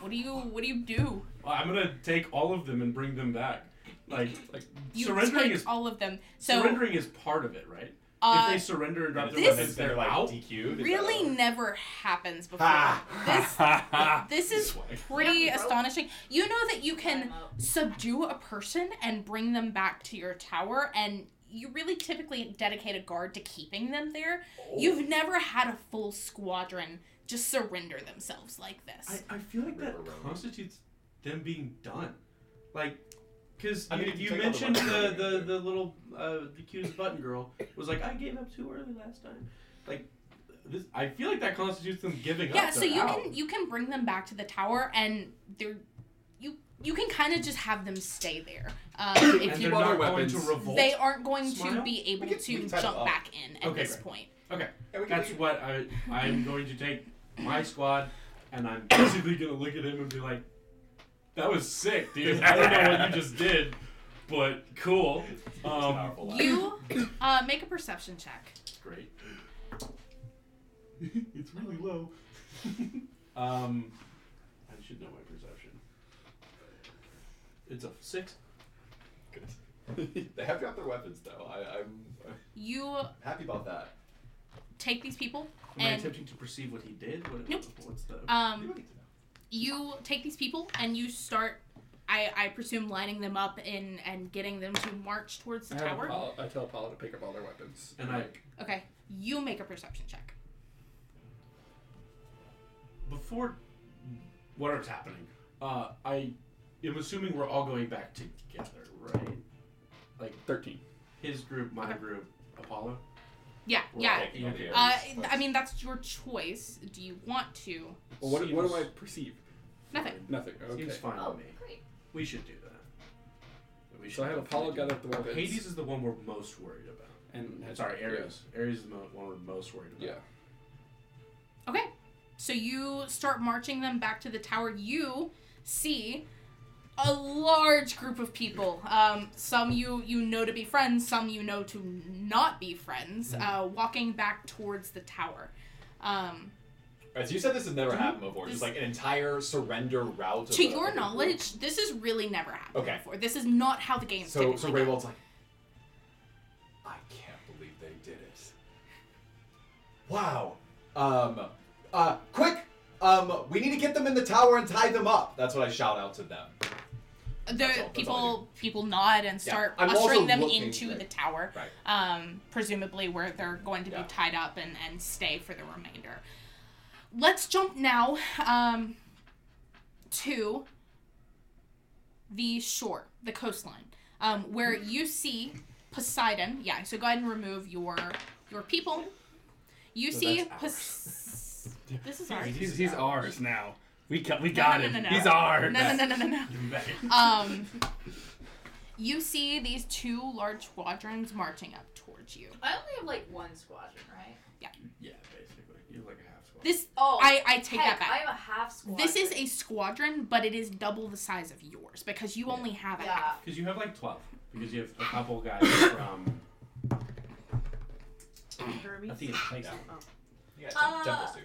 Speaker 1: What do you What do you do?
Speaker 5: I'm gonna take all of them and bring them back. Like like
Speaker 1: You
Speaker 5: surrendering
Speaker 1: take
Speaker 5: is
Speaker 1: all of them. So
Speaker 5: surrendering is part of it, right? if
Speaker 1: uh,
Speaker 5: they surrender and drop their
Speaker 1: This-
Speaker 5: weapons, they're out.
Speaker 7: DQ'd.
Speaker 1: really never happens before.
Speaker 7: Ha!
Speaker 1: This this is
Speaker 7: Swag.
Speaker 1: pretty
Speaker 8: Yeah, bro.
Speaker 1: astonishing. You know that you can
Speaker 8: Time out.
Speaker 1: subdue a person and bring them back to your tower and you really typically dedicate a guard to keeping them there.
Speaker 5: Oh.
Speaker 1: You've never had a full squadron just surrender themselves like this.
Speaker 5: I, I feel like that
Speaker 7: River Road.
Speaker 5: constitutes them being done. Like, because
Speaker 7: I mean,
Speaker 5: you,
Speaker 7: if you take
Speaker 5: you
Speaker 7: all the
Speaker 5: mentioned
Speaker 7: weapons
Speaker 5: the,
Speaker 7: away,
Speaker 5: the,
Speaker 7: you're
Speaker 5: the little, uh, the cutest button girl was like, I gave up too early last time. Like, this, I feel like that constitutes them giving up.
Speaker 1: yeah, so
Speaker 5: They're
Speaker 1: you
Speaker 5: out.
Speaker 1: can you can bring them back to the tower and they're you you can kind of just have them stay there. Um,
Speaker 5: And
Speaker 1: if
Speaker 5: they're
Speaker 1: you
Speaker 2: all
Speaker 5: not
Speaker 2: their
Speaker 5: going to
Speaker 2: weapons.
Speaker 5: revolt.
Speaker 1: they aren't going
Speaker 5: Smile?
Speaker 1: to be able
Speaker 7: can- we
Speaker 1: to
Speaker 7: can type it
Speaker 1: jump
Speaker 7: up.
Speaker 1: back in at
Speaker 5: Okay,
Speaker 1: this
Speaker 5: great.
Speaker 1: point.
Speaker 5: That's what I I'm going to take my squad, and I'm basically gonna look at him and be like, "That was sick, dude. I don't know what you just did, but cool. Um,
Speaker 7: Powerful laugh.
Speaker 1: You uh, make a perception check.
Speaker 5: great. it's really low. um, I should know my perception. It's a six.
Speaker 7: Good. they have got their weapons, though. I, I'm, I'm
Speaker 1: You
Speaker 7: happy about that.
Speaker 1: take these people
Speaker 5: Am I
Speaker 1: And-
Speaker 5: attempting to perceive what he did? What,
Speaker 1: Nope.
Speaker 5: What's the?
Speaker 7: You
Speaker 1: um,
Speaker 7: don't need to know.
Speaker 1: you take these people and you start I, I presume lining them up and and getting them to march towards the
Speaker 2: I, have
Speaker 1: tower.
Speaker 2: Apollo, I tell Apollo to pick up all their weapons.
Speaker 5: And I
Speaker 1: Okay, you make a perception check.
Speaker 5: before whatever's happening, uh, I am assuming we're all going back together, right?
Speaker 2: Thirteen.
Speaker 5: His group, my group, Apollo.
Speaker 1: Yeah,
Speaker 7: We're
Speaker 1: yeah.
Speaker 7: taking over the
Speaker 1: Uh,
Speaker 7: areas.
Speaker 1: I mean that's your choice. Do you want to?
Speaker 2: Well, what, what do I
Speaker 5: Seems
Speaker 2: perceive?
Speaker 1: Nothing.
Speaker 2: Nothing.
Speaker 5: fine.
Speaker 2: Okay.
Speaker 5: Seems fine
Speaker 8: Oh,
Speaker 5: to me.
Speaker 8: great.
Speaker 5: We should do that. We
Speaker 2: So I have
Speaker 5: definitely
Speaker 2: Apollo
Speaker 5: do
Speaker 2: gather
Speaker 5: that.
Speaker 2: up the weapons.
Speaker 5: Hades is the one we're most worried about.
Speaker 2: and
Speaker 5: Sorry, Ares. Ares is the mo- one we're most worried about.
Speaker 2: Yeah.
Speaker 1: Okay. So you start marching them back to the tower. You see a large group of people. Um, some you you know to be friends, some you know to not be friends.
Speaker 7: Mm-hmm.
Speaker 1: Uh, walking back towards the tower. Um,
Speaker 7: Right, so you said this has never happened before. Just
Speaker 1: This-
Speaker 7: like an entire surrender route. of
Speaker 1: to
Speaker 7: a- of a
Speaker 1: your
Speaker 7: group.
Speaker 1: knowledge, this has really never happened
Speaker 7: Okay.
Speaker 1: before. This is not how the game's
Speaker 7: So so
Speaker 1: typically done.
Speaker 7: Raywald's like, I can't believe they did it. Wow. Um. Uh. Quick. Um. We need to get them in the tower and tie them up. That's what I shout out to them.
Speaker 1: the
Speaker 7: That's all- that's all
Speaker 1: people people nod and
Speaker 7: Yeah.
Speaker 1: start
Speaker 7: I'm also
Speaker 1: ushering them
Speaker 7: looking-
Speaker 1: into
Speaker 7: right.
Speaker 1: the tower,
Speaker 7: Right.
Speaker 1: um, presumably where they're going to
Speaker 7: Yeah.
Speaker 1: be tied up and, and stay for the remainder. Let's jump now um, to the shore, the coastline, um, where you see Poseidon. Yeah, so go ahead and remove your your people. You
Speaker 5: So
Speaker 1: see,
Speaker 5: that's
Speaker 1: Pos- this is ours.
Speaker 2: He's, he's ours now. We got, we
Speaker 1: No,
Speaker 2: got
Speaker 1: no,
Speaker 2: him.
Speaker 1: no, no, no.
Speaker 2: He's ours.
Speaker 1: No, no, no, no, no, no.
Speaker 5: Give me back.
Speaker 1: Um, you see these two large squadrons marching up towards you.
Speaker 8: I only have like one squadron, right?
Speaker 5: yeah, basically. You're like a half squad.
Speaker 1: This,
Speaker 8: Oh,
Speaker 1: I, I take
Speaker 8: heck,
Speaker 1: that back.
Speaker 8: I'm a half squadron.
Speaker 1: This is a squadron, but it is double the size of yours because you only have a
Speaker 8: yeah.
Speaker 1: half.
Speaker 5: Because you have like 12. Because you have a couple guys from
Speaker 6: Hermes.
Speaker 5: Athena. Thanks.
Speaker 7: Yeah. Yeah.
Speaker 8: Uh,
Speaker 7: Tempest too.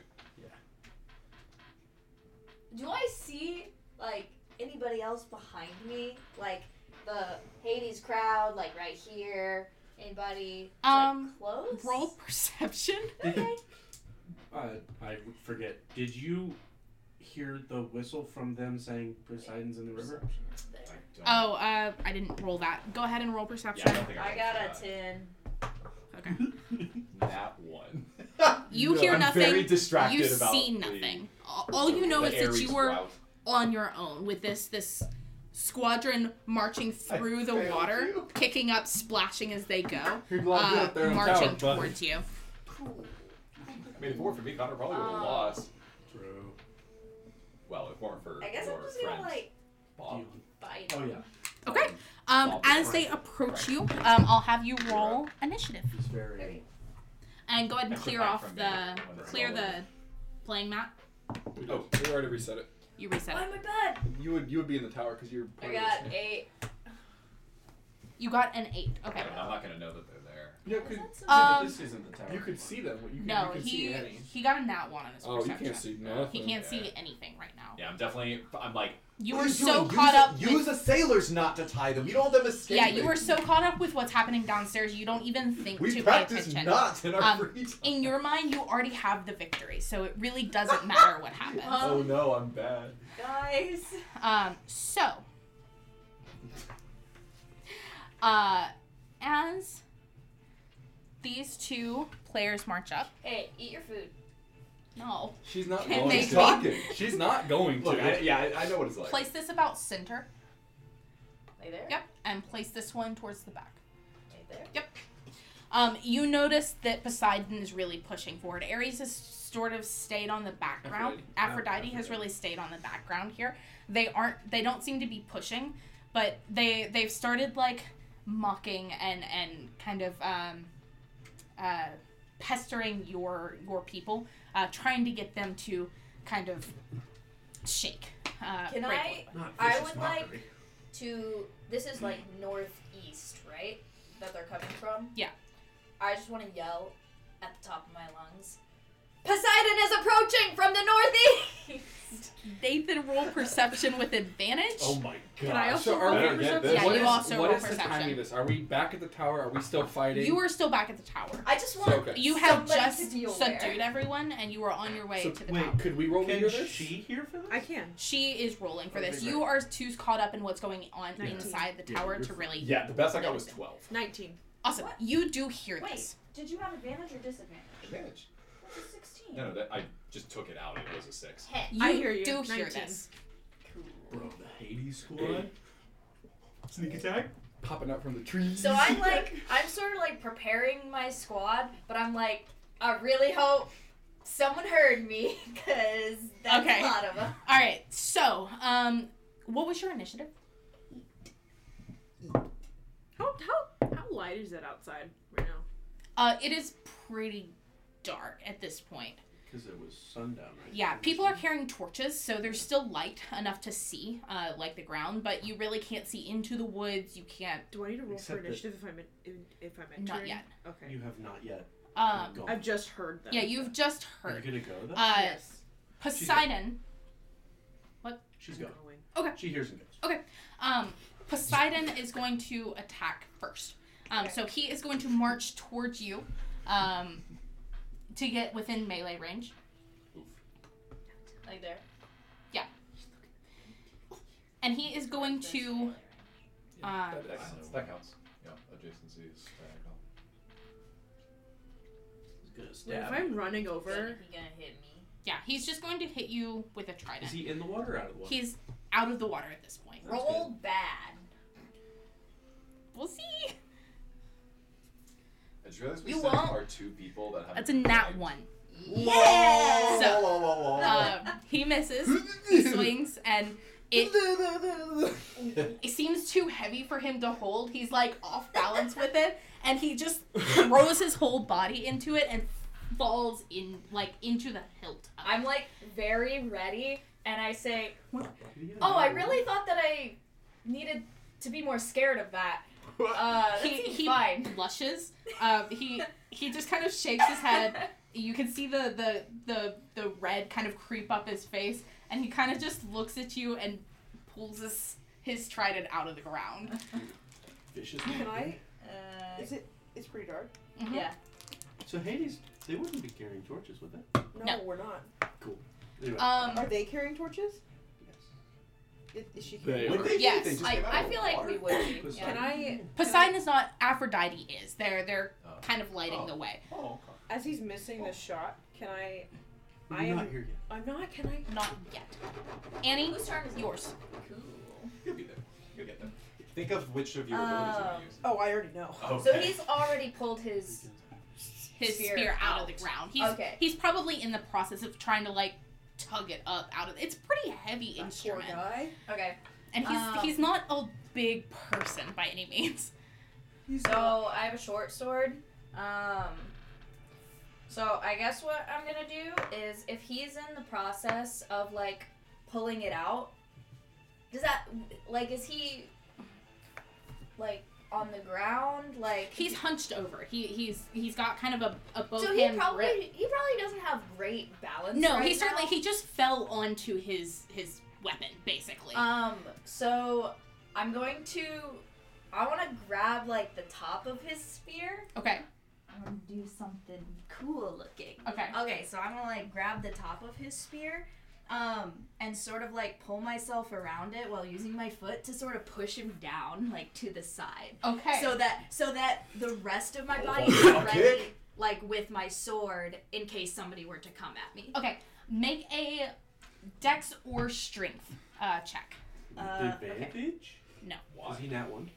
Speaker 8: Do I see like anybody else behind me? Like the Hades crowd, like right here. Anybody like,
Speaker 1: Um,
Speaker 8: close?
Speaker 1: Roll perception.
Speaker 8: Okay.
Speaker 5: Uh, I forget. Did you hear the whistle from them saying Poseidon's in the river?
Speaker 8: There.
Speaker 7: I don't-
Speaker 1: Oh, uh, I didn't roll that. Go ahead and roll perception.
Speaker 7: Yeah, I don't think I,
Speaker 8: I got
Speaker 7: rolled
Speaker 8: a ten.
Speaker 1: Okay.
Speaker 7: that. That one.
Speaker 1: You
Speaker 7: No,
Speaker 1: hear
Speaker 7: I'm
Speaker 1: nothing.
Speaker 7: Very distracted
Speaker 1: you
Speaker 7: about
Speaker 1: see
Speaker 7: the-
Speaker 1: nothing. All- All you know
Speaker 7: the
Speaker 1: is that
Speaker 7: Ares
Speaker 1: you were
Speaker 7: route.
Speaker 1: on your own with this this squadron marching through the
Speaker 7: failed
Speaker 1: water,
Speaker 7: you.
Speaker 1: kicking up, splashing as they go,
Speaker 2: You're glad you're
Speaker 1: uh,
Speaker 2: up there in the
Speaker 1: marching
Speaker 2: tower, bud.
Speaker 1: towards you.
Speaker 8: Cool.
Speaker 7: I mean, if it weren't for me, Connor probably would have
Speaker 8: Um,
Speaker 7: lost.
Speaker 5: True.
Speaker 7: Well, if it weren't for
Speaker 8: I guess
Speaker 7: your
Speaker 8: I'm just
Speaker 7: friend,
Speaker 8: gonna like
Speaker 7: Bob.
Speaker 8: bite.
Speaker 5: Oh, yeah.
Speaker 1: Okay. Um,
Speaker 7: Bob is
Speaker 1: as they approach you, um, I'll have you roll initiative
Speaker 5: He's very.
Speaker 8: Okay.
Speaker 1: and go ahead and
Speaker 7: Extra
Speaker 1: clear
Speaker 7: back
Speaker 1: off
Speaker 7: from me
Speaker 1: the
Speaker 7: when they're
Speaker 1: clear
Speaker 7: rolling.
Speaker 1: the playing mat.
Speaker 7: Oh.
Speaker 2: We already reset it.
Speaker 1: You reset
Speaker 8: Why
Speaker 1: it.
Speaker 8: am I bad?
Speaker 5: Oh,
Speaker 2: You would you would be in the tower because you're.
Speaker 8: I
Speaker 2: part of
Speaker 8: got
Speaker 2: this.
Speaker 8: eight.
Speaker 1: You got an eight. Okay.
Speaker 7: I'm not gonna know that they're there.
Speaker 2: Yeah,
Speaker 8: Was
Speaker 2: 'cause
Speaker 8: that something?
Speaker 1: Um,
Speaker 5: this isn't the tower.
Speaker 2: you could see them. You could,
Speaker 1: No,
Speaker 2: you could
Speaker 1: he
Speaker 2: see Annie.
Speaker 1: he got a nat one on his
Speaker 2: Oh, you
Speaker 1: perception.
Speaker 2: can't see nothing.
Speaker 1: he can't
Speaker 7: Yeah.
Speaker 1: see anything right now.
Speaker 7: Yeah, I'm definitely. I'm like.
Speaker 1: You
Speaker 7: what
Speaker 1: were
Speaker 7: are
Speaker 1: so
Speaker 7: doing?
Speaker 1: caught
Speaker 7: use
Speaker 1: up.
Speaker 7: A,
Speaker 1: with-
Speaker 7: use a sailor's knot to tie them. You don't let them escape.
Speaker 1: yeah, you were so caught up with what's happening downstairs, you don't even think
Speaker 7: We
Speaker 1: to pay
Speaker 7: practice
Speaker 1: attention.
Speaker 7: knots in our
Speaker 1: Um,
Speaker 7: free time.
Speaker 1: in your mind, you already have the victory, so it really doesn't matter what happens.
Speaker 7: oh no, I'm bad.
Speaker 8: Guys.
Speaker 1: Um, so, uh, as these two players march up,
Speaker 8: Hey, eat your food.
Speaker 1: no,
Speaker 2: She's not
Speaker 1: Can't
Speaker 2: going
Speaker 1: make
Speaker 2: to.
Speaker 1: me-
Speaker 7: Talking.
Speaker 2: She's not going to.
Speaker 7: Look, I, yeah, I, I know what it's like.
Speaker 1: place this about center.
Speaker 8: Right there.
Speaker 1: Yep, and place this one towards the back.
Speaker 8: Right there.
Speaker 1: Um, you notice that Poseidon is really pushing forward. Ares has sort of stayed on the background. Aphrodite, has
Speaker 5: Aphrodite.
Speaker 1: really stayed on the background here. They aren't. They don't seem to be pushing, but they they've started like mocking and and kind of um, uh, pestering your your people, uh, trying to get them to kind of shake. Uh,
Speaker 8: Can
Speaker 1: break
Speaker 8: I-
Speaker 1: away.
Speaker 5: Not
Speaker 8: I
Speaker 5: vicious
Speaker 8: would
Speaker 5: mockery.
Speaker 8: to this is like northeast, right? That they're coming from.
Speaker 1: Yeah.
Speaker 8: I just want to yell at the top of my lungs. Poseidon is approaching from the northeast.
Speaker 1: Nathan, roll perception with advantage.
Speaker 5: Oh my god.
Speaker 1: Can I also
Speaker 2: So are
Speaker 1: roll
Speaker 5: we-
Speaker 1: for
Speaker 5: Better
Speaker 1: perception?
Speaker 5: get this.
Speaker 1: Yeah,
Speaker 2: What
Speaker 1: you
Speaker 2: is-
Speaker 1: also
Speaker 2: what
Speaker 1: roll
Speaker 2: is the timing
Speaker 1: perception.
Speaker 2: of this? Are we back at the tower? Are we still fighting?
Speaker 1: You are still back at the tower.
Speaker 8: I just
Speaker 2: so,
Speaker 8: want.
Speaker 2: okay.
Speaker 1: You have
Speaker 8: Somebody
Speaker 1: just
Speaker 8: to deal
Speaker 1: subdued
Speaker 8: with.
Speaker 1: everyone, and you are on your way
Speaker 2: So,
Speaker 1: to the
Speaker 2: wait,
Speaker 1: tower.
Speaker 2: could we roll
Speaker 4: Can
Speaker 2: hear this?
Speaker 4: she hear for this?
Speaker 6: I can.
Speaker 1: She is rolling for
Speaker 4: Okay,
Speaker 1: this.
Speaker 4: great.
Speaker 1: You are too caught up in what's going on
Speaker 6: Nineteen.
Speaker 1: inside the
Speaker 2: Yeah,
Speaker 1: tower
Speaker 2: you're
Speaker 1: to
Speaker 2: fine.
Speaker 1: really.
Speaker 7: Yeah, the best I got was 12.
Speaker 6: 19.
Speaker 1: Awesome.
Speaker 3: What?
Speaker 1: You do hear
Speaker 3: Wait.
Speaker 1: this.
Speaker 3: Did you have advantage or disadvantage?
Speaker 7: Advantage.
Speaker 3: That's a 16.
Speaker 7: No, no, that, I just took it out. It was a 6.
Speaker 8: Heck.
Speaker 1: You
Speaker 6: I hear you.
Speaker 1: do hear
Speaker 6: 19.
Speaker 1: this.
Speaker 5: Bro, the Hades squad? Sneak attack?
Speaker 2: Popping up from the trees.
Speaker 8: So I'm like, I'm sort of like preparing my squad, but I'm like, I really hope someone heard me because that's
Speaker 1: Okay.
Speaker 8: a lot of them.
Speaker 1: All right. So, um, what was your initiative?
Speaker 6: How, how, how light is it outside right now?
Speaker 1: Uh, it is pretty dark at this point.
Speaker 5: Because it was sundown, right?
Speaker 1: Yeah, people are carrying torches, so there's still light enough to see, uh, like the ground, but you really can't see into the woods. You can't.
Speaker 6: Do I need to roll
Speaker 5: Except
Speaker 6: for
Speaker 5: that-
Speaker 6: initiative if I'm, in, if I'm entering?
Speaker 1: Not yet.
Speaker 6: Okay.
Speaker 5: You have not yet
Speaker 2: Oh
Speaker 1: Um,
Speaker 5: gone.
Speaker 6: I've just heard that.
Speaker 1: yeah, you've just
Speaker 5: Are you
Speaker 1: heard.
Speaker 5: gonna go though?
Speaker 1: Uh,
Speaker 6: yes.
Speaker 1: Poseidon.
Speaker 5: She's going.
Speaker 6: Going.
Speaker 5: She hears and goes.
Speaker 1: Um, Poseidon is going to attack first. Um, so he is going to march towards you, um, to get within melee range.
Speaker 8: Like there.
Speaker 1: and he is going to uh,
Speaker 2: That
Speaker 7: That,
Speaker 2: excellent.
Speaker 7: that counts. Yeah, adjacency is diagonal.
Speaker 5: He's gonna
Speaker 6: Wait, if
Speaker 5: stab.
Speaker 6: I'm running
Speaker 8: He gonna
Speaker 6: over,
Speaker 8: hit me.
Speaker 1: yeah he's just going to hit you with a
Speaker 5: Is
Speaker 1: trident
Speaker 5: he in the water or out of the water?
Speaker 1: he's out of the water at this point
Speaker 5: That's
Speaker 8: Roll bad.
Speaker 1: we'll see
Speaker 7: I just realized we
Speaker 8: You
Speaker 7: sent
Speaker 8: won't.
Speaker 7: are two people that have.
Speaker 1: that's a nat one
Speaker 8: Yeah.
Speaker 1: So-
Speaker 7: whoa, whoa,
Speaker 5: Oh.
Speaker 7: whoa, whoa.
Speaker 1: um, he misses he swings and it, it seems too heavy for him to hold he's like off balance with it and he just throws his whole body into it and falls in like into the hilt of it.
Speaker 8: I'm like very ready, and I say,
Speaker 5: Yeah.
Speaker 8: "Oh, I really thought that I needed to be more scared of that." Uh, that
Speaker 1: he,
Speaker 8: seems
Speaker 1: he
Speaker 8: fine.
Speaker 1: blushes. Um, he he just kind of shakes his head. You can see the, the the the red kind of creep up his face, and he kind of just looks at you and pulls his his trident out of the ground.
Speaker 5: Vicious.
Speaker 9: Can I?
Speaker 8: Uh,
Speaker 9: Is it? It's pretty dark.
Speaker 1: Mhm.
Speaker 8: Yeah.
Speaker 5: So Hades, they wouldn't be carrying torches, would they?
Speaker 9: No,
Speaker 1: No.
Speaker 9: we're not.
Speaker 5: Anyway,
Speaker 1: Um,
Speaker 9: Are they carrying torches?
Speaker 5: yes.
Speaker 9: Is, is she
Speaker 2: They
Speaker 9: carrying?
Speaker 2: are.
Speaker 7: Would they be?
Speaker 1: Yes,
Speaker 7: They just
Speaker 1: I-
Speaker 7: came out
Speaker 8: I
Speaker 7: of
Speaker 8: feel
Speaker 7: the
Speaker 8: like
Speaker 7: water?
Speaker 8: we would be.
Speaker 5: Because
Speaker 8: Yeah.
Speaker 9: Can I?
Speaker 1: Poseidon is not Aphrodite. Is they're they're
Speaker 7: Oh.
Speaker 1: kind of lighting
Speaker 7: Oh.
Speaker 1: the way.
Speaker 7: Oh, okay.
Speaker 9: As he's missing the shot, can I?
Speaker 5: You're
Speaker 9: I am-
Speaker 5: not here yet.
Speaker 9: I'm not. Can I?
Speaker 1: Not yet. Annie,
Speaker 8: Whose turn is it?
Speaker 1: yours.
Speaker 8: Cool.
Speaker 7: You'll be there. You'll get there. Think of which of your abilities you're
Speaker 8: Oh.
Speaker 7: going to use.
Speaker 9: Oh, I already know.
Speaker 8: So
Speaker 7: Okay.
Speaker 8: he's already pulled his.
Speaker 1: His spear,
Speaker 8: Spear
Speaker 1: out,
Speaker 8: out.
Speaker 1: of the ground. He's
Speaker 8: Okay.
Speaker 1: he's probably in the process of trying to like tug it up out of. It's pretty heavy
Speaker 9: That poor
Speaker 1: instrument.
Speaker 9: guy.
Speaker 8: Okay.
Speaker 1: And he's
Speaker 8: Um,
Speaker 1: he's not a big person by any means.
Speaker 9: He's not-
Speaker 8: So I have a short sword. Um. So I guess what I'm gonna do is, if he's in the process of like pulling it out, does that like is he like on the ground like
Speaker 1: He's hunched over. He he's he's got kind of a, a both
Speaker 8: so he
Speaker 1: hand
Speaker 8: probably
Speaker 1: grip.
Speaker 8: he probably doesn't have great balance.
Speaker 1: No,
Speaker 8: right
Speaker 1: he certainly
Speaker 8: now.
Speaker 1: he just fell onto his his weapon basically.
Speaker 8: Um, so I'm going to. I want to grab like the top of his spear.
Speaker 1: okay.
Speaker 8: I'm gonna do something cool looking.
Speaker 1: Okay.
Speaker 8: Okay, so I'm gonna like grab the top of his spear, um, and sort of like pull myself around it while using my foot to sort of push him down like to the side,
Speaker 1: Okay.
Speaker 8: so that so that the rest of my body
Speaker 7: Oh,
Speaker 8: is
Speaker 7: yeah,
Speaker 8: ready,
Speaker 7: kick.
Speaker 8: like with my sword in case somebody were to come at me.
Speaker 1: okay. Make a dex or strength uh, check.
Speaker 8: Uh, okay.
Speaker 5: advantage?
Speaker 7: Why?
Speaker 5: Is he nat one?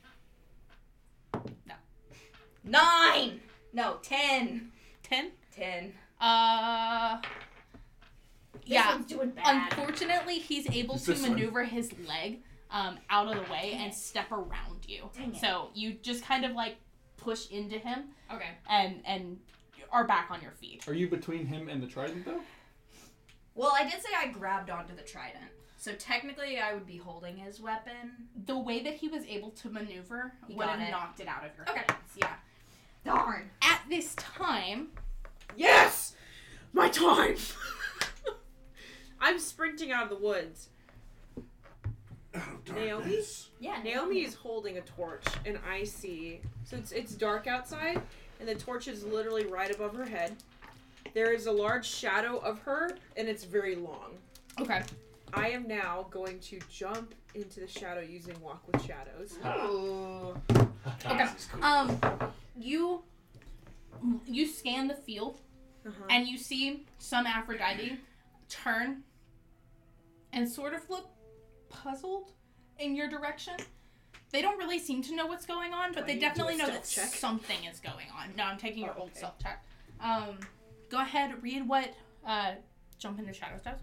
Speaker 8: Nine, no, ten,
Speaker 1: Ten.
Speaker 8: ten.
Speaker 1: Uh.
Speaker 8: This
Speaker 1: Yeah.
Speaker 8: one's doing bad.
Speaker 1: Unfortunately, he's able
Speaker 5: It's
Speaker 1: to
Speaker 5: this one.
Speaker 1: maneuver his leg um, out of the way and step around you.
Speaker 8: Dang it.
Speaker 1: So you just kind of like push into him
Speaker 8: okay.
Speaker 1: and and are back on your feet.
Speaker 2: Are you between him and the trident though?
Speaker 8: Well, I did say I grabbed onto the trident. So technically, I would be holding his weapon.
Speaker 1: The way that he was able to maneuver
Speaker 8: He
Speaker 1: would
Speaker 8: got
Speaker 1: have
Speaker 8: it.
Speaker 1: knocked it out of your
Speaker 8: Okay.
Speaker 1: hands. Yeah.
Speaker 8: Darn.
Speaker 1: At this time,
Speaker 9: Yes.
Speaker 6: my time. I'm sprinting out of the woods.
Speaker 5: Oh,
Speaker 6: Naomi?
Speaker 5: darkness.
Speaker 8: Yeah,
Speaker 6: Naomi is holding a torch, and I see. So it's it's dark outside, and the torch is literally right above her head. There is a large shadow of her, and it's very long.
Speaker 1: Okay.
Speaker 6: I am now going to jump into the shadow using Walk with Shadows.
Speaker 1: Ooh.
Speaker 5: This is cool.
Speaker 1: Um, you you scan the field
Speaker 6: Uh-huh.
Speaker 1: and you see some Aphrodite turn and sort of look puzzled in your direction. They don't really seem to know what's going on, but
Speaker 6: I
Speaker 1: they
Speaker 6: need to Oh, do
Speaker 1: definitely
Speaker 6: a
Speaker 1: know that
Speaker 6: stealth check.
Speaker 1: something is going on. No, I'm taking your
Speaker 6: Oh,
Speaker 1: old
Speaker 6: okay.
Speaker 1: self check. Um, go ahead, read what uh, jump into shadows does.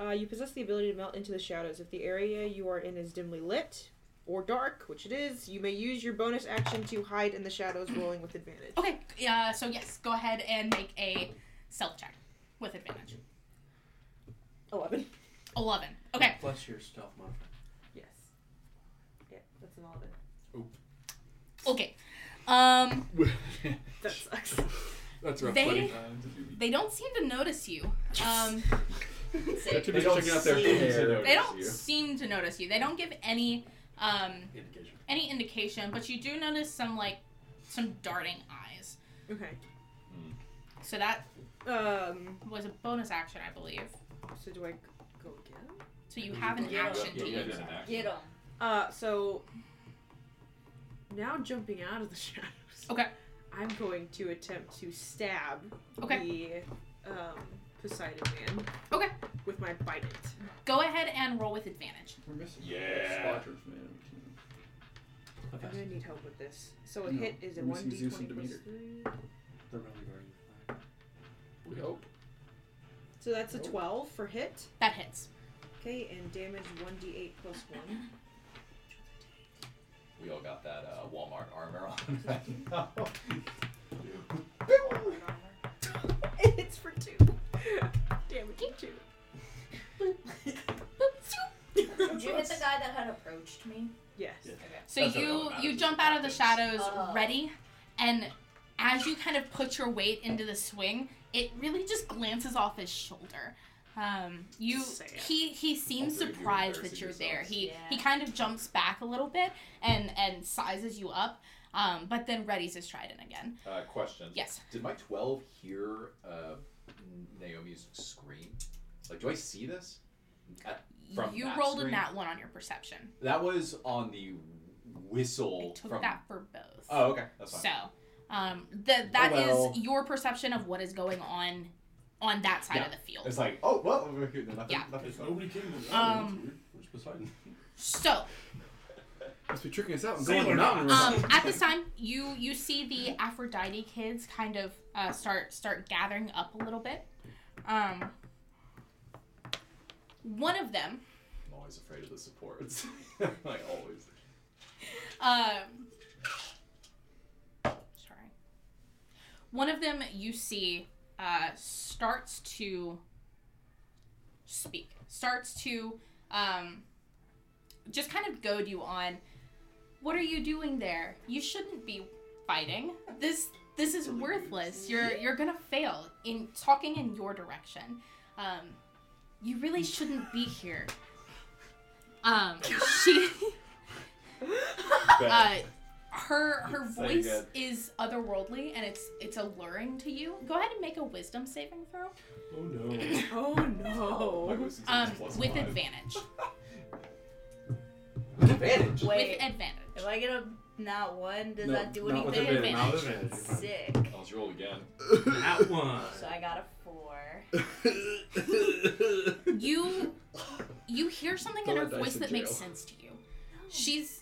Speaker 6: Uh, you possess the ability to melt into the shadows. If the area you are in is dimly lit or dark, which it is, you may use your bonus action to hide in the shadows, rolling with advantage.
Speaker 1: Okay, uh, so yes, go ahead and make a self check with advantage.
Speaker 6: Eleven.
Speaker 1: 11. Okay.
Speaker 5: Plus your stealth modifier.
Speaker 6: Yes. Yeah, that's an eleven.
Speaker 1: Okay. Um,
Speaker 6: That sucks.
Speaker 2: That's rough,
Speaker 1: They-
Speaker 2: buddy.
Speaker 1: they don't seem to notice you. Um,
Speaker 2: That should be
Speaker 7: They don't
Speaker 2: checking out their
Speaker 7: seem to
Speaker 2: hair.
Speaker 7: know.
Speaker 1: they don't
Speaker 7: You.
Speaker 1: seem to notice you. They don't give any um,
Speaker 5: Indication.
Speaker 1: any indication, but you do notice some like some darting eyes.
Speaker 6: Okay.
Speaker 1: So that
Speaker 6: Um.
Speaker 1: was a bonus action, I believe.
Speaker 6: So do I g- go again?
Speaker 1: So you have an
Speaker 8: Yeah.
Speaker 1: action
Speaker 7: Yeah,
Speaker 1: to
Speaker 7: yeah,
Speaker 1: use.
Speaker 7: yeah, yeah.
Speaker 8: Get 'em.
Speaker 6: Uh. So now jumping out of the shadows.
Speaker 1: Okay.
Speaker 6: I'm going to attempt to stab
Speaker 1: Okay.
Speaker 6: the um, Poseidon man.
Speaker 1: Okay.
Speaker 6: With my bite it.
Speaker 1: Go ahead and roll with advantage.
Speaker 2: We're missing
Speaker 7: Yeah.
Speaker 2: squadrons, man.
Speaker 6: I'm gonna need help with this. So a
Speaker 2: No,
Speaker 6: hit is a
Speaker 2: we're
Speaker 6: one
Speaker 2: missing
Speaker 6: d
Speaker 2: Zeus
Speaker 6: twenty
Speaker 2: and
Speaker 6: plus
Speaker 2: Demeter.
Speaker 6: three.
Speaker 5: They're really guarding the flag.
Speaker 2: We hope.
Speaker 6: So that's a
Speaker 2: Nope.
Speaker 6: twelve for hit.
Speaker 1: That hits.
Speaker 6: Okay, and damage one d eight plus one.
Speaker 7: We all got that uh, Walmart armor on right now.
Speaker 6: it's for two. damage two.
Speaker 8: Did you hit the guy that had approached me?
Speaker 6: Yes.
Speaker 1: So
Speaker 7: That's not
Speaker 1: you
Speaker 7: what
Speaker 1: you
Speaker 7: matters.
Speaker 1: jump out of the shadows
Speaker 8: Oh.
Speaker 1: ready, and as you kind of put your weight into the swing, it really just glances off his shoulder. Um, you
Speaker 6: Sad.
Speaker 1: he he seems
Speaker 7: All three of you
Speaker 1: surprised that
Speaker 7: embarrassing
Speaker 1: you're there.
Speaker 7: yourselves.
Speaker 1: He
Speaker 8: Yeah.
Speaker 1: he kind of jumps back a little bit and and sizes you up, um, but then readies his trident again.
Speaker 7: Uh, question.
Speaker 1: Yes.
Speaker 7: Did my 12 hear uh, Naomi's scream? Like, do I see this? At- From
Speaker 1: you
Speaker 7: that
Speaker 1: rolled a
Speaker 7: screen?
Speaker 1: nat one on your perception.
Speaker 7: That was on the
Speaker 1: I
Speaker 7: whistle
Speaker 1: took
Speaker 7: Oh, from.
Speaker 1: that for both.
Speaker 7: Oh, okay. That's fine. Oh,
Speaker 1: So, um, the, that is
Speaker 7: well.
Speaker 1: your perception of what is going on on that side of the field.
Speaker 7: It's like, oh, well, nothing,
Speaker 1: Yeah.
Speaker 7: nothing.
Speaker 5: There's nobody came to
Speaker 1: Um,
Speaker 5: Where's Poseidon?
Speaker 1: So,
Speaker 2: Must be tricking us out and going
Speaker 5: Sailor
Speaker 2: to the mountain
Speaker 1: um,
Speaker 2: route.
Speaker 1: at this time, you you see the Aphrodite kids kind of uh, start start gathering up a little bit. Um, one of them,
Speaker 7: I'm always afraid of the supports. like, always.
Speaker 1: um, sorry, one of them you see uh, starts to speak, starts to um, just kind of goad you on. What are you doing there? You shouldn't be fighting. This this is worthless. You're you're gonna fail in talking in your direction. Um, you really shouldn't be here. Um, she. uh, her her
Speaker 7: So
Speaker 1: voice
Speaker 7: good.
Speaker 1: is otherworldly and it's it's alluring to you. Go ahead and make a wisdom saving throw.
Speaker 5: Oh no.
Speaker 6: Oh
Speaker 7: My
Speaker 6: no.
Speaker 7: whistle
Speaker 1: Um,
Speaker 7: plus
Speaker 1: with
Speaker 7: five.
Speaker 1: advantage.
Speaker 7: Advantage.
Speaker 1: With
Speaker 8: Wait,
Speaker 1: advantage.
Speaker 8: if I get a not one, does
Speaker 2: No,
Speaker 8: that do
Speaker 2: not with
Speaker 8: anything?
Speaker 2: advantage.
Speaker 5: Not with advantage.
Speaker 8: Sick. Oh,
Speaker 7: I'll just roll again.
Speaker 5: That one.
Speaker 8: So I got a four.
Speaker 1: You you hear something in
Speaker 2: Throw
Speaker 1: her
Speaker 2: that dice
Speaker 1: voice
Speaker 2: in
Speaker 1: that makes
Speaker 2: jail.
Speaker 1: sense to you. She's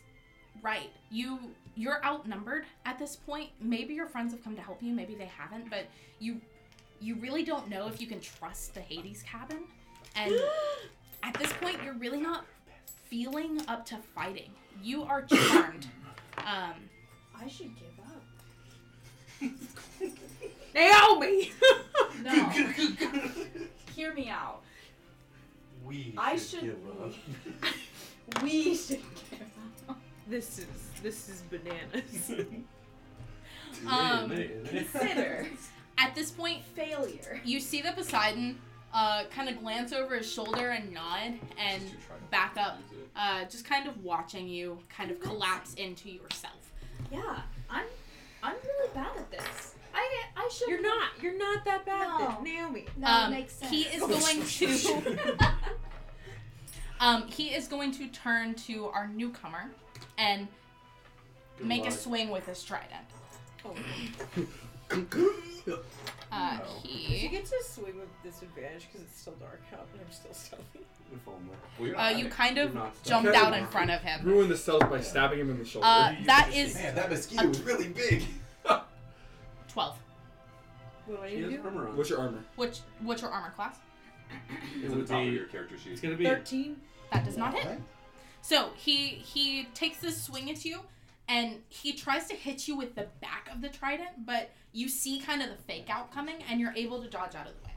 Speaker 1: right. You you're outnumbered at this point. Maybe your friends have come to help you, maybe they haven't, but you you really don't know if you can trust the Hades cabin. And at this point you're really not feeling up to fighting. You are charmed. Um,
Speaker 8: I should give up.
Speaker 6: Naomi.
Speaker 8: No, hear me out.
Speaker 5: We
Speaker 8: I
Speaker 5: should
Speaker 8: should
Speaker 5: give up.
Speaker 8: We should give up.
Speaker 6: this is this is bananas.
Speaker 1: Um,
Speaker 5: Nay, nay, nay.
Speaker 8: Consider
Speaker 1: At this point,
Speaker 8: Failure.
Speaker 1: you see that Poseidon uh, kind of glance over his shoulder and nod and
Speaker 7: Just to try to
Speaker 1: back up,
Speaker 7: use it.
Speaker 1: uh, just kind of watching you kind of collapse into yourself.
Speaker 8: Yeah, I'm I'm really bad at this. I I should.
Speaker 6: You're not. You're not that bad,
Speaker 8: No.
Speaker 6: Naomi.
Speaker 8: No,
Speaker 1: um,
Speaker 8: makes sense.
Speaker 1: He
Speaker 5: Oh,
Speaker 1: is going to. um, he is going to turn to our newcomer and
Speaker 5: Good
Speaker 1: make a
Speaker 5: luck.
Speaker 1: swing with his trident.
Speaker 8: Oh,
Speaker 1: Uh,
Speaker 9: Did you
Speaker 1: he.
Speaker 9: get to swing with disadvantage because it's still dark out and I'm still stealthy?
Speaker 5: If only.
Speaker 7: Well, you're
Speaker 1: Uh,
Speaker 7: not
Speaker 1: you
Speaker 7: having-
Speaker 1: kind of
Speaker 5: Not stuck.
Speaker 1: jumped out in front of him.
Speaker 2: Ruin the stealth by stabbing him in the shoulder.
Speaker 1: Uh, that is
Speaker 7: Man, that mosquito was really big.
Speaker 1: 12.
Speaker 6: What do I
Speaker 5: He
Speaker 6: need to
Speaker 5: has
Speaker 6: do?
Speaker 5: armor on.
Speaker 2: What's your armor?
Speaker 1: Which, what's your armor class?
Speaker 5: It
Speaker 7: It's on the
Speaker 5: would
Speaker 7: top of
Speaker 5: be.
Speaker 7: your character sheet.
Speaker 5: It's gonna be.
Speaker 6: Thirteen.
Speaker 1: That does not hit.
Speaker 7: Alright.
Speaker 1: So he he takes this swing at you, and he tries to hit you with the back of the trident, but you see kind of the fake out coming, and you're able to dodge out of the way.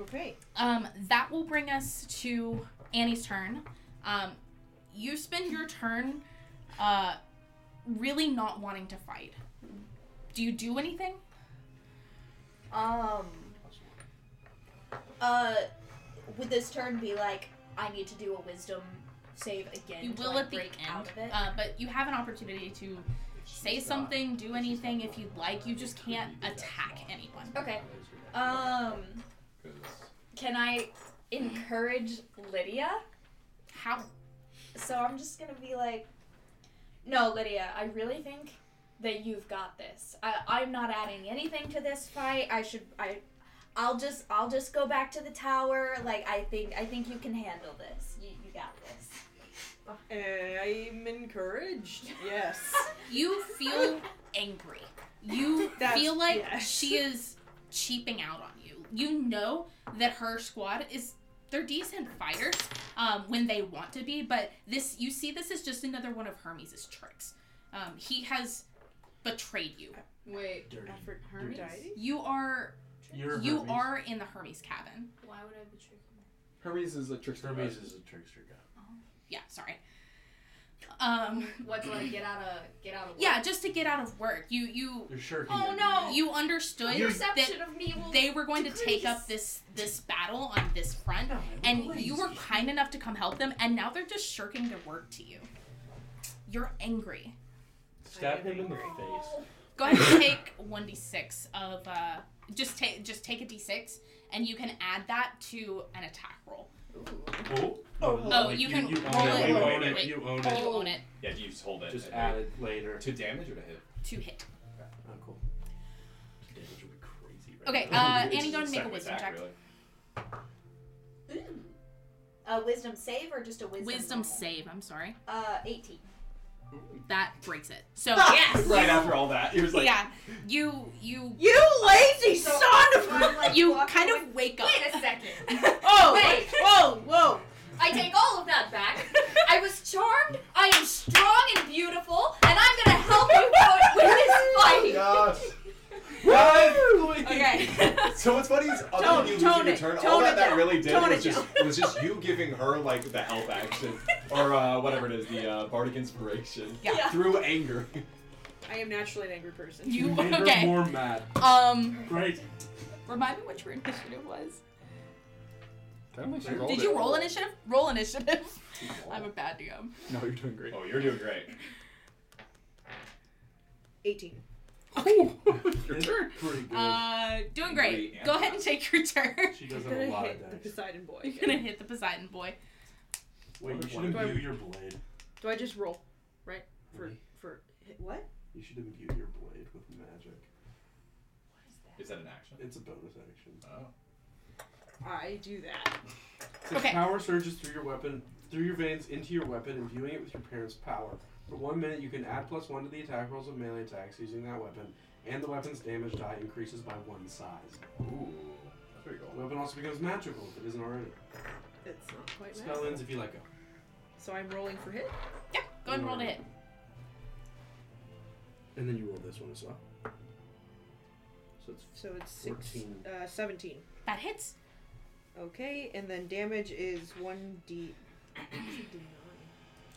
Speaker 9: Okay.
Speaker 1: Um, that will bring us to Annie's turn. Um, you spend your turn, uh, really not wanting to fight. Do you do anything?
Speaker 8: Um. Uh, would this turn be like I need to do a wisdom save again?
Speaker 1: You
Speaker 8: to,
Speaker 1: will
Speaker 8: like,
Speaker 1: at the
Speaker 8: break out
Speaker 1: end,
Speaker 8: of it?
Speaker 1: uh, but you have an opportunity to say something, do anything if you'd like. You just can't attack anyone.
Speaker 8: okay. Um,
Speaker 7: 'Cause-
Speaker 8: can I encourage Lydia?
Speaker 1: How?
Speaker 8: So I'm just gonna be like, no, Lydia, I really think that you've got this. I, I'm not adding anything to this fight. I should I I'll just I'll just go back to the tower. Like I think I think you can handle this. You, you got this.
Speaker 9: I'm encouraged. Yes.
Speaker 1: You feel angry. You
Speaker 9: That's-
Speaker 1: feel like
Speaker 9: yes.
Speaker 1: she is cheaping out on you. You know that her squad is they're decent fighters um, when they want to be, but this you see this is just another one of Hermes' tricks. Um, he has betrayed you.
Speaker 9: Wait.
Speaker 5: Dirty.
Speaker 9: Effort
Speaker 5: Dirty.
Speaker 1: You are
Speaker 5: You're
Speaker 1: you
Speaker 5: Hermes.
Speaker 1: are in the Hermes cabin.
Speaker 8: Why would I betray you?
Speaker 2: Hermes is a trickster.
Speaker 5: Hermes is a trickster guy.
Speaker 1: Yeah, sorry. Um,
Speaker 8: What do I get out of get out of?
Speaker 1: yeah, just to get out of work. You you
Speaker 5: You're shirking.
Speaker 8: Oh,
Speaker 5: it.
Speaker 8: no.
Speaker 1: you understood
Speaker 8: Your
Speaker 1: that
Speaker 8: perception of me will.
Speaker 1: they were going to take
Speaker 8: Decrease.
Speaker 1: up this this battle on this front
Speaker 8: Oh,
Speaker 1: and you were kind enough to come help them and now they're just shirking their work to you you're angry
Speaker 5: Stab him in the face.
Speaker 1: go ahead and take 1d6 of uh just take just take a d6 and you can add that to an attack roll
Speaker 5: Oh,
Speaker 1: Oh, you can
Speaker 5: you
Speaker 1: roll
Speaker 5: own
Speaker 1: it.
Speaker 5: You
Speaker 1: Roll
Speaker 5: own
Speaker 1: it.
Speaker 5: it. You own
Speaker 1: you
Speaker 5: it.
Speaker 1: own it
Speaker 7: Yeah, you just
Speaker 1: Oh.
Speaker 7: hold it.
Speaker 5: Just
Speaker 7: and-
Speaker 5: add it later.
Speaker 7: To damage or to hit?
Speaker 1: to hit
Speaker 5: Oh, cool. Damage would be crazy. Right
Speaker 1: okay uh annie
Speaker 5: now.
Speaker 1: go ahead and
Speaker 7: It's
Speaker 1: make a
Speaker 7: second
Speaker 1: wisdom
Speaker 7: attack,
Speaker 1: check
Speaker 7: really.
Speaker 8: Ooh. A wisdom save or just a wisdom?
Speaker 1: wisdom
Speaker 8: roll?
Speaker 1: save i'm sorry
Speaker 8: Uh, eighteen.
Speaker 1: that breaks it so yes
Speaker 7: Right after all that, it was like,
Speaker 1: yeah you you
Speaker 9: You lazy
Speaker 8: So,
Speaker 9: son of
Speaker 8: I'm, like,
Speaker 1: you
Speaker 8: walking
Speaker 1: kind
Speaker 8: with-
Speaker 1: of wake up
Speaker 8: Wait a second.
Speaker 9: Oh,
Speaker 8: Wait.
Speaker 9: whoa, whoa.
Speaker 8: I take all of that back. I was charmed. I am strong and beautiful, and I'm gonna help you out with
Speaker 1: Oh,
Speaker 8: this fight.
Speaker 7: Yes. Oh Guys,
Speaker 1: okay
Speaker 7: So what's funny is other
Speaker 9: Tone-
Speaker 7: than you
Speaker 9: tone
Speaker 7: losing your
Speaker 9: it-
Speaker 7: turn, all
Speaker 9: tone
Speaker 7: that
Speaker 9: it
Speaker 7: that
Speaker 9: down,
Speaker 7: really did
Speaker 9: tone
Speaker 7: was
Speaker 9: it
Speaker 7: just was just you giving her like the help action or uh, whatever it is, the uh, bardic inspiration
Speaker 1: Yeah.
Speaker 8: Yeah.
Speaker 7: through anger.
Speaker 9: I am naturally an angry person.
Speaker 1: you
Speaker 2: Made her
Speaker 1: okay
Speaker 2: more mad.
Speaker 1: um
Speaker 5: Great.
Speaker 1: remind me what your initiative was
Speaker 2: That might have rolled
Speaker 1: Did
Speaker 2: it.
Speaker 1: you roll initiative? Roll initiative. I'm a bad DM.
Speaker 2: No, you're doing great.
Speaker 7: Oh, you're doing great.
Speaker 9: 18.
Speaker 2: Your turn.
Speaker 5: Pretty good.
Speaker 1: Uh, doing great. Go ahead and take your turn.
Speaker 5: she doesn't have a
Speaker 9: I'm gonna
Speaker 5: lot of
Speaker 9: hit the
Speaker 5: dice.
Speaker 9: Poseidon boy.
Speaker 1: You're gonna hit the Poseidon boy.
Speaker 5: Wait, you should
Speaker 7: Why
Speaker 5: imbue
Speaker 9: do
Speaker 5: your blade.
Speaker 9: Do I just roll? Right? For,
Speaker 5: Really?
Speaker 9: for, hit what?
Speaker 5: You should imbue your blade with magic.
Speaker 7: Is that an action?
Speaker 5: It's a bonus action.
Speaker 7: Oh.
Speaker 9: I do that.
Speaker 5: The
Speaker 1: Okay.
Speaker 5: power surges through your weapon, through your veins, into your weapon, imbuing it with your parent's power. For one minute, you can add plus one to the attack rolls of melee attacks using that weapon, and the weapon's damage die increases by one size.
Speaker 7: Ooh, that's pretty
Speaker 5: The weapon also becomes magical if it isn't already.
Speaker 9: That's not quite
Speaker 5: Spell
Speaker 9: right.
Speaker 5: ends if you let go.
Speaker 9: So I'm rolling for hit.
Speaker 1: Yeah, go ahead and roll to hit.
Speaker 5: And then you roll this one as well. So it's
Speaker 9: So it's six,
Speaker 5: 14.
Speaker 9: uh, 17.
Speaker 1: That hits.
Speaker 9: Okay, and then damage is 1d.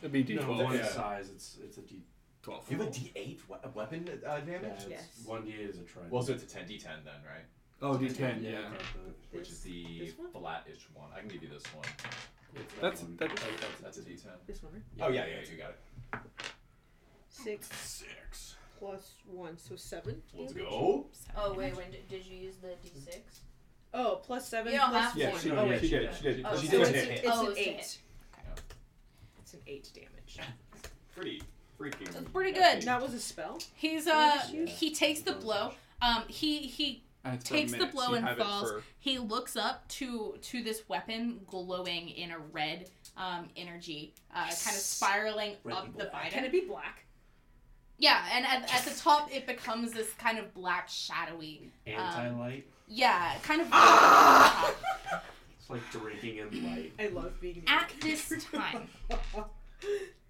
Speaker 2: It'd be
Speaker 5: no,
Speaker 2: D12.
Speaker 5: one
Speaker 7: yeah.
Speaker 5: size. It's it's a D
Speaker 2: Twelve.
Speaker 7: You have a D8 we- weapon uh,
Speaker 5: Yeah,
Speaker 7: damage?
Speaker 5: it's
Speaker 6: Yes.
Speaker 5: One D is a trident.
Speaker 7: Well, so it's a 10 D10 then, right?
Speaker 2: Oh, D10. Yeah.
Speaker 7: Which is the
Speaker 6: this one?
Speaker 7: flat-ish one. I can give you this one.
Speaker 5: It's that
Speaker 2: That's
Speaker 5: one.
Speaker 2: that.
Speaker 7: That's a D10.
Speaker 6: This one, right?
Speaker 7: Oh yeah, yeah, you got it.
Speaker 6: Six
Speaker 7: Six.
Speaker 6: plus one, so seven.
Speaker 7: Let's
Speaker 6: damage?
Speaker 7: go.
Speaker 8: Oh wait, when did, did you use the d6?
Speaker 6: Oh, plus seven.
Speaker 8: You don't
Speaker 6: plus
Speaker 8: have to.
Speaker 2: Yeah,
Speaker 6: one.
Speaker 2: she,
Speaker 6: oh,
Speaker 2: yeah,
Speaker 6: wait.
Speaker 2: she did. She did.
Speaker 8: Oh,
Speaker 7: She
Speaker 8: so
Speaker 7: did
Speaker 6: it's,
Speaker 7: hit
Speaker 6: an-
Speaker 7: it.
Speaker 6: it's
Speaker 8: Oh,
Speaker 6: an
Speaker 8: it's a
Speaker 6: eight.
Speaker 8: hit.
Speaker 6: It's an eight damage.
Speaker 7: Pretty freaking.
Speaker 1: That's pretty
Speaker 7: epic.
Speaker 1: good.
Speaker 6: That was a spell.
Speaker 1: He's uh
Speaker 6: Yeah.
Speaker 1: he takes the blow. Um he he
Speaker 2: And it's been
Speaker 1: takes the
Speaker 2: minutes.
Speaker 1: blow
Speaker 2: You
Speaker 1: and
Speaker 2: have it
Speaker 1: falls.
Speaker 2: for-
Speaker 1: he looks up to to this weapon glowing in a red um energy, uh kind of spiraling
Speaker 5: Red
Speaker 1: up
Speaker 5: and
Speaker 1: the
Speaker 5: black.
Speaker 1: Biden.
Speaker 6: be black?
Speaker 1: Yeah, and at, at the top it becomes this kind of black shadowy.
Speaker 5: Anti light.
Speaker 1: Yeah, kind of
Speaker 5: It's like drinking in light.
Speaker 6: I love being
Speaker 1: at
Speaker 6: naked.
Speaker 1: this time.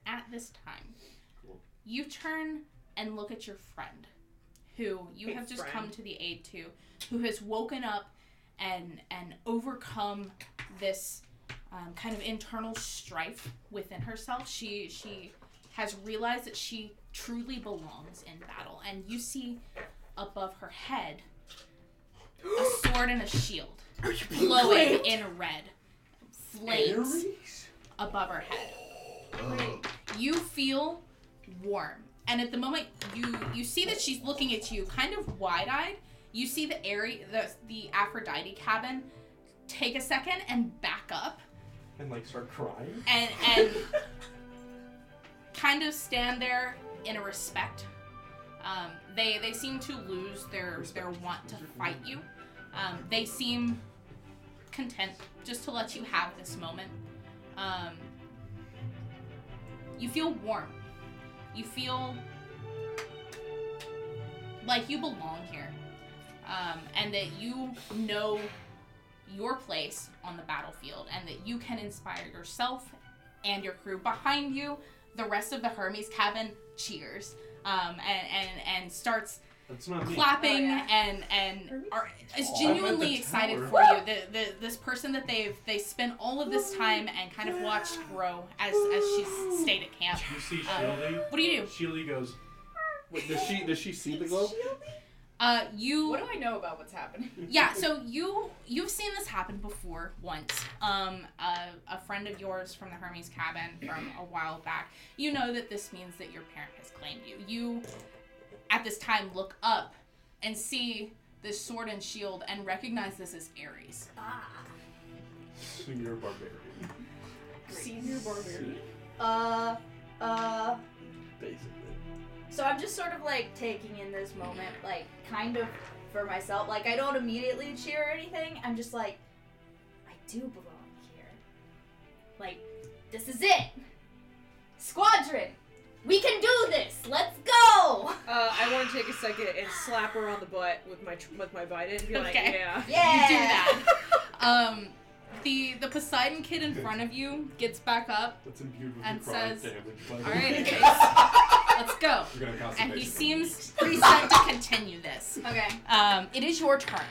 Speaker 1: At this time,
Speaker 5: Cool.
Speaker 1: you turn and look at your friend, who you
Speaker 6: Big
Speaker 1: have just
Speaker 6: friend.
Speaker 1: come to the aid to, who has woken up and and overcome this um, kind of internal strife within herself. She she has realized that she truly belongs in battle, and you see above her head a sword and a shield glowing in red, flames above her head. You feel warm, and at the moment you you see that she's looking at you, kind of wide eyed. You see the area, the, the Aphrodite cabin, take a second and back up,
Speaker 5: And like start crying.
Speaker 1: and and kind of stand there in a respect. Um, they they seem to lose their their want to fight you. Um, they seem content just to let you have this moment. Um, you feel warm. You feel like you belong here, um, and that you know your place on the battlefield, and that you can inspire yourself and your crew behind you. The rest of the Hermes cabin cheers um, and, and and starts
Speaker 5: That's not me.
Speaker 1: clapping
Speaker 8: Oh, yeah.
Speaker 1: and and are, is
Speaker 5: Oh, I meant
Speaker 1: genuinely
Speaker 5: the
Speaker 1: excited
Speaker 5: tower.
Speaker 1: for you. The, the, this person that they've they spent all of this time and kind of watched
Speaker 8: Oh,
Speaker 1: grow as as she's stayed at camp.
Speaker 5: You see
Speaker 1: Um,
Speaker 5: Shieldly.
Speaker 1: What do you do?
Speaker 5: Shieldly goes.
Speaker 2: Wait, does she does she see the glow?
Speaker 1: Uh, you
Speaker 8: What do I know about what's happening?
Speaker 1: yeah so you you've seen this happen before once um a, a friend of yours from the hermes cabin from a while back you know that this means that your parent has claimed you you at this time look up and see this sword and shield and recognize this as ares
Speaker 8: Ah,
Speaker 5: Senior barbarian.
Speaker 6: Senior barbarian.
Speaker 8: Uh, uh.
Speaker 5: Basically.
Speaker 8: So I'm just sort of like taking in this moment, like kind of for myself. Like I don't immediately cheer or anything. I'm just like, I do belong here. Like this is it, squadron. We can do this. Let's go.
Speaker 6: Uh, I want to take a second and slap her on the butt with my tr- with my Biden and be like,
Speaker 1: Okay.
Speaker 6: yeah.
Speaker 8: Yeah.
Speaker 1: you do that um the the poseidon kid in front of you gets back up
Speaker 5: That's imbued with
Speaker 1: And
Speaker 5: the chronic
Speaker 1: says,
Speaker 5: damage.
Speaker 1: all right Ares, let's go
Speaker 7: You're gonna
Speaker 1: and he
Speaker 7: constipation.
Speaker 1: seems pretty set to continue this
Speaker 8: Okay.
Speaker 1: um it is your turn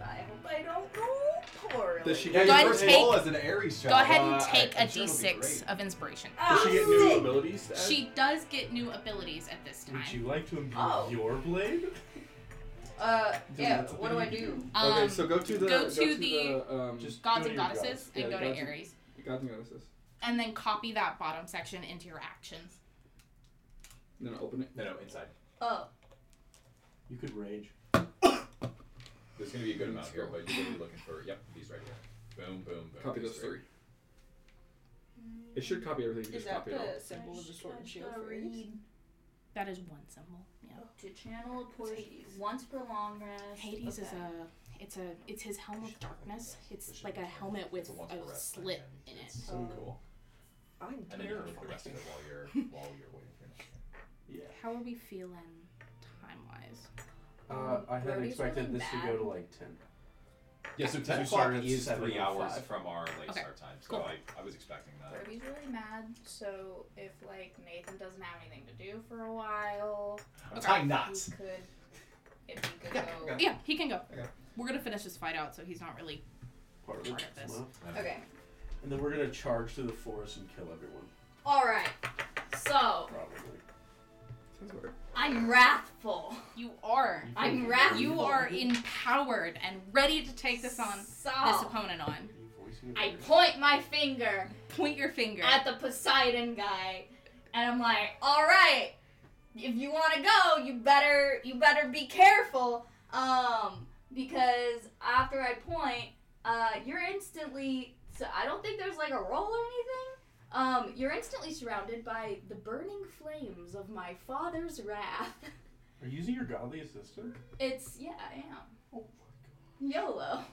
Speaker 8: I hope I don't roll poorly.
Speaker 2: Does she
Speaker 7: Yeah,
Speaker 2: get
Speaker 1: Go
Speaker 7: your
Speaker 1: ahead and
Speaker 7: first
Speaker 1: take-
Speaker 7: roll as an Aries
Speaker 1: Go ahead
Speaker 7: child,
Speaker 1: and
Speaker 7: uh,
Speaker 1: take
Speaker 7: I-
Speaker 1: a
Speaker 7: I'm sure it'll be
Speaker 1: d6
Speaker 7: great.
Speaker 1: of inspiration.
Speaker 2: Does
Speaker 8: Ah,
Speaker 2: she get new
Speaker 8: sick.
Speaker 2: abilities? to add?
Speaker 1: She does get new abilities at this
Speaker 5: Would
Speaker 1: time.
Speaker 5: you like to imbue
Speaker 8: Oh.
Speaker 5: your blade?
Speaker 8: Uh, yeah.
Speaker 5: that's a
Speaker 8: What do I
Speaker 5: thing you
Speaker 8: do?
Speaker 1: Um,
Speaker 2: okay, so go to the
Speaker 1: go
Speaker 2: go
Speaker 1: to
Speaker 2: to
Speaker 1: the-
Speaker 2: the um,
Speaker 1: gods
Speaker 5: Just go
Speaker 1: and
Speaker 5: to your
Speaker 1: goddesses,
Speaker 2: Yeah,
Speaker 1: and go
Speaker 2: gods
Speaker 1: to
Speaker 2: and-
Speaker 1: Aries,
Speaker 2: gods and goddesses.
Speaker 1: and then copy that bottom section into your actions.
Speaker 2: Then open it.
Speaker 7: No, no, inside.
Speaker 8: Oh,
Speaker 5: You could rage.
Speaker 7: There's gonna be a good amount here, but you're gonna be looking for. Yep, these right here. Boom, boom, boom.
Speaker 2: Copy
Speaker 7: these
Speaker 2: those
Speaker 7: right
Speaker 2: three. It should copy everything. You
Speaker 6: Is
Speaker 2: just
Speaker 6: that
Speaker 2: copy it all.
Speaker 6: the symbol of the sword and shield?
Speaker 8: I
Speaker 6: for Ares?
Speaker 8: read
Speaker 1: That is one symbol. Yeah.
Speaker 8: to channel a portion
Speaker 6: Hades.
Speaker 8: once per long rest.
Speaker 1: Hades is
Speaker 8: Okay.
Speaker 1: a it's a it's his helm of darkness. It's like a helmet with
Speaker 7: It's a once per
Speaker 1: a
Speaker 7: rest thing,
Speaker 1: slit
Speaker 7: and
Speaker 1: in
Speaker 7: it's
Speaker 1: it.
Speaker 7: So cool.
Speaker 6: I'm
Speaker 7: And then you can look at the rest of it
Speaker 6: terrified.
Speaker 7: while you're while you're waiting for your next turn.
Speaker 5: Yeah.
Speaker 1: How are we feeling time wise?
Speaker 5: Uh, I had
Speaker 8: Brody's
Speaker 5: expected
Speaker 8: really
Speaker 5: this
Speaker 8: bad.
Speaker 5: to go to like ten.
Speaker 7: Yeah, so
Speaker 5: Because
Speaker 7: 10
Speaker 5: we
Speaker 7: o'clock
Speaker 5: started at
Speaker 7: is
Speaker 5: 7
Speaker 7: three
Speaker 5: oh
Speaker 7: hours
Speaker 5: five.
Speaker 7: from our late
Speaker 1: Okay,
Speaker 7: start time, so
Speaker 1: cool.
Speaker 7: I, I was expecting that.
Speaker 8: Kirby's really mad, so if like Nathan doesn't have anything to do for a while,
Speaker 7: I'm tying knots.
Speaker 8: he could if he could
Speaker 7: Yeah,
Speaker 8: go.
Speaker 7: okay.
Speaker 1: Yeah, he can go.
Speaker 7: Okay.
Speaker 1: We're gonna finish this fight out, so he's not really.
Speaker 5: Part of
Speaker 1: Part
Speaker 5: it.
Speaker 1: of this.
Speaker 5: Well,
Speaker 8: Okay.
Speaker 5: And then we're gonna charge through the forest and kill everyone.
Speaker 8: All right. So
Speaker 5: Probably.
Speaker 2: Sounds weird.
Speaker 8: I'm wrathful.
Speaker 1: You are.
Speaker 5: You
Speaker 8: I'm
Speaker 5: voice-
Speaker 8: wrathful.
Speaker 1: You are empowered and ready to take this on
Speaker 8: So,
Speaker 1: this opponent on.
Speaker 5: you voicing it
Speaker 8: I
Speaker 5: there?
Speaker 8: point my finger
Speaker 1: Point your finger.
Speaker 8: at the Poseidon guy, and I'm like, "All right, if you want to go, you better you better be careful, um, because after I point, uh, you're instantly. So I don't think there's like a roll or anything. Um, you're instantly surrounded by the burning flames of my father's wrath.
Speaker 5: Are you using your godly assistant?
Speaker 8: It's yeah, I am
Speaker 5: Oh my
Speaker 8: YOLO.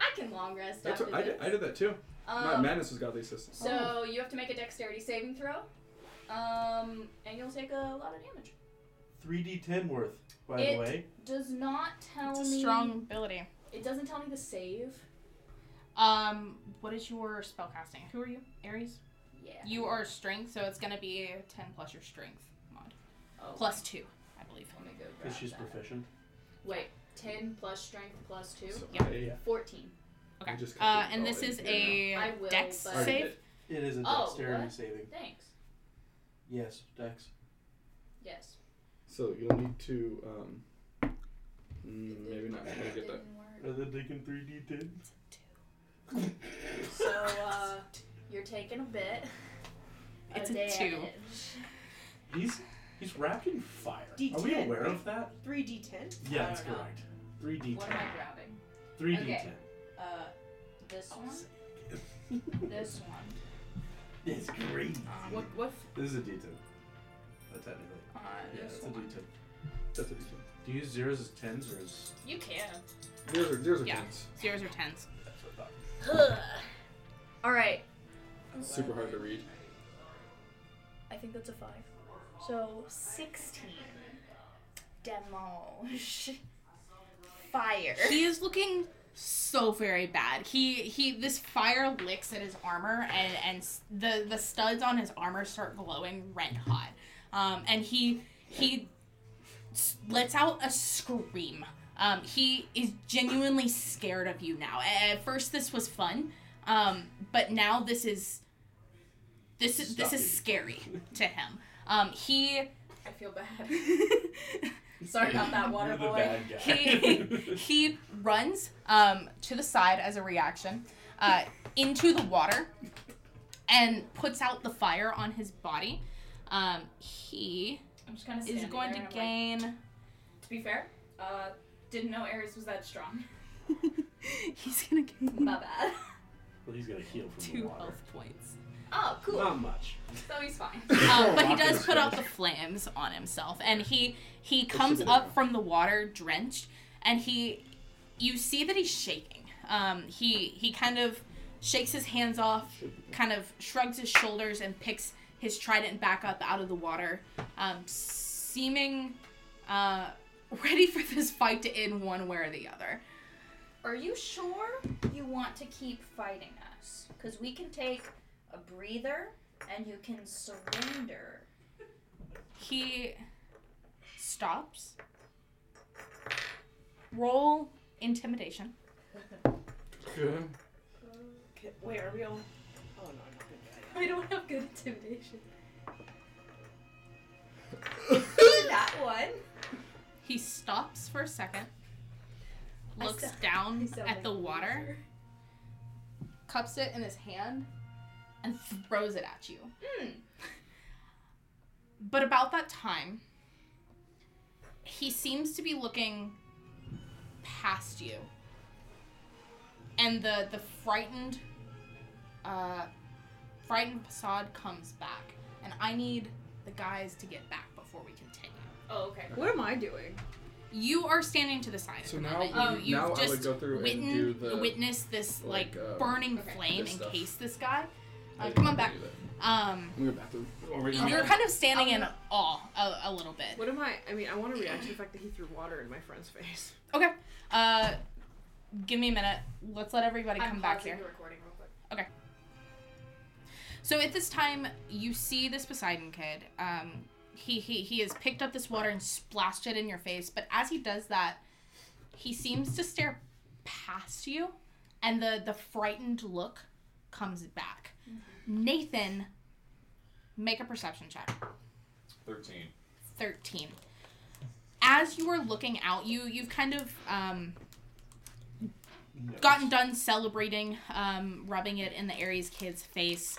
Speaker 8: I can long rest
Speaker 2: That's
Speaker 8: after
Speaker 2: what I
Speaker 8: this.
Speaker 2: did. I did that too. My
Speaker 8: Um,
Speaker 2: madness was godly assistance.
Speaker 1: Oh.
Speaker 8: So you have to make a dexterity saving throw, um, and you'll take a lot of damage.
Speaker 5: god. 3d10 worth, by
Speaker 8: It-
Speaker 5: the way.
Speaker 8: Does not tell
Speaker 1: it's a
Speaker 8: me.
Speaker 1: strong ability.
Speaker 8: It doesn't tell me the save.
Speaker 1: Um, what is your spell casting? Who are you? Aries.
Speaker 8: Yeah.
Speaker 1: You are strength, so it's gonna be ten plus your strength mod,
Speaker 8: Oh,
Speaker 1: plus two, I believe.
Speaker 8: Let me go grab
Speaker 5: Because she's
Speaker 8: that.
Speaker 5: proficient.
Speaker 8: Wait, ten plus strength plus two.
Speaker 2: So,
Speaker 1: yeah.
Speaker 2: yeah.
Speaker 8: Fourteen.
Speaker 1: Okay.
Speaker 2: I just
Speaker 1: Uh,
Speaker 2: copied
Speaker 1: and
Speaker 2: all
Speaker 1: this
Speaker 2: in
Speaker 1: is
Speaker 2: here
Speaker 1: a
Speaker 8: I will,
Speaker 1: dex
Speaker 2: now.
Speaker 8: but-
Speaker 2: I already
Speaker 1: save.
Speaker 2: did.
Speaker 5: It is a
Speaker 8: Oh,
Speaker 5: dexterity
Speaker 8: what?
Speaker 5: saving.
Speaker 8: Thanks.
Speaker 5: Yes, dex.
Speaker 8: Yes.
Speaker 2: So you'll need to. Um, mm, maybe not. I'm gonna get that.
Speaker 8: Didn't work.
Speaker 5: Rather than taking 3d10.
Speaker 8: So uh, you're taking a bit. of
Speaker 1: It's a two.
Speaker 8: damage.
Speaker 5: He's he's wrapped in fire. Are we
Speaker 9: D10,
Speaker 5: aware
Speaker 9: right?
Speaker 5: of that?
Speaker 9: 3d10?
Speaker 5: Yeah,
Speaker 8: I
Speaker 5: that's
Speaker 8: don't know.
Speaker 5: correct. 3d10.
Speaker 8: What am I grabbing?
Speaker 5: 3d10.
Speaker 8: Okay. Uh, this one. This one.
Speaker 5: It's great.
Speaker 6: What? What?
Speaker 5: This is a d10. Uh, technically.
Speaker 8: Um, Uh,
Speaker 5: Yeah,
Speaker 8: this
Speaker 5: it's a
Speaker 8: one.
Speaker 5: d10.
Speaker 2: That's what you
Speaker 5: Do you use zeros as tens or as.
Speaker 8: You can.
Speaker 2: do. There's are there's are
Speaker 1: Yeah.
Speaker 2: things.
Speaker 1: Zeros or tens.
Speaker 5: That's what I thought.
Speaker 8: All right.
Speaker 2: It's super hard to read.
Speaker 8: I think that's a five. So sixteen. Demolish. Fire.
Speaker 1: He is looking so very bad. He he. This fire licks at his armor, and and s- the the studs on his armor start glowing red hot. Um, and he he s- lets out a scream. Um, he is genuinely scared of you now. A- At first, this was fun, um, but now this is this is this is scary to him. Um, he
Speaker 8: I feel bad. Sorry about that, water
Speaker 5: You're the
Speaker 8: boy.
Speaker 5: bad guy.
Speaker 1: he he runs um, to the side as a reaction uh, into the water and puts out the fire on his body. Um, he
Speaker 8: I'm just kind of
Speaker 1: is going to gain.
Speaker 8: to be fair, uh, didn't know Aries was that strong.
Speaker 1: he's gonna gain
Speaker 8: My bad.
Speaker 5: Well, he's gonna heal from the
Speaker 1: two
Speaker 5: water.
Speaker 1: health points.
Speaker 8: Oh, cool.
Speaker 5: Not much.
Speaker 8: So he's fine.
Speaker 1: Um, but he
Speaker 5: Rocket
Speaker 1: does put out
Speaker 5: smash.
Speaker 1: the flames on himself, and he he comes
Speaker 5: bit
Speaker 1: up
Speaker 5: of-
Speaker 1: from the water drenched, and he, you see that he's shaking. Um, he he kind of shakes his hands off, kind of shrugs his shoulders, and picks his trident back up out of the water, um, seeming uh, ready for this fight to end one way or the other.
Speaker 8: Are you sure you want to keep fighting us? Because we can take a breather and you can surrender.
Speaker 1: He stops. Roll intimidation.
Speaker 2: Okay.
Speaker 9: Okay, Wait, are we all. Oh no, I'm not good at it.
Speaker 8: I don't have good intimidation. that one.
Speaker 1: He stops for a second,
Speaker 8: I
Speaker 1: looks
Speaker 8: sound-
Speaker 1: down
Speaker 8: sound like
Speaker 1: at the
Speaker 8: a
Speaker 1: water,
Speaker 8: loser.
Speaker 1: cups it in his hand, and throws it at you.
Speaker 8: Hmm.
Speaker 1: But about that time, he seems to be looking past you. And the, the frightened uh, frightened facade comes back. And I need the guys to get back before we continue.
Speaker 8: Oh, okay.
Speaker 6: What am I doing?
Speaker 1: You are standing to the side. at
Speaker 2: So
Speaker 1: the
Speaker 2: now,
Speaker 1: moment.
Speaker 8: Um,
Speaker 1: you,
Speaker 2: now
Speaker 1: have
Speaker 2: I
Speaker 1: Oh, just
Speaker 2: would go through and do
Speaker 1: witten,
Speaker 2: the.
Speaker 1: witness this like,
Speaker 2: like, uh,
Speaker 1: burning
Speaker 8: Okay.
Speaker 1: flame
Speaker 2: this
Speaker 1: in
Speaker 2: stuff.
Speaker 1: case this guy.
Speaker 2: I
Speaker 1: Uh,
Speaker 2: didn't
Speaker 1: come on
Speaker 2: do
Speaker 1: back.
Speaker 2: that.
Speaker 1: Um,
Speaker 2: I'm in the bathroom. Already.
Speaker 1: you're kind of standing in
Speaker 8: Um,
Speaker 6: I'm-
Speaker 1: awe a, a little bit.
Speaker 6: What am I? I mean, I want to react to the fact that he threw water in my friend's face.
Speaker 1: Okay. Uh, give me a minute. Let's let everybody
Speaker 8: I'm
Speaker 1: come back
Speaker 8: pausing
Speaker 1: here.
Speaker 8: the recording real quick.
Speaker 1: So at this time, you see this Poseidon kid. Um, he, he he has picked up this water and splashed it in your face. But as he does that, he seems to stare past you, and the the frightened look comes back. Nathan, make a perception check.
Speaker 7: Thirteen.
Speaker 1: 13. As you are looking out, you you've kind of um, gotten done celebrating, um, rubbing it in the Aries kid's face.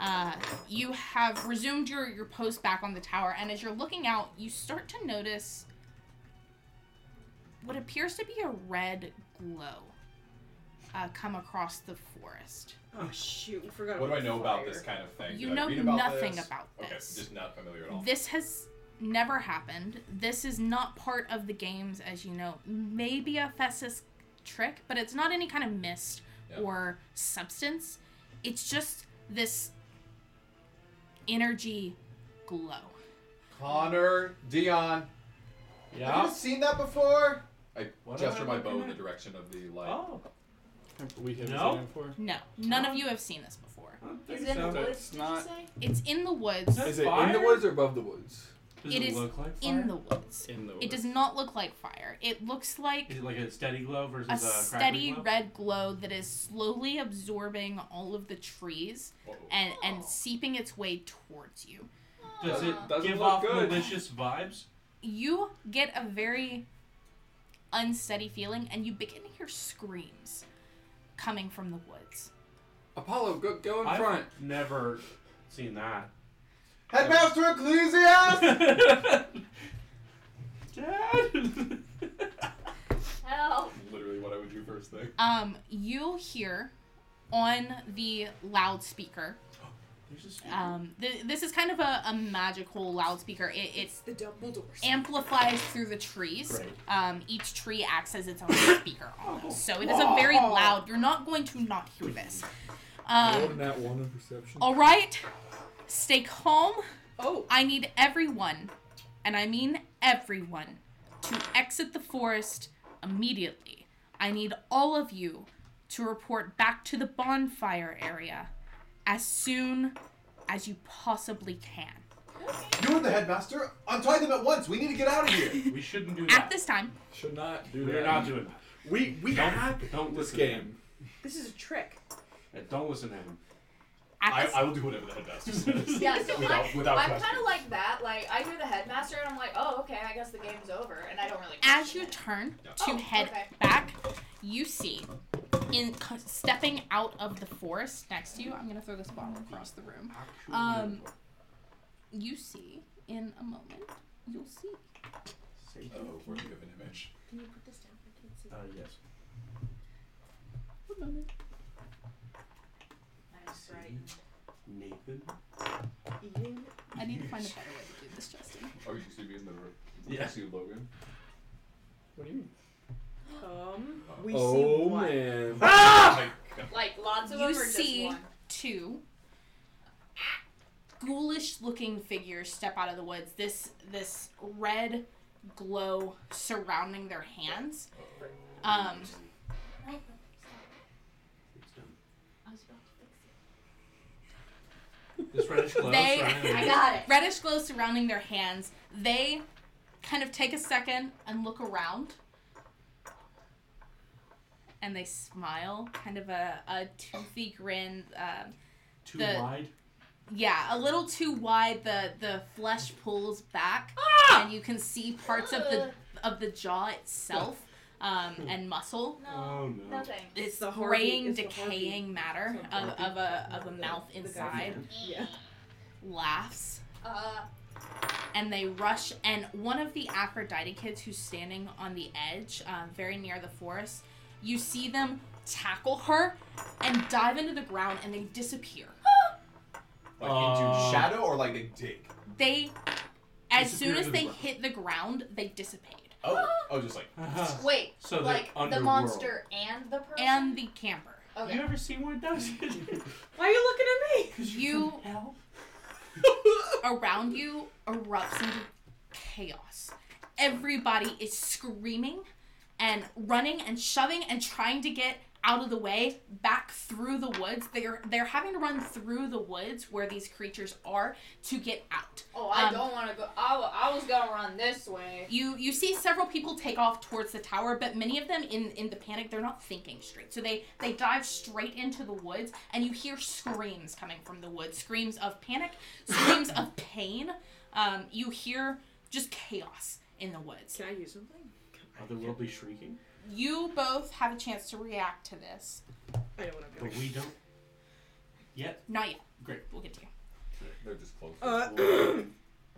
Speaker 1: Uh, you have resumed your, your post back on the tower, and as you're looking out, you start to notice what appears to be a red glow uh, come across the forest.
Speaker 6: Oh shoot, we forgot.
Speaker 7: What do
Speaker 6: about
Speaker 7: I know about
Speaker 6: fire.
Speaker 7: this kind of thing?
Speaker 1: You
Speaker 7: Did I
Speaker 1: know
Speaker 7: read about
Speaker 1: nothing
Speaker 7: this?
Speaker 1: about
Speaker 7: Okay,
Speaker 1: this.
Speaker 7: just not familiar at all.
Speaker 1: This has never happened. This is not part of the games as you know. Maybe a Festus trick, but it's not any kind of mist
Speaker 7: Yeah.
Speaker 1: or substance. It's just this energy glow.
Speaker 7: Connor, Dion. Have you
Speaker 5: Yeah.
Speaker 7: seen that before? I
Speaker 5: What
Speaker 7: gesture
Speaker 5: am I
Speaker 7: my bow
Speaker 5: looking
Speaker 7: in the
Speaker 5: at?
Speaker 7: direction of the light.
Speaker 5: Oh.
Speaker 2: We haven't
Speaker 5: No?
Speaker 2: seen it before.
Speaker 1: No, none of you have seen this before.
Speaker 5: I don't
Speaker 8: Is it
Speaker 5: think
Speaker 8: in the
Speaker 5: so.
Speaker 2: so.
Speaker 8: woods?
Speaker 2: It's
Speaker 8: Did
Speaker 2: not-
Speaker 8: you say?
Speaker 1: It's in the woods.
Speaker 5: Is
Speaker 2: Is
Speaker 5: it
Speaker 2: it
Speaker 5: fire?
Speaker 2: in the woods or above the woods?
Speaker 5: Does
Speaker 1: It
Speaker 5: it,
Speaker 1: is
Speaker 5: look like fire?
Speaker 1: In the woods.
Speaker 2: In the woods.
Speaker 1: It does not look like fire. It looks like
Speaker 5: Is it like a steady glow versus a,
Speaker 1: a
Speaker 5: crackling
Speaker 1: steady
Speaker 5: glow?
Speaker 1: red glow that is slowly absorbing all of the trees
Speaker 7: Whoa.
Speaker 1: and, and seeping its way towards you.
Speaker 5: Does it
Speaker 2: Doesn't
Speaker 5: give
Speaker 2: look
Speaker 5: off
Speaker 2: good.
Speaker 5: malicious vibes?
Speaker 1: you get a very unsteady feeling and you begin to hear screams coming from the woods.
Speaker 2: Apollo, go, go in
Speaker 5: I've
Speaker 2: front.
Speaker 5: never seen that.
Speaker 7: Headmaster Ecclesiastes!
Speaker 5: Dad.
Speaker 8: Help.
Speaker 7: Literally what I would do first thing.
Speaker 1: Um, you hear on the loudspeaker.
Speaker 5: There's a speaker.
Speaker 1: Um, th- this is kind of a, a magical loudspeaker. It, it
Speaker 6: It's the Dumbledore.
Speaker 1: amplifies through the trees.
Speaker 5: Great.
Speaker 1: Um, each tree acts as its own speaker almost. So it is a very loud. You're not going to not hear this.
Speaker 2: Roll
Speaker 1: Um,
Speaker 2: that one in perception.
Speaker 1: all right, stay calm.
Speaker 6: Oh,
Speaker 1: I need everyone, and I mean everyone, to exit the forest immediately. I need all of you to report back to the bonfire area as soon as you possibly can.
Speaker 7: You're the headmaster. Untie them at once. We need to get out of here.
Speaker 5: we shouldn't do
Speaker 1: At
Speaker 5: that.
Speaker 1: this time,
Speaker 2: Should not do that.
Speaker 5: We're not doing that.
Speaker 2: We we
Speaker 5: Don't-
Speaker 2: had
Speaker 5: don't
Speaker 2: this
Speaker 5: listen to
Speaker 2: game.
Speaker 6: this is a trick.
Speaker 5: Yeah, don't listen to him.
Speaker 1: at
Speaker 7: I,
Speaker 1: this,
Speaker 7: I will do whatever the headmaster says.
Speaker 8: Yeah, so
Speaker 7: Without-
Speaker 8: I'm,
Speaker 7: without
Speaker 8: I'm
Speaker 7: question.
Speaker 8: kind of like that. Like, I hear the headmaster and I'm like, oh, okay, I guess the game's over. And I don't really
Speaker 1: as
Speaker 8: question
Speaker 1: you
Speaker 8: it.
Speaker 1: turn
Speaker 7: Yeah.
Speaker 1: to
Speaker 8: Oh,
Speaker 1: head
Speaker 8: okay.
Speaker 1: back, you see in c- stepping out of the forest next to you. I'm gonna throw this bottle across the room. Um, you see in a moment. You'll see.
Speaker 7: oh, we're gonna give an image.
Speaker 6: Can you put this down? I can't
Speaker 5: Uh,
Speaker 6: see.
Speaker 5: yes.
Speaker 1: One moment.
Speaker 9: I'm frightened.
Speaker 5: Nathan.
Speaker 6: Eden.
Speaker 1: I need to find a better way to do this, Justin.
Speaker 7: Oh, you see me in the room.
Speaker 5: Yeah.
Speaker 7: You see Logan.
Speaker 2: What do you mean?
Speaker 6: Um, we see
Speaker 2: oh
Speaker 6: what?
Speaker 2: man.
Speaker 7: Ah!
Speaker 8: Like, lots of
Speaker 1: You
Speaker 8: them are
Speaker 1: see-
Speaker 8: just one.
Speaker 1: Two ghoulish-looking figures step out of the woods. This this red glow surrounding their hands. Um,
Speaker 5: It's done.
Speaker 8: I was about to fix it.
Speaker 5: This reddish glow.
Speaker 1: They-
Speaker 5: surrounding
Speaker 8: I
Speaker 5: it.
Speaker 8: got it.
Speaker 1: reddish glow surrounding their hands. They kind of take a second and look around. And they smile, kind of a, a toothy grin. Um,
Speaker 5: Too
Speaker 1: the-
Speaker 5: wide.
Speaker 1: Yeah, a little too wide. The the flesh pulls back, and you can see parts of the of the jaw itself um, and muscle.
Speaker 8: No.
Speaker 5: oh no.
Speaker 8: No thanks.
Speaker 1: It's
Speaker 6: the Harvey-
Speaker 1: graying,
Speaker 6: it's the
Speaker 1: decaying matter
Speaker 6: It's the
Speaker 1: of, of a of a mouth
Speaker 6: The guy.
Speaker 1: inside.
Speaker 6: Yeah.
Speaker 1: Laughs,
Speaker 8: Uh,
Speaker 1: and they rush. And one of the Aphrodite kids who's standing on the edge, um, very near the forest, you see them tackle her and dive into the ground, and they disappear.
Speaker 7: Like
Speaker 5: Uh,
Speaker 7: into shadow or like they dig?
Speaker 1: They, as
Speaker 5: Disappear
Speaker 1: soon as
Speaker 5: into the
Speaker 1: they
Speaker 5: ground.
Speaker 1: hit the ground, they dissipate.
Speaker 7: Oh, oh, just like
Speaker 5: Uh-huh.
Speaker 8: wait.
Speaker 5: So the
Speaker 8: like, the
Speaker 5: underworld.
Speaker 8: monster and the person?
Speaker 1: and the camper.
Speaker 8: Okay.
Speaker 5: You ever seen what it does? it?
Speaker 6: Why are you looking at me?
Speaker 5: 'Cause
Speaker 1: You-
Speaker 5: from hell?
Speaker 1: Around you erupts into chaos. Everybody is screaming and running and shoving and trying to get out of the way back through the woods. They're they're having to run through the woods where these creatures are to get out.
Speaker 8: Oh, I
Speaker 1: Um,
Speaker 8: don't want to go. I, wa- I was gonna run this way.
Speaker 1: You you see several people take off towards the tower, but many of them in in the panic, they're not thinking straight. So they they dive straight into the woods and you hear screams coming from the woods, screams of panic, screams of pain. Um, you hear just chaos in the woods.
Speaker 6: Can I use something?
Speaker 5: Otherworldly shrieking?
Speaker 1: You both have a chance to react to this.
Speaker 6: I know what I'm
Speaker 5: But
Speaker 6: doing.
Speaker 5: we don't. Yet.
Speaker 1: Not yet.
Speaker 5: Great.
Speaker 1: We'll get to you.
Speaker 7: They're just close.
Speaker 6: Uh,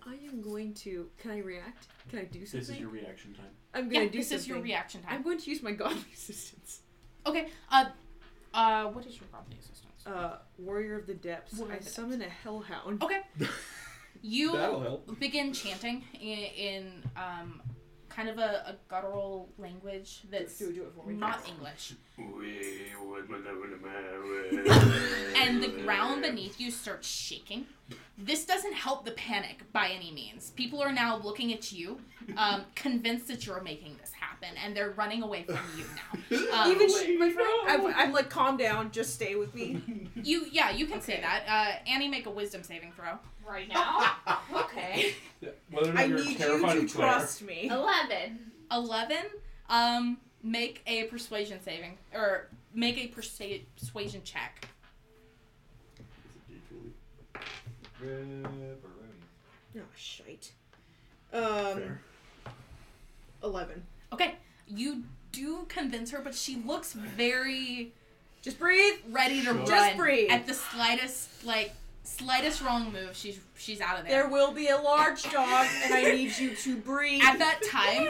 Speaker 6: I am going to. Can I react? Can I do something?
Speaker 5: This is your reaction time.
Speaker 6: I'm gonna
Speaker 1: yeah,
Speaker 6: do
Speaker 1: this
Speaker 6: something.
Speaker 1: is your reaction time.
Speaker 6: I'm going to use my godly assistance.
Speaker 1: Okay. Uh, uh, what is your property assistance?
Speaker 6: Uh, Warrior of the Depths.
Speaker 1: Warrior
Speaker 6: I
Speaker 1: of the
Speaker 6: summon a hellhound.
Speaker 1: Okay. You
Speaker 2: That'll help.
Speaker 1: begin chanting in, in um, kind of a, a guttural language that's
Speaker 6: Do, do it for me.
Speaker 1: not English.
Speaker 5: We would
Speaker 1: And the ground beneath you starts shaking. This doesn't help the panic by any means. People are now looking at you, um, convinced that you're making this happen, and they're running away from you now. Um,
Speaker 6: Even she, my friend. I'm, I'm like, calm down. Just stay with me.
Speaker 1: you, yeah, you can say that. Uh, Annie, make a wisdom saving throw.
Speaker 3: Right now? okay.
Speaker 5: Whether or not
Speaker 6: I
Speaker 5: you're
Speaker 6: need you
Speaker 5: terrified
Speaker 6: to
Speaker 5: of Claire,
Speaker 6: trust me.
Speaker 1: Oh.
Speaker 8: Eleven.
Speaker 1: 11 um make a persuasion saving or make a persu- persuasion check
Speaker 7: Ripperoni.
Speaker 6: Oh shite. Um,
Speaker 5: Fair.
Speaker 6: eleven.
Speaker 1: okay you do convince her but she looks very
Speaker 6: Just breathe.
Speaker 1: ready to
Speaker 5: Sure.
Speaker 1: run
Speaker 6: Just breathe.
Speaker 1: at the slightest like slightest wrong move she's she's out of there,
Speaker 6: There will be a large dog, and I need you to breathe.
Speaker 1: at that time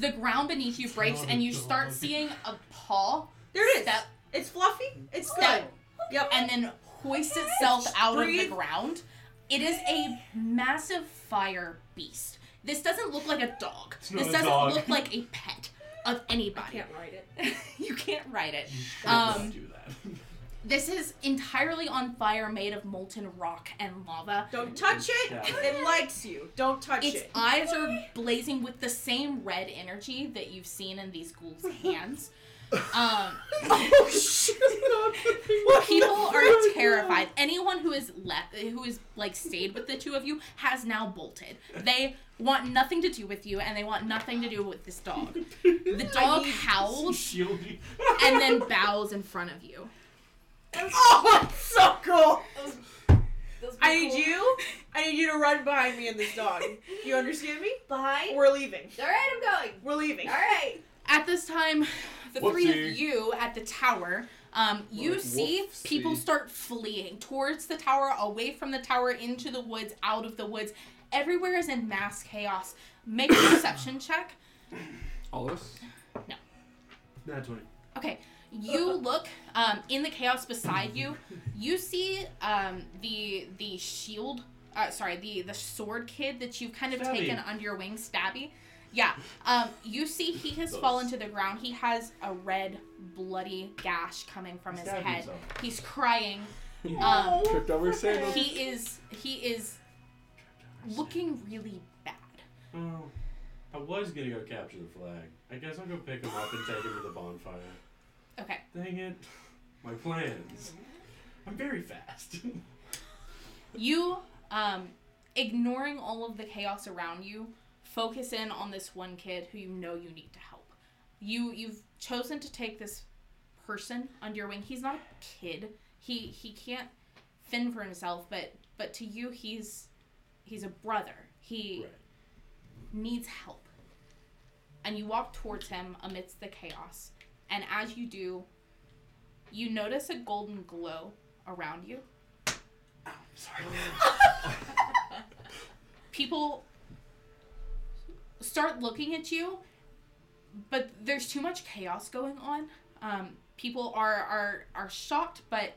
Speaker 1: the ground beneath you breaks
Speaker 5: not a
Speaker 1: and you
Speaker 5: dog.
Speaker 1: start seeing a paw
Speaker 6: there it is.
Speaker 1: step
Speaker 6: It's fluffy. It's
Speaker 1: step
Speaker 6: good. Yep.
Speaker 1: and then hoists itself out of the
Speaker 6: breathe.
Speaker 1: ground. It is a massive fire beast. This doesn't look like a dog.
Speaker 5: not
Speaker 1: This
Speaker 5: a
Speaker 1: doesn't
Speaker 5: dog.
Speaker 1: look like a pet of anybody.
Speaker 6: can't ride it.
Speaker 1: you can't ride it.
Speaker 5: should
Speaker 1: Um,
Speaker 5: not do that.
Speaker 1: This is entirely on fire, made of molten rock and lava.
Speaker 6: Don't touch it.
Speaker 5: Yeah.
Speaker 6: It likes you. Don't touch
Speaker 1: Its
Speaker 6: it.
Speaker 1: eyes are blazing with the same red energy that you've seen in these ghouls' hands. Um,
Speaker 6: oh shit! Oh,
Speaker 1: people are
Speaker 9: Oh,
Speaker 1: terrified. Anyone who is left, who is like stayed with the two of you, has now bolted. They want nothing to do with you, and they want nothing to do with this dog. The dog howls
Speaker 5: Shield me.
Speaker 1: and then bows in front of you.
Speaker 6: Oh, that's so cool.
Speaker 8: Those were
Speaker 6: I need
Speaker 8: cool.
Speaker 6: you. I need you to run behind me and this dog. You understand me?
Speaker 8: Behind.
Speaker 6: We're leaving.
Speaker 8: All right, I'm going.
Speaker 6: We're leaving.
Speaker 8: All right.
Speaker 1: At this time, the three of
Speaker 5: Whoopsie.
Speaker 1: you at the tower, um, you
Speaker 2: Like
Speaker 1: see
Speaker 2: wolf
Speaker 1: people
Speaker 2: see.
Speaker 1: start fleeing towards the tower, away from the tower, into the woods, out of the woods. Everywhere is in mass chaos. Make a perception check.
Speaker 2: All of us.
Speaker 5: Not 20.
Speaker 1: Okay, you look um, in the chaos beside you. You see um, the the shield. Uh, sorry, the the sword kid that you've kind of
Speaker 5: Stabby.
Speaker 1: taken under your wing, Stabby. Yeah. Um, you see he has
Speaker 7: Those.
Speaker 1: fallen to the ground. He has a red, bloody gash coming from his
Speaker 5: Stab
Speaker 1: head.
Speaker 5: yourself.
Speaker 1: He's crying. Um,
Speaker 2: Tripped over sandals.
Speaker 1: he Um, is he is looking really bad.
Speaker 5: Oh, I was gonna go capture the flag. I guess I'll go pick him up and take him to the bonfire.
Speaker 1: Okay.
Speaker 5: Dang it. My plans. I'm very fast.
Speaker 1: You, um, ignoring all of the chaos around you, focus in on this one kid who you know you need to help. You you've chosen to take this person under your wing. He's not a kid. He he can't fend for himself, but but to you he's he's a brother. He
Speaker 5: Right.
Speaker 1: needs help. And you walk towards him amidst the chaos. And as you do, you notice a golden glow around you.
Speaker 5: Sorry.
Speaker 1: people start looking at you, but there's too much chaos going on. Um, people are are are shocked, but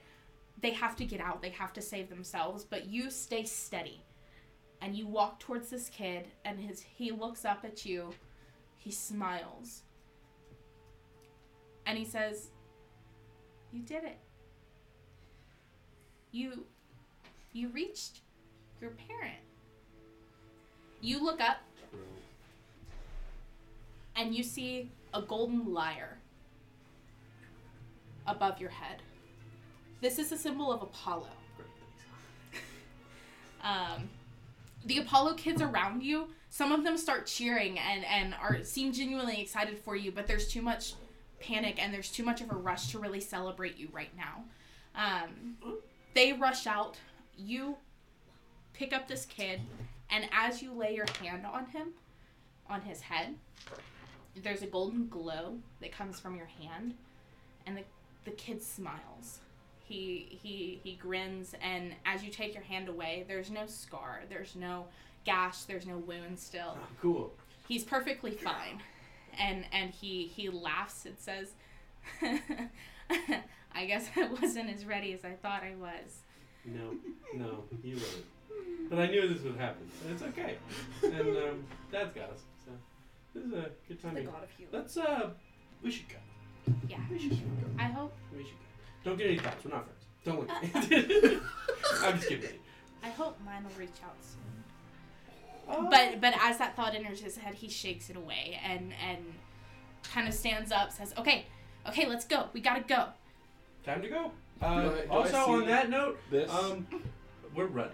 Speaker 1: they have to get out. They have to save themselves. But you stay steady, and you walk towards this kid, and his he looks up at you, he smiles, and he says, "You did it. You you reached your parent." You look up and you see a golden lyre above your head. This is a symbol of Apollo. Um, the Apollo kids around you, some of them start cheering and, and are seem genuinely excited for you, but there's too much panic and there's too much of a rush to really celebrate you right now. Um, they rush out. You pick up this kid And as you lay your hand on him, on his head, there's a golden glow that comes from your hand, and the, the kid smiles. He, he, he grins, and as you take your hand away, there's no scar, there's no gash, there's no wound still.
Speaker 5: cool.
Speaker 1: He's perfectly fine. And, and he, he laughs and says, I guess I wasn't as ready as I thought I was.
Speaker 5: No, no, you wouldn't. But I knew this would happen. And it's okay. And um, Dad's got us. So this is a good time.
Speaker 9: The
Speaker 5: to-
Speaker 9: god of healing.
Speaker 5: Let's uh, we should go.
Speaker 1: Yeah.
Speaker 5: We should go.
Speaker 1: I hope
Speaker 5: We should go. Don't get any thoughts. We're not friends. Don't look. I'm just kidding.
Speaker 1: I hope mine will reach out soon.
Speaker 5: Oh.
Speaker 9: Oh.
Speaker 1: But but as that thought enters his head, he shakes it away and and kind of stands up, says, "Okay, okay, let's go. We gotta go."
Speaker 5: Time to go.
Speaker 2: Do
Speaker 5: Uh,
Speaker 2: I- do I
Speaker 5: also, on
Speaker 2: see-
Speaker 5: that note,
Speaker 2: This.
Speaker 5: um, we're running.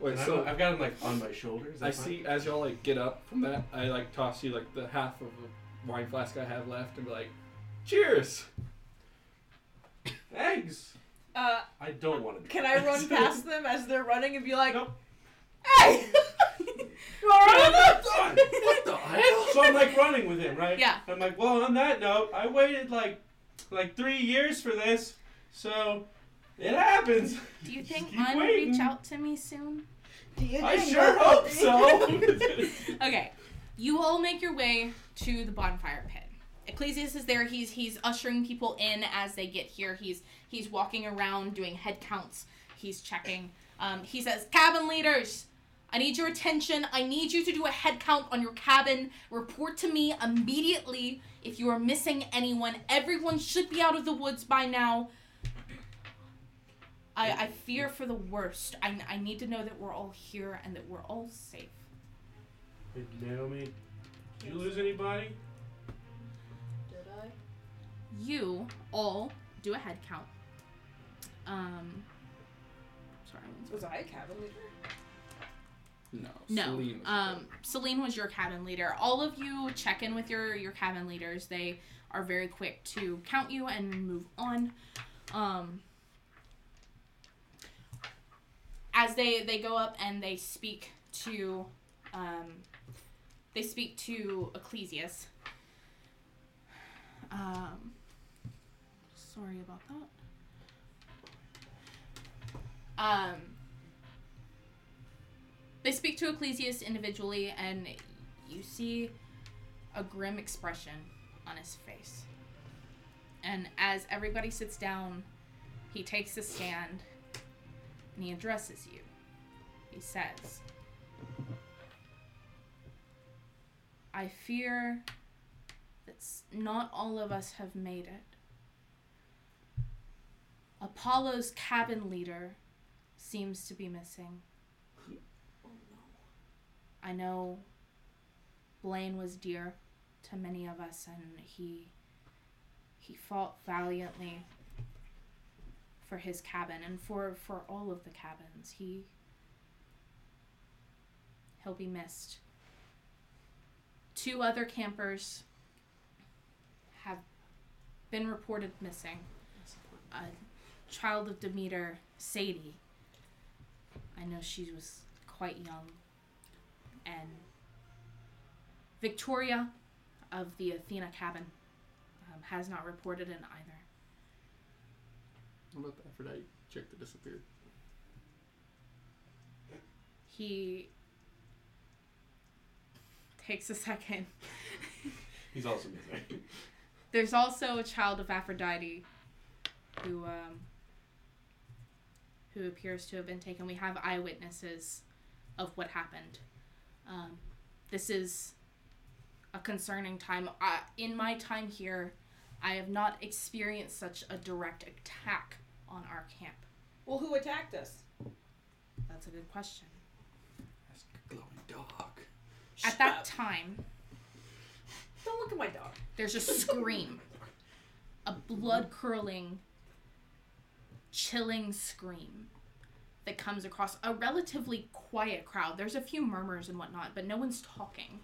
Speaker 2: Wait,
Speaker 5: And I
Speaker 2: so
Speaker 5: don't- I've got him like on my shoulders.
Speaker 2: I see as y'all like get up from that, I like toss you like the half of a wine flask I have left and be like, "Cheers!"
Speaker 5: eggs.
Speaker 9: Uh,
Speaker 5: I don't want to.
Speaker 9: can I run past them as they're running and be like,
Speaker 5: Nope.
Speaker 9: "Hey, you all right?"
Speaker 5: what the hell? So I'm like running with him, right?
Speaker 1: Yeah.
Speaker 5: I'm like, well, on that note, I waited like, like three years for this, so it happens.
Speaker 1: Do you think
Speaker 5: keep
Speaker 1: mine will reach
Speaker 5: waiting.
Speaker 1: out to me soon?
Speaker 9: Do you
Speaker 5: I
Speaker 9: think
Speaker 5: sure
Speaker 9: that'll
Speaker 5: hope
Speaker 9: be-
Speaker 5: so.
Speaker 1: Okay, you all make your way to the bonfire pit. Ecclesiastes is there. He's he's ushering people in as they get here. He's he's walking around doing head counts. He's checking. Um, he says, "Cabin leaders, I need your attention. I need you to do a head count on your cabin. Report to me immediately if you are missing anyone. Everyone should be out of the woods by now. I, I fear for the worst. I, I need to know that we're all here and that we're all safe.
Speaker 5: Hey, Naomi, did you lose anybody?
Speaker 8: Did I?
Speaker 1: You all do a head count. Um, sorry. one second.
Speaker 9: Was I a cabin leader?
Speaker 2: No.
Speaker 1: No.
Speaker 2: Celine was
Speaker 1: um, Celine was your cabin leader. All of you check in with your your cabin leaders. They are very quick to count you and move on. Um, as they they go up and they speak to, um, they speak to Ecclesias. Um, sorry about that. Um they speak to Ecclesias individually, and you see a grim expression on his face. And as everybody sits down, he takes a stand and he addresses you. He says, I fear that s- not all of us have made it. Apollo's cabin leader seems to be missing. I know Blaine was dear to many of us and he he fought valiantly for his cabin and for for all of the cabins. He he'll be missed. Two other campers have been reported missing. A child of Demeter, Sadie. I know she was quite young and Victoria of the Athena cabin um, has not reported in either.
Speaker 2: What about the Aphrodite chick that disappeared?
Speaker 1: He takes a second.
Speaker 5: He's also missing.
Speaker 1: There's also a child of Aphrodite who um, who appears to have been taken. We have eyewitnesses of what happened. Um, this is a concerning time. I, in my time here, I have not experienced such a direct attack on our camp.
Speaker 9: Well, who attacked us?
Speaker 1: That's a good question.
Speaker 2: That's a glowing dog.
Speaker 1: At that time,
Speaker 9: Don't look at my dog.
Speaker 1: there's a scream, a blood curling, chilling scream that comes across a relatively quiet crowd. There's a few murmurs and whatnot, but no one's talking.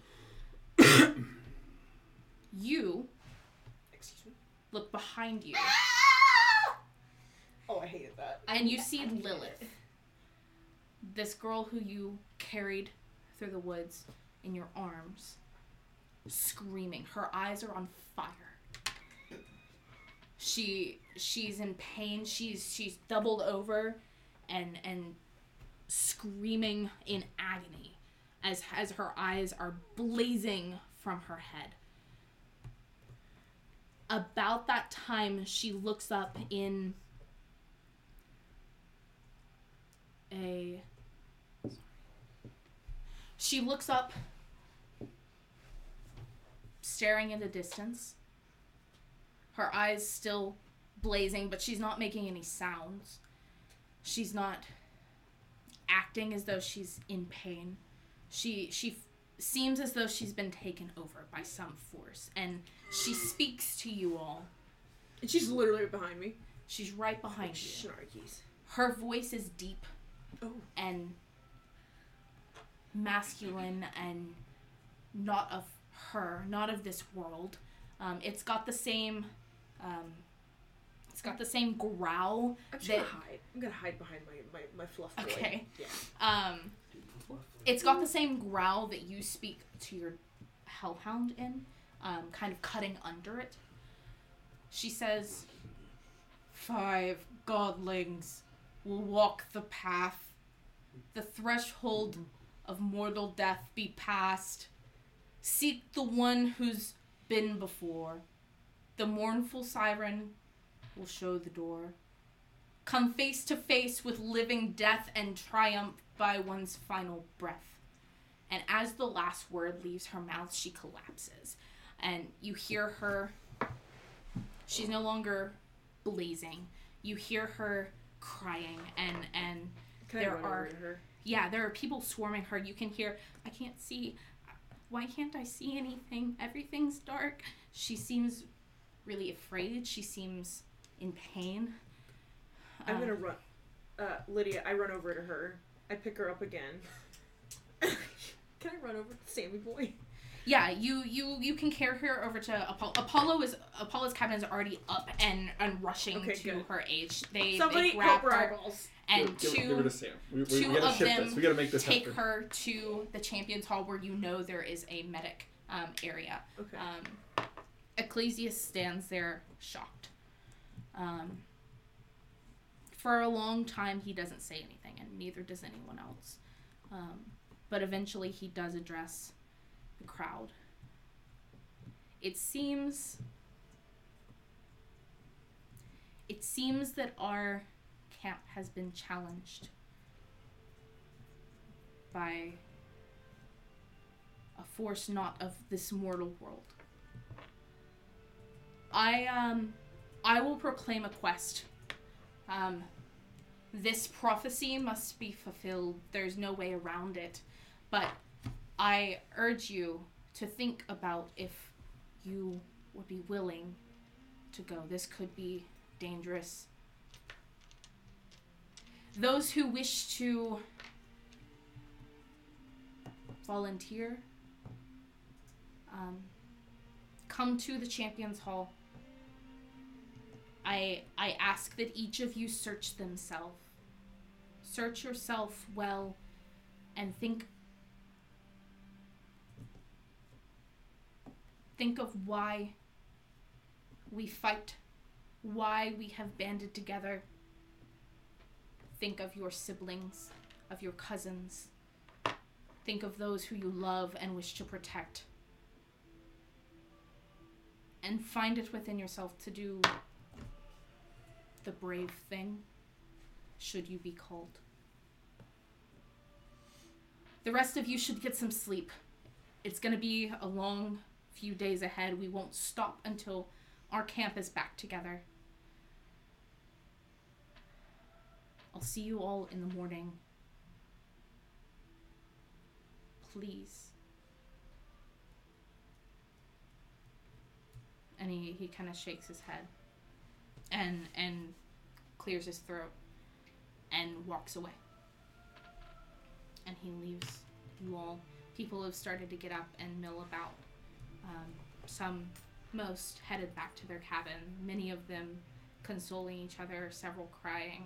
Speaker 1: you
Speaker 9: Excuse me.
Speaker 1: look behind you
Speaker 9: Oh, I hated that.
Speaker 1: and you see Lilith, this girl who you carried through the woods in your arms, screaming. Her eyes are on fire. She she's in pain. She's she's doubled over, and and screaming in agony as as her eyes are blazing from her head. About that time, she looks up in a. She looks up, staring in the distance. Her eyes still blazing, but she's not making any sounds. She's not acting as though she's in pain. She she f- seems as though she's been taken over by some force, and she speaks to you all.
Speaker 6: And she's literally behind me.
Speaker 1: She's right behind you.
Speaker 6: Snarkies.
Speaker 1: Her voice is deep
Speaker 6: Oh.
Speaker 1: and masculine and not of her, not of this world. Um, it's got the same, um, it's got the same growl.
Speaker 6: I'm just
Speaker 1: that-
Speaker 6: gonna hide. I'm gonna hide behind my, my, my fluff boy.
Speaker 1: Okay.
Speaker 6: Yeah.
Speaker 1: Um, it's got the same growl that you speak to your hellhound in, um, kind of cutting under it. She says, Five godlings will walk the path. The threshold of mortal death be passed. Seek the one who's been before. The mournful siren will show the door come face to face with living death and triumph by one's final breath. And as the last word leaves her mouth, she collapses. And you hear her, she's no longer blazing. You hear her crying, and, and
Speaker 6: Can
Speaker 1: There
Speaker 6: I run
Speaker 1: are-
Speaker 6: over to her?
Speaker 1: yeah, there are people swarming her. You can hear, I can't see. Why can't I see anything? Everything's dark. She seems really afraid. She seems in pain.
Speaker 6: I'm
Speaker 1: Um,
Speaker 6: gonna run. Uh, Lydia, I run over to her. I pick her up again. Can I run over to Sammy Boy?
Speaker 1: Yeah, you you you can carry her over to Apollo. Apollo is Apollo's cabin is already up and and rushing
Speaker 6: Okay,
Speaker 1: to
Speaker 6: good.
Speaker 1: her aid. They
Speaker 6: Somebody
Speaker 1: they grab
Speaker 6: help her
Speaker 1: her
Speaker 6: eyeballs.
Speaker 1: and
Speaker 2: give, give, give her
Speaker 1: two
Speaker 2: to Sam. We, we,
Speaker 1: two
Speaker 2: we gotta
Speaker 1: of
Speaker 2: ship
Speaker 1: them
Speaker 2: this. We gotta make this
Speaker 1: take
Speaker 2: happen.
Speaker 1: her to the champions hall where you know there is a medic um, area.
Speaker 6: Okay.
Speaker 1: Um, Ecclesius stands there shocked. Um, for a long time, he doesn't say anything, and neither does anyone else. Um, but eventually, he does address the crowd. It seems. It seems that our camp has been challenged by a force not of this mortal world. I um I will proclaim a quest. Um this prophecy must be fulfilled. There's no way around it. But I urge you to think about if you would be willing to go. This could be dangerous. Those who wish to volunteer um, come to the champions hall i i ask that each of you search themselves search yourself well and think think of why we fight why we have banded together think of your siblings of your cousins think of those who you love and wish to protect and find it within yourself to do the brave thing should you be called. The rest of you should get some sleep. It's going to be a long few days ahead. We won't stop until our camp is back together. I'll see you all in the morning. Please. and he, he kind of shakes his head and and clears his throat and walks away and he leaves you all people have started to get up and mill about um, some most headed back to their cabin many of them consoling each other several crying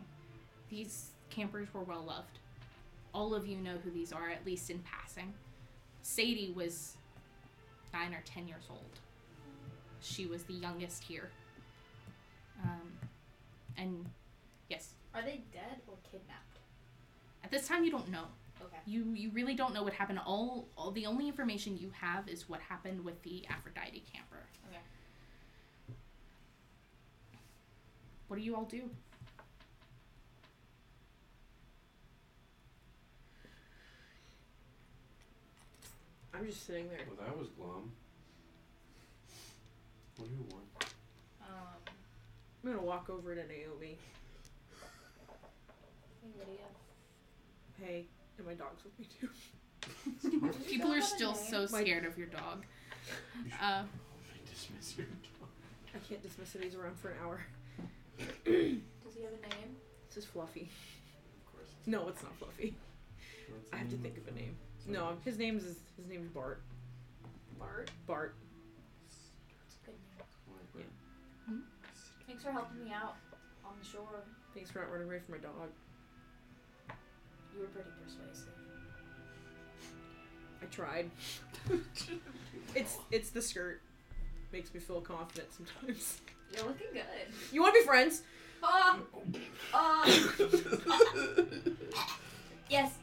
Speaker 1: these campers were well loved all of you know who these are, at least in passing. Sadie was nine or ten years old. She was the youngest here. Um, and yes,
Speaker 3: Are they dead or kidnapped?
Speaker 1: at this time you don't know.
Speaker 3: Okay.
Speaker 1: You you really don't know what happened. All, all the only information you have is what happened with the Aphrodite camper.
Speaker 3: Okay.
Speaker 1: What do you all do?
Speaker 6: I'm just sitting there.
Speaker 5: Well, that was glum. What do you want?
Speaker 3: Um,
Speaker 6: I'm gonna walk over to Naomi. Hey, and my dog's with me too.
Speaker 1: People are
Speaker 3: have a
Speaker 1: still
Speaker 3: name?
Speaker 1: so
Speaker 6: My-
Speaker 1: scared of your dog. Uh,
Speaker 5: Probably dismiss your dog.
Speaker 6: I can't dismiss it. He's around for an hour.
Speaker 8: Does he have a name?
Speaker 6: This is Fluffy.
Speaker 5: Of course.
Speaker 6: No, it's not Fluffy.
Speaker 5: What's
Speaker 6: I
Speaker 5: the
Speaker 6: have to
Speaker 5: name
Speaker 6: think of a name.
Speaker 5: So-
Speaker 6: No, his name's is his name's Bart.
Speaker 3: Bart.
Speaker 6: Bart.
Speaker 8: That's a good name.
Speaker 5: Like,
Speaker 6: Yeah.
Speaker 8: Thanks for helping me out on the shore.
Speaker 6: Thanks for not running away from my dog.
Speaker 8: You were pretty persuasive.
Speaker 6: I tried. it's it's the skirt. Makes me feel confident sometimes.
Speaker 8: You're looking good.
Speaker 6: You want to be friends?
Speaker 8: Uh, uh, yes,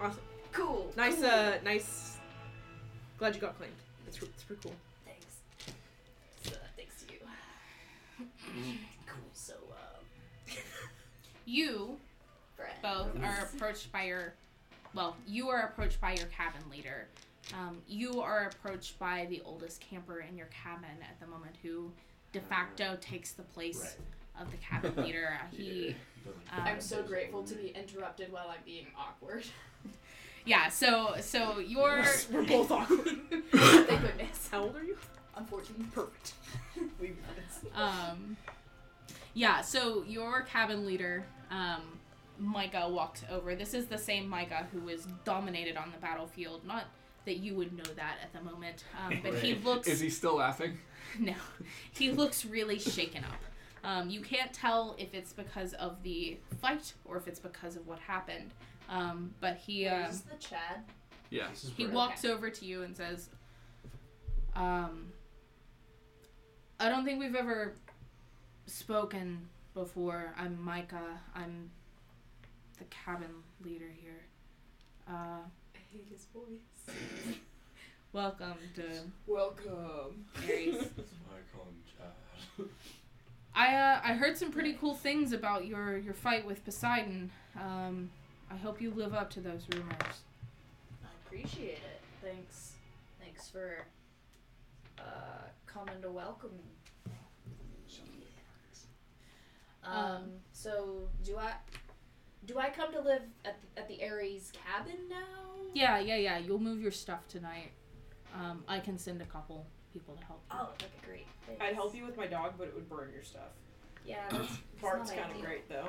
Speaker 6: Awesome.
Speaker 8: cool.
Speaker 6: Nice.
Speaker 8: cool.
Speaker 6: Uh, nice. Glad you got claimed. It's it's pretty cool.
Speaker 8: Thanks. So, thanks to you. cool. So, uh,
Speaker 1: you
Speaker 8: friend.
Speaker 1: both are approached by your well you are approached by your cabin leader um, you are approached by the oldest camper in your cabin at the moment who de
Speaker 2: Uh,
Speaker 1: facto takes the place of the cabin leader Uh, he um,
Speaker 8: I'm so grateful to be interrupted while I'm being awkward.
Speaker 1: yeah so so your
Speaker 6: We're both awkward.
Speaker 8: Thank goodness.
Speaker 6: How old are you?
Speaker 8: Unfortunately.
Speaker 6: Perfect.
Speaker 1: um yeah so your cabin leader um micah walks over this is the same micah who was dominated on the battlefield not that you would know that at the moment um, but he
Speaker 2: Right.
Speaker 1: looks
Speaker 2: Is he still laughing?
Speaker 1: No, he looks really shaken up. Um, you can't tell if it's because of the fight or if it's because of what happened. Um, but he
Speaker 8: Wait,
Speaker 1: um
Speaker 8: Is this the Chad?
Speaker 2: Yeah.
Speaker 5: This is
Speaker 1: he
Speaker 5: Brett.
Speaker 1: walks over to you and says, um, "I don't think we've ever spoken before. I'm Micah. I'm the cabin leader here. Uh,
Speaker 8: I hate his voice.
Speaker 1: welcome to
Speaker 8: Welcome.
Speaker 1: Aries."
Speaker 5: That's why I call him Chad.
Speaker 1: I uh, I heard some pretty cool things about your your fight with Poseidon. Um, I hope you live up to those rumors.
Speaker 8: I appreciate it. Thanks. Thanks for uh, coming to welcome me. Um,
Speaker 1: Um,
Speaker 8: so do I do I come to live at the, at the Aries cabin now?
Speaker 1: Yeah, yeah, yeah. You'll move your stuff tonight. Um, I can send a couple people to help you.
Speaker 8: Oh, that'd be great. Thanks.
Speaker 9: I'd help you with my dog, but it would burn your stuff.
Speaker 8: Yeah, that's, that's
Speaker 9: Bart's
Speaker 8: not
Speaker 9: kind of
Speaker 8: ideal.
Speaker 9: great though.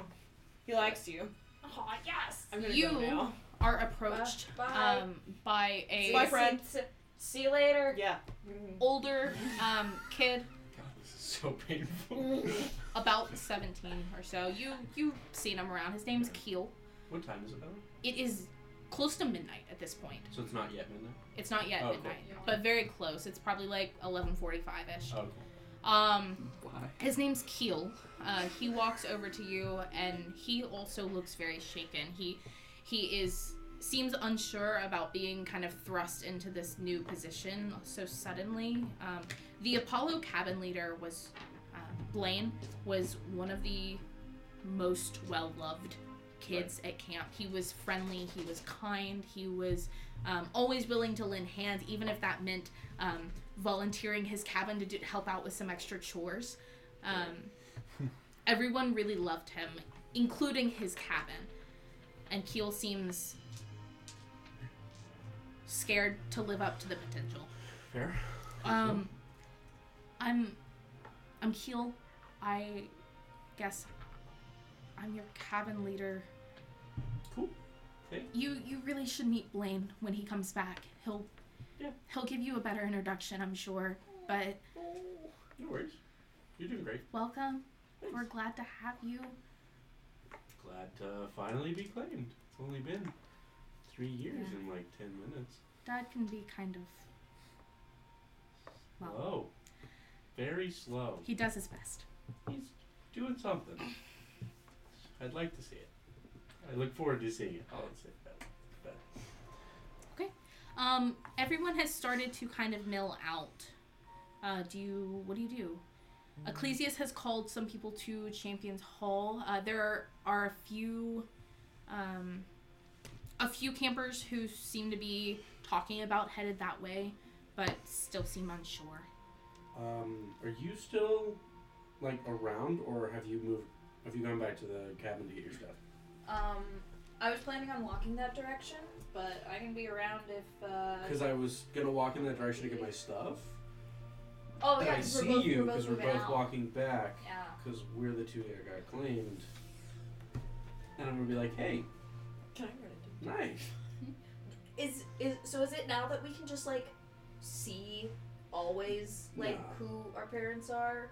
Speaker 9: He likes you.
Speaker 8: Aw, yes.
Speaker 9: I'm gonna
Speaker 1: You-
Speaker 9: go now.
Speaker 1: Are approached
Speaker 8: Uh, bye.
Speaker 1: um, by a
Speaker 9: Bye, friend.
Speaker 8: See, see you later.
Speaker 9: Yeah. Mm.
Speaker 1: older um, kid,
Speaker 5: God, this is so painful.
Speaker 1: about seventeen or so. You you've seen him around. His name's Keel.
Speaker 5: what time is it, by the way?
Speaker 1: It is close to midnight at this point.
Speaker 5: So it's not yet midnight?
Speaker 1: It's not yet
Speaker 5: Oh, okay.
Speaker 1: midnight, but very close. It's probably like eleven forty-five ish.
Speaker 5: Okay.
Speaker 1: Um.
Speaker 2: Why?
Speaker 1: His name's Keel. Uh, he walks over to you, and he also looks very shaken. He he is seems unsure about being kind of thrust into this new position so suddenly. Um, the Apollo cabin leader was uh, Blaine was one of the most well loved kids at camp. He was friendly. He was kind. He was um, always willing to lend hands, even if that meant um, volunteering his cabin to do, help out with some extra chores. Um, everyone really loved him, including his cabin. And Keel seems scared to live up to the potential.
Speaker 5: Fair.
Speaker 1: Um, I'm, I'm Keel. I guess I'm your cabin leader.
Speaker 5: Cool. Hey.
Speaker 1: You you really should meet Blaine when he comes back. He'll
Speaker 5: Yeah.
Speaker 1: he'll give you a better introduction, I'm sure. But
Speaker 5: No worries. You're doing great.
Speaker 1: welcome. We're glad to have you.
Speaker 5: glad to finally be claimed. It's only been three years
Speaker 1: Yeah.
Speaker 5: in like ten minutes.
Speaker 1: Dad can be kind of. Well,
Speaker 5: Slow. Very slow.
Speaker 1: he does his best.
Speaker 5: He's doing something. I'd like to see it. I look forward to seeing it. I'll say that.
Speaker 1: Um, everyone has started to kind of mill out. Uh, do you? What do you do? Ecclesius has called some people to Champions Hall. Uh, there are a few, um, a few campers who seem to be talking about headed that way, but still seem unsure.
Speaker 5: Um, are you still like around, or have you moved? Have you gone back to the cabin to get your stuff?
Speaker 3: Um, I was planning on walking that direction, but I can be around if. Uh...
Speaker 5: Because I was gonna walk in that direction to get my stuff.
Speaker 3: Oh
Speaker 5: But
Speaker 3: yeah,
Speaker 5: I
Speaker 3: 'cause we're
Speaker 5: see
Speaker 3: both,
Speaker 5: you
Speaker 3: we're both
Speaker 5: because we're
Speaker 3: moving
Speaker 5: both
Speaker 3: out.
Speaker 5: walking back.
Speaker 3: Yeah.
Speaker 5: Because we're the two that got claimed. And I'm gonna be like, hey,
Speaker 6: Can I run it?
Speaker 5: nice.
Speaker 8: Is is so? Is it now that we can just like see always like
Speaker 5: No.
Speaker 8: who our parents are?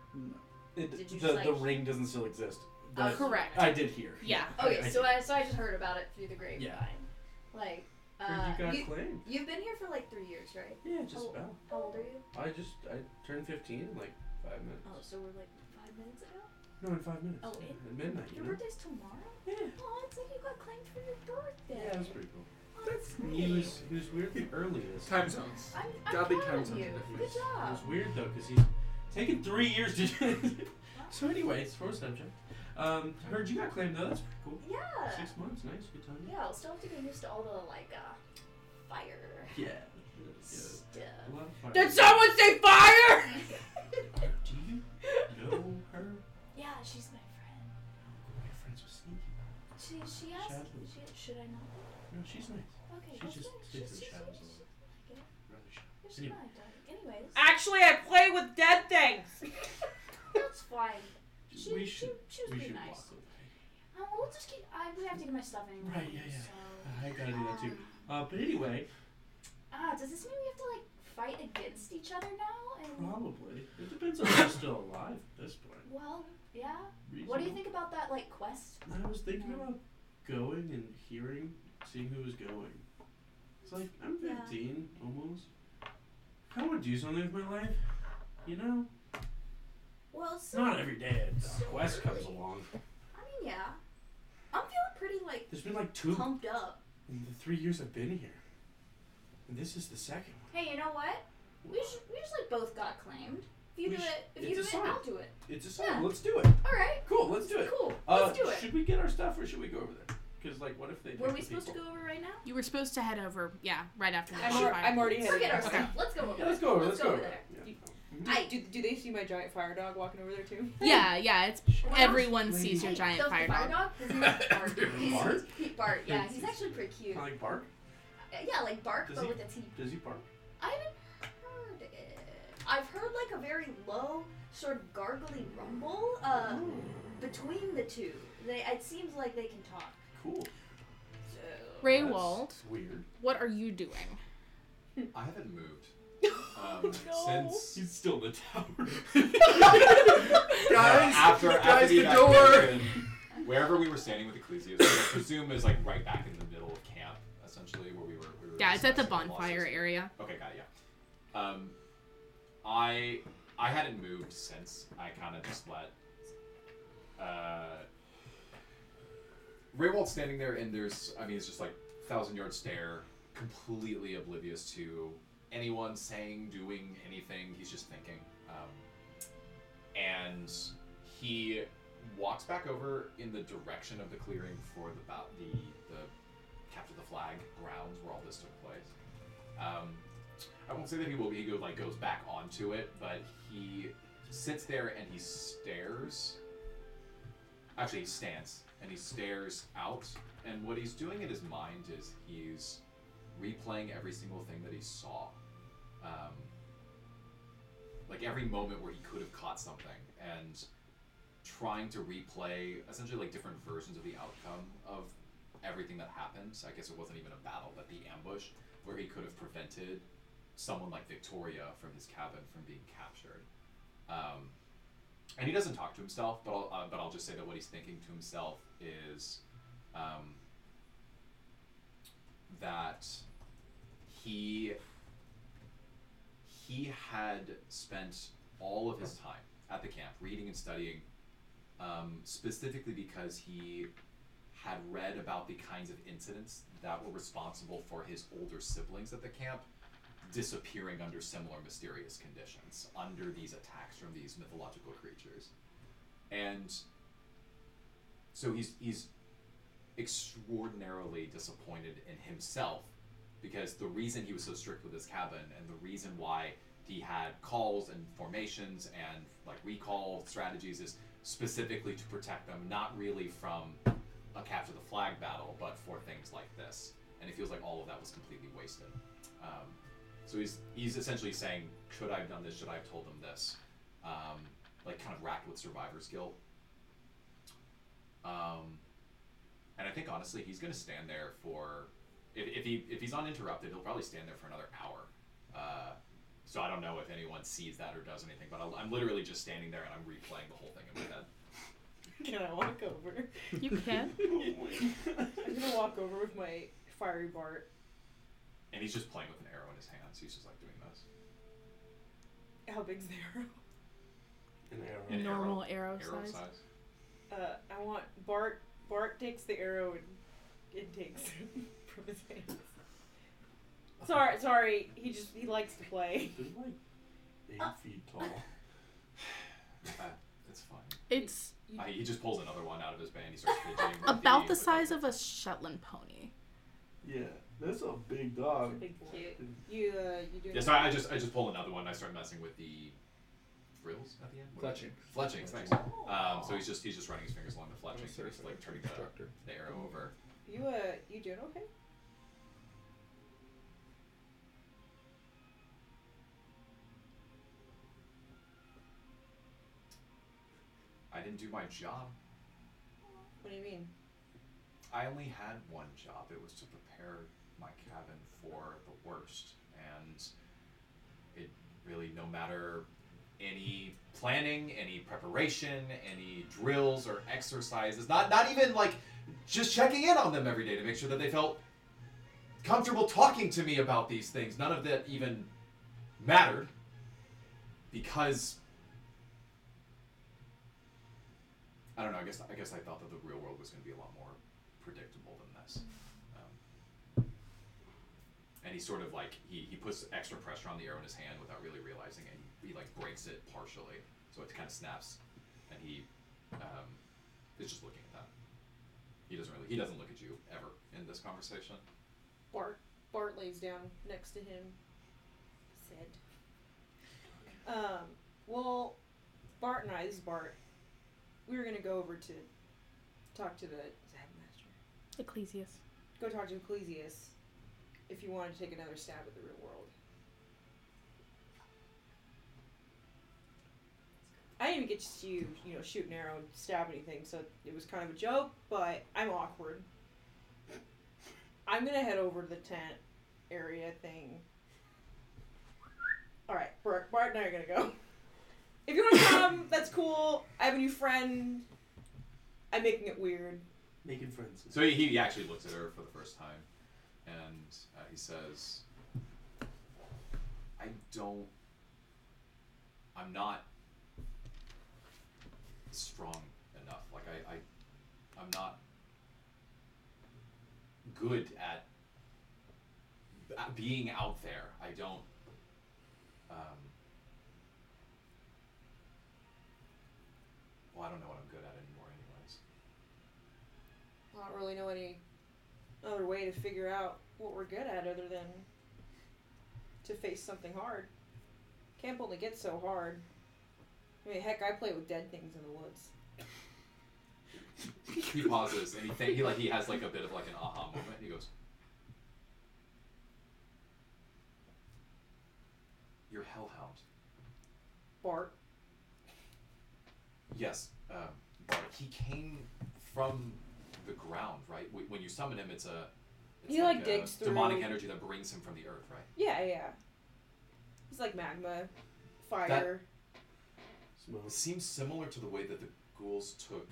Speaker 5: It,
Speaker 8: Did you
Speaker 5: the
Speaker 8: just,
Speaker 5: the
Speaker 8: like-
Speaker 5: ring doesn't still exist.
Speaker 8: Uh,
Speaker 5: But
Speaker 1: correct.
Speaker 5: I did hear.
Speaker 1: Yeah.
Speaker 8: Okay,
Speaker 5: I- I
Speaker 8: so
Speaker 5: did.
Speaker 8: I so I just heard about it through the grapevine.
Speaker 5: Yeah.
Speaker 8: Like,
Speaker 5: Heard
Speaker 8: uh,
Speaker 5: you got
Speaker 8: you,
Speaker 5: claimed.
Speaker 8: you've been here for like three years, right?
Speaker 5: Yeah, just
Speaker 8: Oh.
Speaker 5: about.
Speaker 8: How old are you?
Speaker 5: I just I turned 15 in like five minutes.
Speaker 8: Oh, so we're like five minutes ago.
Speaker 5: No, in five minutes.
Speaker 8: Oh,
Speaker 5: yeah,
Speaker 8: in-
Speaker 5: at midnight. You
Speaker 8: Your
Speaker 5: know?
Speaker 8: birthday's tomorrow.
Speaker 5: Yeah.
Speaker 8: Oh, it's like you got claimed for your birthday.
Speaker 5: Yeah, that was pretty cool.
Speaker 8: Oh, that's
Speaker 5: He
Speaker 8: great.
Speaker 5: was he was weird the earliest.
Speaker 2: Time zones.
Speaker 8: I'm, I'm
Speaker 2: Godly
Speaker 8: proud
Speaker 2: times
Speaker 8: of
Speaker 2: on
Speaker 8: you.
Speaker 2: the
Speaker 8: Good
Speaker 5: It was- It
Speaker 8: job.
Speaker 5: was weird though, because he's taken three years to. so anyway, it's for a subject. Um, heard you got claimed though. That's pretty cool.
Speaker 8: Yeah.
Speaker 5: Six months, nice, good time.
Speaker 8: Yeah, I'll still have to get used to all the like uh, fire
Speaker 5: Yeah.
Speaker 8: stuff.
Speaker 5: A lot of fun.
Speaker 6: Did someone say fire?
Speaker 5: Do you know her?
Speaker 8: Yeah, she's my friend.
Speaker 5: My friends was sneaky.
Speaker 8: She she asked.
Speaker 5: Shadow.
Speaker 8: She, should I not?
Speaker 5: No, she's nice.
Speaker 8: Okay,
Speaker 5: She
Speaker 8: that's
Speaker 5: just
Speaker 8: fine.
Speaker 5: sticks
Speaker 8: She's-
Speaker 5: with
Speaker 8: she's-
Speaker 5: shadows
Speaker 8: she's-
Speaker 5: a lot. Rather shy.
Speaker 8: she's
Speaker 5: Anyway.
Speaker 8: my dog. Anyways,
Speaker 6: Actually, I play with dead things.
Speaker 8: that's fine. She,
Speaker 5: we
Speaker 8: she,
Speaker 5: should.
Speaker 8: she was
Speaker 5: we
Speaker 8: pretty
Speaker 5: should
Speaker 8: nice.
Speaker 5: walk away.
Speaker 8: Um, we'll just keep. I, we have to get my stuff anyway.
Speaker 5: Right, yeah, yeah.
Speaker 8: So,
Speaker 5: I gotta do that too.
Speaker 8: um,
Speaker 5: Uh, but anyway,
Speaker 8: Ah, does this mean we have to like fight against each other now? And
Speaker 5: probably it depends on if they're still alive at this point.
Speaker 8: well, yeah. What do you
Speaker 5: Reasonable.
Speaker 8: think about that like quest?
Speaker 5: I was thinking about going and hearing, seeing who was going. It's like I'm
Speaker 8: Yeah.
Speaker 5: 15 almost. I want to do something with my life. You know,
Speaker 8: Well,
Speaker 5: it's
Speaker 8: so
Speaker 5: not every day a
Speaker 8: so
Speaker 5: quest comes
Speaker 8: early.
Speaker 5: along.
Speaker 8: I mean, yeah. I'm feeling pretty like
Speaker 5: There's been like two
Speaker 8: pumped up.
Speaker 5: in the three years I've been here, and this is the second one.
Speaker 8: Hey, you know what? We should, we just like both got claimed. If you
Speaker 5: We
Speaker 8: do
Speaker 5: sh-
Speaker 8: it, if you
Speaker 5: it's
Speaker 8: do
Speaker 5: a
Speaker 8: it,
Speaker 5: sign.
Speaker 8: I'll do it.
Speaker 5: It's a sign.
Speaker 8: Yeah.
Speaker 5: Let's do it.
Speaker 8: All right.
Speaker 5: Cool. Let's do it.
Speaker 8: Cool.
Speaker 5: Uh,
Speaker 8: Let's do it.
Speaker 5: Should we get our stuff or should we go over there? Because like, what if they?
Speaker 8: Were
Speaker 5: pick
Speaker 8: we
Speaker 5: the
Speaker 8: supposed
Speaker 5: people?
Speaker 8: to go over right now?
Speaker 1: You were supposed to head over, yeah, right after the
Speaker 6: I'm, al-
Speaker 1: fire.
Speaker 6: I'm already
Speaker 8: Forget
Speaker 6: headed.
Speaker 8: our stuff. Let's go over.
Speaker 5: Yeah, let's go over.
Speaker 8: Let's
Speaker 5: Let's
Speaker 8: go
Speaker 5: go
Speaker 8: over
Speaker 5: over.
Speaker 8: there.
Speaker 5: Yeah.
Speaker 8: I-
Speaker 6: Do, do they see my giant fire dog walking over there too?
Speaker 1: yeah, yeah. It's
Speaker 8: Wow.
Speaker 1: everyone sees your
Speaker 8: Hey,
Speaker 1: giant
Speaker 8: the
Speaker 1: fire dog.
Speaker 8: His name is Bart. He's-
Speaker 5: Bart?
Speaker 8: he's Pete Bart. Yeah, he's actually pretty cute.
Speaker 5: Kinda like bark?
Speaker 8: Uh, Yeah, like Bark,
Speaker 5: Does
Speaker 8: but
Speaker 5: he-
Speaker 8: with a T.
Speaker 5: Does he bark?
Speaker 8: I haven't heard it. I've heard like a very low, sort of gargly rumble uh,
Speaker 5: Mm-hmm.
Speaker 8: between the two. They it seems like they can talk.
Speaker 5: Cool.
Speaker 8: So
Speaker 1: Raywald,
Speaker 5: That's Weird.
Speaker 1: what are you doing?
Speaker 7: I haven't moved um, since
Speaker 5: He's still in the tower.
Speaker 2: Guys,
Speaker 7: Uh, after, after
Speaker 2: guys,
Speaker 7: the
Speaker 2: the door.
Speaker 7: evacuation, wherever we were standing with Ecclesiastes, I presume is like right back in the middle of camp, essentially where we were. We were
Speaker 1: Yeah, it's at the
Speaker 7: discussing losses.
Speaker 1: bonfire area.
Speaker 7: Okay, got it. Yeah. Um, I I hadn't moved since I kind of just let. Uh, Raywald's standing there, and there's I mean it's just like thousand yard stare, completely oblivious to anyone saying, doing anything. He's just thinking, um, and he walks back over in the direction of the clearing for the ba- the the capture the flag grounds where all this took place. Um, I won't say that he will. He go, like goes back onto it, but he sits there and he stares. Actually, he stands and he stares out. And what he's doing in his mind is he's replaying every single thing that he saw, um, like every moment where he could have caught something, and trying to replay essentially like different versions of the outcome of everything that happened. I guess it wasn't even a battle, but the ambush where he could have prevented someone like Victoria from his cabin from being captured. Um, and he doesn't talk to himself, but I'll, uh, but I'll just say that what he's thinking to himself is um, that he he had spent all of his time at the camp reading and studying, um, specifically because he had read about the kinds of incidents that were responsible for his older siblings at the camp disappearing under similar mysterious conditions, under these attacks from these mythological creatures. And so he's he's extraordinarily disappointed in himself because the reason he was so strict with his cabin and the reason why he had calls and formations and like recall strategies is specifically to protect them not really from a capture the flag battle but for things like this and it feels like all of that was completely wasted um, so he's he's essentially saying should i have done this should i have told them this um, like kind of racked with survivor's guilt um, and I think honestly, he's going to stand there for if, if he if he's uninterrupted, he'll probably stand there for another hour. Uh, so I don't know if anyone sees that or does anything, but I'll, I'm literally just standing there and I'm replaying the whole thing in my head.
Speaker 6: Can I walk over?
Speaker 1: You can.
Speaker 6: I'm gonna walk over with my fiery Bart
Speaker 7: And he's just playing with an arrow in his hands. He's just like doing this.
Speaker 6: How big's the arrow?
Speaker 5: An arrow.
Speaker 7: An
Speaker 1: Normal arrow,
Speaker 7: arrow, arrow
Speaker 1: size.
Speaker 7: size.
Speaker 6: Uh, I want Bart. Bart takes the arrow and, and takes it from his hands. Sorry, sorry. He just he likes to play.
Speaker 5: They're like eight feet tall.
Speaker 7: It's fine.
Speaker 1: It's
Speaker 7: Uh, he just pulls another one out of his band. He starts fidgeting. with
Speaker 1: about the
Speaker 7: with
Speaker 1: size of a Shetland pony.
Speaker 5: Yeah, that's a big
Speaker 6: He's a
Speaker 5: dog.
Speaker 6: big boy. Um, You uh, you doing?
Speaker 7: Yeah, so I I just I just pulled another one. and I start messing with the frills at the end. What
Speaker 2: Fletching.
Speaker 7: are they? Fletchings. Thanks. Um, so he's just he's just running his fingers along the fletchings, and he's like turning the,
Speaker 2: Instructor.
Speaker 7: the arrow over.
Speaker 6: You uh, you doing okay?
Speaker 7: I didn't do my job.
Speaker 6: What do you mean?
Speaker 7: I only had one job. It was to prepare my cabin for the worst. And it really, no matter any planning, any preparation, any drills or exercises, not, not even like just checking in on them every day to make sure that they felt comfortable talking to me about these things, none of that even mattered because I don't know. I guess I guess I thought that the real world was going to be a lot more predictable than this. Um, and he sort of like he, he puts extra pressure on the arrow in his hand without really realizing it. He like breaks it partially, so it kind of snaps, and he um, is just looking at that. He doesn't really he doesn't look at you ever in this conversation.
Speaker 6: Bart Bart lays down next to him. Said. Um. Well, Bart and I. This is Bart. We were gonna go over to talk to the headmaster.
Speaker 1: Ecclesius.
Speaker 6: go talk to Ecclesius if you wanted to take another stab at the real world. I didn't even get to see you, you know, shoot an arrow and stab anything, so it was kind of a joke, but I'm awkward. I'm gonna head over to the tent area thing. Alright, Bart, Bart and I are gonna go. If you wanna come, that's cool. I have a new friend. I'm making it weird.
Speaker 5: Making friends.
Speaker 7: So he, he actually looks at her for the first time, and uh, he says, "I don't. I'm not strong enough. Like I, I I'm not good at at being out there. I don't. Um, well, I don't know what I'm good at anymore, anyways."
Speaker 6: I don't really know any other way to figure out what we're good at other than to face something hard. Camp only gets so hard. I mean, heck, I play with dead things in the woods.
Speaker 7: he pauses and he think, he like he has like a bit of like an aha moment. He goes, "You're hellhound."
Speaker 6: Bart.
Speaker 7: Yes, um, Bart. He came from the ground, right? Wh- When you summon him, it's a it's
Speaker 6: He, like,
Speaker 7: a
Speaker 6: digs through-
Speaker 7: demonic energy that brings him from the earth, right?
Speaker 6: Yeah, yeah. He's like magma, fire.
Speaker 5: It's
Speaker 7: It
Speaker 5: smoke.
Speaker 7: seems similar to the way that the ghouls took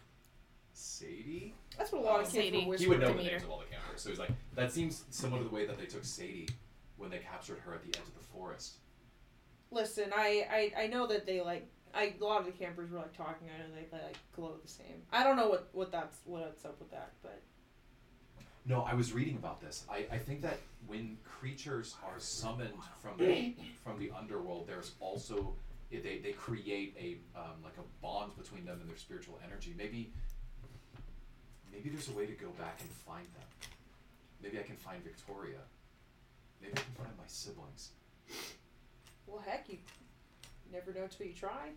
Speaker 7: Sadie.
Speaker 9: That's what a lot of kids
Speaker 1: Sadie.
Speaker 9: were
Speaker 7: He would
Speaker 9: whispering.
Speaker 7: know the
Speaker 1: Demeter.
Speaker 7: names of all the campers. So he's like, that seems similar to the way that they took Sadie when they captured her at the edge of the forest.
Speaker 9: Listen, I, I I know that they like I a lot of the campers were like talking. I know they, they like glow the same. I don't know what what that's what's up with that, but
Speaker 7: No, I was reading about this. I, I think that when creatures are summoned from the, from the underworld, there's also they, they create a um, like a bond between them and their spiritual energy. Maybe maybe there's a way to go back and find them. Maybe I can find Victoria. Maybe I can find my siblings.
Speaker 9: well, heck, you never know till you try.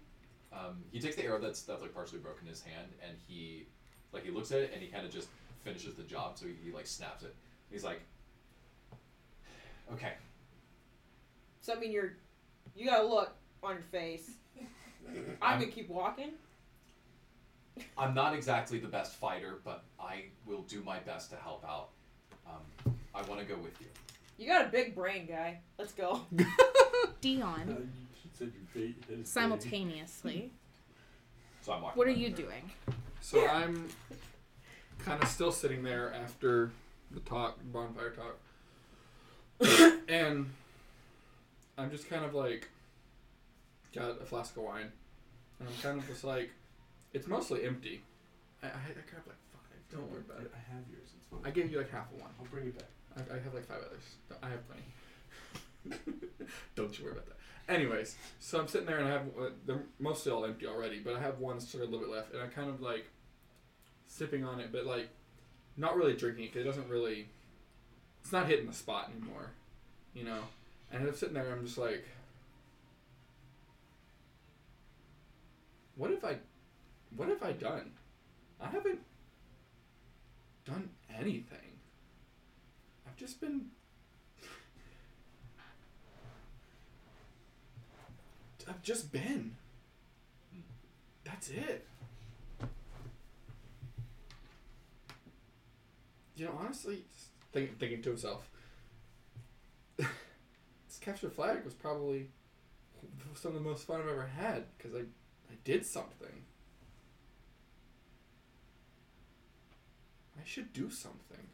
Speaker 7: Um, he takes the arrow that's that's like partially broken in his hand, and he like he looks at it and he kind of just finishes the job. So he, he like snaps it. He's like, okay.
Speaker 9: Does that mean you're you got a look on your face? I'm
Speaker 7: I'm-
Speaker 9: gonna keep walking.
Speaker 7: I'm not exactly the best fighter, but I will do my best to help out. Um, I want to go with you.
Speaker 9: You got a big brain, guy. Let's go.
Speaker 5: Uh,
Speaker 1: Dion,
Speaker 5: you said you bait his thing.
Speaker 1: simultaneously,
Speaker 7: So I'm walking.
Speaker 1: what are
Speaker 7: back
Speaker 1: you
Speaker 7: there.
Speaker 1: doing?
Speaker 2: So I'm kind of still sitting there after the talk, bonfire talk, and I'm just kind of like got a flask of wine, and I'm kind of just like, it's mostly empty. I, I, I grabbed like five. Don't worry about it.
Speaker 5: I have yours. It's fine.
Speaker 2: I gave you like half of one.
Speaker 5: I'll bring it back.
Speaker 2: I, I have like five others. No, I have plenty. Don't you worry about that. Anyways, so I'm sitting there and I have uh, they're mostly all empty already, but I have one sort of a little bit left, and I kind of like sipping on it, but like not really drinking it 'cause it doesn't really. It's not hitting the spot anymore, you know. And I'm sitting there, and I'm just like, what have I, what have I done? I haven't done anything. I've just been. I've just been. That's it. You know, honestly, just think, thinking to himself, this capture flag was probably some of the most fun I've ever had because I, I did something. I should do something.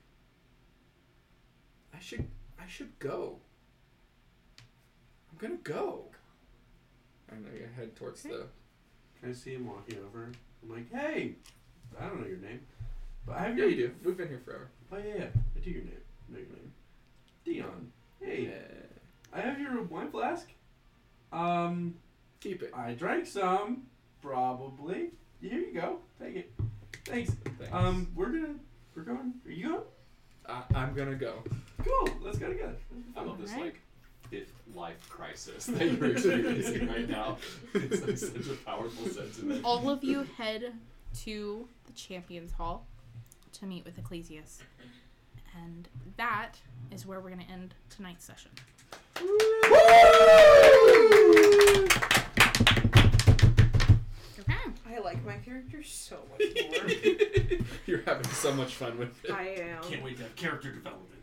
Speaker 2: I should I should go. I'm gonna go. And I head towards the
Speaker 5: Can I see him walking over? I'm like, hey, I don't know your name, but I have
Speaker 2: Yeah
Speaker 5: your.
Speaker 2: you do. We've been here forever.
Speaker 5: Oh yeah, yeah, I do your name. I know your name. Dion. Hey, I have your wine flask. Um,
Speaker 2: Keep it.
Speaker 5: I drank some, probably. Here you go. Take it. Thanks.
Speaker 2: Thanks.
Speaker 5: Um, we're gonna, we're going. Are you going?
Speaker 2: I, I'm gonna go.
Speaker 5: Cool. Let's go together. Let's
Speaker 7: I
Speaker 5: go.
Speaker 7: love this
Speaker 1: Alright.
Speaker 7: like fifth life crisis that you're experiencing right now. It's like such a powerful sentiment.
Speaker 1: All of you head to the Champions Hall to meet with Ecclesias. And that is where we're going to end tonight's session. Okay.
Speaker 9: I like my character so much more.
Speaker 2: You're having so much fun with it.
Speaker 9: I am.
Speaker 5: Can't wait to have character development.